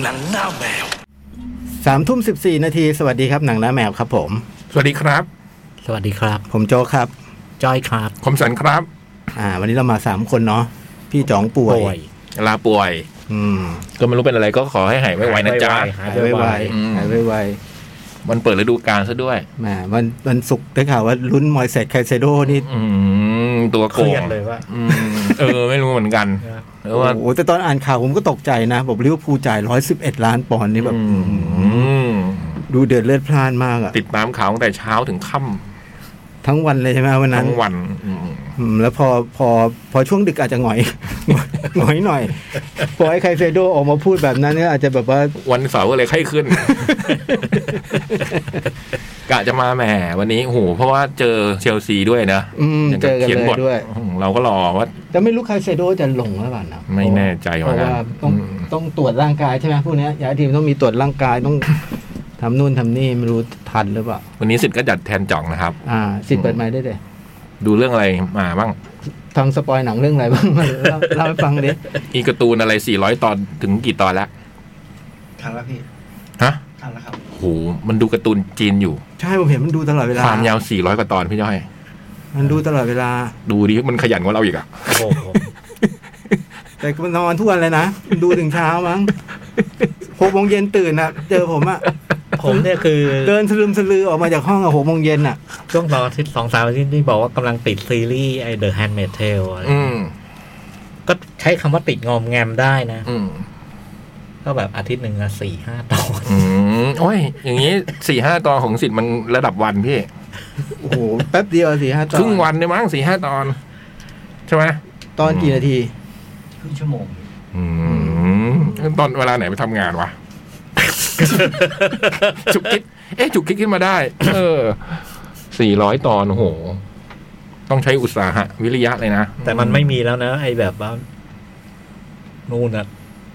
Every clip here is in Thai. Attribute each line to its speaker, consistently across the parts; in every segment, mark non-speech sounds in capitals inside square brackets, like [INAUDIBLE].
Speaker 1: หนังหน้าแมว
Speaker 2: สามทุ่มสิบสี่นาทีสวัสดีครับหนังหน้าแมวครับผม
Speaker 3: สวัสดีครับ
Speaker 4: สวัสดีครับ
Speaker 2: ผมโจกครับ
Speaker 4: จอยครับ
Speaker 3: ผมสันครับ
Speaker 2: อ่า วันนี้เรามาสามคนเนาะพี่จ๋องป่วย
Speaker 3: ลาป่วย
Speaker 2: อืม
Speaker 3: ก็ไม่รู้เป็นอะไรก็ขอให้หายไวๆนะจ๊ะ
Speaker 4: หาย
Speaker 2: หาย
Speaker 4: ไว
Speaker 2: ไว
Speaker 3: อืม
Speaker 2: ๆหายไว
Speaker 3: มันเปิดฤดูกาลซะด้วย
Speaker 2: ๆแหมวันวันศุกร์ได้ข่าวว่าลุ้นมอยเซตไคเซโดนี่
Speaker 3: อืม ตัว
Speaker 4: ๆ
Speaker 3: โกงอืมเออ ไม่รู้เหมือนกันเพ
Speaker 2: โอ้
Speaker 3: ราะว่า
Speaker 2: โหแต่ตอนอ่านข่าวผมก็ตกใจนะบอกลิเวอร์พูลจ่ายร้อยสิบเอ็ดล้านปอนด์นี่แบบ
Speaker 3: อืม
Speaker 2: ดูเดือดเลือดพล่านมากอะ
Speaker 3: ติดตามข่าวตั้งแต่เช้าถึงค่
Speaker 2: ทั้งวันเลยใช่ไหมวัน
Speaker 3: ำ
Speaker 2: นั้น
Speaker 3: ทั้งวันอืม
Speaker 2: อืมแล้วพอพอพอช่วงดึกอาจจะหงอย [LAUGHS] หงอยหน่อย พอไอ้ไคเฟโดออกมาพูดแบบนั้นก็อาจจะแบบว่า
Speaker 3: วันเสาร์ก็เลยไข้ [LAUGHS] ขึ้น กะจะมาแหมวันนี้โอ้โหเพราะว่าเจอเชลซีด้วยนะ
Speaker 2: อืม
Speaker 3: ย่าง
Speaker 2: เจ
Speaker 3: บขีบ
Speaker 2: อกันเลย
Speaker 3: ท
Speaker 2: ด้วย
Speaker 3: อืมเราก็รอว่า
Speaker 2: แต่ไม่รู้ไคเฟโดจะลงหรือเปล่านะ
Speaker 3: ไม่แน่ใจ
Speaker 2: เพ
Speaker 3: ว่า
Speaker 2: ราะ
Speaker 3: งั้น
Speaker 2: ว่าต้อง
Speaker 3: อืม
Speaker 2: ต้องตรวจร่างกายใช่ไหมพวกเนี้ยย้ายทีมต้องมีตรวจร่างกายต้อง ทำนู่นทำนี่ไม่รู้ทันหรือเปล่า
Speaker 3: วันนี้สิทธิ์ก็จัดแทนจ่องนะครับ
Speaker 2: อ่า สิทธิ์เปิดไม้ได้เลย
Speaker 3: ดูเรื่องอะไรมาบ้าง
Speaker 2: ทางสปอยหนังเรื่องอะไรบ้าง เล่าเล่าให้ฟังดิ
Speaker 3: อีการ์ตูนอะไร 400 ตอนถึงกี่ตอนแล้ว
Speaker 5: ครั้งละพี่
Speaker 3: ฮะ
Speaker 5: ครั้งละครับ
Speaker 3: โหมันดูการ์ตูนจีนอยู่
Speaker 2: ใช่ผมเห็นมันดูตลอดเวลา
Speaker 3: ความยาว 400 กว่าตอนพี่ย้อย
Speaker 2: มันดูตลอดเวลา
Speaker 3: ดูดิมันขยันกว่าเราอีกอะ
Speaker 4: โอ้โห
Speaker 2: แต่ก็นอนทุกวันเลยนะดูถึงเช้า
Speaker 3: [LAUGHS]
Speaker 2: มั้งหกโมงเย็นตื่นนะเจอผมอะ
Speaker 4: ผมเนี่ยคือ
Speaker 2: เดินสลืมสลือออกมาจากห้องอะหกโมงเย็นอะ
Speaker 4: ช่วงตอนอาทิตย์สองสามอาทิตย์นี่บอกว่ากำลังติดซีรีส์ไอ้ The Handmaid's Tale อะไร
Speaker 3: อืม
Speaker 4: ก็ใช้คำว่าติดงอมแงมได้นะ
Speaker 3: อืม
Speaker 4: ก็แบบอาทิตย์หนึ่งอะสี่ห้าตอน
Speaker 3: อืมโอ้ย อย่างนี้ 4-5 ตอนของสิทธิ์มันระดับวันพี่
Speaker 2: โอ้โห แป๊บเดียวสี่ห้าตอน
Speaker 3: ครึ่งวันเนี่ยมั้ง 4-5 ตอน ใช่ไหม
Speaker 2: ตอนกี่นาที
Speaker 5: ครึ่งชั่วโมง
Speaker 3: อืมตอนเวลาไหนไปทำงานวะ จุกคิด เอ๊ะ จุกคิดขึ้นมาได้ เออ 400 ตอนโอ้โห ต้องใช้อุตสาหะวิริยะเลยนะ
Speaker 4: แต่มันไม่มีแล้วนะ ไอ้แบบว่านู่นอะ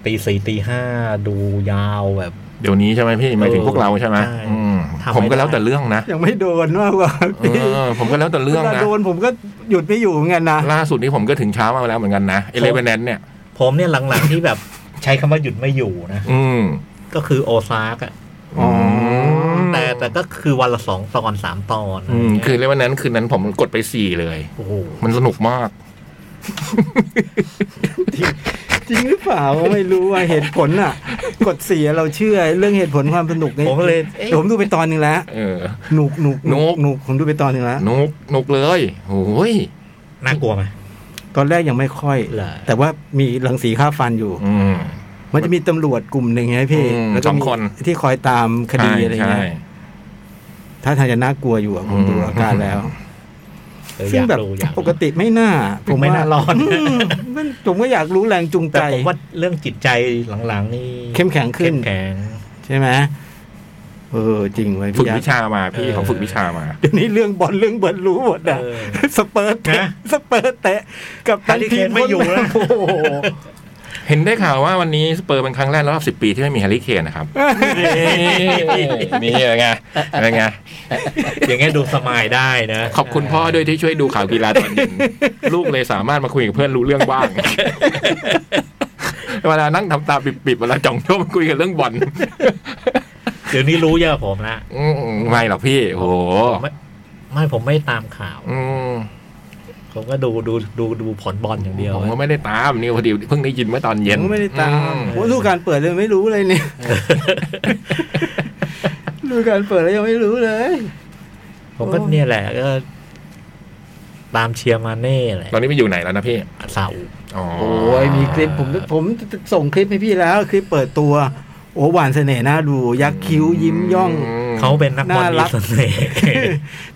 Speaker 4: ตีสี่ตีห้าดูยาวแบบ
Speaker 3: เดี๋ยวนี้ใช่ไหมพี่หมายถึงพวกเราใช่ไหม
Speaker 4: ใช่
Speaker 3: อืม
Speaker 4: ทำไม่
Speaker 3: ผมก็แล้ว
Speaker 4: ได้
Speaker 3: แต่เรื่องนะ
Speaker 2: ยังไม่โดนมากกว่า
Speaker 3: เออผมก็แล้วแต่
Speaker 2: เว
Speaker 3: เรื่อง
Speaker 2: ลา
Speaker 3: นะ
Speaker 2: โดนผมก็หยุดไม่อยู่เหมือนกันนะ
Speaker 3: ล่าสุดนี้ผมก็ถึงเช้ามาแล้วเหมือนกันนะเอเลเวนแนนเนี่ย
Speaker 4: ผมเนี่ยหลังๆที่แบบใช้คำว่าหยุดไม่อยู่นะ
Speaker 3: อืม
Speaker 4: ก็คือโอซาร์กอะ
Speaker 2: อ๋อ
Speaker 3: ม
Speaker 4: แต่แต่ก็คือวันละสองตอนสามตอน
Speaker 3: อืมคือเลเวนแนนคืนนั้นผมกดไปสี่เลย
Speaker 4: โอ้โห
Speaker 3: มันสนุกมาก
Speaker 2: จริงหรือเปล่าไม่รู้ว่าเหตุผลอะ [LAUGHS] กฎเสียเราเชื่อเรื่องเหตุผลความสนุกนี่
Speaker 4: ผมเลยเอ๊ะ
Speaker 2: ผมดูไปตอนหนึ่งแล้ว
Speaker 3: เออ
Speaker 2: หนุกหนุกหนุ
Speaker 3: หนุ
Speaker 2: ก
Speaker 3: ก
Speaker 2: หนุกผมดูไปตอนหนึ่งแล้ว
Speaker 3: นุกนุกเลยโอ้ย
Speaker 4: น่ากลัวไหม
Speaker 2: ตอนแรกยังไม่ค่อย
Speaker 4: เหรอ
Speaker 2: แต่ว่ามีรังสีค่าฟันอยู่
Speaker 3: อืม
Speaker 2: มันจะมีตำรวจกลุ่มหนึ่งไงพี่
Speaker 3: อืม
Speaker 2: แล้วก็มี
Speaker 3: สองคน
Speaker 2: ที่คอยตามคดีอะไร
Speaker 3: ใช่
Speaker 2: เงี้ย
Speaker 3: ใช่
Speaker 2: ถ้าทางจะน่ากลัวอยู่อะผมดู
Speaker 3: อืม
Speaker 2: อาการแล้ว
Speaker 4: เออ
Speaker 2: ซึ่
Speaker 4: อง ยาก
Speaker 2: แบบ
Speaker 4: รู้อยากรู้
Speaker 2: ปกติไม่น่า ผม
Speaker 4: ไม่
Speaker 2: ว่า
Speaker 4: น่ารอด
Speaker 2: มมันผมก็อยากรู้แรงจูงใจ
Speaker 4: แต่ผมว่าเรื่องจิตใจหลังๆนี่
Speaker 2: เข้มแข็งขึ้น
Speaker 4: เข้มแข็ง
Speaker 2: ใช่ไหมเออ จริงไว้ย
Speaker 3: ฝึก
Speaker 2: พี่ยัก
Speaker 3: วิ
Speaker 2: ษ์
Speaker 3: ชามาพี่
Speaker 4: เออ
Speaker 3: เขาฝึกวิชามา
Speaker 2: เดี๋ยวนี้เรื่องบอลเรื่องเบิร์ดรู้หมดอ่ะ
Speaker 4: เออ
Speaker 2: สเปอร์เตะ
Speaker 4: นะ
Speaker 2: สเปอร์เตะ กับ
Speaker 4: แฮร์รี่เคนไม่อยู่แล้ว
Speaker 2: โอ้โห
Speaker 3: เห็นได้ข่าวว่าวันนี้สเปอร์เป็นครั้งแรกในรอบสิบ10 ปีที่ไม่มีแฮร์รี่เคนนะครับ นี่นี่เป็นไงเป็นไง
Speaker 4: [LAUGHS] อย่างเงี้ยดูสมายได้นะ
Speaker 3: ขอบคุณพ่อด้วยที่ช่วยดูข่าวกีฬาตอนเย็น ลูกเลยสามารถมาคุยกับเพื่อนรู้เรื่องบ้าง เวลานั่งทำตาปิบๆเวลาจ่องจ้องคุยกันเรื่องบอล
Speaker 4: เดี๋ยวนี้รู้เยอะกว่าผมละ
Speaker 3: อืมไม่หรอกพี่ โอ้โห
Speaker 4: ผมไม่ไม่ผมไม่ตามข่าว
Speaker 3: อืม
Speaker 4: ผมก็ดูดูดูดูผลบอลอย่างเดียว
Speaker 3: ผมก็ไม่ได้ตามนี่พอดีเพิ่งได้ยินเมื่อตอน
Speaker 2: ผ
Speaker 3: เย็น
Speaker 2: มก็ไม่ได้ตาม
Speaker 3: อื
Speaker 2: ผมว่าดูการเปิดเลยไม่รู้เลยเนี่ยดูการเปิดแล้วยังไม่รู้เลย
Speaker 4: ผมก็เนี่ยแหละก็ตามเชียร์มาเน่แหละ
Speaker 3: ตอนนี้ไปอยู่ไหนแล้วนะพี่
Speaker 4: เสาร์
Speaker 3: อ๋อ
Speaker 2: โอ้ยมีคลิปผมผมส่งคลิปให้พี่แล้ว คลิปเปิดตัว โอ้หวานเสน่ห์น่าดู ยักษ์คิ้วยิ้มย่อง
Speaker 3: ม
Speaker 4: เขาเป็นนักบอล
Speaker 2: น่ารัก
Speaker 4: มีเสน่ [LAUGHS] ห์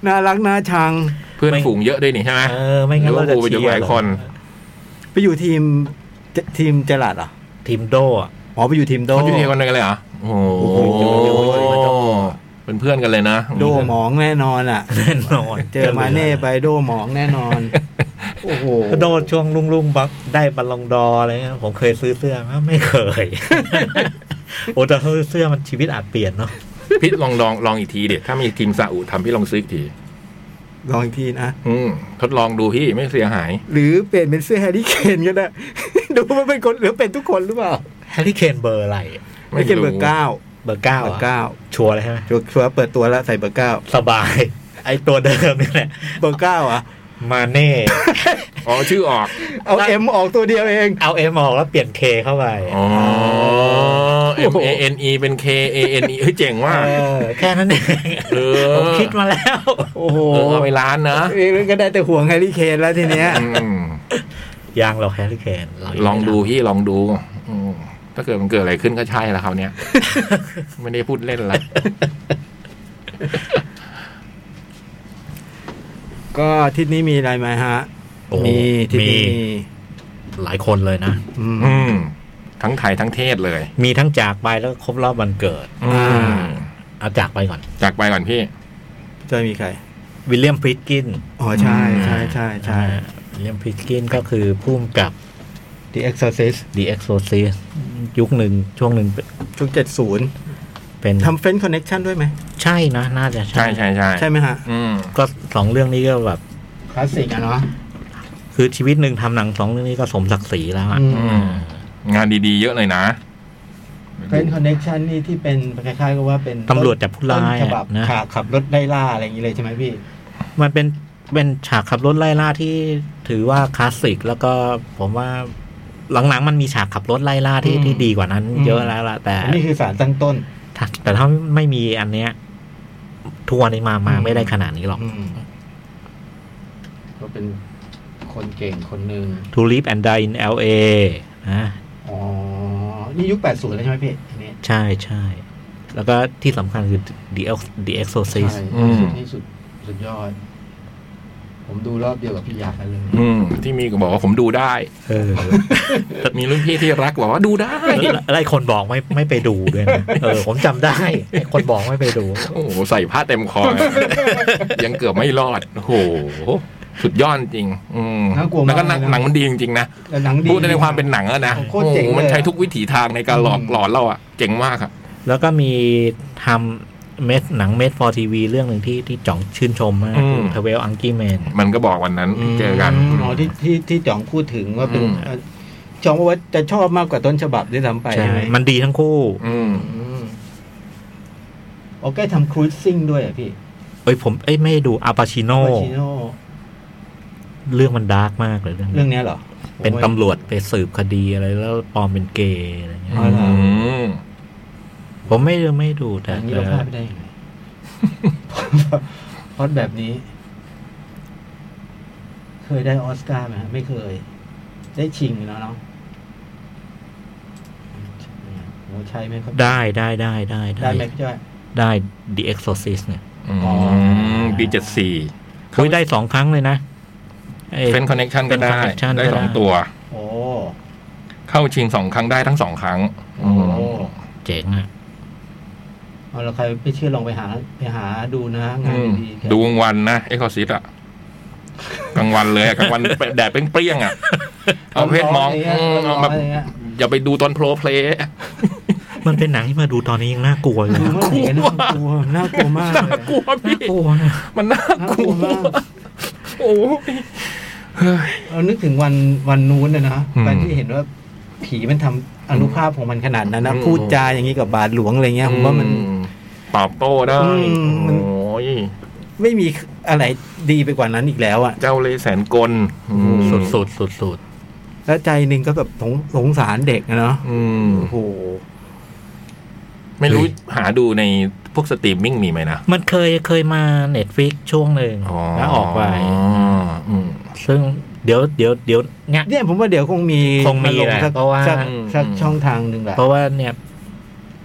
Speaker 2: น่ารักน่าชัง
Speaker 3: เพื่อนฝูงเยอะด้วยนี่ใช่ไหม
Speaker 4: เออ ไม่งั้นเราจะ
Speaker 3: ลิเวอร์พูลไปเจอ
Speaker 4: เชี
Speaker 3: ย หลาย
Speaker 4: ร์
Speaker 3: คน
Speaker 2: ไปอยู่ทีมเจทีมเจลาร์ดเหรอ
Speaker 4: ทีมโดอ่ะ
Speaker 2: อ๋อไปอยู่ทีมโด
Speaker 3: เขาอยู่เดียวกันเลยเหรอโอ้โห
Speaker 2: โอ้โหเยอะเยอะเยอะเยอะ
Speaker 3: เป็นเพื่อนกันเลยนะ
Speaker 2: โดหมองแน่นอนอ่ะ
Speaker 4: แน่นอน
Speaker 2: เจอมาเน่ไปโดหมองแน่นอน โอ้โห
Speaker 4: ก็โดนช่วงรุ่งรุ่งๆบักได้บอลลงดอร์อะไรเงี้ยผมเคยซื้อเสื้อไหมไม่เคย [LAUGHS] โอ้แต่ซื้อเสื้อมันชีวิตอาจเปลี่ยนเนาะ
Speaker 3: พี่ [LAUGHS] ลองลองลองอีกทีเด็ดถ้ามีทีมซาอุทำพี่ลองซื้ออีกที
Speaker 2: ลองอีกทีนะ
Speaker 3: อืมทดลองดูพี่ไม่เสียหาย
Speaker 2: หรือเปลี่ย [LAUGHS] นเป็นเสื้อแฮร์รี่เคนก็ได้ ดูว่าเป็นคนหรือเป็นทุกคนหรือเปล่า
Speaker 4: แฮร์รี่เคนเบอร์อะไรอะ
Speaker 3: ไม่
Speaker 2: ไม่
Speaker 3: รู้
Speaker 2: ใช่เบอร์เก้า
Speaker 4: เบอร์เก้า
Speaker 2: เบอร์
Speaker 4: อะ
Speaker 2: เก้า
Speaker 4: ชัวร์เลยใช่ไหม
Speaker 2: ชัวร์ชัวร์เปิดตัวแล้วใส่เบอร์เก้า
Speaker 4: สบาย ไอตัวเดิมนี่แหละ
Speaker 2: เบอร์เก้าอ่ะ
Speaker 4: มาเน่
Speaker 3: อ๋อชื่อออก
Speaker 2: เอาเอ็มออกตัวเดียวเอง
Speaker 4: เอาเอ็มออกแล้วเปลี่ยนเคเข้าไป
Speaker 2: [LAUGHS]
Speaker 3: อ๋อ M A N E เป็น K A N E เฮ้ยเจ๋งว่ะ
Speaker 4: เออแค่นั้นเอง
Speaker 3: เออ
Speaker 4: ผมคิดมาแล้ว
Speaker 2: โอ้โห
Speaker 3: เออเอาไปร้านนะ
Speaker 2: เอ้ยก็ได้แต่ห่วงแฮร์รี่เคนแล้วทีเนี้ย
Speaker 3: อืม
Speaker 4: ยังหรอกแฮร์รี่เคนเรายัไม่
Speaker 3: ลองดูพี่ลองดูอืมถ้าเกิดมันเกิดอะไรขึ้นก็ใช่แล้วคราวเนี้ย [LAUGHS] ไม่ได้พูดเล่นละ
Speaker 2: ก็ที่นี่มีอะไรไหมฮะ
Speaker 4: โอ้
Speaker 2: มีที่
Speaker 4: มี
Speaker 2: นี่
Speaker 4: หลายคนเลยนะ
Speaker 2: อืม
Speaker 3: อืม ทั้งไทยทั้งเทศเลย
Speaker 4: มีทั้งจากไปแล้วก็ครบรอบวันเกิด
Speaker 3: อื
Speaker 2: อ่า
Speaker 3: ม
Speaker 4: เอาจากไปก่อน
Speaker 3: จากไปก่อนพี่
Speaker 2: จะมีใคร
Speaker 4: วิลเลียมพริตกิน
Speaker 2: อ๋อใช่ใช่ใช่ใช่
Speaker 4: วิลเลียมพริตกินก็คือพุ่มกับ
Speaker 2: ที่ Exorcist
Speaker 4: The Exorcist ยุคหนึ่งช่วงหนึ่งเป็น
Speaker 2: ช่วงเจ็ดศูนย์
Speaker 4: เป็น
Speaker 2: ทำเฟนคอนเน็ชันด้วยไหม
Speaker 4: ใช่นะ น่าจะ
Speaker 3: ใช่
Speaker 4: ใช่
Speaker 3: ใช่ใช่
Speaker 2: ใช่ไหมฮะ
Speaker 3: อืม
Speaker 4: ก็สองเรื่องนี้ก็แบบ
Speaker 5: คลาสสิกอะเนาะ
Speaker 4: คือชีวิตหนึ่งทำหนังสองเรื่องนี้ก็สมศักดิ์ศรีแล้วอะ
Speaker 2: อืม
Speaker 3: อืม งานดีๆ เยอะเลยนะ
Speaker 2: เฟนคอนเน็ชันนี่ที่เป็นคล้ายๆกับว่าเป็น
Speaker 4: ตำรวจจับผู้ร้าย
Speaker 2: ต้นฉบับ
Speaker 4: อะนะ
Speaker 2: ขับขับรถได้ล่าอะไรอย่างนี้เลยใช่ไหมพี่
Speaker 4: มันเป็นเป็นฉากขับรถไล่ล่าที่ถือว่าคลาสสิก แล้วก็ผมว่าหลังๆ มันมีฉากขับรถไล่ล่าที่
Speaker 2: อืม
Speaker 4: ที่ดีกว่านั้น
Speaker 2: อืม
Speaker 4: เยอะแล้วล่ะแต่
Speaker 2: อันนี้คือสารตั้งต้น
Speaker 4: ถ้าแต่ถ้าไม่มีอันเนี้ยทุกวันนี้มามา
Speaker 2: อืม
Speaker 4: ไม่ได้ขนาดนี้หรอก
Speaker 2: อืม
Speaker 5: ก็เป็นคนเก่งคนหนึ่ง
Speaker 4: ทูลิปแอนด์ไดน์เอลเอนะ
Speaker 5: อ๋อ นี่ยุค 80เลยใช่ไหมพี่อันนี้
Speaker 4: ใช่ใช่แล้วก็ที่สำคัญคือ The Ex- The
Speaker 5: ใช่
Speaker 4: Exorcist
Speaker 3: อืม
Speaker 5: นี่สุดสุดยอด ผมดูรอบเดียวกับพี่ยักษ์นั่นเลย
Speaker 3: อืม ที่มีก็บอกว่าผมดูได้
Speaker 4: เออ
Speaker 3: แต่มีรุ่นพี่ที่รักบอกว่าดูได้
Speaker 4: ไล่คนบอกไม่ไม่ไปดูด้วยนะเออ ผมจำได้ไอ้คนบอกไม่ไปดู
Speaker 3: โอ้โห ใส่ผ้าเต็มคอ ยังเกือบไม่รอด โอ้โห สุดยอดจริง อืม
Speaker 2: น่ากลัวมาก
Speaker 3: แล้วก็หนัง
Speaker 2: เลยนะ
Speaker 3: หนังมันดีจริงๆนะ
Speaker 2: แต่หนังดี
Speaker 3: พูดในความเป็นหนังอะนะ
Speaker 2: โคตรเจ๋งเลย
Speaker 3: หมันใช้ทุกวิถีทางในการหลอก
Speaker 2: อืม
Speaker 3: หลอนเราอะเจ๋งมากอะ
Speaker 4: แล้วก็มีทำเม็ดหนังเม็ดฟอร์ทีวีเรื่องหนึ่งที่ที่จ่องชื่นชมมากคือทเวลอังกี้แมน
Speaker 3: มันก็บอกวันนั้นที่เจอกัน
Speaker 2: มอ๋อที่ที่ที่จ่องพูดถึงว่าเป็น
Speaker 3: อืม
Speaker 2: เอ่อจองว่าจะชอบมากกว่าต้นฉบับด้วยซ้ำไป
Speaker 4: ใช่
Speaker 2: ใช่ไหม
Speaker 4: มันดีทั้งคู่
Speaker 3: อืม
Speaker 2: อืมโอเคทำครูซซิ่งด้วยเหรอ่ะพี่
Speaker 4: เอ้ยผมเอ้ยไม่ได้ดูอาปาชิโน
Speaker 2: ปาชิโน่
Speaker 4: เรื่องมันดาร์กมากเลยเรื่อง
Speaker 2: เรื่อง
Speaker 4: นี้
Speaker 2: เนี้ยเหรอ
Speaker 4: เป็น
Speaker 2: โอ้ย
Speaker 4: ตำรวจไปสืบคดีอะไรแล้วปลอมเป็นเกย์อะไรเงี้ย
Speaker 2: อ๋อเหรอ
Speaker 3: อืม
Speaker 4: ผมไม่ดูไม่ดูแต่
Speaker 5: อันนี้เราพลาดไปได้ยังไง [LAUGHS] พอดแบบนี้ เคยได้ออสการ์ไหมฮะไม่เคย ได้ชิงแล้วเนาะโอ้ใช่ไหมครับ
Speaker 4: ได้ได้ได้ได้
Speaker 5: ได้
Speaker 4: ได้
Speaker 5: ไหมพี่จ้อย
Speaker 4: ได้ The Exorcist เนี่ย
Speaker 3: อื
Speaker 5: อ๋อ
Speaker 3: มปีเจ็ดสี่
Speaker 4: คุยได้สองครั้งเลยนะไอ้
Speaker 3: เป็นคอนเน็ชันก็ได้
Speaker 4: Friend Connection
Speaker 3: ได้
Speaker 4: ก็ได้
Speaker 3: สองตัว
Speaker 5: โอ้
Speaker 3: เข้าชิงสองครั้งได้ทั้งสองครั้ง
Speaker 5: โอ้
Speaker 3: อืม
Speaker 4: เจ๋งอะ
Speaker 5: เอาละใครไม่เชื่อลองไปหา ไปหาดูนะฮะงานดีๆแก
Speaker 3: ดูกลางวันนะเอ็กซ์ซิสอะกลางวันเลยอะกลางวันแดดเปรี้ยงๆอะเอาเพศมอ
Speaker 5: ะ
Speaker 3: ง
Speaker 5: ไรเงี้ย
Speaker 3: อืมเอา
Speaker 5: ร้อนๆ
Speaker 3: แบบ
Speaker 5: อะไรเงี้ย
Speaker 3: อย่าไปดูตอนโปรเพลย์ [LAUGHS]
Speaker 4: มันเป็นหนังที่มาดูตอนนี้ยังน่ากลัวเลย
Speaker 2: ดู
Speaker 4: นะ
Speaker 2: เมื่อไหร่น่ากลัวน่ากลัวมาก
Speaker 3: น่า
Speaker 2: เลย
Speaker 3: กลัวพี่
Speaker 4: น่ากลัวนะ
Speaker 3: มันน่า
Speaker 2: น่าก ก
Speaker 3: ลั
Speaker 2: ลั
Speaker 3: ว
Speaker 2: วมาก
Speaker 3: โอ้ย
Speaker 2: เรานึกถึงวันวันนู้นนะนะ
Speaker 3: อืม
Speaker 2: วันที่เห็นว่าผีมันทำอนุภาพของมันขนาดนั้นนะ
Speaker 3: อืม
Speaker 2: พูดจาอย่างนี้กับบาทหลวงอะไรเงี้ยผมว่ามัน
Speaker 3: อืตอบโต้ได้
Speaker 2: อืมมัน
Speaker 3: โอ้ย
Speaker 2: ไม่มีอะไรดีไปกว่านั้นอีกแล้วอ่ะ
Speaker 3: เจ้าเลยแสนกลอืม
Speaker 4: สุดสุดสุดสุด
Speaker 2: แล้วใจหนึ่งก็แบบสงสงสารเด็กนะเนาะ
Speaker 3: อืม
Speaker 2: โอ้โห
Speaker 3: ไม่รู้หาดูในพวกสตรีมมิ่งมีไหมนะ
Speaker 4: มันเคยเคยมาเน็ตฟิกช่วงหนึ่งแล้วออกไป
Speaker 3: อืม
Speaker 4: ซึ่งเดี๋ยวเดี๋ยวเดี๋ยวเนี่ย
Speaker 2: เนี่ยผมว่าเดี๋ยวคงมี
Speaker 4: คง
Speaker 2: า
Speaker 4: มี
Speaker 2: ล
Speaker 4: แหละ
Speaker 2: สัก
Speaker 4: เพราะว่า
Speaker 2: สัก
Speaker 3: อืม
Speaker 2: สักช่องทางหนึ่งแหละ
Speaker 4: เพราะว่าเนี่ย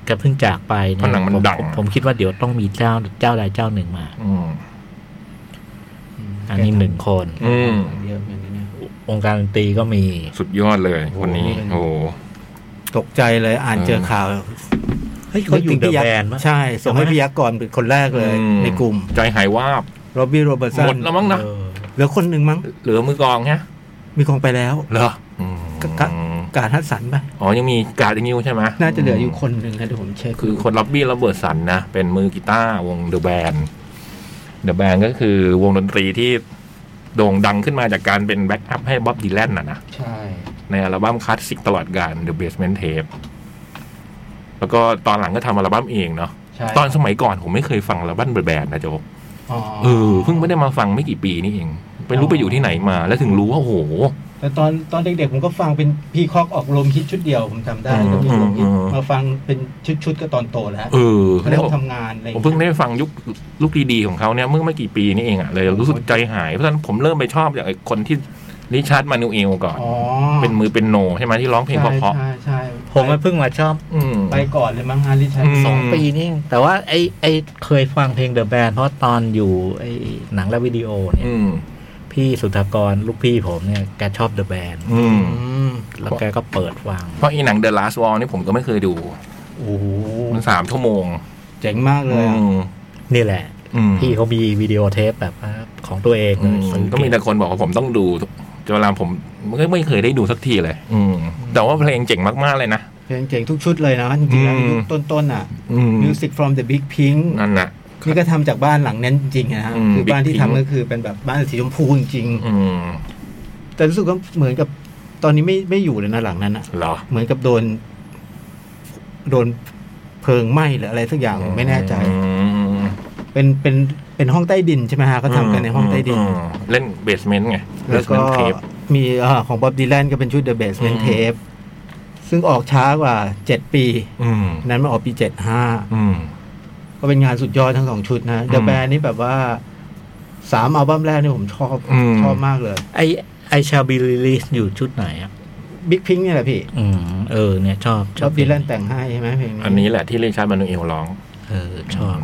Speaker 4: แกเพิ่งจากไป
Speaker 3: เพราะหนังมัน
Speaker 4: ผ
Speaker 3: ดัง
Speaker 4: ผมผมคิดว่าเดี๋ยวต้องมีเจ้าเจ้าใดเจ้าหนึ่งมา
Speaker 3: อืม
Speaker 4: อันนี้หนึ่งคน
Speaker 3: อืม
Speaker 5: เยอะเหมือนกันเนี่ย
Speaker 4: องค์การดนตรีก็มี
Speaker 3: สุดยอดเลยคนนี้
Speaker 5: โอ้
Speaker 3: โอ้
Speaker 5: โห
Speaker 2: ตกใจเลยอ่าน
Speaker 3: เออ
Speaker 2: เจอข่าว
Speaker 4: เฮ้ยเขาอยู่
Speaker 2: นึกถึง
Speaker 4: The
Speaker 2: พี่ยัก
Speaker 4: Band
Speaker 2: ษ์
Speaker 4: ปะ
Speaker 2: ใช่ ส่งให้
Speaker 4: ใช่ไหม
Speaker 2: พี่ยักษ์ก่อนเป็นคนแรกเลย
Speaker 3: อืม
Speaker 2: ในกลุ่ม
Speaker 3: ใจหายวาบ
Speaker 2: โรบี้โรเบิร์ตสั
Speaker 3: หมด
Speaker 2: น
Speaker 3: แล้วมั้งนะ
Speaker 4: เออ
Speaker 2: เหลือคนหนึ่งมั้ง
Speaker 3: เหลือมือกองฮะ
Speaker 2: มีคงไปแล้ว
Speaker 3: เหรอ
Speaker 2: ก็ก็ การฮัตสันไปะ
Speaker 3: อ๋อ ยังมีการ์ดนิวใช่ไหม
Speaker 2: น่าจะเหลืออยู่คนหนึ่งนะเดี๋ยวผมเช็ค
Speaker 3: คือคนล็อบบี้ระเบิดสันนะ เป็นมือกีตาร์วงเดอะแบนเดอะแบนก็คือวงดนตรีที่โด่งดังขึ้นมาจากการเป็นแบ็กอัพให้บ๊อบดีแลนน่ะนะ
Speaker 5: ใช่
Speaker 3: ในอัลบั้มคลาสสิกตลอดกาล The Basement Tape แล้วก็ตอนหลังก็ทำอัลบั้มเองเนาะ
Speaker 2: ใช่
Speaker 3: ตอนสมัยก่อนผมไม่เคยฟังอัลบั้มเดอะแบนด์นะโจ๊ก
Speaker 2: อ๋อ
Speaker 3: เออเพิ่งไม่ได้มาฟังไม่กี่ปีนี่เองไปรู้ไปอยู่ที่ไหนมา แล้วถึงรู้ว่าโอ้โห
Speaker 2: แต่ตอนตอนเด็กๆผมก็ฟังเป็นพีคอกออกลมฮิตชุดเดียวผมจำได้ก็มีลมฮิตมาฟังเป็นชุดๆก็ตอนโตแล้ว
Speaker 3: เออ
Speaker 2: ก็
Speaker 3: แล้ว
Speaker 2: เริ่มทำงานอะไรอย่า
Speaker 3: ผม
Speaker 2: ย
Speaker 3: เพิ่งได้ฟังยุคลูกดีๆของเขาเนี่ยเมื่อไม่กี่ปีนี่เองอ่ะเลยรู้สึกใจหายเพราะฉะนั้นผมเริ่มไปชอบจากไอ้คนที่ริชาร์ดมานูเอลก่อน
Speaker 2: อ๋อ
Speaker 3: เป็นมือเป็นโนใช่ไหมที่ร้องเพลงเพราะ
Speaker 2: ใช่ใช่
Speaker 4: ผ
Speaker 2: ผม ม
Speaker 4: มันเพิ่งมาชอบ
Speaker 3: ๆอืม
Speaker 2: ไปก่อนเลยมั้งฮาริชัน
Speaker 3: อืม
Speaker 4: สองปีนี่เองแต่ว่าไอ้ไอ้เคยฟังเพลงเดอะแบนเพราะตอนอยู่ไอ้หนังและวิดีโอเนี่ย
Speaker 3: อืม
Speaker 4: พี่สุธากรลูกพี่ผมเนี่ยแกชอบเดอะแบน
Speaker 3: อืม
Speaker 4: แล้วแกก็เปิดฟัง
Speaker 3: เพราะอีหนังเดอะลาสวอลนี่ผมก็ไม่เคยดู
Speaker 2: โอ้โห
Speaker 3: มันสามชั่วโมง
Speaker 2: เจ๋งมากเล
Speaker 3: อื
Speaker 2: ยอะ
Speaker 3: ม
Speaker 4: นี่แหละ
Speaker 3: อืม
Speaker 4: พี่เขามีวิดีโอเทปแบบว่าของตัวเอง
Speaker 3: อื
Speaker 4: เลย
Speaker 3: ม
Speaker 4: ซื้อ
Speaker 3: ก็มีแต่คนบอกว่าผมต้องดูจนเวลาผมไม่ไม่เคยได้ดูสักทีเลย อืมแต่ว่าเพลงเจ๋งมากๆเลยนะ
Speaker 2: เพลงเจ๋งทุกชุดเลยนะจริงๆแล้ว
Speaker 3: อืม
Speaker 2: ยุคต้นๆอ่ะ
Speaker 3: อืม
Speaker 2: Music from the Big Pink
Speaker 3: นั่นน่ะ
Speaker 2: นี่ก็ทำจากบ้านหลังนั้นจริงๆนะฮะ
Speaker 3: อืม
Speaker 2: คือบ้าน
Speaker 3: Big
Speaker 2: ที่
Speaker 3: Pink
Speaker 2: ทำก็คือเป็นแบบบ้านสีชมพูจริง
Speaker 3: อืม
Speaker 2: ๆแต่รู้สึกว่าเหมือนกับตอนนี้ไม่ไม่อยู่เลยนะหลังนั้นอ่ะ
Speaker 3: เหรอ
Speaker 2: เหมือนกับโดน โดนเพลิงไหม้หรืออะไรสักอย่างไม่แน่ใจ
Speaker 3: อืม
Speaker 2: เป็นเป็นเป็นห้องใต้ดินใช่ไหมฮะเขาทำกันในห้องใต้ดิน
Speaker 3: มเล่นเบสเมนต์ไง
Speaker 2: แล้วก็
Speaker 3: basement tape
Speaker 2: มีอาของบ๊อบดีแลนก็เป็นชุด The Basement
Speaker 3: อืม
Speaker 2: Tape ซึ่งออกช้ากว่า 7 ปี
Speaker 3: อืม
Speaker 2: นั้นมาออกปี 75
Speaker 3: อืม
Speaker 2: ก็เป็นงานสุดยอดทั้งสองชุดนะ
Speaker 3: อื
Speaker 2: The
Speaker 3: ม
Speaker 2: Band นี่แบบว่าสามอัลบั้มแรกนี่ผมชอบ
Speaker 3: อืม
Speaker 2: ชอบมากเลย
Speaker 4: ไอไอชาบิลิลิสอยู่ชุดไหนอ่ะ
Speaker 2: Big Pink เนี่ยแหละพี่
Speaker 4: อืมเออเนี่ยชอบ
Speaker 2: บ๊อบดีแลนแต่งให้ใช่ไหมเพลง
Speaker 3: อันนี้แหละที่เรียกชาร์ดมานูเอลร้อง
Speaker 4: เออชอบ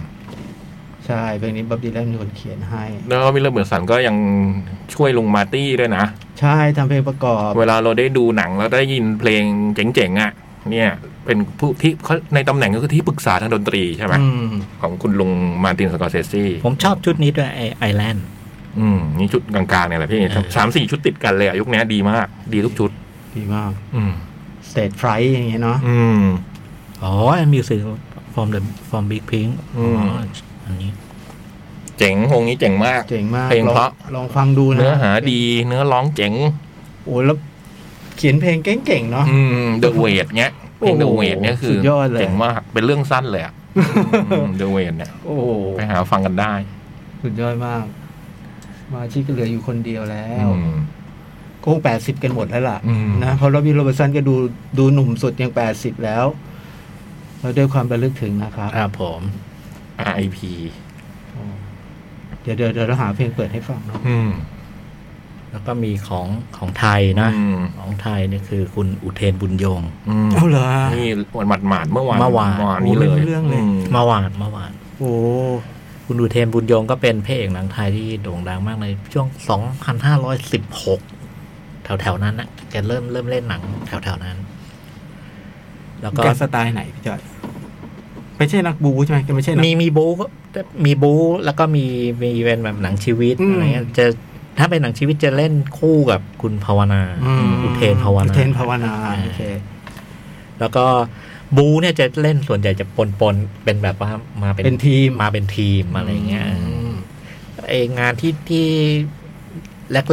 Speaker 2: ใช่ เพลงนี้บ๊อบดีแลนเป็นคนเขียนให้
Speaker 3: แล้วก็มิลเลอร์เบิร์สันก็ยังช่วยลุงมาร์ตี้ด้วยนะ
Speaker 2: ใช่ทำเพลงประกอบ
Speaker 3: เวลาเราได้ดูหนังแล้วได้ยินเพลงเจ๋งๆอ่ะ เนี่ยเป็นผู้ที่เขาในตำแหน่งก็คือที่ปรึกษาทางดนตรีใช่ไหม
Speaker 2: อืม
Speaker 3: ของคุณลุงมาร์ตินสกอร์เซซี่
Speaker 4: ผมชอบชุดนี้ด้วยไอไอแลนด์
Speaker 3: อืมนี่ชุดกลางๆเนี่ยแหละพี่
Speaker 4: เออ
Speaker 3: สามสี่ชุดติดกันเลยอะยุคเนี้ยดีมาก ดีทุกชุด
Speaker 2: ดีมาก
Speaker 3: อืม
Speaker 2: State Fright อย่างเงี้ยเนาะ
Speaker 3: อืม
Speaker 4: อ๋อมิวสิกฟอร์มเดอะฟอร์มบิ๊กพิง
Speaker 3: อื
Speaker 4: อ๋
Speaker 3: ม
Speaker 4: ออันนี้
Speaker 3: เจ๋งวงนี้เจ๋งมาก
Speaker 2: เจ๋งมาก
Speaker 3: เพลงเพราะ
Speaker 2: ลองฟังดูนะ
Speaker 3: เนื้อหาดีเนื้อร้องเจ๋ง
Speaker 2: โอ้แล้วเขียนเพลงเก่งๆเนาะ
Speaker 3: อืม The Wait เนี้ยเพลง The Wait เนี่ยคือ
Speaker 2: โอ้โหสุดยอดเลย
Speaker 3: เจ๋งมาก เป็นเรื่องสั้นเลยอะ The Wait เนี่ย
Speaker 2: โอ้โห
Speaker 3: ไปหาฟังกันได้
Speaker 2: สุดยอดมาก มาชิกก็เหลืออยู่คนเดียวแล้ว
Speaker 3: อืม
Speaker 2: ก็คงแปดสิบกันหมดแล้วล่ะ
Speaker 3: อืม
Speaker 2: นะเพราะโรบินโรเบิร์ตสันก็ดูดูหนุ่มสุดยังแปดสิบแล้ว เราด้วยความระลึกถึงนะครับ
Speaker 4: ครับผม
Speaker 3: อ่า IP
Speaker 2: อ๋อเดี๋ยวเดี๋ยวเดี๋ยวเราหาเพลงเปิดให้ฟังเนาะ
Speaker 3: อืม
Speaker 4: แล้วก็มีของของไทยนะ
Speaker 3: อืม
Speaker 4: ของไทยเนี่ยคือคุณอุเทนบุญยง
Speaker 3: อืม
Speaker 2: เอาเหรอ
Speaker 3: นี่วันหมาดหมาดๆเมื่อวาน
Speaker 4: เมื่อวาน
Speaker 3: นี้เลย
Speaker 2: โอ้ไม่รู้เรื่องเลย
Speaker 3: ม
Speaker 4: มาวานมาวาน
Speaker 2: โอ้
Speaker 4: คุณอุเทนบุญยงก็เป็นพระเอกหนังไทยที่โด่งดังมากในช่วง 2516 แถวๆ นั้นนะแกเริ่มเริ่มเล่นหนังแถวๆ นั้น แล้วก็
Speaker 2: แกสไตล์ไหนพี่จอยไม่ใช่นักบูใช่ไหมแกไม่ใช่นัก
Speaker 4: มีมีบู๊ก็มีบู๊แล้วก็มีมีเป็นแบบหนังชีวิต
Speaker 2: อืม
Speaker 4: อะไรเงี้ยจะถ้าเป็นหนังชีวิตจะเล่นคู่กับคุณภาวนา
Speaker 2: ม
Speaker 4: อุเทนภาวนา
Speaker 2: อุเทนภาวนาโอเค
Speaker 4: แล้วก็บูเนี่ยจะเล่นส่วนใหญ่จะปนปนๆเป็นแบบว่ามาเป็น
Speaker 2: เป็นทีม
Speaker 4: มาเป็นทีมอะไรเงี้ย
Speaker 2: อืม
Speaker 4: ไองานที่ที่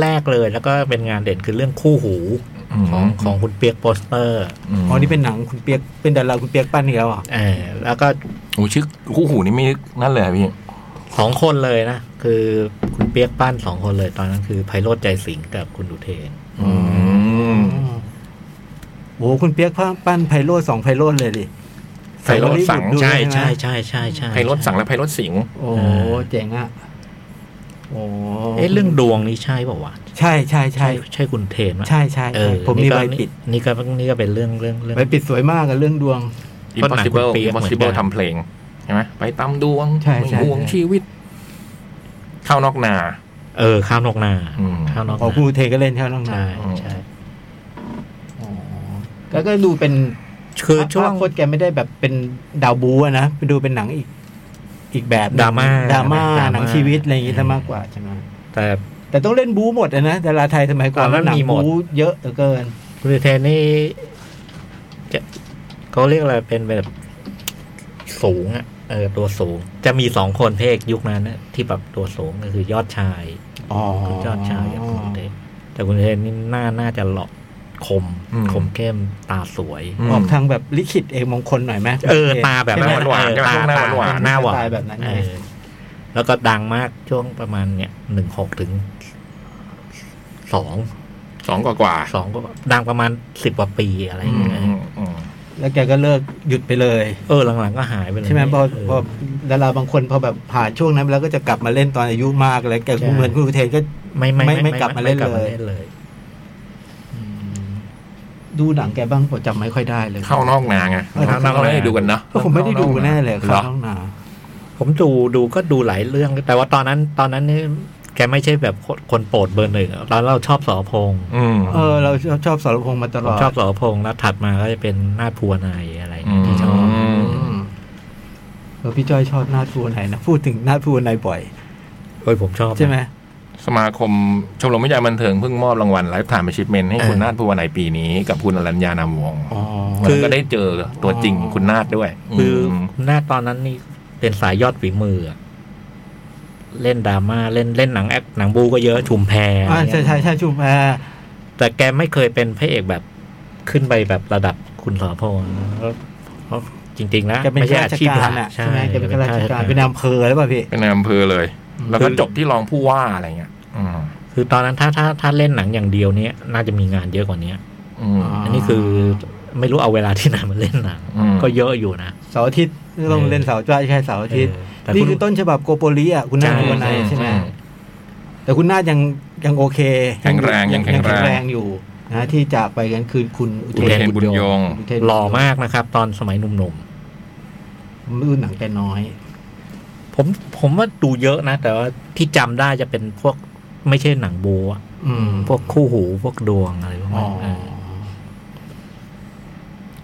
Speaker 4: แรก ๆ เลย แล้วก็เป็นงานเด่นคือเรื่องคู่หูของของคุณเปียกโปสเตอร์
Speaker 3: ม
Speaker 2: อ๋อนี่เป็นหนังคุณเปียกเป็นดาราคุณเปียกปั้นอีกแล้วเหรอ่ะ
Speaker 4: เออแล้วก็
Speaker 3: โอ้ชื่อคู่หูนี่ไม่นึกนั่นเลยอะพี่
Speaker 4: สองคนเลยนะ คือคุณเปียกปั้นสองคนเลยตอนนั้นคือไพโรธใจสิงห์กับคุณดุเทน
Speaker 3: อืม
Speaker 2: โอ้โหคุณเปียกปั้นไพโรดสองไพโรดเลยดิ
Speaker 3: ไพโรจน์สั่ง
Speaker 2: ใส่
Speaker 4: ใช่
Speaker 2: วอลลีวูดด้วยไหม
Speaker 4: ใช่ใช่ใช่ใช่
Speaker 3: ไพรถสั่งและไพรถสิงห์
Speaker 2: โอ้เจ๋งอะโอ้
Speaker 4: เอ๊ะเรื่องดวงนี่ใช่เปล่าวะ
Speaker 2: ใช่ใช่ใช่
Speaker 4: ใช่คุณเทนไหม
Speaker 2: ใช่ใช่
Speaker 4: เอ
Speaker 2: ใช่
Speaker 4: อ
Speaker 2: ผมมี
Speaker 4: นี่ก็
Speaker 2: ใบปิด
Speaker 4: นี่ก็นี่ก็เป็นเรื่องเรื่องเรื่อง
Speaker 2: ใบปิดสวยมากกับเรื่องดวง
Speaker 4: ก็หนังคุณ
Speaker 3: Impossible
Speaker 4: เปี๊ยกเหมือนกัน
Speaker 3: Impossible ทำเพลงใช่ไหมไปตามดวง
Speaker 2: ใช่ใช่
Speaker 3: ดวง
Speaker 2: ใช่
Speaker 3: ชีวิต เข้านอกนา
Speaker 4: เออข้าวนอกนา
Speaker 3: อืม
Speaker 4: ข้าวนอก
Speaker 2: ขอ
Speaker 4: นา
Speaker 2: ครูเทก็เล่นเท่าน้องนา
Speaker 4: ใช่ใช่
Speaker 2: อ๋อแล้วก็ดูเป็น
Speaker 4: คือช่วง
Speaker 2: ภาพโคตรแกไม่ได้แบบเป็นดาวบูอะนะไปดูเป็นหนังอีก อีกแบบหนึ่ง
Speaker 4: ดราม่า
Speaker 2: ดราม่า
Speaker 4: ดราม่า
Speaker 2: หนังชีวิตอะไรอย่างงี้ซะมากกว่าใช่ไหม
Speaker 4: แต่
Speaker 2: แต่ต้องเล่นบูหมดอะนะดาราไทยสมัยก่อน
Speaker 4: ตอนนั้น
Speaker 2: หนั
Speaker 4: มีหมด
Speaker 2: บูเยอะเหลือเกิน
Speaker 4: คุณเทนนี่จะเขาเรียกอะไรเป็นแบบสูงอ่ะเออตัวสูง จะมีสองคนเพกยุคนั้นนะที่แบบตัวสูงก็คือยอดชาย
Speaker 2: อ๋อ
Speaker 4: คุณยอดชายกับคุณเทนแต่คุณเทนนี่หน้าน่าจะหล่อ คม
Speaker 3: อืม
Speaker 4: คมเข้มตาสวย
Speaker 3: ม
Speaker 2: ออกทางแบบลิขิตเอกมงคลหน่อยไหม
Speaker 4: เออ ตาแบบ
Speaker 3: หน้าหวานๆ
Speaker 4: เออ
Speaker 3: ใช่ไหม
Speaker 4: ตา
Speaker 3: หวานๆ
Speaker 4: หน้าหวาน
Speaker 2: สไตล์แบบนั้น
Speaker 4: เอ
Speaker 2: ไง
Speaker 4: อแล้วก็ดังมากช่วงประมาณเนี่ยหนึ่งหกถึงสอง
Speaker 3: สองกว่ากว่า
Speaker 4: สองก็ดังประมาณสิบกว่าปีอะไรอ
Speaker 3: อื
Speaker 4: ย่าง
Speaker 3: ม
Speaker 4: เงี้ย
Speaker 3: อืมอืม
Speaker 2: แล้วแกก็เลิกหยุดไปเลย
Speaker 4: เออหลังๆก็หายไปเลย
Speaker 2: ใช่ไหมพอ
Speaker 4: เ
Speaker 2: พอดาราบางคนพอแบบผ่านช่วงนั้นไปแล้วก็จะกลับมาเล่นตอนอายุมากเลยแก
Speaker 4: ใช่
Speaker 2: เหมือนคุณอุเทนก็
Speaker 4: ไม่ไม่
Speaker 2: ไม่ไม่กลับมาเล่นเลย
Speaker 4: ไนเลย
Speaker 2: ดูหนังแกบ้างผมจำไม่ค่อยได้เลย
Speaker 3: เข้านอกนาไง
Speaker 2: เออ
Speaker 3: เข้านอกนา
Speaker 4: เข้านอกนา
Speaker 3: ได้ดูกันเนาะ
Speaker 2: ผมไม่ได้ดูแน่เลย
Speaker 3: ห
Speaker 2: เข้าร
Speaker 3: อ
Speaker 2: ห้องนา
Speaker 4: ผมดูดูก็ดูหลายเรื่อง แต่ว่าตอนนั้นตอนนั้นนี่แกไม่ใช่แบบคนคนโปรดเบอร์หนึ่งอะตอนเราชอบสอพงษ์
Speaker 3: อืม
Speaker 2: เออเราชอบชอบสรพงษ์มาตล
Speaker 4: ผม
Speaker 2: อด
Speaker 4: ชอบสอพงษ์แล้วถัดมาก็จะเป็นหน้าพัวนายอะไรอย่างเงี้ยที่ชอบ
Speaker 3: อืม
Speaker 2: อืมเออพี่จ้อยชอบนาดพูนไหนนะพูดถึงนาดพูนไหนบ่อย
Speaker 4: เฮ้ยผมชอบนะ
Speaker 2: ใช่ไหม
Speaker 3: สมาคมชมรมวิจัยบันเทิงเพิ่งมอบรางวัลไลฟ์ไทม์ชิพเมนให้
Speaker 4: เออ
Speaker 3: คุณนาฏภูวนัยปีนี้ กับคุณอรัญญานามวงศ์
Speaker 2: อ๋อ
Speaker 3: วันนั้นก็ได้เจอตัวจริง
Speaker 2: อ๋อ
Speaker 3: คุณนาฏด้วย
Speaker 4: คือ
Speaker 3: ม
Speaker 4: หน้าตอนนั้นนี่เป็นสายยอดฝีมืออะเล่นดราม่าเล่นเล่นหนังแอคหนังบูก็เยอะชุมแพร
Speaker 2: อ่าใช่ใช่ใช่ชุมแพร
Speaker 4: แต่แกไม่เคยเป็นพระเอกแบบขึ้นไปแบบระดับคุณสอพงษ์เพราะจริงๆนะ
Speaker 2: แกเป็น
Speaker 4: ไม่
Speaker 2: ข้ารา
Speaker 4: ใช่อา
Speaker 2: ช
Speaker 4: ชีพ
Speaker 2: กา
Speaker 4: หลั
Speaker 2: ร
Speaker 4: ก
Speaker 2: อ่ะใช่ไหมแกเป็นข้าราชการเป็น
Speaker 4: ข้
Speaker 2: นายอำเภอหรือเปล่าพี่
Speaker 3: เป็นในอำเภอเลย แล้วก็
Speaker 2: คือ
Speaker 3: จบที่รองผู้ว่าอะไรเงี้ยอืม
Speaker 4: คือตอนนั้นถ้าถ้าถ้าเล่นหนังอย่างเดียวเนี้ยน่าจะมีงานเยอะกว่าเนี้ย
Speaker 3: อืม
Speaker 4: อันนี้คือไม่รู้เอาเวลาที่ไหนมาเล่นหนัง
Speaker 3: อืม
Speaker 4: ก็เยอะอยู่นะ
Speaker 2: เสาร์อาทิตย์ต้องเล่นเสาร์อาทิตย์แค่เสาร์อาทิตย์
Speaker 4: เออแต่
Speaker 2: นี่
Speaker 4: ณ
Speaker 2: คือต้นฉบับโกโปลีอ่ะคุณนา
Speaker 4: ใช่
Speaker 2: คุณนายใช่ไหม
Speaker 3: อื
Speaker 2: แต่คุณนาฏยังยังโอเค
Speaker 3: แข็งแรงยังแข็งแรง
Speaker 2: แรงอยู่นะที่จากไปกันคือคุณอุ
Speaker 3: อุ
Speaker 2: เท
Speaker 3: เท
Speaker 2: น
Speaker 3: นบุญยง
Speaker 2: อุเทน
Speaker 4: หล่อมากนะครับ ตอนสมัยหนุ่มๆ
Speaker 2: ผมดูหนังแกน้อย
Speaker 4: ผมผมว่าดูเยอะนะ แต่ว่าที่จำได้จะเป็นพวกไม่ใช่หนังบูอะ
Speaker 2: อืม
Speaker 4: พวกคู่หูพวกดวงอะไรพวก
Speaker 2: อ๋อ
Speaker 4: นั้นเออ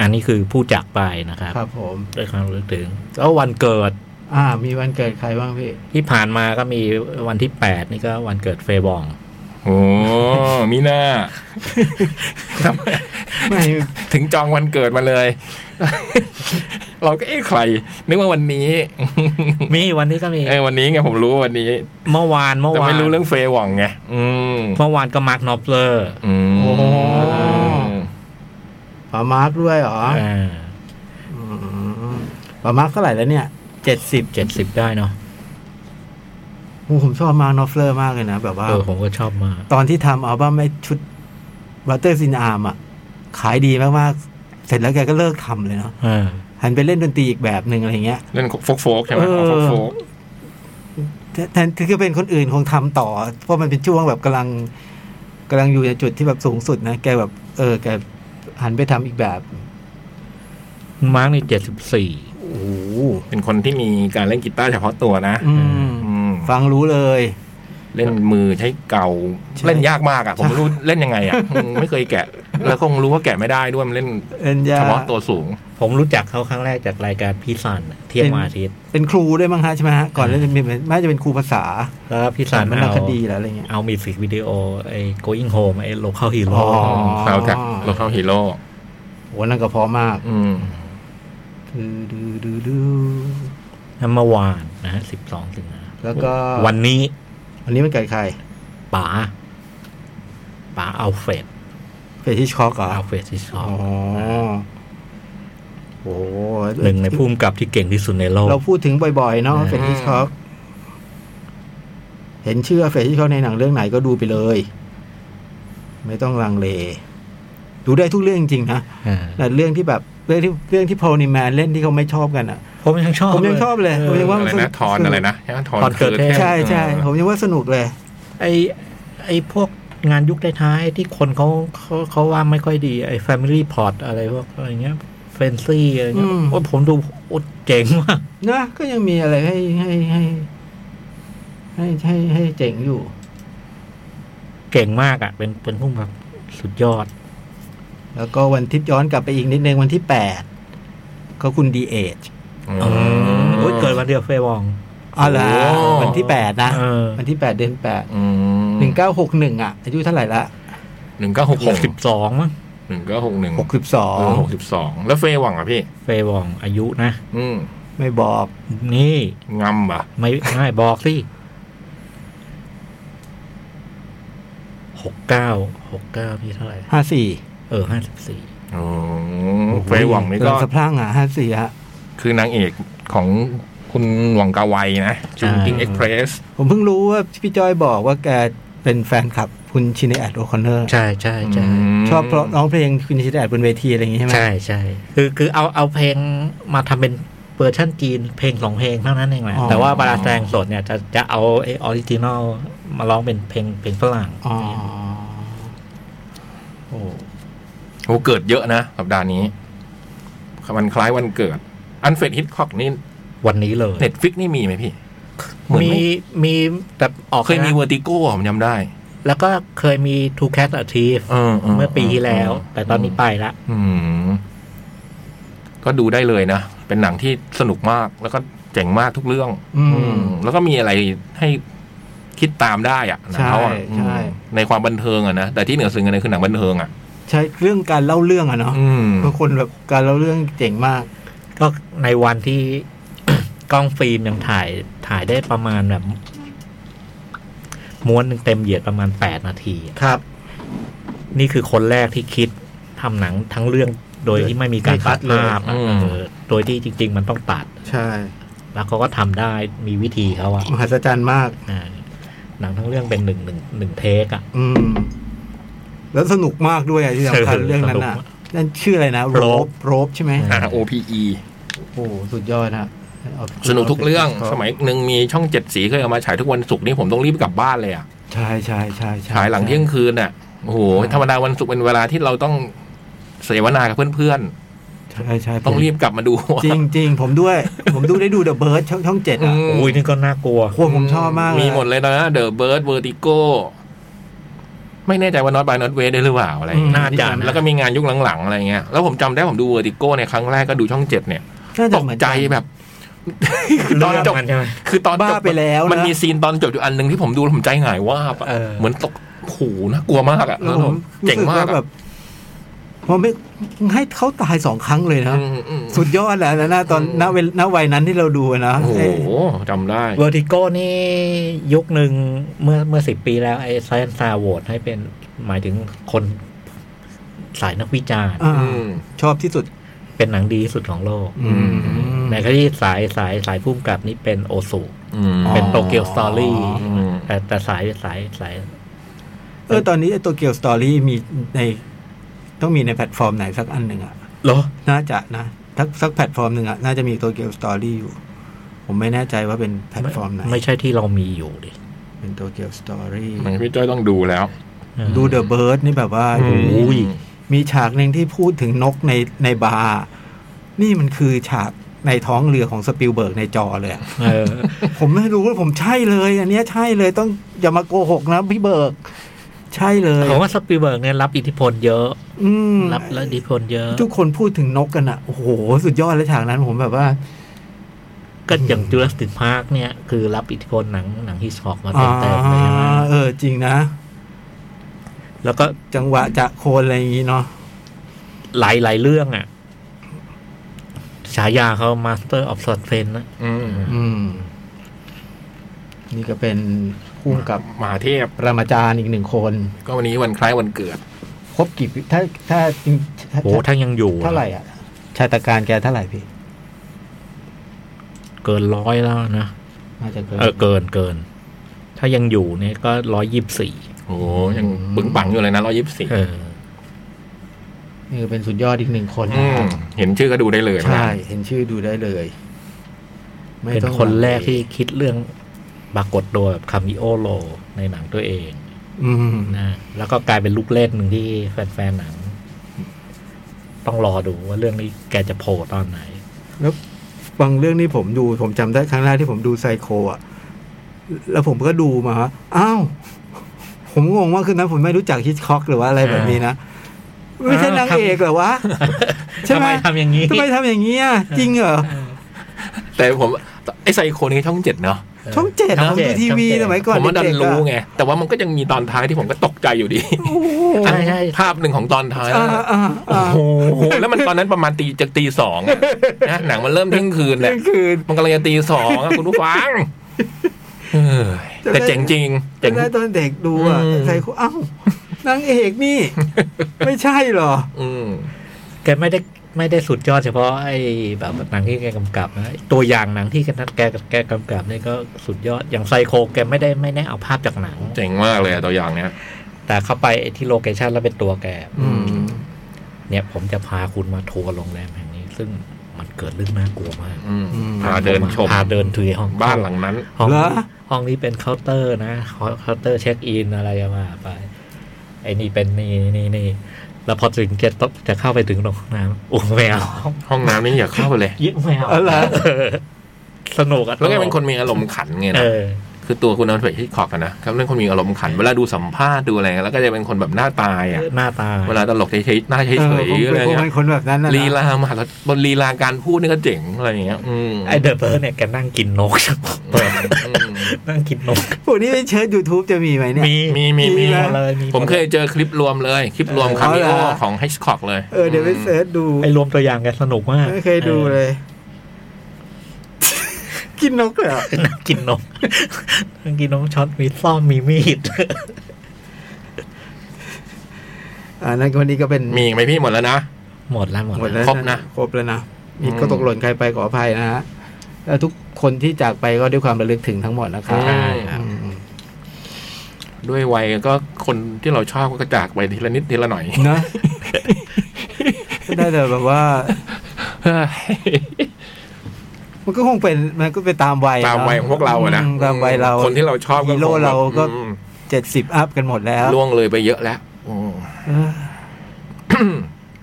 Speaker 4: อันนี้คือผู้จากไปนะครับ
Speaker 2: ครับผม
Speaker 4: ด้วยความรู้ถึง แล้ววันเกิด
Speaker 2: อ่า มีวันเกิดใครบ้างพี่
Speaker 4: ที่ผ่านมาก็มีวันที่แปดนี่ก็วันเกิดเฟย์บ
Speaker 2: [LAUGHS]
Speaker 4: อง
Speaker 3: โอ้มีหน้า ทำไม
Speaker 2: ไม่
Speaker 3: ถึงจองวันเกิดมาเลย [LAUGHS] เราก็เอ๊ะใคร นึกว่าวันนี้
Speaker 4: มีวันนี้ก็มี
Speaker 3: เอ้ยวันนี้ไงผมรู้ว่าวันนี้
Speaker 4: เมื่อวานเมื่อ
Speaker 3: แต่
Speaker 4: วาน
Speaker 3: ไม่รู้เรื่องเฟยหว่องไง อืม
Speaker 4: เมื่อวานก็มาร์กนอปเลอร์
Speaker 3: อืม
Speaker 2: โอ้โหปามาร์คด้วยเหรอมปามาร์คเท่าไหร่แล้วเนี่ยเจ็ดสิบ
Speaker 4: เจ็ดสิบได้เนาะ
Speaker 2: ผมชอบมาร์คนอฟเลอร์มากเลยนะแบบว่า
Speaker 4: เออผมก็ชอบมาก
Speaker 2: ตอนที่ทำอัลบั้มไอ้ชุดวัตเตอร์ซินอาร์มอ่ะ ขายดีมากๆ เสร็จแล้วแกก็เลิกทำเลยเนาะ
Speaker 4: เออ
Speaker 2: หันไปเล่นดนตรีอีกแบบหนึ่งอะไรเงี้ย
Speaker 3: เล่นโฟกโฟกใช่ไหม
Speaker 2: เออ
Speaker 3: โฟกโฟก
Speaker 2: แทแทนที่จะเป็นคนอื่นคงทำต่อ เพราะมันเป็นช่วงแบบกำลังกำลังอยู่ในจุดที่แบบสูงสุดนะ แกแบบ เออ แกหันไปทำอีกแบบ
Speaker 4: มาร์กนี่เจ็ดสิบสี่
Speaker 2: โอ้โห
Speaker 3: เป็นคนที่มีการเล่นกีตาร์เฉพาะตัวนะ
Speaker 2: อืม
Speaker 3: อืม
Speaker 2: ฟังรู้เลย
Speaker 3: เล่นมือใช้เก่า
Speaker 2: ใช่
Speaker 3: เล่นยากมากอ่ะ ผมไม่รู้เล่นยังไง
Speaker 2: [LAUGHS]
Speaker 3: อ่ะอืมไม่เคยแกะ แล้วคงรู้ว่าแกะไม่ได้ด้วยมันเล่น
Speaker 2: เอ็นยา
Speaker 3: เฉพาะตัวสูง
Speaker 4: ผมรู้จักเขาครั้งแรกจากรายการพี่สันเที่ยงวันอาทิตย์
Speaker 2: เป็นครูด้วยมั้งฮะใช่ไหมฮะ ก่อนเล่นเป็นแม่าจะเป็นครูภาษา
Speaker 4: แล้วพี่สัน
Speaker 2: มัน
Speaker 4: เอา
Speaker 2: คดีแล้วอะไรเงี้ย
Speaker 4: เอามีสิกวิดีโอไอ้ going home ไอ้ local hero
Speaker 2: อ๋อ
Speaker 3: เราจากเราเข้าฮีโร่
Speaker 2: โหนั่นก็เพอมาก
Speaker 3: อืม
Speaker 2: ดูดูดูดู
Speaker 4: นั่นเมื่อวานนะสิบสองสิงหา
Speaker 2: แล้วก็
Speaker 4: วันนี้
Speaker 2: วันนี้มันเกิดใคร
Speaker 4: ป๋าป๋าเอาเฟด
Speaker 2: เฟรดฮิชคอกเหรอ
Speaker 4: เอาเฟดที่ชอ
Speaker 2: อ๋
Speaker 4: บ
Speaker 2: อโอ้โห
Speaker 4: หนึ่งในผู้กำกับที่เก่งที่สุดในโลก
Speaker 2: เราพูดถึงบ่อยๆ เนาะ
Speaker 4: อืม
Speaker 2: เฟรดฮิชคอกเห็นชื่อเฟรดฮิชคอกในหนังเรื่องไหนก็ดูไปเลย ไม่ต้องลังเล ดูได้ทุกเรื่องจริงๆนะ
Speaker 4: อ่า
Speaker 2: แต่เรื่องที่แบบเรื่องที่เรื่องที่พอนิแมนเล่นที่เขาไม่ชอบกันอ่ะ
Speaker 4: ผมยังชอบ
Speaker 2: ผมยังชอบเลยผมยังว่า
Speaker 3: อะ
Speaker 2: มั
Speaker 3: ไร
Speaker 2: สนุ
Speaker 3: นะ
Speaker 2: ก
Speaker 3: ทอนอะไรนะใช่ไหมทอน
Speaker 4: ตอนเกิด
Speaker 3: ท
Speaker 4: เท
Speaker 3: พ
Speaker 4: พ
Speaker 2: ใช่ใช่ผมยังว่าสนุกเลย
Speaker 4: ไอ้ไอ้พวกงานยุคท้ายๆที่คนเขาเขาเขาว่าไม่ค่อยดีไอ้ family plot อะไรพวกอะไรเงี้ยเฟนซี่อะไรเงี้ย
Speaker 2: อืม
Speaker 4: โอ้ยผมดูโอ้เจ๋งมาก
Speaker 2: นะ ก็ยังมีอะไรให้ให้ให้ให้ให้ให้เจ๋งอยู่
Speaker 4: เก่งมากอ่ะ เป็นเป็นผู้แบบสุดยอด
Speaker 2: แล้วก็วันทิพย์ย้อนกลับไปอีกนิดนึงวันที่แปดก็คุณดีเอช
Speaker 3: อืม
Speaker 4: โอ้ยเกิดวันเดียวเฟย์วอง
Speaker 2: อ๋อเหรอ
Speaker 3: โอ้
Speaker 2: วันที่แปดนะ
Speaker 4: เออ
Speaker 2: วันที่แปดเดือนแปด
Speaker 3: อืม
Speaker 2: หนึ่งเก้าหกหนึ่งอ่ะ อายุเท่าไหร่ละ
Speaker 3: หนึ่งเก้าหก
Speaker 4: หกสิบสองมั้ง
Speaker 3: หนึ่งเก้าหกหนึ่ง
Speaker 2: หกสิบสอง
Speaker 3: หกสิบสองแล้วเฟยหวังอ่ะพี่
Speaker 4: เฟย์วองอายุนะ
Speaker 3: อืม
Speaker 2: ไม่บอก
Speaker 4: นี่
Speaker 3: งำป่ะ
Speaker 4: ไม่ไม่บอกสิหกเก้าหกเก้าพี่เท่าไหร่
Speaker 2: ห้าสี่
Speaker 4: เออห้าสิบสี่
Speaker 3: โอ้เฟยหวังนี่ก็
Speaker 2: เดิสะพรั่งอ่ะห้าสี่ฮะ
Speaker 3: คือนางเอกของคุณหวังกาไวนะจูนกิ้งเอ็กเพรส
Speaker 2: ผมเพิ่งรู้ว่าพี่จ้อยบอกว่าแกเป็นแฟนคลับคุณชินแอดโอคอนเนอร์
Speaker 4: ใช่ใช่ใช่
Speaker 2: ชอบเพราะร้องเพลงคุณชินแอดบนเวทีอะไรอย่างงี้ใช่ไหม
Speaker 4: ใช่ใช่ คือคือเอาเอาเพลงมาทำเป็นเวอร์ชันจีนเพลงสองเพลงเท่านั้นเองแหละแต่ว่าเวลาแสดงสดเนี่ยจะจะเอาไอออริจินอลมาร้องเป็นเพลงเพลงฝรั่ง
Speaker 2: อ๋อ
Speaker 5: โอ้
Speaker 3: โอ้เกิดเยอะนะสัปดาห์นี้มันคล้ายวันเกิด อันเฟดฮิตคอกนี่
Speaker 4: วันนี้เลย
Speaker 3: เน็ตฟิกนี่มีไหมพี่ เหมือน
Speaker 4: มี
Speaker 3: ไ
Speaker 4: มีแต่ออก
Speaker 3: เคยมี
Speaker 4: นะ
Speaker 3: เวอร์ติโก้ผมจำได้
Speaker 4: แล้วก็เคยมี Two Cats a Thief
Speaker 3: เออ
Speaker 4: เมื่อปีที่แล้ว แต่ตอนนี้ไปละ
Speaker 3: อืมก็ดูได้เลยนะ เป็นหนังที่สนุกมากแล้วก็เจ๋งมากทุกเรื่อง
Speaker 2: อื
Speaker 3: อื
Speaker 2: ม
Speaker 3: ม แล้วก็มีอะไรให้คิดตามได้อะหนังเขาอะ
Speaker 2: ใช่ใช่
Speaker 3: อืมในความบันเทิงอะนะแต่ที่เหนือสิ่งอื่นเลยคือหนังบันเทิงอะ
Speaker 2: ใช่เรื่องการเล่าเรื่องอะเนาะ
Speaker 3: อืม
Speaker 2: บางคนแบบการเล่าเรื่องเจ๋งมาก
Speaker 4: ก็ในวันที่ [COUGHS] กล้องฟิล์มยังถ่ายถ่ายได้ประมาณแบบ ม้วนหนึ่งเต็มเหยียดประมาณแปดนาทีอะ
Speaker 2: ครับ
Speaker 4: นี่คือคนแรกที่คิดทำหนังทั้งเรื่องโดยที่ไม่มีการ
Speaker 2: ไม่คั
Speaker 4: ตั
Speaker 2: ด
Speaker 4: ด
Speaker 2: เลย
Speaker 4: ภาพอะ
Speaker 3: อืม
Speaker 4: เออโดยที่จริง ๆ มันต้องตัด
Speaker 2: ใช่
Speaker 4: แล้วเขาก็ทำได้มีวิธีเขาอะ
Speaker 2: มหัศจรรย์มาก
Speaker 4: อ่าหนังทั้งเรื่องเป็นหนึ่งหนึ่งหนึ่งเทคอะ
Speaker 2: อืม แล้วสนุกมากด้วยอะที่สำคัญ
Speaker 4: เออ
Speaker 2: เรื่องนั้นอ่ะ
Speaker 4: สนุก
Speaker 2: นั่นชื่ออะไรนะ โรบ
Speaker 4: Rope
Speaker 2: โรบใช่ไหม
Speaker 4: อ่ะ
Speaker 3: R O P E
Speaker 2: โอ้สุดยอดนะเอา
Speaker 3: สนุกทุกเรื่องสมัยหนึ่งมีช่องเจ็ดสีเคยเอามาฉายทุกวันศุกร์นี่ผมต้องรีบกลับบ้านเลยอ่ะ
Speaker 2: ใช่ใช่ใช่ใช่
Speaker 3: ฉายหลังเที่ยงคืนอ่ะโอ้โห
Speaker 2: ใช่
Speaker 3: ธรรมดาวันศุกร์เป็นเวลาที่เราต้องเสวนากับเพื่อน
Speaker 2: ใช่ใช่
Speaker 3: ๆ ต้องรีบกลับมาดู
Speaker 2: จริงจริงผมด้วย ผมดูได้ดูเดอะเบิร์ดช่องช่องเจ็ด
Speaker 3: อื
Speaker 2: อ่ะ
Speaker 3: ม
Speaker 4: โอ้ยนี่ก็น่ากลัว
Speaker 2: โควผมชอบมากเลย
Speaker 3: มีหมดเลยนะเดอะเบิร์ดเวอร์ติโกไม่แน่ใจว่าน็อตบายน็อตเวได้หรือเปล่าอะไรอย่างเงี้ย
Speaker 4: น่าจะ
Speaker 3: แล้วก็มีงานยุคหลังๆอะไรเงี้ยแล้วผมจำได้ผมดูเวอร์ติโกในยครั้งแรกก็ดูช่องเจ็ดเนี่ย
Speaker 2: น่า
Speaker 3: ต
Speaker 2: จะ
Speaker 3: ก
Speaker 2: เหมือนน
Speaker 3: ใจแบบ คือตอน
Speaker 4: เรื่ง
Speaker 3: จบ
Speaker 4: มันใช่ไหม
Speaker 3: คือตอนจบ
Speaker 2: บ้าไปแล้วนะ
Speaker 3: มันมีซีนตอนจบอยู่อันหนึ่งที่ผมดูแล้วผมใจหงายว่าบอะ
Speaker 4: เออ
Speaker 3: เหมือนตกโหูน่ากลัวมากอ่ะ
Speaker 2: แล้ว
Speaker 3: แล้วผ
Speaker 2: ผ
Speaker 3: ม มเจ๋งมาก
Speaker 2: รู้สึว่
Speaker 3: อะ
Speaker 2: แบบผมไม่ให้เขาตายสองครั้งเลยนะ
Speaker 3: อืมอืม
Speaker 2: สุดยอดแล้วนะตอน
Speaker 3: อืม
Speaker 2: ณเวลณวัยนั้นที่เราดูอะนะ
Speaker 3: โอ้โห
Speaker 2: ไอ้
Speaker 3: จำได้
Speaker 4: เวอร์ติโกนี่ยุคหนึ่งเมื่อเมื่อสิบปีแล้วไอ้ไซน์ซาโหวตให้เป็นหมายถึงคนสายนักวิจารณ์
Speaker 2: อ่า
Speaker 3: อืม
Speaker 2: ชอบที่สุด
Speaker 4: เป็นหนังดีที่สุดของโลก
Speaker 3: อืม
Speaker 4: ในขณะที่สายสายสายพุ่มกับนี่เป็นโอสุ
Speaker 3: อืม
Speaker 4: เป็นโตเกียวสตอรี่
Speaker 3: อืม
Speaker 4: แต่แต่สายสายสาย
Speaker 2: เออตอนนี้โตเกียวสตอรี่มีในต้องมีในแพลตฟอร์มไหนสักอันหนึ่งอะ
Speaker 4: เหรอ
Speaker 2: น่าจะนะสักสักแพลตฟอร์มหนึ่งอะน่าจะมีโตเกียวสตอรี่อยู่ ผมไม่แน่ใจว่าเป็นแพลตฟอร์มไหน
Speaker 4: ไม่ใช่ที่เรามีอยู่ดิ
Speaker 2: เป็นโตเกียวสตอรี่
Speaker 3: มันพี่จ้อยต้องดูแล้ว
Speaker 2: ดูเดอะเบิร์ดนี่แบบว่า
Speaker 3: โอ้ย
Speaker 2: มีฉากหนึ่งที่พูดถึงนกในในบาร์นี่มันคือฉากในท้องเรือของสปิลเบิร์กในจอเลยอะ
Speaker 4: เออ
Speaker 2: ผมไม่รู้ว่าผมใช่เลย อันเนี้ยใช่เลยต้องอย่ามาโกหกนะพี่เบิร์กใช่เลย
Speaker 4: ผมว่าสปีลเบิร์กเนี่ยรับอิทธิพลเยอะ
Speaker 2: อืม
Speaker 4: รับรับอิทธิพลเยอะ
Speaker 2: ทุกคนพูดถึงนกกันอะโอ้โห สุดยอดเลยฉากนั้นผมแบบว่า
Speaker 4: ก็อย่างจูเลสตินพาร์คเนี่ย คือรับอิทธิพลหนังหนังฮิชคอกมา
Speaker 2: อ่
Speaker 4: เต็มเต็มๆเลยนะ
Speaker 2: าเออจริงนะ
Speaker 4: แล้วก็
Speaker 2: จังหวะจะโคนอะไรอย่างงี้เนาะ
Speaker 4: หลายหลายเรื่องอ่ะ ฉายาเขา Master of Suspense นะ
Speaker 3: อืม
Speaker 2: อืม นี่ก็เป็นคู่กับ
Speaker 3: มหาเทพ
Speaker 2: ประมาจารย์อีกหนึ่งคน
Speaker 3: ก็วันนี้วันคล้ายวันเกิด
Speaker 2: ครบกี่ปีถ้าถ้าจริงถ้า
Speaker 4: โอ้ทั้งยังอยู่
Speaker 2: เท่าไหร่อ่ะ ชาตการแกเท่าไหร่พี่
Speaker 4: เกินร้อยแล้วนะ
Speaker 2: น่าจะเกิน
Speaker 4: เออ เกินเกิน ถ้ายังอยู่เนี่ยก็ร้อยยี่สี่
Speaker 3: โอ้โหยังปึงปังอยู่เลยนะร้อยยี่สิบสี่
Speaker 4: เออ
Speaker 2: นี่ก็เป็นสุดยอดอีกหนึ่งคน
Speaker 3: เห็นชื่อก็ดูได้เลย
Speaker 2: ใช่ เห็นชื่อดูได้เลย ไม่
Speaker 4: เป็น
Speaker 2: ต้อง
Speaker 4: คนแรกที่คิดเรื่องปรากฏตัวแบบคามิโอโลในหนังตัวเอง
Speaker 2: อืม
Speaker 4: นะแล้วก็กลายเป็นลูกเล่นหนึ่งที่แฟนๆหนัง ต้องรอดูว่าเรื่องนี้แกจะโผล่ตอนไหน
Speaker 2: แล้วบางเรื่องนี่ผมดู ผมจำได้ครั้งแรกที่ผมดูไซโคอ่ะ แล้วผมก็ดูมาอ้าว ผมงงว่าคืนนั้นผมไม่รู้จักฮิตคอกหรือว่าอะไรแบบนี้นะ ไม่ใช่นางเอกเหรอวะ ใช่
Speaker 4: ทำ
Speaker 2: ไหม
Speaker 4: ไมทำอย่างนี้
Speaker 2: ทำไมทำอย่างนี้อ่ะจริงเหรอ
Speaker 3: แต่ผมไอ้ไซโคนี้ช่องเจ็ดเนาะ
Speaker 2: ช่องเจ็ดอะผม
Speaker 4: ช่องเจ็
Speaker 2: ดู
Speaker 4: ด
Speaker 2: ทีวี
Speaker 4: ช่องเจ็ด
Speaker 2: สมัยก่อน
Speaker 3: ผมว่าดั
Speaker 2: เด็
Speaker 3: น
Speaker 2: กๆ
Speaker 3: รู้
Speaker 2: อะ
Speaker 3: ไง แต่ว่ามันก็ยังมีตอนท้ายที่ผมก็ตกใจอยู่ดี
Speaker 4: ใช่ใช่
Speaker 3: ภาพหนึ่งของตอนท้าย
Speaker 2: อ่าอ่า
Speaker 3: โอ้
Speaker 2: อ่า
Speaker 3: โหแล้วมันตอนนั้นประมาณตีจากตีสองอะนะหนังมันเริ่มเที่ยงคืนแหละ
Speaker 2: เที่ยงคืน
Speaker 3: มันกำลังจะตีสองอะคุณผู้ฟังเอ้ยแต่เจ๋งจริงเจ๋ง
Speaker 2: จำได้ตอนเด็กดูอ่ะ
Speaker 3: อืม
Speaker 2: ไซโคอ้าว นางเอกนี่ ไม่ใช่เหรอ
Speaker 3: อืม
Speaker 4: แกไม่ได้ไม่ได้สุดยอดเฉพาะไอ้แบบหนังที่แกกำกับนะตัวอย่างหนังที่แกนัดแกแกกำกับนี่ก็สุดยอดอย่างไซโคแกไม่ได้ไม่ได้เอาภาพจากหนัง
Speaker 3: เจ๋งมากเลยอะตัวอย่างเนี้ย
Speaker 4: แต่เข้าไปไอ้ที่โลเคชันแล้วเป็นตัวแก
Speaker 3: อืม
Speaker 4: เนี่ยผมจะพาคุณมาทัวร์โรงแรมแห่งนี้ ซึ่งมันเกิดเรื่องน่ากลัวมาก
Speaker 3: อืม
Speaker 2: อืม
Speaker 3: พาเดินชม
Speaker 4: พาเดินถือห้อง
Speaker 3: บ้านหลังนั้น
Speaker 4: ห้อง
Speaker 2: เหรอ
Speaker 4: ห้องนี้เป็นเคาน์เตอร์นะเคาน์เตอร์เช็คอินอะไรมาไป ไอ้นี่เป็นนี่นี่นี่แล้วพอถึงเกตปุ๊บจะเข้าไปถึงห้องน้ำโอ้ไม่เอา
Speaker 3: ห้องน้ำนี่อย่าเข้าเลย
Speaker 4: ยึดไม่เอา
Speaker 2: เออเหรอ
Speaker 4: เออสนุกอะ
Speaker 3: แล้วแกเป็นคนมีอารมณ์ขันไง
Speaker 4: เอ
Speaker 3: นะ
Speaker 4: อ
Speaker 3: คือตัวคุณอัลเฟรดฮิตคอกอะนะเขาเป็นคนมีอารมณ์ขันเวลาดูสัมภาษณ์ดูอะไรแล้วก็จะเป็นคนแบบหน้าตายอะ
Speaker 4: หน้าตา
Speaker 3: เวลาตลกเฉยๆหน้าเฉ
Speaker 2: เออ
Speaker 3: ๆ
Speaker 2: ย ผม
Speaker 3: อะไร
Speaker 2: เป็
Speaker 3: เงี้
Speaker 2: นพวกมั
Speaker 3: ย
Speaker 2: นคนแบบนั้นนะนะ
Speaker 3: ลีลามหาบนลีลาการพูดนี่ก็เจ๋งอะไรอย่างเงี้ย อืม
Speaker 4: ไอเดอะเบิร์ดเนี่ยแกนั่งกินนก
Speaker 3: เอออืม
Speaker 4: นั่งกินนก
Speaker 2: พวกนี้ในเชิญ YouTube จะมีไหมเนี่ย
Speaker 4: มี
Speaker 3: มีมีมี
Speaker 2: มี
Speaker 4: หดเลยหดล
Speaker 3: ผมเคยเจอคลิปรวมเลย คลิปรวมคามิ
Speaker 2: อ๋
Speaker 3: โอ
Speaker 2: อเหรอ
Speaker 3: ของฮิชคอกเลย
Speaker 2: เออเดี๋ยวไปเสิร์ชดู
Speaker 4: ไอ้รวมตัวอย่างแกสนุกมาก
Speaker 2: ไม่เคยดูเลย กินนกเลยเหรอ
Speaker 4: ออนั่งกินนม นั่งกินนมช็อตมีซ่อมมีมีด
Speaker 2: อ่านั่นคนนี้ก็เป็น
Speaker 3: มีอีกไหมพี่หมดแล้วนะ
Speaker 4: หมดแล้วหมด
Speaker 2: หมด
Speaker 4: ละ
Speaker 2: แล้ว
Speaker 3: ครบนะ
Speaker 2: ครบแล้วนะมี
Speaker 3: อืม
Speaker 2: ก็ตกหล่นใครไปขออภัยนะฮะแล้วทุกคนที่จากไปก็ด้วยความระลึกถึงทั้งหมดนะครับ
Speaker 4: ใช่ครับ
Speaker 2: อืม
Speaker 3: ด้วยวัยก็คนที่เราชอบก็กระจากไปทีละนิดทีละหน่อย
Speaker 2: เนอะก็ได้แต่แบบว่า มันก็คงเป็นมันก็ไปตามวัย
Speaker 3: ตามวัยของพวกเราอะนะ
Speaker 2: อืมตามวัยเรา
Speaker 3: คนที่เราชอบก็
Speaker 2: ฮีโร่เราก็
Speaker 3: อืม
Speaker 2: เจ็ดสิบอัพกันหมดแล้ว
Speaker 3: ล่วงเลยไปเยอะแล้วอืม
Speaker 2: เออ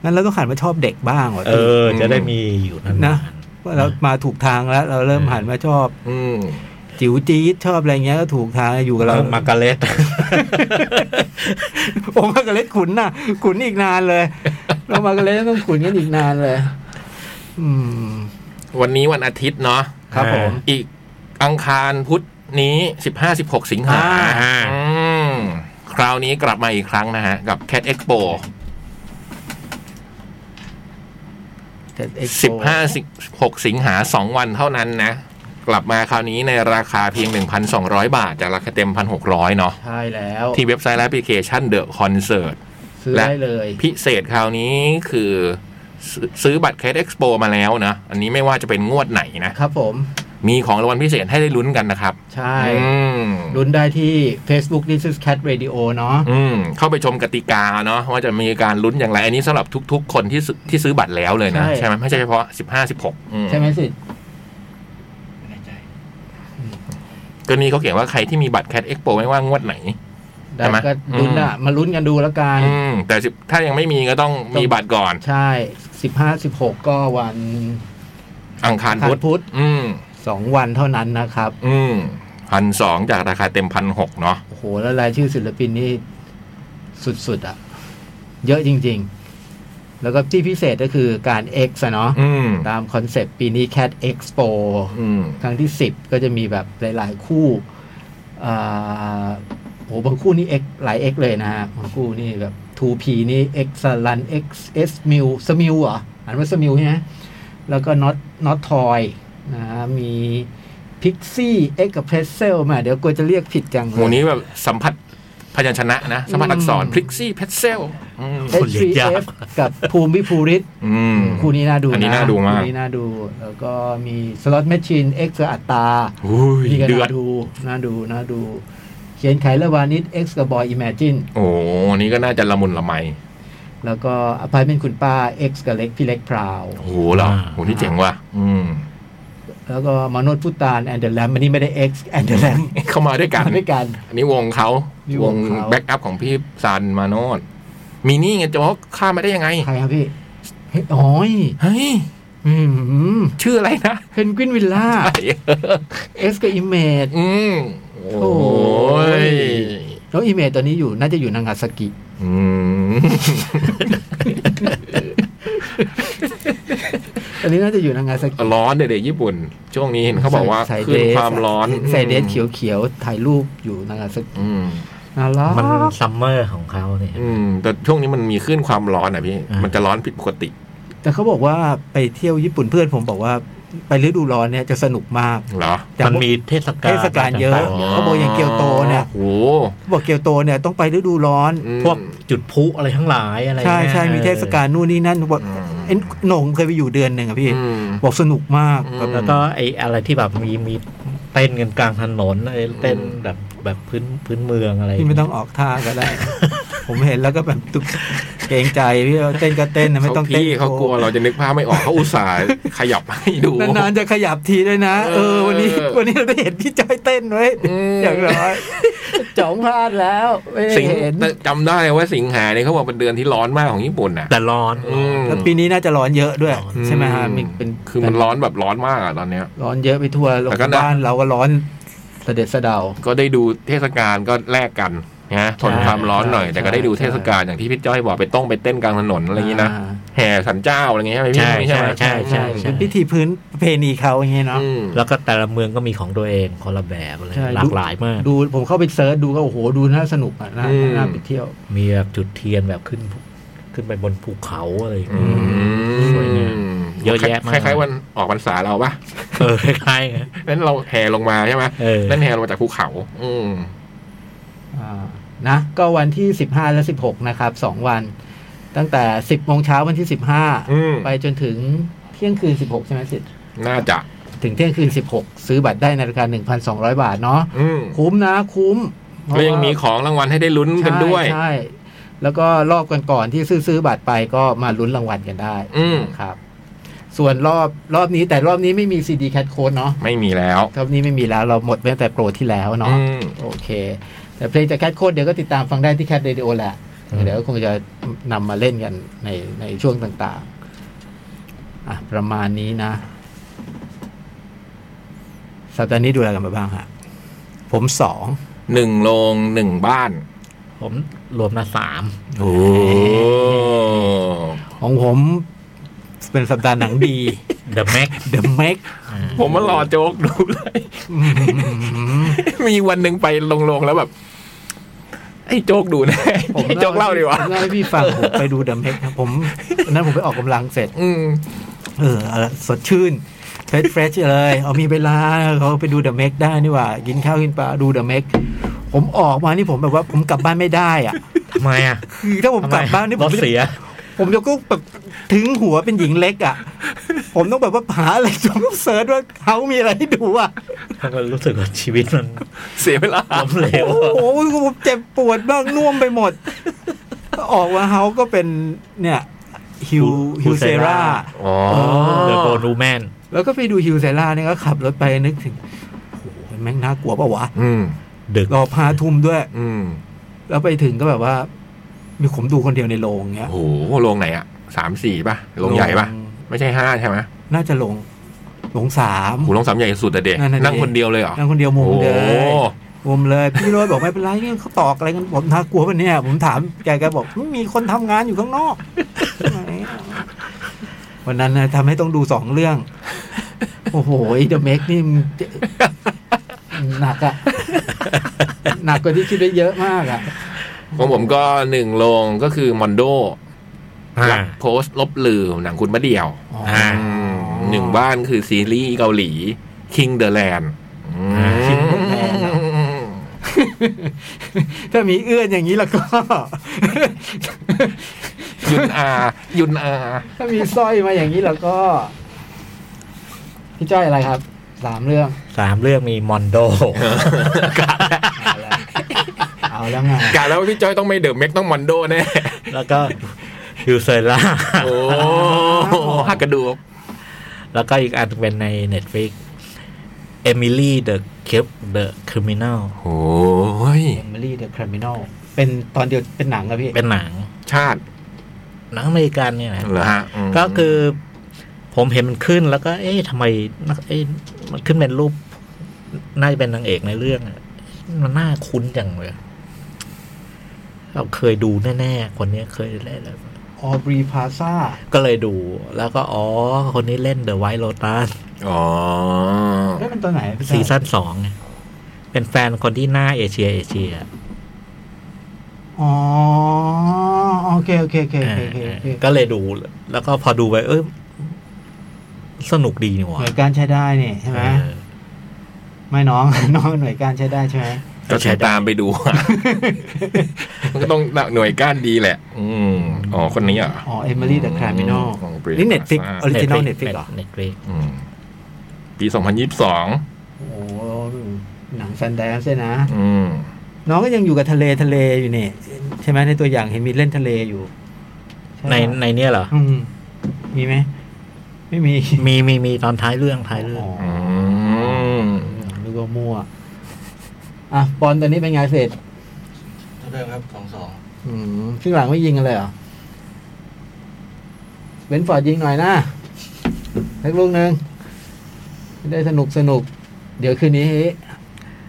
Speaker 2: งั้นเราต้องหันมาชอบเด็กบ้างวะ
Speaker 4: เอ
Speaker 2: พี่
Speaker 4: อ
Speaker 3: อืม
Speaker 4: จะได้มีอยู่นานๆ
Speaker 2: นะ ว่าเรามาถูกทางแล้ว เราเริ่มหันมาชอบ
Speaker 3: อืม
Speaker 2: จิ๋วจี๊ดชอบอะไรเงี้ยก็ถูกทางอยู่กับ
Speaker 4: เรา
Speaker 2: เรา [LAUGHS]
Speaker 4: มาการ์เล็ต
Speaker 2: โอ้มากันเล็กขุนน่ะ ขุนอีกนานเลย [LAUGHS] เรามากันเล็กต้องขุนกันอีกนานเลย อืม
Speaker 3: วันนี้วันอาทิตย์เนาะ
Speaker 2: ครับผม
Speaker 3: อีกอังคารพุธนี้สิบห้าสิบหกสิงหา
Speaker 4: อ่า
Speaker 3: อืมคราวนี้กลับมาอีกครั้งนะฮะ กับ Cat Expo สิบห้าสิบหกสิงหาสองวันเท่านั้นนะ กลับมาคราวนี้ในราคาเพียง 1,200 บาท จากราคาเต็ม 1,600 เนาะ
Speaker 2: ใช่แล้ว
Speaker 3: ที่เว็บไซต์และแอปพลิเคชัน The Concert
Speaker 2: ซื้อได้เลย
Speaker 3: พิเศษคราวนี้คือซื้อซื้อบัตร Cat Expo มาแล้วนะ อันนี้ไม่ว่าจะเป็นงวดไหนนะ
Speaker 2: ครับผม
Speaker 3: มีของรางวัลพิเศษให้ได้ลุ้นกันนะครับ
Speaker 2: ใช่
Speaker 3: อืม
Speaker 2: ลุ้นได้ที่ Facebook This is Cat Radio เนาะ
Speaker 3: อืมเข้าไปชมกติกาเนาะว่าจะมีการลุ้นอย่างไร อันนี้สำหรับทุกๆ คนที่ซื้อที่ซื้อบัตรแล้วเลยนะ ใช่ไหมไม่ใช่เฉพาะ 15 16อืม
Speaker 2: ใช่ไหมสิ
Speaker 3: ก็นี่เขาเขียนว่าใครที่มีบัตรแคดเอ็กโปไม่ว่างวดไหน
Speaker 2: ได้
Speaker 3: ใช่ไหม
Speaker 2: ก็ลุ้นอ่ะ มาลุ้นกันดูแล้วกัน
Speaker 3: อืมแต่สิบถ้ายังไม่มีก็ต้องมีบัตรก่อน
Speaker 2: ใช่สิบห้าสิบหกก็วัน
Speaker 3: อังคารพุธ
Speaker 2: พุธ
Speaker 3: อืม
Speaker 2: สองวันเท่านั้นนะครับ
Speaker 3: อืมพันสองจากราคาเต็มพันหกเนาะ
Speaker 2: โอ้โห แล้วรายชื่อศิลปินนี่สุด ๆ อ่ะ เยอะจริง ๆ แล้วก็ที่พิเศษก็คือการ X อะเนาะ
Speaker 3: อืม
Speaker 2: ตามคอนเซปต์ปีนี้ Cat Expo
Speaker 3: อืม
Speaker 2: ครั้งที่ 10 ก็จะมีแบบหลาย ๆ คู่อ่าโหบางคู่นี่ X หลาย X เลยนะฮะบางคู่นี่แบบ 2P นี่ X สลัน X S m i l s m i l เหรออ่านว่า s m i l ใช่ไหมแล้วก็ not not toy นะฮะมี Pixie X กับ Pretzel มาเดี๋ยวกลัวจะเรียกผิดจังเล
Speaker 3: หมู่
Speaker 2: ย
Speaker 3: นี้แบบสัมผัสพยัญชนะนะ สัมผัสอักษร
Speaker 2: อืม
Speaker 3: พริกซี่เพชเซล
Speaker 4: คนเรียกยาก
Speaker 2: H3F กับภูมิภูริศ
Speaker 3: อืม
Speaker 2: คู่นี้น่าดู
Speaker 3: อันนี้น่าดูมาก
Speaker 2: คู่นี้น่าดู แล้วก็มี Slot Machine X กับอัตตา
Speaker 3: อุ้ย
Speaker 2: นี่ก็
Speaker 3: เดือ
Speaker 2: น่า
Speaker 3: ด
Speaker 2: ดูน่าดูน่าดู เขียนไขละวานิด X กับบอยอิมเมจิน
Speaker 3: โอ้โหอันนี่ก็น่าจะละมุนละไม
Speaker 2: แล้วก็อภัยเป็นคุณป้า X กับเล็กพี่เล็กพราว
Speaker 3: โอ้โหเหรอ
Speaker 4: อ่า
Speaker 3: โอ้โหนี่เจ๋งว่ะอืม [LAUGHS]
Speaker 2: แล้วก็มโนดพุตานแอนเดอร์แลมอันนี้ไม่ได้ X แอนเดอร์แลม
Speaker 3: เข้ามาด้วยกัน
Speaker 2: มาด้วยกัน
Speaker 3: อันนี้วงเขา
Speaker 2: นี่
Speaker 3: ว
Speaker 2: ว
Speaker 3: ง
Speaker 2: งเขา
Speaker 3: แบ็กอัพของพี่ซันมาโนดมีนี่ไงโจ๊กข้ามมาได้ยังไง
Speaker 2: ใครครับพี่เฮ้ยอ๋อย
Speaker 3: เฮ้ย
Speaker 2: อืม
Speaker 3: ชื่ออะไรนะ
Speaker 2: เพนกวินวิล
Speaker 3: [LAUGHS]
Speaker 2: ล่า
Speaker 3: ไอ้
Speaker 2: X กับอิมเมจ
Speaker 3: อืมโอ้
Speaker 2: โอ้
Speaker 3: ย
Speaker 2: ย แล้วอิมเมจตอนนี้อยู่น่าจะอยู่นางาซากิ
Speaker 3: อืม [LAUGHS]
Speaker 2: อันนี้น่าจะอยู่นางาซากิ
Speaker 3: ร้อนเด็กๆญี่ปุ่น ช่วงนี้เห็นเขาบอกว่า
Speaker 2: ใส่
Speaker 3: ขึ้น
Speaker 2: เด
Speaker 3: ความร้อน
Speaker 2: ใส่เดรสเขียวๆถ่ายรูปอยู่นางาซากิ
Speaker 3: อืม
Speaker 2: น่ารัก
Speaker 4: มันซัมเมอร์ของเขาเนี่ย
Speaker 3: อืม แต่ช่วงนี้มันมีขึ้นความร้อนอ่ะพี่
Speaker 4: อ่ามั
Speaker 3: มันจะร้อนผิดปกติ
Speaker 2: แต่เขาบอกว่าไปเที่ยวญี่ปุ่นเพื่อนผมบอกว่า ไปฤดูร้อนเนี่ยจะสนุกมาก
Speaker 3: เหรอ
Speaker 2: อย่าง
Speaker 4: มันมีเทศกาล
Speaker 2: เทศกาลเยอะ
Speaker 4: ต่างๆ
Speaker 2: เขาบอกอย่างเกียวโตเนี่ย
Speaker 3: โอ้โห
Speaker 2: เขาบอกเกียวโตเนี่ยต้องไปฤดูร้อน
Speaker 3: อืม
Speaker 4: พวกจุดพลุอะไรทั้งหลายอะไร
Speaker 2: ใช่
Speaker 4: นี่ย
Speaker 2: ใช่มีเทศกาลนู่นนี่นั่นบอก
Speaker 3: อืม
Speaker 2: เอ็นโหนงเคยไปอยู่เดือนหนึ่งอะพี่
Speaker 3: อืม
Speaker 2: บอกสนุกมาก
Speaker 3: อืม
Speaker 2: แบบ
Speaker 4: แล้วก็ไอ้อะไรที่แบบมีมีเต้นกันกลางถนนไอ้เต้นแบบแบบพื้นพื้นเมืองอะไร
Speaker 2: พี่ไม่ต้องออกท่าก็
Speaker 3: [LAUGHS]
Speaker 2: ได้ ผมเห็นแล้วก็แบบตุกเกรงใจพี่เต้นก็เต้นนะไม่
Speaker 3: เขา
Speaker 2: ต้องเต้น
Speaker 3: พี่เขากลัวเราจะนึกภาพไม่ออกเขาอุตส่าห์ขยับให้ดู
Speaker 2: นานๆจะขยับทีด้วยนะ เออ
Speaker 3: เออ
Speaker 2: วันนี้ วันนี้เราได้เห็นพี่จอยเต้นไว้ย
Speaker 3: อืม
Speaker 2: อย่างน้อย [LAUGHS] จ๋องพลาดแล้วไม่ได้
Speaker 3: สิง
Speaker 2: เห็น
Speaker 3: แต่จำได้ว่าสิงหาเนี่ยเขาบอกเป็นเดือนที่ร้อนมากของญี่ปุ่นอ่ะ
Speaker 4: แต่ร้อน
Speaker 3: อืม
Speaker 2: แล้วปีนี้น่าจะร้อนเยอะด้วย
Speaker 3: อื
Speaker 2: ใช่ไหมฮะมีเป็น
Speaker 3: คือมันร้อนแบบร้อนมากอ่ะตอนเนี้ย
Speaker 2: ร้อนเยอะไปทั่วแล้ว
Speaker 3: แต่ก็นะ
Speaker 2: บ้านเราก็ร้อนเสด็จเสดาว
Speaker 3: ก็ได้ดูเทศกาลก็แลกกันนะทนความร้อนหน่อย แต่ก็ได้ดูเทศกาลอย่างที่พี่จ้อยบอกไปต้องไปเต้นกลางถนนอะไรอย่างนี้นะแห่สันเจ้าอะไรอย่างเงี้ยใช่ไหมพี่
Speaker 4: ใช่
Speaker 3: ไห
Speaker 4: ใช่
Speaker 3: ม
Speaker 4: ใช่ใช่ใช่
Speaker 2: เป็นพิธีพื้นประเพณีเขาอย่างเงี้ยเนาะ
Speaker 3: อืม
Speaker 4: แล้วก็แต่ละเมืองก็มีของตัวเองคนละแบบอะไร
Speaker 2: ใช่
Speaker 4: หลากหลายมาก
Speaker 2: ดูผมเข้าไปเซิร์ชดูก็โอ้โหดูน่าสนุกอ่ะน่าน่าไปเที่ยว
Speaker 4: มีแบบจุดเทียนแบบขึ้นขึ้นไปบนภูเขาอะไรอย่าง
Speaker 3: อื
Speaker 4: เงี้ย
Speaker 3: ม
Speaker 4: สวยงามเยอะแยะมาก
Speaker 3: คล้ายๆวันออกพรรษาเราปะ
Speaker 4: เออคล้ายๆไง
Speaker 3: นั้นเราแห่ลงมาใช่ไหม
Speaker 4: เออ
Speaker 3: นั่นแห่ลงมาจากภูเขา อืม
Speaker 2: อ่านะ ก็วันที่ 15 และ 16 นะครับ 2 วัน ตั้งแต่ 10โมงเช้าวันที่
Speaker 3: อืม
Speaker 2: 15 ไปจนถึงเที่ยงคืน 16 ใช่ไหมสิทธิ์
Speaker 3: น่าจะ
Speaker 2: ถึงเที่ยงคืน 16 ซื้อบัตรได้ในราคา 1,200 บาทเนาะ
Speaker 3: อืม
Speaker 2: คุ้มนะคุ้ม
Speaker 3: แล้วยังมีของรางวัลให้ได้ลุ้นกันด้วย
Speaker 2: ใช่ใช่แล้วก็รอบก่อนก่อนๆที่ซื้อซื้อบัตรไปก็มาลุ้นรางวัลกันได้
Speaker 3: อืม
Speaker 2: นะครับ ส่วนรอบรอบนี้แต่รอบนี้ไม่มีซีดีแคทโค้ดเนาะ
Speaker 3: ไม่มีแล้ว
Speaker 2: รอบนี้ไม่มีแล้วเราหมดไปตั้งแต่โปรที่แล้วเนาะ
Speaker 3: อืม
Speaker 2: โอเค แต่เพลงจากแคทโคดเดี๋ยวก็ติดตามฟังได้ที่แคทเรดิโอแหละ
Speaker 4: อืม
Speaker 2: เดี๋ยวก็คงจะนำมาเล่นกันในในช่วงต่างๆ อ่ะ ประมาณนี้นะ สัปดาห์นี้ดูอะไรกันมาบ้างฮะ ผมสอง
Speaker 3: หนึ่งโรงหนึ่งบ้าน
Speaker 4: ผมรวมมาสาม
Speaker 3: โอ้
Speaker 2: ของผมเป็นสัปดาห์หนังดี
Speaker 4: เดอะแม็ก
Speaker 2: The m a k
Speaker 3: ผมมารอโจ๊กดูเลย มีวันหนึ่งไปโรงๆแล้วแบบ ไอ้โจ๊กดูแน่ไอ้โจ๊กเล่าดีกว่า
Speaker 2: เล่าให้พี่ฟังผมไปดู The m a k ครับผมวันนั้นผมไปออกกำลังเสร็จ
Speaker 3: อืม
Speaker 2: เออเอาละสดชื่นเฟรชเฟรชเลย เอามีเวลาเขาไปดูเดอะเมกได้นี่หว่า กินข้าวกินปลาดูเดอะเมกผมออกมานี่ผมแบบว่าผมกลับบ้านไม่ได้อ่ะ
Speaker 4: ทำไมอ่ะ
Speaker 2: คือถ้าผม
Speaker 4: ทำไ
Speaker 2: กลับบ้านนี่ผ
Speaker 4: ร
Speaker 2: ม
Speaker 4: ถเสีย
Speaker 2: ผมจะก็แบบถึงหัวเป็นหญิงเล็กอ่ะ ผมต้องแบบว่าหาอะไร [LAUGHS] จงเสิร์ชว่าเขามีอะไรให้ดูอ่ะ
Speaker 4: มันรู้สึกว่าชีวิตมัน
Speaker 3: เสียเวลา
Speaker 4: ล้มเหลว
Speaker 2: โอ้โหผมเจ็บปวดบ้างน่วมไปหมด ออกมาเขาก็เป็นเนี่ยฮิวฮิวเซรา
Speaker 3: อ๋อ
Speaker 4: เดอะโกนูแมน
Speaker 2: แล้วก็ไปดูฮิวเซล่าเนี่ยก็ขับรถไปนึกถึงโอ้โหแม่งน่ากลัวปะวะ
Speaker 3: อืม
Speaker 4: ดึก
Speaker 2: รอพาทุ่มด้วย
Speaker 3: อืม
Speaker 2: แล้วไปถึงก็แบบว่า มีผมดูคนเดียวในโรงเงี้ย
Speaker 3: โอ้โหโรงไหนอ่ะสามสี่ป่ะโรงใหญ่ป่ะ ไม่ใช่ห้าใช่ไหม
Speaker 2: น่าจะลงลงสาม
Speaker 3: โอ้โหโรงสามใหญ่สุดอะเด็ก
Speaker 2: ะดิ
Speaker 3: นั่งคนเดียวเลยเหรอ
Speaker 2: นั่งคนเดียวมุ
Speaker 3: โอ้
Speaker 2: ม
Speaker 3: โห
Speaker 2: เลยมุมเลย พี่โรยบอกไม่เป็นไรเนี่ยเขาตอกอะไรกันผมน่ากลัวปะเนี่ย ผมถามแกแกบอกไม่มีคนทำงานอยู่ข้างนอก [LAUGHS] ไหนอะวันนั้นนะทำให้ต้องดูสองเรื่อง โอ้โหเดอะเมกนี่มันจะหนักอะหนักกว่าที่คิดไว้เยอะมากอะ
Speaker 3: ของผมก็หนึ่งโรงก็คือมอนโด
Speaker 4: อ่า
Speaker 3: รักโพสต์ลบหลือหนังคุณมะเดี่ยว
Speaker 2: อ๋อ
Speaker 4: อ่า
Speaker 2: อ
Speaker 3: อืมหนึ่งบ้านคือซีรีส์เกาหลี King the Land อืม
Speaker 2: King the Land เหรอ ถ้ามีเอื้อนอย่างนี้แล้วก็ [LAUGHS]
Speaker 3: ยุนอายุนอา
Speaker 2: ถ้ามีสร้อยมาอย่างนี้แล้วก็ พี่จ้อยอะไรครับสามเรื่อง
Speaker 4: สามเรื่องมีมอนโด
Speaker 2: เอาแล้วเอาแล้วไง
Speaker 3: กะแล้วว่าพี่จ้อยต้องไม่เดิมเม็กต้องมอนโดแน่
Speaker 4: แล้วก็ฮิวเซล่า
Speaker 3: โอ้หักกระดูก
Speaker 4: [LAUGHS] แล้วก็อีกอันเป็นใน Netflix เอมิลี่เดอะคลิปเดอะคริมินอล
Speaker 3: โอ้ย
Speaker 2: เอมิลี่เดอะคริมินอลเป็นตอนเดียวเป็นหนังครับพี่
Speaker 4: เป็นหนัง
Speaker 3: ชาติ
Speaker 4: หนังอเมริกันเนี่ยนะ
Speaker 3: เหรอฮะม
Speaker 4: ก็คือผมเห็นมันขึ้นแล้วก็ เอ๊ะทำไมนักเอ๊ะมันขึ้นเป็นรูป น่าจะเป็นนางเอกในเรื่องอะมันน่าคุ้นจังเลยเราเคยดูแน่ๆ คนเนี้ยเคยเล่นแล้ว
Speaker 2: ออบรีพาซา
Speaker 4: ก็เลยดู แล้วก็อ๋อ คนนี้เล่น The White Lotus
Speaker 3: อ๋อ
Speaker 2: แล้วเป็นตอนไหนพี่จ้อย
Speaker 4: ซีซั่นสองไงเป็นแฟนคนที่หน้าเอเชียเอเชีย
Speaker 2: อ๋อโอเคโอเคโอเคโอเคโอเค
Speaker 4: ก็เลยดู แล้วก็พอดูไปเอ้ย สนุกดีนี่ห
Speaker 5: ห
Speaker 4: ว่า
Speaker 5: น่วยการใช้ได้เนี่ยใช่ไหม
Speaker 4: เออ
Speaker 5: ไม่
Speaker 2: [LAUGHS]
Speaker 5: น้อง น้องหน่วยการใช้ได้ใช่ไหม
Speaker 3: ก็ถึงตามไปดู มันก็ต้องหน่วยก้านดีแหละ อืมอ๋อคนนี้เหรอ่ะ
Speaker 5: อ๋อเอมิลี่เดอะครามินอล
Speaker 2: นี่ Netflix ออริจินอล Netflix เหรอ
Speaker 4: Netflix
Speaker 3: ปีสองพันยี่สิบสอง
Speaker 5: โอ้โหหนังแฟนแดนซ์เลยนะ
Speaker 3: อืม
Speaker 2: น้องก็ยังอยู่กับทะเลทะเลอยู่นี่ใช่ไหมในตัวอย่างเห็นมีเล่นทะเลอยู่ช่ปะ
Speaker 4: ในในเนี้ยเหรอ
Speaker 2: อืม
Speaker 5: มีไหม ไม่มี
Speaker 4: มีมีมีตอนท้ายเรื่องท้ายเรื่อง
Speaker 3: อืม
Speaker 5: นึกว่ามั่ว
Speaker 2: อ่ะบอลตอนนี้เป็นไงเสร็จ
Speaker 1: เท่าเดิมครับสองสอง
Speaker 2: อืมครึ่งหลังไม่ยิงกันเลยเหรอเบนฟอร์ดยิงหน่อยนะสักลูกหนึ่งจะได้สนุกสนุก เดี๋ยวคืนนี้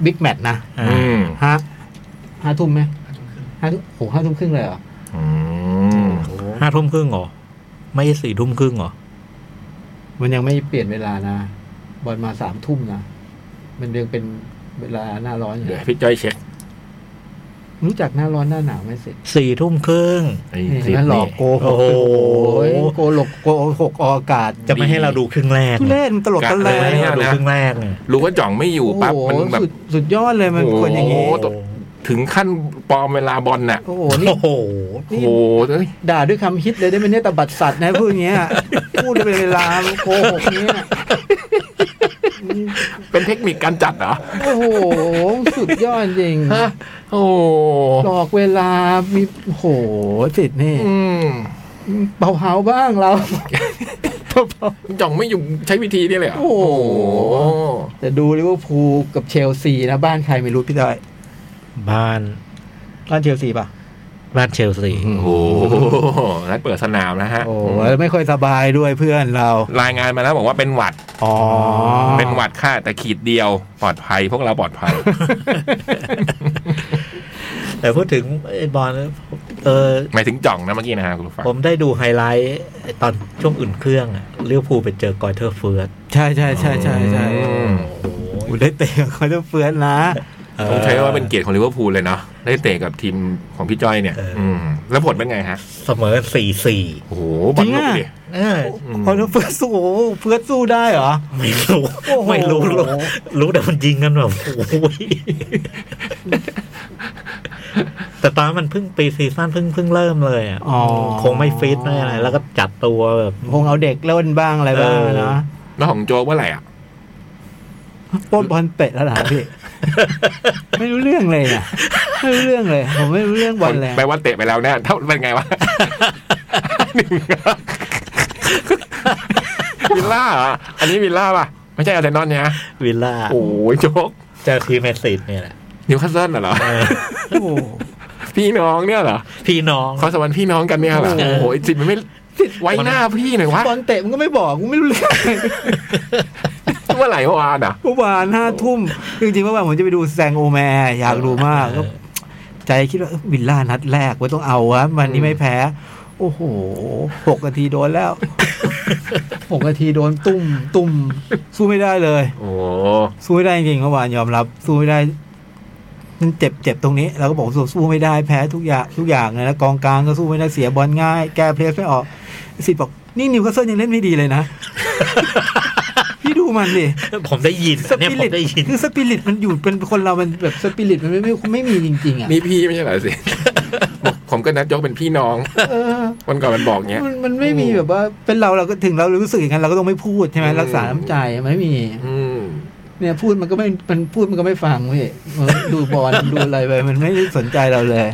Speaker 2: บิ๊กแมตช์นะ
Speaker 4: อ่า
Speaker 3: อืม
Speaker 2: ห้าห้าทุ่มไหม
Speaker 1: ห้าทุ่มครึ่ง
Speaker 2: ห้าทุ่มโอ้โหห้าทุ่มครึ่งเลยเหรอ
Speaker 3: อืม
Speaker 2: โอ้โห
Speaker 4: ห้าทุ่มครึ่งเหรอ ไม่ใช่สี่ทุ่มครึ่งเหรอ
Speaker 2: มันยังไม่เปลี่ยนเวลานะ บอลมาสามทุ่มนะมันยังเป็นเวลาหน้าร้อนอยู่
Speaker 3: เดี๋ยวพี่จ้อยเช็ค
Speaker 2: รู้จักหน้าร้อนหน้าหนาวไหมเสร็จ
Speaker 4: สี่ทุ่มครึ่ง
Speaker 3: ไอ้
Speaker 2: นี่
Speaker 3: คลิป
Speaker 2: นั่นหลอกโกหกโอ้โหโกหลกโกหกออกอากาศ
Speaker 4: จะไม่ให้เราดูครึ่งแรก
Speaker 2: ทุเล่นมันตลกกันเล
Speaker 4: จะไม่
Speaker 2: ย
Speaker 4: ให้เราดูครึ่งแรกเนี่ย
Speaker 3: รู้ว่าจ่องไม่อยู่ปั๊บ
Speaker 2: โอ้โห
Speaker 3: มันแบบ
Speaker 2: สุดสุดยอดเลยมัน
Speaker 3: โอ้โห
Speaker 2: คนอย่างนี้
Speaker 3: ตก ถึงขั้นปลอมเวลาบอลน่ะ
Speaker 2: โอ้โห นี่
Speaker 4: โอ้โห
Speaker 3: โอ้
Speaker 2: นี่
Speaker 3: โหเอ้ย
Speaker 2: ด่าด้วยคำฮิตเลยได้ไหมเนี่ยตบัดสัตว์นะพูดอย่างเงี้ย พูดเป็นเวลาโกหกเนี้ย
Speaker 3: เป็นเทคนิคการจัดเหรอ
Speaker 2: โอ้โห สุดยอดจริง
Speaker 3: ฮะโอ้โห
Speaker 2: หลอกเวลามีโอ้โหจิตนี่
Speaker 3: อืม
Speaker 2: เบาเฮาบ้างเรา
Speaker 3: จ่องไม่อยู่ใช้วิธีนี่เลยเหรอ
Speaker 2: โอ้โห จะดูลิเวอร์พูลกับเชลซีนะบ้านใครไม่รู้พี่ต้อย
Speaker 4: บ้าน
Speaker 2: บ้านเชลซีป่ะ
Speaker 4: บ้านเชลซี
Speaker 3: โอ้โหนัดเปิดสนามนะฮะ
Speaker 2: โอ้โหแล้วไม่ค่อยสบายด้วยเพื่อนเรา
Speaker 3: รายงานมาแล้วบอกว่าเป็นหวัด
Speaker 2: อ๋อ
Speaker 3: เป็นหวัดค่ะแต่ขีดเดียวปลอดภัยพวกเราปลอดภัย
Speaker 4: แต่พูดถึงไอ้บอลเออ
Speaker 3: หมายถึงจ่องนะเมื่อกี้นะฮะคุณผู้ฟัง
Speaker 4: ผมได้ดูไฮไลท์ไอ้ตอนช่วงอื่นเครื่องอะเลี้ยวภูลไปเจอกอยเทอร์เฟิร์ส
Speaker 2: ใช่ใช่ใช่ใช่ใช่
Speaker 3: อืม
Speaker 4: โอ้โห
Speaker 2: อูได้เตะกับเขาจะเฟือนนะ
Speaker 3: ต้องใช้ว่าเป็นเกียรติของลิเวอร์พูลเลยเนาะได้เตะกับทีมของพี่จ้อยเนี่ย อืม แล้วผลเป็นไงฮะ
Speaker 4: เสมอสี่สี่
Speaker 3: โอ้โหบอลลูก
Speaker 2: จริ
Speaker 3: ดิ
Speaker 2: งอะ
Speaker 4: เออ
Speaker 3: อืม
Speaker 2: เขาจะเฟือนสู้โอ้โหเฟือนสู้ได้เหรอ
Speaker 4: ไม่รู้
Speaker 2: โอ้โห
Speaker 4: ไม่รู้รู้รู้แต่มันยิงกันแบบโอ้ยแต่ตอนนนมันเพิ่งปีซีซั่นเพิ่งเพิ่งเริ่มเลยอ่ะ
Speaker 2: อ๋อ
Speaker 4: คงไม่ฟิตไม่อะไร แล้วก็จัดตัวแบบ
Speaker 2: คงเอาเด็กเล่นบ้างอะไรบ้าง
Speaker 4: เออ
Speaker 2: นะ
Speaker 3: แล้วของโจ๊กเมื่อไหร่อ่ะ
Speaker 2: ปล้นบอลเตะแล้วเหรอ [LAUGHS] พี่ ไม่รู้เรื่องเลยอ่ะไม่รู้เรื่องเลยผมไม่รู้เรื่องบอลเลย
Speaker 3: ไปว่าเตะไปแล้วเนี่ยเท่าเป็นไงวะ หนึ่งวิลล่าเหรออันนี้วิลล่าป่ะ ไม่ใช่อาร์เซนอลเนี่ยนะ
Speaker 4: วิลล่า
Speaker 3: โอ้ยโจ๊ก
Speaker 4: เจอทีมแมนซิตเนี่ยแหละ
Speaker 3: นิวคาสเซิลน่ะเหรอ
Speaker 4: เออ
Speaker 2: โอ้โห
Speaker 3: พี่น้องเนี่ยเหรอ
Speaker 4: พี่น้อง
Speaker 3: เขาสวรรค์พี่น้องกันเนี่ยเหรอ
Speaker 4: เออ
Speaker 3: โอ้ยจิตมันไม่ไว้หน้าพี่หน่อยวะ
Speaker 2: บอลเตะมันก็ไม่บอกกูไม่รู้เรื่อง
Speaker 3: เมื่อไหร่เมื่อวานอ่ะ
Speaker 2: เมื่อวานห้าทุ่มจริงๆเมื่อวานผมจะไปดูแซงโอแมร์อยากดูมากก็ ใจคิดว่าเอ้ยวิลล่านัดแรกว่าต้องเอาวะวันนี้ไม่แพ้ โอ้โหหกนาทีโดนแล้ว [LAUGHS] หกนาทีโดนตุ้มตุ้มสู้ไม่ได้เลย
Speaker 3: โอ้
Speaker 2: สู้ไม่ได้จริงๆเมื่อวานยอมรับ สู้ไม่ได้มันเจ็บเจ็บตรงนี้เราก็บอกสู้สู้ไม่ได้แพ้ทุกอย่างทุกอย่างเลยนะกองกลางก็สู้ไม่ได้เสียบอลง่าย แก้เพลสไม่ออกสิทธิ์บอกนี่นิวคาสเซิลยังเล่นไม่ดีเลยนะ [LAUGHS] พี่ดูมันดิ
Speaker 4: ผมได้ยิน
Speaker 2: ส
Speaker 4: เนี่ย
Speaker 2: ปิ
Speaker 4: ผ
Speaker 2: ริ
Speaker 4: ม
Speaker 2: ต
Speaker 4: ได้ยิน
Speaker 2: คือสปิริตมันอยู่เป็นคนเรามันแบบสปิริตมันไม่ไม่ไม่มีจริงๆอ่ะ
Speaker 3: นี่พี่ไม่ใช่เหรอสิ ผมก็นัดโจ๊กเป็นพี่น้อง
Speaker 2: เออ
Speaker 3: วันก่อนมันบอกเงี้ย
Speaker 2: มันมันไม่มีแบบว่าเป็นเราเราก็ถึงเรารู้สึกอย่างนั้นเราก็ต้องไม่พูดใช่ไหม
Speaker 3: อืม
Speaker 2: รักษาน้ำใจมันไม่มี
Speaker 3: อืม
Speaker 2: เนี่ยพูดมันก็ไม่มันพูดมันก็ไม่ฟังพี่มันดูบอล ดูอะไรไปมันไม่ได้สนใจเราเลย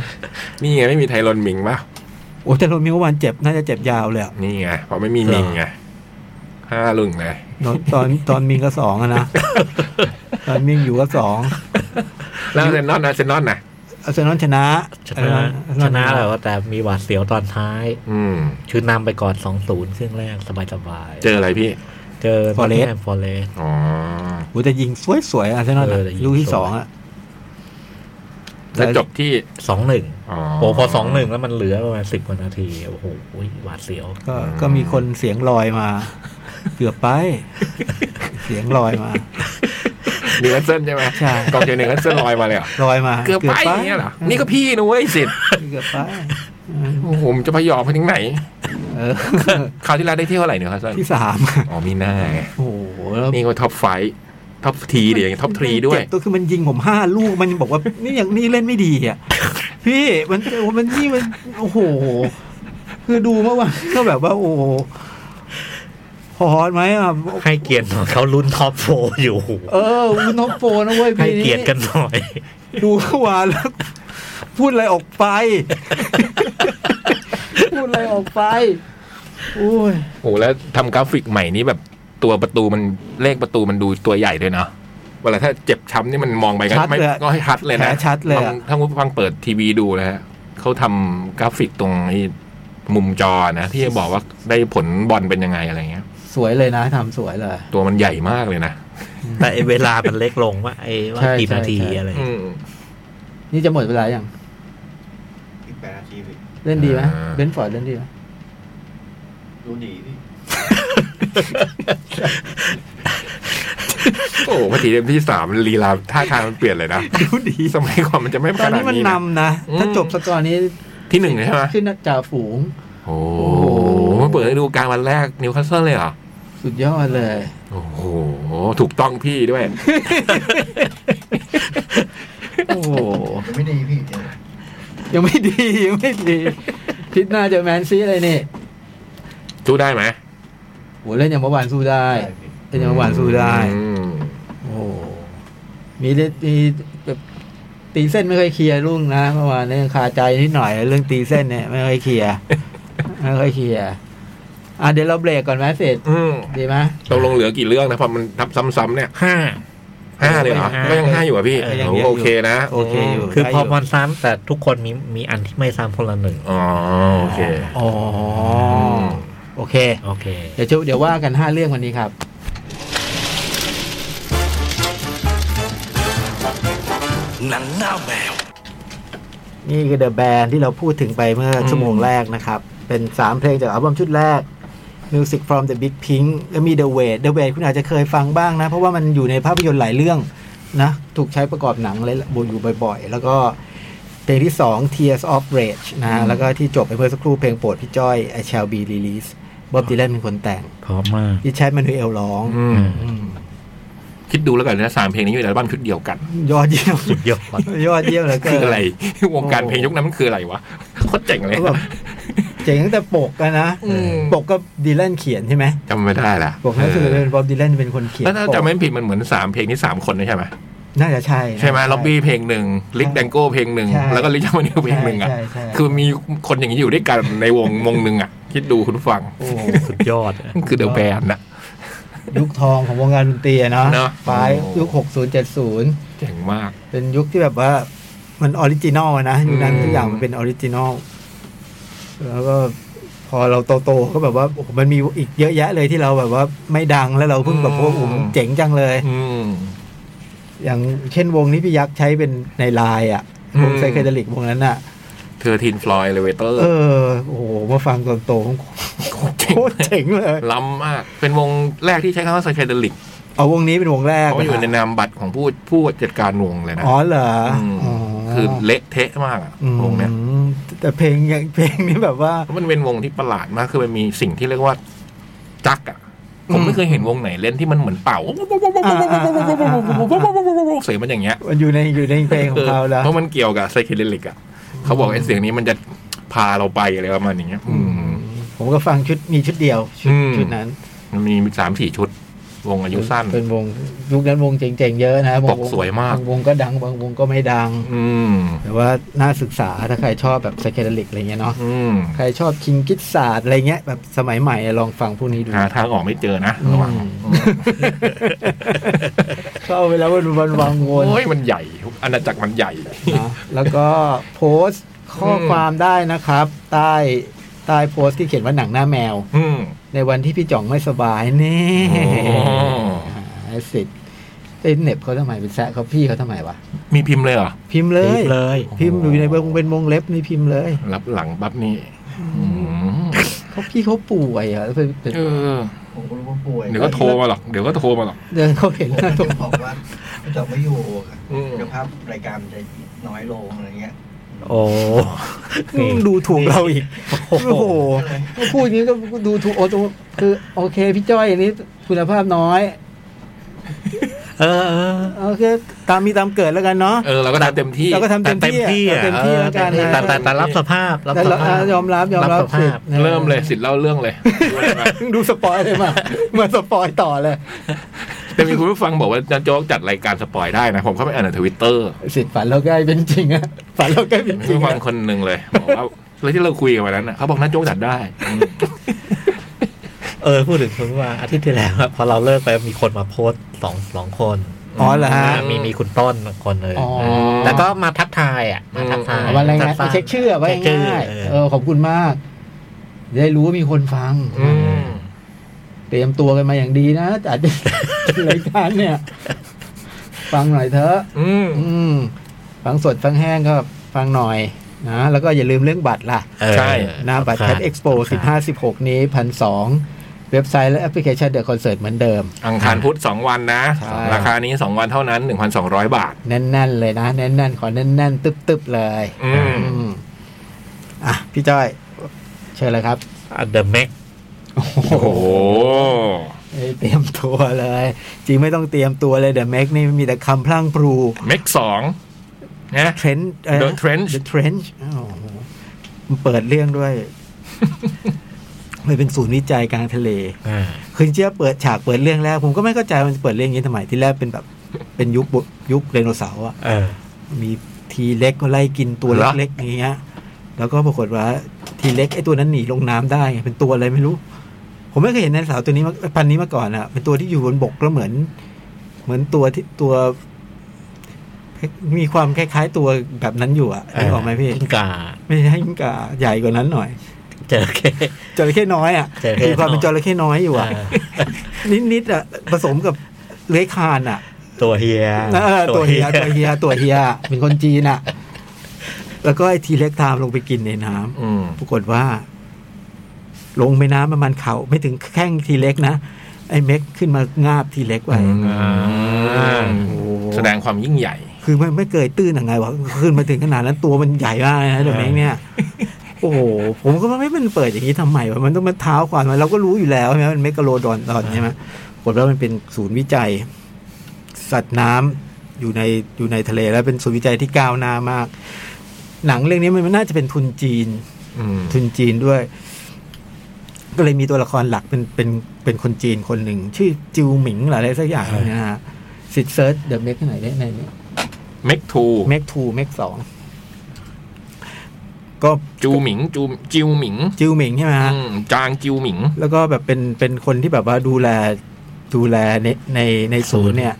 Speaker 3: นี่ไงไม่มีไทรอนมิงป่ะ
Speaker 2: โอ้แต่โรมิววันเจ็บน่าจะเจ็บยาวเลยอะ
Speaker 3: นี่ไงเพราะไม่มีมิงไงห้าลุงไง
Speaker 2: ตอนตอนตอนมิงก็สองอะนะ ตอนมิงอยู่ก็สอง
Speaker 3: แล้วเซนนอนนะเซนนอนนะ
Speaker 2: อาร์เซนอลชนะ
Speaker 4: ชนะ
Speaker 2: อาร์เซ
Speaker 4: ช
Speaker 2: อล
Speaker 4: นะแหละว่าแต่มีหวาดเสียวตอนท้าย
Speaker 3: อืม
Speaker 4: คือนำไปก่อนสองศูนย์ครึ่งแรกสบายสบายๆ
Speaker 3: เจออะไรพี่
Speaker 4: เจอ Nottingham Forest
Speaker 3: อ๋อ
Speaker 2: โอ้แต่ยิงสวยๆอาร์เซนอล
Speaker 4: เออแต่ยิง
Speaker 2: ลูกที่สองอะ
Speaker 3: แล้วจบที่
Speaker 4: สองหนึ่ง
Speaker 3: อ๋อ
Speaker 4: โอ้พอสองหนึ่งแล้วมันเหลือประมาณสิบกว่านาทีโอ้โหหวาดเสียว
Speaker 2: ก็ก็มีคนเสียงลอยมา เกือบไป เสียงลอยมา
Speaker 3: นิวคาสเซิลใช่ไหม
Speaker 2: ใช่
Speaker 3: กองเชียร์นิวคาสเซิลลอยมาเลยเหรอ
Speaker 2: ลอยมา
Speaker 3: เกือบไปอย่างเงี้ยเหรอ นี่ก็พี่นะเว้ยสิทธิ์
Speaker 2: เกือบไป
Speaker 3: โอ้โหผมจะพยอมไปถึงไหน
Speaker 2: เ เออ
Speaker 3: คราวที่แล้วได้ที่เท่าไหร่เนี่ยครับท่าน
Speaker 2: ที่สาม
Speaker 3: อ๋อมีหน้าไง
Speaker 2: โอ้โหแล้ว
Speaker 3: นี่ก็ท็อปไฟท็อปทีเดี๋ยวท็อปทรีด้วย
Speaker 2: เจ็บตัวคือมันยิงผมห้าลูกมันยังบอกว่า นี่ยังนี่เล่นไม่ดีอ่ะ พี่มันมันนี่มันโอ้โห คือดูเมื่อวานก็แบบว่า โอ้โหพอไหมอ่ะ
Speaker 4: ให้เกียรติหน่อยเขาลุ้นท็อปโฟร์อยู่
Speaker 2: เออคุณท็อปโฟนะเว้ย
Speaker 4: ให้
Speaker 2: พี่
Speaker 4: เกียรติกันหน่อย
Speaker 2: ดูเมื่อวานแล้ว พูดอะไรออกไป พูดอะไรออกไปโอ้ย
Speaker 3: โอ้โหแล้วทำกราฟิกใหม่นี้แบบตัวประตูมันเลขประตูมันดูตัวใหญ่ด้วยเนาะเวลาถ้าเจ็บช้ำนี่มันมองไปก็
Speaker 2: ชัด
Speaker 3: ไม่
Speaker 2: เลยอะ
Speaker 3: ก็ให้ชัดเลยนะ
Speaker 2: แผลชัดเลย
Speaker 3: ล
Speaker 2: อะ
Speaker 3: องถ้าคุณผู้ฟังเปิดทีวีดูนะฮะเขาทำกราฟิกตรงไอ้มุมจอนะ ที่จะบอกว่าได้ผลบอลเป็นยังไงอะไรเงี้ย
Speaker 2: สวยเลยนะทำสวยเลย
Speaker 3: ตัวมันใหญ่มากเลยนะ
Speaker 4: แต่ไอ้เวลามันเล็กลงว่าไอ้ว่า
Speaker 2: ใช่
Speaker 4: กี่นาที
Speaker 2: ใช่
Speaker 4: อะไร
Speaker 3: อืม
Speaker 2: นี่จะหมดเวลายัง
Speaker 1: อีกแปดนาทีพี่
Speaker 2: เล่นดีไหม
Speaker 3: อ่า
Speaker 2: เบนฟอร์ดเล่นดีไหม
Speaker 1: ดูดีพี่
Speaker 3: โอ้โหพอทีเกมที่สามลีลาท่าทางมันเปลี่ยนเลยนะ
Speaker 2: ดูดี
Speaker 3: สมัยก่อนมันจะไม่
Speaker 2: ต
Speaker 3: ข
Speaker 2: อน
Speaker 3: นาด
Speaker 2: นี้มัน
Speaker 3: นี้
Speaker 2: นำ
Speaker 3: นะ
Speaker 2: นะ
Speaker 3: อืม
Speaker 2: ถ้าจบสกอร์นี้
Speaker 3: ที่หนึ่งเลยใช่ไหม
Speaker 2: ขึ้นจ่าฝูง
Speaker 3: โอ้โห
Speaker 2: โอ้โห
Speaker 3: เปิดฤดูกาลวันแรกนิวคาสเซิลเลยเหรอ
Speaker 2: สุดยอดเลย
Speaker 3: โอ้โห ถูกต้องพี่ด้วย
Speaker 2: โอ้โห
Speaker 1: ยังไม่ดีพี่เดี๋ยว
Speaker 2: ยังไม่ดียังไม่
Speaker 3: [LAUGHS]
Speaker 2: ดีทิศหน้าเจะแมนซีอะไรนี่
Speaker 3: สู้ได้ไหม
Speaker 2: โหเล่นอย่างเมื่อวานสู้ได้
Speaker 1: ใช่พี่
Speaker 2: เล่นอย่างเมื่อวานสู้ได้
Speaker 3: อืม
Speaker 2: โอ้โหมีเรื่องมีแบบตีเส้นไม่เคอยเคลียร์ลุงนะเมื่อวานเนี่ยคาใจนิดหน่อย เรื่องตีเส้นเนี่ยไม่เคอยเคลียร์ [LAUGHS] ไม่เคอยเคลียร์อ่ะเดี๋ยวเราเบรกก่อนไหมเสร็จ
Speaker 3: อืม
Speaker 2: ดีไหม
Speaker 3: ตกลงเหลือกี่เรื่องนะพอมันทับซ้ำๆเนี่ย
Speaker 4: ห้า
Speaker 3: ห้าเลยเหรอ
Speaker 4: ห้า
Speaker 3: ก็ยังห้าอยู่อ่ะพี่
Speaker 2: เออยัง
Speaker 3: โอ้
Speaker 2: ยะ
Speaker 3: โหโอเคนะ
Speaker 2: โอเคอยู่
Speaker 4: คือ
Speaker 2: ได้
Speaker 4: พอมันซ้ำแต่ทุกคนมีมีอันที่ไม่ซ้ำคนละหนึ่ง
Speaker 3: อ๋อโอเค
Speaker 2: อ๋อโอเค
Speaker 4: โอเค
Speaker 2: เดี๋ยวจะเดี๋ยวว่ากันห้าเรื่องวันนี้ครับ หนังหน้าแมว นี่คือ The Band ที่เราพูดถึงไปเมื่ออ
Speaker 3: ม
Speaker 2: ชั่วโมงแรกนะครับ เป็น 3 เพลงจากอัลบั้มชุดแรก Music from the Big Pink และมี The Wait The Wait คุณอาจจะเคยฟังบ้างนะ เพราะว่ามันอยู่ในภาพยนตร์หลายเรื่องนะ ถูกใช้ประกอบหนังเลยอยู่บ่อยๆ แล้วก็เพลงที่ 2 Tears of Rage นะฮะแล้วก็ที่จบไปเมื่อสักครู่เพลงโปรดพี่จ้อย I Shall Be Released บ๊อบดีแลนเป็นคนแต่ง
Speaker 4: พร้อมมาก
Speaker 2: ที่ใช้มานูเอลร้อง
Speaker 3: อืม
Speaker 2: อืม
Speaker 3: คิดดูแล้วกันนะสามเพลงนี้อยู่ในอัลบั้มชุดเดียวกัน
Speaker 2: ยอดเยี่ยม
Speaker 4: สุดยอด
Speaker 2: ยอดเยี่ยมเหลยก็
Speaker 3: คืออะไร วงการเพลงยุคนั้นมันคืออะไรวะโคตรเจ๋งเลย
Speaker 2: แบบเจ๋งตั้งแต่ปกกันนะ ปกก็ดีแลนเขียนใช่ไหม
Speaker 3: จำไม่ได้ละ
Speaker 2: ปกนั้นคือ
Speaker 3: เอ
Speaker 2: เป็
Speaker 3: อน
Speaker 2: บอบดีแลนเป็นคนเขียน
Speaker 3: แล้วถ้า
Speaker 2: ปก
Speaker 3: จำไม่ผิดมันเหมือนสามเพลงนี้สามคนด้วยใช่ไหม
Speaker 2: น่าจะใช่นะ
Speaker 3: ใช่ไหมล็อบบี้เพลงหนึ่งลิกแดงโก้เพลงหนึ่ง
Speaker 2: ใช่
Speaker 3: แล้วก็ลิกจามานิวเพลงหนึ่งอ่ะ
Speaker 2: ใช่ใช่
Speaker 3: คือมีคนอย่างนี้อยู่ด้วยกันในวง [LAUGHS] วงหนึ่งอ่ะ คิดดูคุณผู้ฟัง
Speaker 2: โอ้โห
Speaker 4: สุดยอด
Speaker 3: นั่นคือเดอะแบนนะ
Speaker 2: ยุคทองของวงการดนตรีอะเนาะ
Speaker 3: เนอะ
Speaker 2: ปลาย
Speaker 3: โอ้
Speaker 2: ยุค 60 70
Speaker 3: เจ๋งมาก
Speaker 2: เป็นยุคที่แบบว่ามันออริจินอลอะนะยุคนั้น
Speaker 3: อืม
Speaker 2: ทุกอย่างมันเป็นออริจินอลแล้วก็พอเราโตๆก็แบบว่าโอ้โหมันมีอีกเยอะแยะเลยที่เราแบบว่าไม่ดังแล้วเราเพิ่งแบบว่าโอ้โหเจ๋งจังเลย
Speaker 3: อืม
Speaker 2: อย่างเช่นวงนี้พี่ยักษ์ใช้เป็นในไลน์อ่ะ
Speaker 3: อืม
Speaker 2: วงไซเคเดลิกวงนั้นอ่ะ
Speaker 3: เธอทีนฟลอยเลเวเตอร์
Speaker 2: เออ โอ้โห มาฟังตอนโตผม
Speaker 3: โคตรเจ๋ง
Speaker 2: โคตรเจ๋งเลย
Speaker 3: ล้ำมาก เป็นวงแรกที่ใช้คำว่าไซเคเดลิก
Speaker 2: เอาวงนี้เป็นวงแรก
Speaker 3: เขาอยู่ในนามบัตรของผู้ผู้จัดการวงเลยนะ
Speaker 2: อ๋อเหรอ
Speaker 3: ม
Speaker 2: อ๋อ
Speaker 3: คือเละเทะมากอะ
Speaker 2: ม
Speaker 3: วงเนี้ย
Speaker 2: แต่เพลงยังเพลงนี้แบบว่า
Speaker 3: มันเป็นวงที่ประหลาดมาก คือมันมีสิ่งที่เรียกว่า จักรอะผมไม่เคยเห็นวงไหนเล่นที่มันเหมือนเป่าเสียงมันอย่างเงี้ย
Speaker 2: มันอยู่ในอยู่ในเพลงของเขาแล้ว
Speaker 3: เพราะมันเกี่ยวกับไซเคเดลิกอ่ะเขาบอกไอ้เสียงนี้มันจะพาเราไปอะไรประมาณอย่างเงี้ย อืม
Speaker 2: ผมก็ฟังชุดมีชุดเดียว ชุด
Speaker 3: อืม
Speaker 2: ชุดนั้น
Speaker 3: มันมีสามสี่ชุด วงอายุสั้น
Speaker 2: เป็นวงยุคนั้นวงเจ๋งๆเยอะนะบาง
Speaker 3: ปกสวยมาก
Speaker 2: บางวงก็ดังบางวงก็ไม่ดัง
Speaker 3: อืม
Speaker 2: แต่ว่าน่าศึกษาถ้าใครชอบแบบไซเคเดลิกอะไรเงี้ยเนาะ
Speaker 3: อืม
Speaker 2: ใครชอบคิงกิดศาสตร์อะไรเงี้ยแบบสมัยใหม่อะลองฟังพวกนี้ดู
Speaker 3: หาทางออกไม่เจอนะระหว่าง
Speaker 2: อืมเข้าไปแล้ววันวันวังวน
Speaker 3: โอ้ยมันใหญ่อาณาจักรมันใหญ่
Speaker 2: นะแล้วก็โพสต์ข้ออ
Speaker 3: ม
Speaker 2: ความได้นะครับ ใต้ใต้โพสต์ที่เขียนว่าหนังหน้าแมว
Speaker 3: อืม
Speaker 2: ในวันที่พี่จ่องไม่สบายนี่
Speaker 3: โอ้
Speaker 2: อ่าไอ้สิทธิ์ไอ้เหน็บเขาทำไมเป็นแซะเขาพี่เขาทำไมวะ
Speaker 3: มีพิมพ์เลยเหรอ
Speaker 2: พิมพ์เลย
Speaker 4: เลย
Speaker 2: พิมพ์อยู่ในวงเป็นวงเล็บนี่พิมพ์เลย
Speaker 3: รับหลังปั๊บนี่อืม
Speaker 2: เขาพี่เขาป่วยอ่ะเป็นเป็น
Speaker 3: เออ
Speaker 1: ผมก็รู้ว่าป่วย
Speaker 3: เดี๋ยวก็โทรมาหรอกเดี๋ยวก็โทรมาหรอก
Speaker 2: เดินเขาเห็น
Speaker 1: ผม
Speaker 2: หน้าตร
Speaker 1: จะ
Speaker 2: ง
Speaker 1: บอกว่าจะไม่อยู่อะ
Speaker 3: อืม
Speaker 1: เจ้าภาพรายการมันจะน้อยลงอะไรเงี้ย
Speaker 4: โอ้นี่
Speaker 2: ดูถูกเราอีก
Speaker 4: โอ้
Speaker 2: โอ้
Speaker 4: โห
Speaker 2: โหพูดอย่างนี้ก็ดูถูกโอ้โหคือโอเคพี่จ้อยอันนี้คุณภาพน้อย
Speaker 4: เออเออ
Speaker 2: โอเค ตามมีตามเกิดแล้วกันเนาะ
Speaker 3: เออเราก็ทำเต็มที่
Speaker 2: เราก็ทำเต็ม
Speaker 4: แต่เต็มที่
Speaker 2: ที่
Speaker 4: อะ
Speaker 2: อะเต็มที่แล้วกัน
Speaker 3: เออ
Speaker 4: แต่
Speaker 2: นะ
Speaker 4: แต่แต่รับสภาพรับ
Speaker 2: แต่
Speaker 4: ส
Speaker 2: เรา
Speaker 4: ภา
Speaker 2: อ่ะ
Speaker 4: พ
Speaker 2: ยอมรับยอมรับ
Speaker 4: รับสภาพ
Speaker 2: สิทธิ์นะ
Speaker 3: เริ่มเลยสิทธิ์เล่าเรื่องเลย
Speaker 2: [LAUGHS] เพิ่งดูสปอยเลย [LAUGHS] มาเหมือนสปอยต่อเลย
Speaker 3: แต่มีคุณผู้ฟังบอกว่าอาจารย์โจ๊กจัดรายการสปอยได้นะ ผมเข้าไปอ่านในทวิตเตอร์
Speaker 2: สิทธิ์ฝันเราใกล้เป็นจริงอะฝันเราใกล้เป็นจริ
Speaker 3: ผู้
Speaker 2: ง
Speaker 3: ฟัง
Speaker 2: อะ
Speaker 3: คนหนึ่งเลยบอกว่าแล้วที่เราคุยกันวันนั้นน่ะเขาบอกน้าโจ๊กจัดได้อืม
Speaker 4: เออพูดถึงคุณว่าอาทิตย์ที่แล้วอะพอเราเลิกไปมีคนมาโพสต์สองสองคน
Speaker 2: อ๋อเหรอฮะ
Speaker 4: มีมีคุณต้นคนเลย
Speaker 2: อ๋อ
Speaker 4: แล้วก็มาทักทายอ่ะมาทักทาย
Speaker 2: เอาวันอะไร
Speaker 4: ทั
Speaker 2: งาน
Speaker 4: กทย
Speaker 2: เช็คชื่อไว้
Speaker 4: เช็คชื่อ
Speaker 2: ง่าย
Speaker 4: เอ
Speaker 2: ๆ
Speaker 4: อ
Speaker 2: เออขอบคุณมาก ได้รู้ว่ามีคนฟัง
Speaker 3: อืม
Speaker 2: เตรียมตัวกันมาอย่างดีนะจัด รายการเนี่ย ฟังหน่อยเถอะ
Speaker 3: อืม
Speaker 2: อืม ฟังสดฟังแห้งก็ฟังหน่อยนะแล้วก็อย่าลืมเรื่องบัตรล่ะ
Speaker 3: ใช่
Speaker 2: หน้าบัตรแคทเอ็กซ์โปสิบห้าสิบหกนี้พันสองเว็บไซต์และแอปพลิเคชันเดอะคอนเสิร์ตเหมือนเดิม
Speaker 3: อังคารพุธสองวันนะ
Speaker 2: ใช่
Speaker 3: ราคานี้สองวันเท่านั้นหนึ่งพันสองร้อยบาท
Speaker 2: แน่นๆเลยนะ แน่นๆ ขอแน่นๆ ตึบๆ เลย
Speaker 3: อืม
Speaker 2: มอ่ะ พี่จ้อย เชิญเลยครับ
Speaker 4: The Mac
Speaker 3: โอ้โห
Speaker 2: เอ้ยเตรียมตัวเลย จริงไม่ต้องเตรียมตัวเลยเดอะแม็กนี่มีแต่คำพลั่งพลู
Speaker 3: เมกสองนะ
Speaker 2: เทรนด์
Speaker 3: The Trench
Speaker 2: เดอะเทรนช์มันเปิดเรื่องด้วย [LAUGHS] มันเป็นศูนย์วิจัยกลางทะเล
Speaker 4: อ่า
Speaker 2: คือเจ้าเปิดฉากเปิดเรื่องแรก ผมก็ไม่เข้าใจมันเปิดเรื่องอย่างนี้ทำไมที่แรกเป็นแบบ เป็นยุคบุยุคไดโนเสาร์อะ
Speaker 4: เออ
Speaker 2: มีทีเล็กก็ไล่กินตัว
Speaker 3: เหรอ
Speaker 2: เล็กๆอย่างเงี้ย แล้วก็ปรากฏว่าทีเล็กไอ้ตัวนั้นหนีลงน้ำได้ไงเป็นตัวอะไรไม่รู้ ผมไม่เคยเห็นในสาวตัวนี้มาพันธุ์นี้มาก่อนอะเป็นตัวที่อยู่บนบกแล้วเหมือน เหมือนตัวที่ตัว มีความคล้ายๆตัวแบบนั้นอยู่อะได้ออกไหมพี่
Speaker 4: กิ้งกา
Speaker 2: ไม่ใช่กิ้งก่าใหญ่กว่านั้นหน่อย
Speaker 4: เจอเค
Speaker 2: จระเข้น้อยอะ
Speaker 4: จระเข้
Speaker 2: มีความเป็น
Speaker 4: น้
Speaker 2: จ
Speaker 4: อย
Speaker 2: ระเข้น้อยอยู่อะ
Speaker 4: อ่า
Speaker 2: นิดๆอะผสมกับเลื้อยคลานอะ
Speaker 4: ตัวเฮีย
Speaker 2: เออตัวเฮียตัวเฮียตัวเฮียเป็นคนจีนอ่ะ แล้วก็ไอ้ทีเล็กไทามลงไปกินในน้ำ
Speaker 3: อืม
Speaker 2: ปรากฏว่า ลงไปน้ำประมาณเข่าไม่ถึงแข้งทีเล็กนะ ไอ้เม็กขึ้นมางาบทีเล็กไว้
Speaker 3: อืม
Speaker 2: โอ้โห
Speaker 3: แสดงความยิ่งใหญ่
Speaker 2: คือมันไม่เกยตื้นยังไงวะขึ้นมาถึงขนาดนั้นตัวมันใหญ่มากเลยนะเดอะเม็กเนี่ย โอ้โหผมก็ว่าไม่มันเปิดอย่างนี้ทำไมวะมันต้องมาเท้าความมันเราก็รู้อยู่แล้วใช่ไหมมันเมกะโลดอนดอนใช่ไหมปรากฏว่ามันเป็นศูนย์วิจัย สัตว์น้ำอยู่ในอยู่ในทะเลแล้วเป็นศูนย์วิจัยที่ก้าวหน้ามาก หนังเรื่องนี้มันน่าจะเป็นทุนจีน
Speaker 3: อืม
Speaker 2: ทุนจีนด้วย ก็เลยมีตัวละครหลักเป็นเป็นเป็นคนจีนคนหนึ่ง ชื่อจิวหมิงหรืออะไรสักอย่างเนยนะฮะสิทธิ์เซิร์ชเดอะเมกที่ไหนได้ในนี้
Speaker 3: เมกทู
Speaker 2: เมกทูเมกสองก็
Speaker 3: จูหมิงจูจิวหมิง
Speaker 2: จิวหมิงใช่ไหมฮะ
Speaker 3: อืมจางจิวหมิง
Speaker 2: แล้วก็แบบเป็นเป็นคนที่แบบว่าดูแลดูแลในในในศูนย์เนี่ย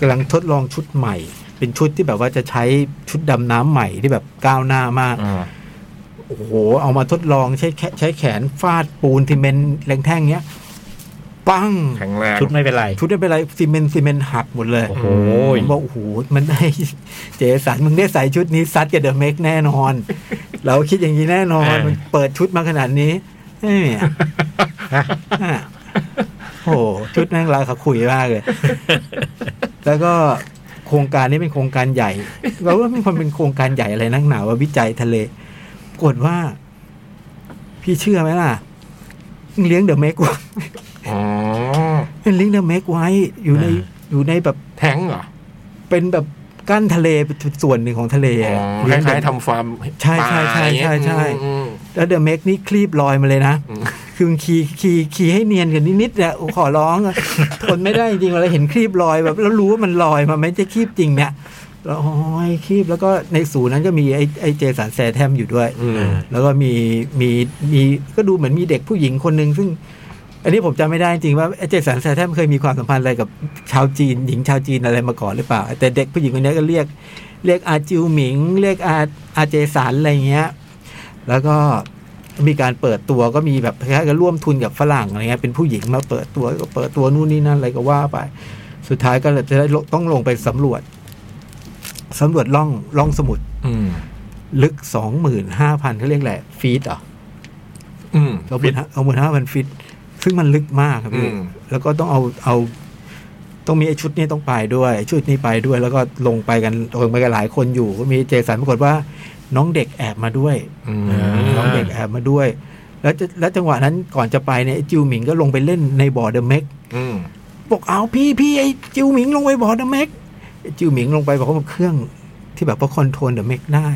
Speaker 2: กำลังทดลองชุดใหม่ เป็นชุดที่แบบว่าจะใช้ชุดดำน้ำใหม่ที่แบบก้าวหน้ามาก
Speaker 3: อ่า
Speaker 2: โอ้โห เอามาทดลองใช้แขใช้แขนฟาดปูนซีเมนต์แรงแท่งเนี้ย ปั้ง
Speaker 3: แข็งแรง
Speaker 4: ชุดไม่เป็นไร
Speaker 2: ชุดไม่เป็นไรซีเมนต์ซีเมนต์หักหมดเลย
Speaker 4: โอ้โห
Speaker 2: ผมบอกโอ้โหมันได้ [LAUGHS] เจสันมึงได้ใส่ชุดนี้ซัดกับเดอะเมกแน่น
Speaker 4: [LAUGHS]
Speaker 2: อน เราคิดอย่างนี้แน่นอน
Speaker 4: เออ
Speaker 2: มันเปิดชุดมาขนาดนี้เอ้ย
Speaker 4: [LAUGHS]
Speaker 2: อ่ะโอ้โหชุดนั่งราคาคุยมาก
Speaker 4: [LAUGHS]
Speaker 2: เลย แล้วก็โครงการนี้เป็นโครงการใหญ่ เราว่ามีความเป็นโครงการใหญ่อะไรนักหนาว่าวิจัยทะเลปรากฏว่า พี่เชื่อไหมล่ะมึงเลี้ยงเดอะเมกว่า
Speaker 3: อ๋อ
Speaker 2: เป็นลิงก์เดอะเมกไว้อยู่ใน
Speaker 4: อ่า
Speaker 2: อยู่ในแบบ
Speaker 3: แท้งเหรอ
Speaker 2: เป็นแบบกั้นทะเลเป็นส่วนหนึ่งของทะเล
Speaker 3: อ๋
Speaker 2: อะ
Speaker 3: อค
Speaker 2: เลี้ง
Speaker 3: ล้ายๆทำฟาร์ม
Speaker 2: ใช่ใช่ใช่ใช่
Speaker 3: ป
Speaker 2: ใช่
Speaker 3: ลาอย่างเงี้ยอืม
Speaker 2: แล้วเดอะเมกนี่คลีบลอยมาเลยนะ
Speaker 3: อืม
Speaker 2: คือมันขี่ขี่ขี่ให้เนียนกันนิดๆเนี่ยโอ้ขอร้องอะ [LAUGHS] ทนไม่ได้จริงๆเวลาเห็นคลีบลอยแบบ แล้วรู้ว่ามันลอยมาไม่ใช่คลีบจริงเนี่ยแล้วโอ้ยคลีบแล้วก็ในศูนย์นั้นก็มีไอ้ไอ้เจสันแซแทมอยู่ด้วย
Speaker 3: อืม
Speaker 2: แล้วก็มีมีมีก็ดูเหมือนมีเด็กผู้หญิงคนหนึ่งซึ่ง อันนี้ผมจำไม่ได้จริงว่าเจสันแซแทมเคยมีความสัมพันธ์อะไรกับชาวจีน หญิงชาวจีนอะไรมาก่อนหรือเปล่า แต่เด็กผู้หญิงคนนี้ก็เรียก เรียกอาจิวหมิง เรียกอาอาเจสันอะไรเงี้ย แล้วก็มีการเปิดตัวก็มีแบบคล้ายๆกับร่วมทุนกับฝรั่งอะไรเงี้ยเป็นผู้หญิงมาเปิดตัวก็เปิดตัวนู่นนี่นั่นอะไรก็ว่าไป สุดท้ายก็เลยจะได้ลงต้องลงไปสำรวจสำรวจล่องล่องสมุทร
Speaker 3: อืม
Speaker 2: ลึกสองหมื่นห้าพันเขาเรียกแหละฟีตเหรอ
Speaker 3: อืม
Speaker 2: เราหมื่นห้าเอาหมื่นห้าพันฟิต ซึ่งมันลึกมากครับ
Speaker 3: อื
Speaker 2: พี่
Speaker 3: ม
Speaker 2: แล้วก็ต้องเอาเอา ต้องมีไอ้ชุดนี้ต้องไปด้วยไอ้ชุดนี้ไปด้วย แล้วก็ลงไปกันลงไปกันหลายคนอยู่ก็มีเจสันปรากฏว่าน้องเด็กแอบมาด้วย
Speaker 3: อืม
Speaker 2: น้องเด็กแอบมาด้วย แล้วจะแล้วจังหวะนั้นก่อนจะไปเนี่ยไอ้จิวหมิงก็ลงไปเล่นในบ่อเดอะเม็ก
Speaker 3: อืม
Speaker 2: บอกเอาพี่พี่ไอ้จิวหมิงลงไปบ่อเดอะเม็กไอ้จิวหมิงลงไปบอกว่ามันเครื่องที่แบบว่าคอนโทรลเดอะเม็กได้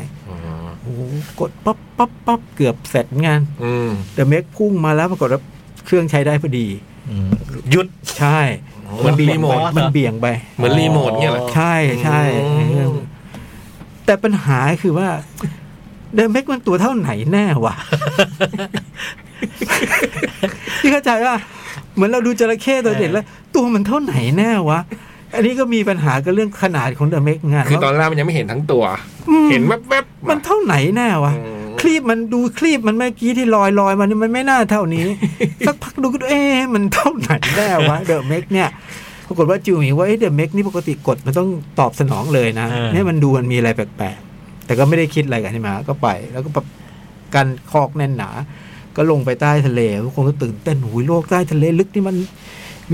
Speaker 2: โอ้โหกดปั๊บปั๊บปั๊บเกือบเสร็จงาน
Speaker 3: อืม
Speaker 2: เดอะเม็กพุ่งมาแล้วปรากฏว่าเครื่องใช้ได้พอดี
Speaker 4: อืมหยุด
Speaker 2: ใช่
Speaker 3: เหมือน
Speaker 2: เบี่ย
Speaker 3: รี
Speaker 2: ง
Speaker 3: โม
Speaker 2: ไป
Speaker 3: ท
Speaker 2: มันเบี่ยงไป
Speaker 3: เหมือนรีโมทเนี่ยเหรอ
Speaker 2: ใช่ใช่
Speaker 3: อืม
Speaker 2: แต่ปัญหาคือว่า เดอะเม็กมันตัวเท่าไหนแน่วะ ที่เข้าใจว่าเหมือนเราดูจระเข้ตัวเด็ดแล้ว ตัวมันเท่าไหนแน่วะ อันนี้ก็มีปัญหากับเรื่องขนาดของเดอะเม็กงาน
Speaker 3: คือตอ
Speaker 2: ว่าน
Speaker 3: แรกมันยังไม่เห็นทั้งตัว
Speaker 2: ม
Speaker 3: เห็นแวบๆ
Speaker 2: มันเท่าไหนแน่วะ
Speaker 3: อืม
Speaker 2: คลีบมันดูคลีบมันเมื่อกี้ที่ลอยลอยมันนี่มันไม่น่าเท่านี้ สักพักดูก็ดูเอ๊ะมันเท่าไหนแน่วะเดอะเมกเนี่ยปรากฏว่าจิวหมีว่าเดอะเมกนี่ปกติกดมันต้องตอบสนองเลยนะ
Speaker 4: อ่า
Speaker 2: เนี่ยมันดูมันมีอะไรแปลกๆ แต่ก็ไม่ได้คิดอะไรกันใช่ไหมก็ไป แล้วก็แบบกันคอกแน่นหนา ก็ลงไปใต้ทะเลทุกคนก็ตื่นเต้นหูยโลกใต้ทะเลลึกนี่มัน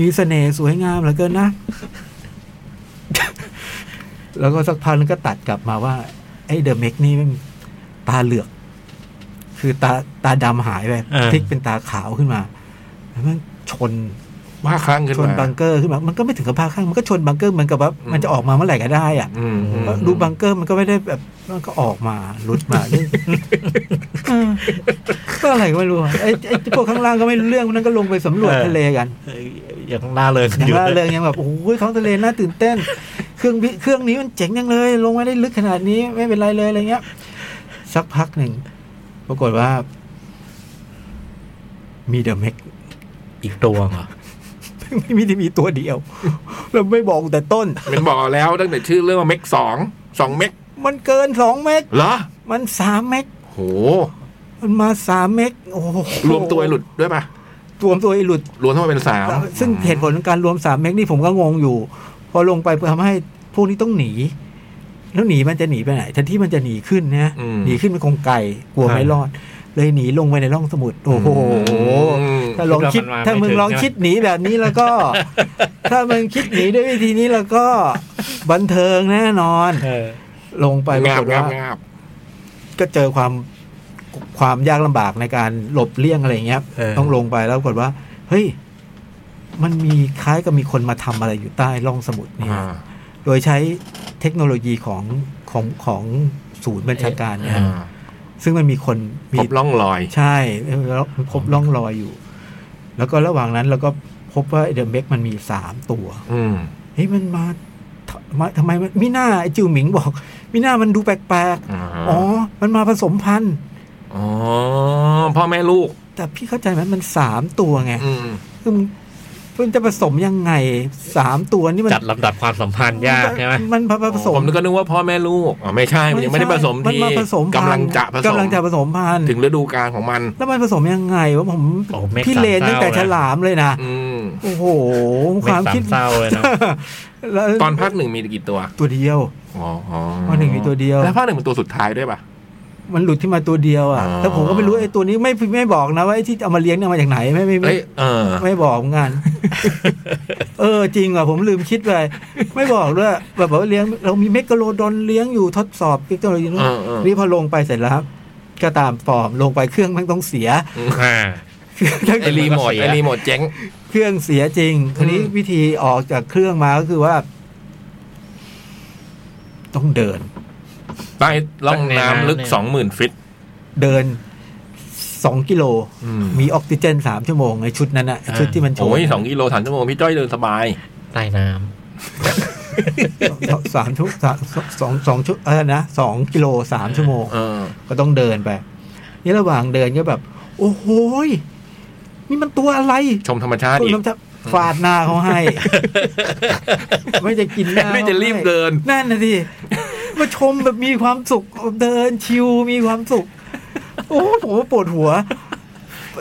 Speaker 2: มีเสน่ห์สวยงามเหลือเกินนะ แล้วก็สักพักนึงก็ตัดกลับมาว่า ไอ้เดอะเมกนี่มันตาเหลือก คือตาตาดำหายไป
Speaker 4: อ่า
Speaker 2: พลิกเป็นตาขาวขึ้นมาแล้วมันชน
Speaker 3: ว่าครั้งขึ้น
Speaker 2: ชน
Speaker 3: มา
Speaker 2: บังเกอร์ขึ้นมา มันก็ไม่ถึงกับพาข้างมันก็ชนบังเกอร์เหมือนกับว่า
Speaker 3: อืม
Speaker 2: มันจะออกมาเมื่อไหร่ก็ได้อ่ะ
Speaker 3: อืมอืม
Speaker 2: ดูบังเกอร์มันก็ไม่ได้แบบมันก็ออกมาหลุด
Speaker 3: [LAUGHS]
Speaker 2: มาเรื่องเออก็อะไรก็ไม่รู้อะไอ้ไอ้พวกข้างล่างก็ไม่รู้เรื่องพวกนั้นก็ลงไปสำรวจทะเลกัน
Speaker 4: เอ้ยยังล่าเริง
Speaker 2: อย่า
Speaker 4: อง ยู่
Speaker 2: ล่าเริงยังแบบโอ้ยท้องทะเลน่าตื่นเต้น เครื่องบิเครื่องนี้มันเจ๋งยังเลย ลงมาได้ลึกขนาดนี้ไม่เป็นไรเลยอะไรเงี้ย สักพักหนึ่งปรากฏว่า มีเดอะเม็ก
Speaker 4: อีกตัวเหรอ
Speaker 2: ไม่มีที่มีตัวเดียว เราไม่บอกแต่ต้น
Speaker 3: เป็นบอกแล้วตั้งแต่ชื่อเรื่องว่าเม็กสองสองเม็ก
Speaker 2: มันเกินสองเม็ก
Speaker 3: เหรอ
Speaker 2: มันสามเม็ก
Speaker 3: โห
Speaker 2: มันมาสามเม็กโอ้โห
Speaker 3: รวมตัวไอ้หลุดด้วยปะ
Speaker 2: รวมตัวไอ้หลุด
Speaker 3: รวมทั้งหมดเป็นสาม
Speaker 2: ซึ่งเหตุผลของการรวมสามเมกนี่ผมก็งงอยู่ พอลงไปทำให้พวกนี้ต้องหนี แล้วหนีมันจะหนีไปไหนแทนที่มันจะหนีขึ้นนะ
Speaker 3: อืม
Speaker 2: หนีขึ้นมันคงไกลกลัว
Speaker 4: ครับ
Speaker 2: ไม่รอด เลยหนีลงไปในร่องสมุทรโอ้โห
Speaker 3: อืม
Speaker 2: ถ้าลองคิด ถ้ามึงลองคิดหนีแบบนี้แล้ว [LAUGHS] ก็ ถ้ามึงคิดหนีด้วยวิธีนี้แล้วก็บันเทิงแน่นอน
Speaker 4: เออ
Speaker 2: ลงไปปราง
Speaker 3: าบ
Speaker 2: กฏ
Speaker 3: งาบ
Speaker 2: ว่าง
Speaker 3: าบ
Speaker 2: ก็เจอความความยากลำบากในการหลบเลี่ยงอะไรอย่างเงี้ย
Speaker 4: เออ
Speaker 2: ต้องลงไปแล้วปรากฏว่า เฮ้ย มันมีคล้ายกับมีคนมาทำอะไรอยู่ใต้ร่องสมุทรเนี่ย
Speaker 3: อ่า
Speaker 2: โดยใช้เทคโนโลยีของของของศูนย์บัญชาการเนี่ย
Speaker 3: อ่า
Speaker 2: ซึ่งมันมีคนมี
Speaker 3: พบร่องรอย
Speaker 2: ใช่แล้วพบร่องรอยอยู่ แล้วก็ระหว่างนั้นเราก็พบว่าเดอะเมกมันมีสามตัว
Speaker 3: อืม
Speaker 2: เฮ้ยมันมาทำไมทำไมมันมิน่าไอจิวหมิงบอกมิน่ามันดูแปลก
Speaker 3: อ๋อ
Speaker 2: ๆอ๋อ มันมาผสมพันธุ์
Speaker 3: อ๋อพ่อแม่ลูก
Speaker 2: แต่พี่เข้าใจไหมมันสามตัวไง
Speaker 3: อืม
Speaker 2: คือมันมันจะผสมยังไงสามตัวนี่มัน
Speaker 4: จัดลำดับความสัมพันธ์ยากใช่ไหม
Speaker 2: มันผผสม
Speaker 3: ผมก็นึกว่าพ่อแม่ลูกอ๋อไม่ใช่มันยังไม่ได้ผสม
Speaker 2: น
Speaker 3: ที่
Speaker 2: มาผสมพัน
Speaker 3: กำลังจะผสม
Speaker 2: กำลังจะผสมพันธุ์
Speaker 3: ถึงฤดูกาลของมัน
Speaker 2: แล้วมันผสมยังไงวะผม
Speaker 4: โอ้เมฆ
Speaker 2: พี่
Speaker 4: สาม
Speaker 2: เลน
Speaker 4: เศร้า
Speaker 2: ตั้งแต่
Speaker 4: นะ
Speaker 2: ฉลามเลยนะ
Speaker 3: อืม
Speaker 2: โอ้โหควาว
Speaker 4: คาม ม
Speaker 2: คิ
Speaker 4: คิ
Speaker 2: ด
Speaker 4: ดเศร้าเลยเนาะ
Speaker 2: [LAUGHS] แล้ว
Speaker 3: ตอนภาคหนึ่งมีกี่ตัว
Speaker 2: ตัวเดียว
Speaker 3: อ๋ออ๋
Speaker 2: วันหนึ่งมีตัวเดียว
Speaker 3: แล้วภาคหนึ่งเป็นตัวสุดท้ายด้วยป่ะ
Speaker 2: มันหลุดที่มาตัวเดียวอ่ะ
Speaker 3: อ๋อ
Speaker 2: แต่ผมก็ไม่รู้ไอ้ตัวนี้ไม่ไม่บอกนะว่าไอ้ที่เอามาเลี้ยงเนี่ยมาจากไหนไม่ไม่ไม่
Speaker 3: เอ้ยเออ
Speaker 2: ไม่บอกเหมือนกันเออจริงเหรอผมลืมคิดเลยไม่บอกด้วยแบบว่าเลี้ยงเรามีเมกะโลดอนเลี้ยงอยู่ทดสอบเทคโนโลยีนู้น
Speaker 3: เออเออ
Speaker 2: นี่พอลงไปเสร็จแล้วครับก็ตามฟอร์มลงไปเครื่องมันต้องเสีย
Speaker 3: ไอรีโมทไอรีโมทเจ๊ง
Speaker 2: เครื่องเสียจริงทีนี้
Speaker 3: อืม
Speaker 2: วิธีออกจากเครื่องมาก็คือว่า ต้องเดิน
Speaker 3: ใต้ล่องน้ำลึก
Speaker 4: ใต้น้ำเนี่ย
Speaker 3: สองหมื่นฟิต
Speaker 2: เดินสองกิโล
Speaker 3: อืม
Speaker 2: มีออกซิเจนสามชั่วโมงในชุดนั้นนะไอ้ชุดที่มันโชว์
Speaker 3: โอ้ยสองกิโลสามชั่วโมงพี่จ้อยเดินสบาย
Speaker 4: ใต้น้
Speaker 2: สองสามชั่วสามสองสองชั่วอะไรนะสองกิโลสามชั่วโมง
Speaker 3: เออ
Speaker 2: ก็ต้องเดินไป นี่ระหว่างเดินก็แบบ โอ้โหยนี่มันตัวอะไร
Speaker 3: ชมธรรมชาติ
Speaker 2: คุ
Speaker 3: อี
Speaker 2: ณ
Speaker 3: ก
Speaker 2: น้ำจะฟาดหน้าเขาให้ [LAUGHS] ไม่จะกินหน้า
Speaker 3: ไม่จะรีบเดิน
Speaker 2: นั่นนะดิมาชมแบบมีความสุขเดินชิวมีความสุข โอ้ผมว่าปวดหัว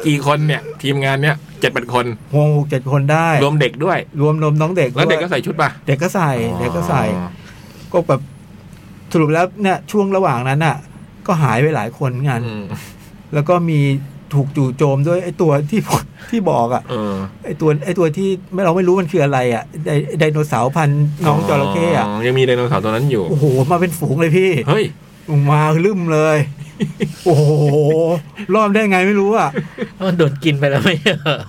Speaker 3: กี่คนเนี่ย ทีมงานเนี่ยเจ็ดแปดคน
Speaker 2: หงหกเจ็ดคนได้
Speaker 3: รวมเด็กด้วย
Speaker 2: รวมนมน้องเด็ก
Speaker 3: แล้วเด็ก
Speaker 2: ด้
Speaker 3: ก็
Speaker 2: ย
Speaker 3: ใส่ชุดป่ะ
Speaker 2: เด็กก็ใส่ เด็กก็ใส่ ก็แบบสรุปแล้วเนี่ยช่วงระหว่างนั้นน่ะ ก็หายไปหลายคนงาน
Speaker 3: อืม
Speaker 2: แล้วก็มี ถูกจู่โจมด้วยไอ้ [LAUGHS] ตัวที่ ที่บอกอ่ะ
Speaker 3: เออ
Speaker 2: ไอ้ตัวไอ้ตัวที่ไม่เราไม่รู้มันคืออะไรอ่ะไดไดโนเสาร์พันธุ์น้องจระเข้อ่ะ
Speaker 3: ยังมีไดโนเสาร์ตัวนั้นอยู่
Speaker 2: โอ้โหมาเป็นฝูงเลยพี่
Speaker 3: เฮ้ย
Speaker 2: มาลืมเลย [LAUGHS] โอ้โหรอดได้ไงไม่รู้อ่ะ
Speaker 4: มันโดนกินไปแล้วไม่ใช่เหรอ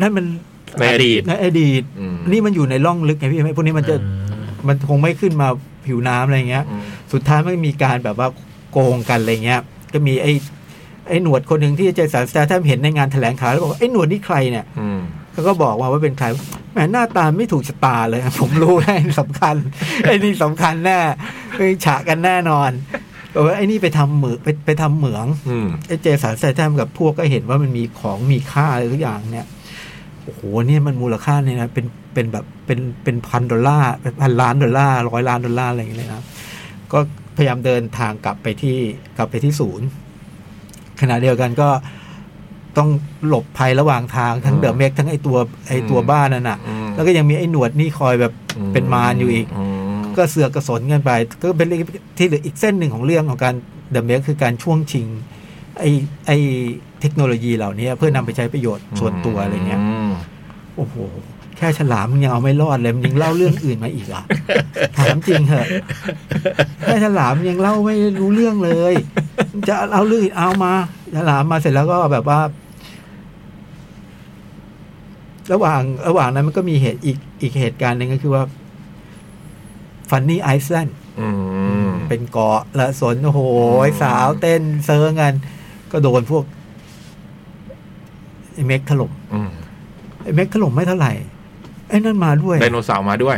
Speaker 2: นั่นมัน
Speaker 3: ในอดีต
Speaker 2: ในอดีต
Speaker 3: อืม
Speaker 2: นี่มันอยู่ในร่องลึกไงพี่ไอ้พวกนี้มันจะมันคงไม่ขึ้นมาผิวน้ำอะไรเงี้ย
Speaker 3: อืม
Speaker 2: สุดท้ายมันมีการแบบว่าโกงกันอะไรเงี้ย ก็มีไอ้ไอ้หนวดคนหนึ่งที่เจสันสแตทแทมเห็นในงานแถลงข่าวแล้วบอกว่าไอ้หนวดนี่ใครเนี่ย
Speaker 3: อืม
Speaker 2: เขาก็บอกมาว่าเป็นใครแหมหน้าตาไม่ถูกชะตาเลย [LAUGHS] ผมรู้แน่สำคัญ [LAUGHS] ไอ้นี่สำคัญแน่ไอ้ฉะกันแน่นอนบอกว่าไอ้นี่ไปทำเหมืองไปไปทำเหมือง
Speaker 3: อืม
Speaker 2: ไอ้เจสันสแตทแทมกับพวกก็เห็นว่ามันมีของมีค่าอะไรทุกอย่างเนี่ยโอ้โหเนี่ยมันมูลค่าเนี่ยนะเป็นเป็นแบบเป็นเป็นพันดอลลาร์เป็นพันล้านดอลลาร์ร้อยล้านดอลลาร์อะไรอย่างเงี้ยเลยนะก็พยายามเดินทางกลับไปที่กลับไปที่ศูนย์ขณะเดียวกันก็ต้องหลบภัยระหว่างทางทั้ง
Speaker 3: อืม
Speaker 2: เดอะเมกทั้งไอตัวไอตัว
Speaker 3: อืม
Speaker 2: บ้านนั่นน่ะ
Speaker 3: อืม
Speaker 2: แล้วก็ยังมีไอหนวดนี่คอยแบบเป็นมารอยู่อีก
Speaker 3: ม
Speaker 2: ก็เสือกกระสนกันไป ก็เป็นเรื่องที่เหลืออีกเส้นหนึ่งของเรื่องของการเด e m เม e คือการช่วงชิง ไอ้ไอ้เทคโนโลยีเหล่านี้เพื่อนำไปใช้ประโยชน์ส่วนตัวอะไรเงี้ย
Speaker 3: ม
Speaker 2: โอ้โห แค่ฉลามมึงยังเอาไม่รอดเลย มันยังเล่าเรื่องอื่นมาอี
Speaker 3: [LAUGHS]
Speaker 2: กเหรอ่ะ ถามจริงเหอะแค่ฉลามมึงยังเล่าไม่รู้เรื่องเลยมึงจะเอาเรื่องอื่นเอามาฉลามมาเสร็จแล้วก็แบบว่า ระหว่างระหว่างนั้นมันก็มีเหตุอีกอีกเหตุการณ์หนึ่งก็คือว่าฟันนี่ไอซ์แลน
Speaker 3: อืม
Speaker 2: เป็นเกาะละสนโอ้โหสาวเต้นเซิร์งกัน ก็โดนพวกไอ้เมกถล่ม
Speaker 3: อืม
Speaker 2: ไอ้เมกถล่มไม่เท่าไหร่ไอ้นั่นมาด้วย
Speaker 3: ไดโนเสาร์มาด้วย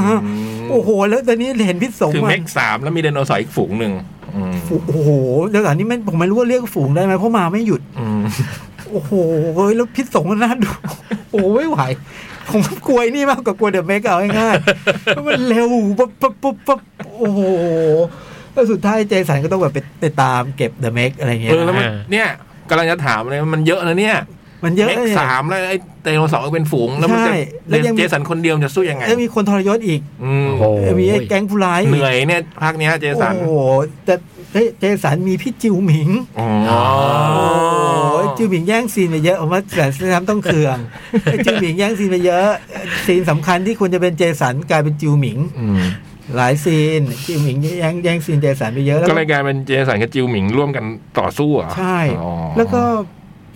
Speaker 2: [LAUGHS] โอ้โห แล้วตอนนี้เห็นพิษสง
Speaker 3: คือ
Speaker 2: มั
Speaker 3: เม็
Speaker 2: น
Speaker 3: กสามแล้วมีไดโนเสาร์อีกฝูงหนึ่งอืม
Speaker 2: โอ้โหเดี๋ยวก่อนนี้มันผมไม่รู้ว่าเรียกฝูงได้ไหมเพราะมาไม่หยุด
Speaker 3: อืม
Speaker 2: โอ้โหเฮ้ยแล้วพิษสงมันน่าดู โอ้ไม่ไหวผมกลัวไอ้นี่มากกว่ากลัวเดอะเมกเอาง่ายๆเพราะมันเร็วปั๊บปั๊บปั๊บปั๊บโอ้โหแล้วสุดท้ายเจสันก็ต้องแบบไปไปตามเก็บเดอะเมกอะไรเงี้
Speaker 3: เอย อแล้วมัน
Speaker 4: อ่า
Speaker 3: เนี่ยกำลังจะถามเลยมันเยอะนะเนี่ย
Speaker 2: มันเยอะ
Speaker 3: เล็ก
Speaker 2: เนี่ย
Speaker 3: สามแล้วไอ้ไดโนเสาร์เป็นฝูงแล้วมันจะ
Speaker 2: ใช่แล้วยังมี
Speaker 3: เจสันคนเดียวจะสู้ยังไง
Speaker 2: แล้วมีคนทรยศอีก
Speaker 3: อืม
Speaker 4: โอ้โห
Speaker 2: มีไอ้แก๊งผู้ร้าย
Speaker 3: เหนื่อยเนี่ยภาคเนี้ยเจสัน
Speaker 2: โอ้โหแต่เจสันมีพี่จิวหมิง
Speaker 3: อ๋อ
Speaker 2: โอ้โหจิวหมิงแย่งซีนไปเยอะผมว่าแต่ทำต้องเคือง
Speaker 3: [LAUGHS]
Speaker 2: ไอ้จิวหมิงแย่งซีนไปเยอะ ซีนสำคัญที่ควรจะเป็นเจสันกลายเป็นจิวหมิง
Speaker 3: อืม
Speaker 2: หลายซีน จิวหมิงแย่งแย่งซีนเจสันไปเยอะแล้ว
Speaker 3: ก็เลยกลายเป็นเจสันกับจิวหมิงร่วมกันต่อสู้เหรอ่ะ
Speaker 2: ใช่ แล้วก็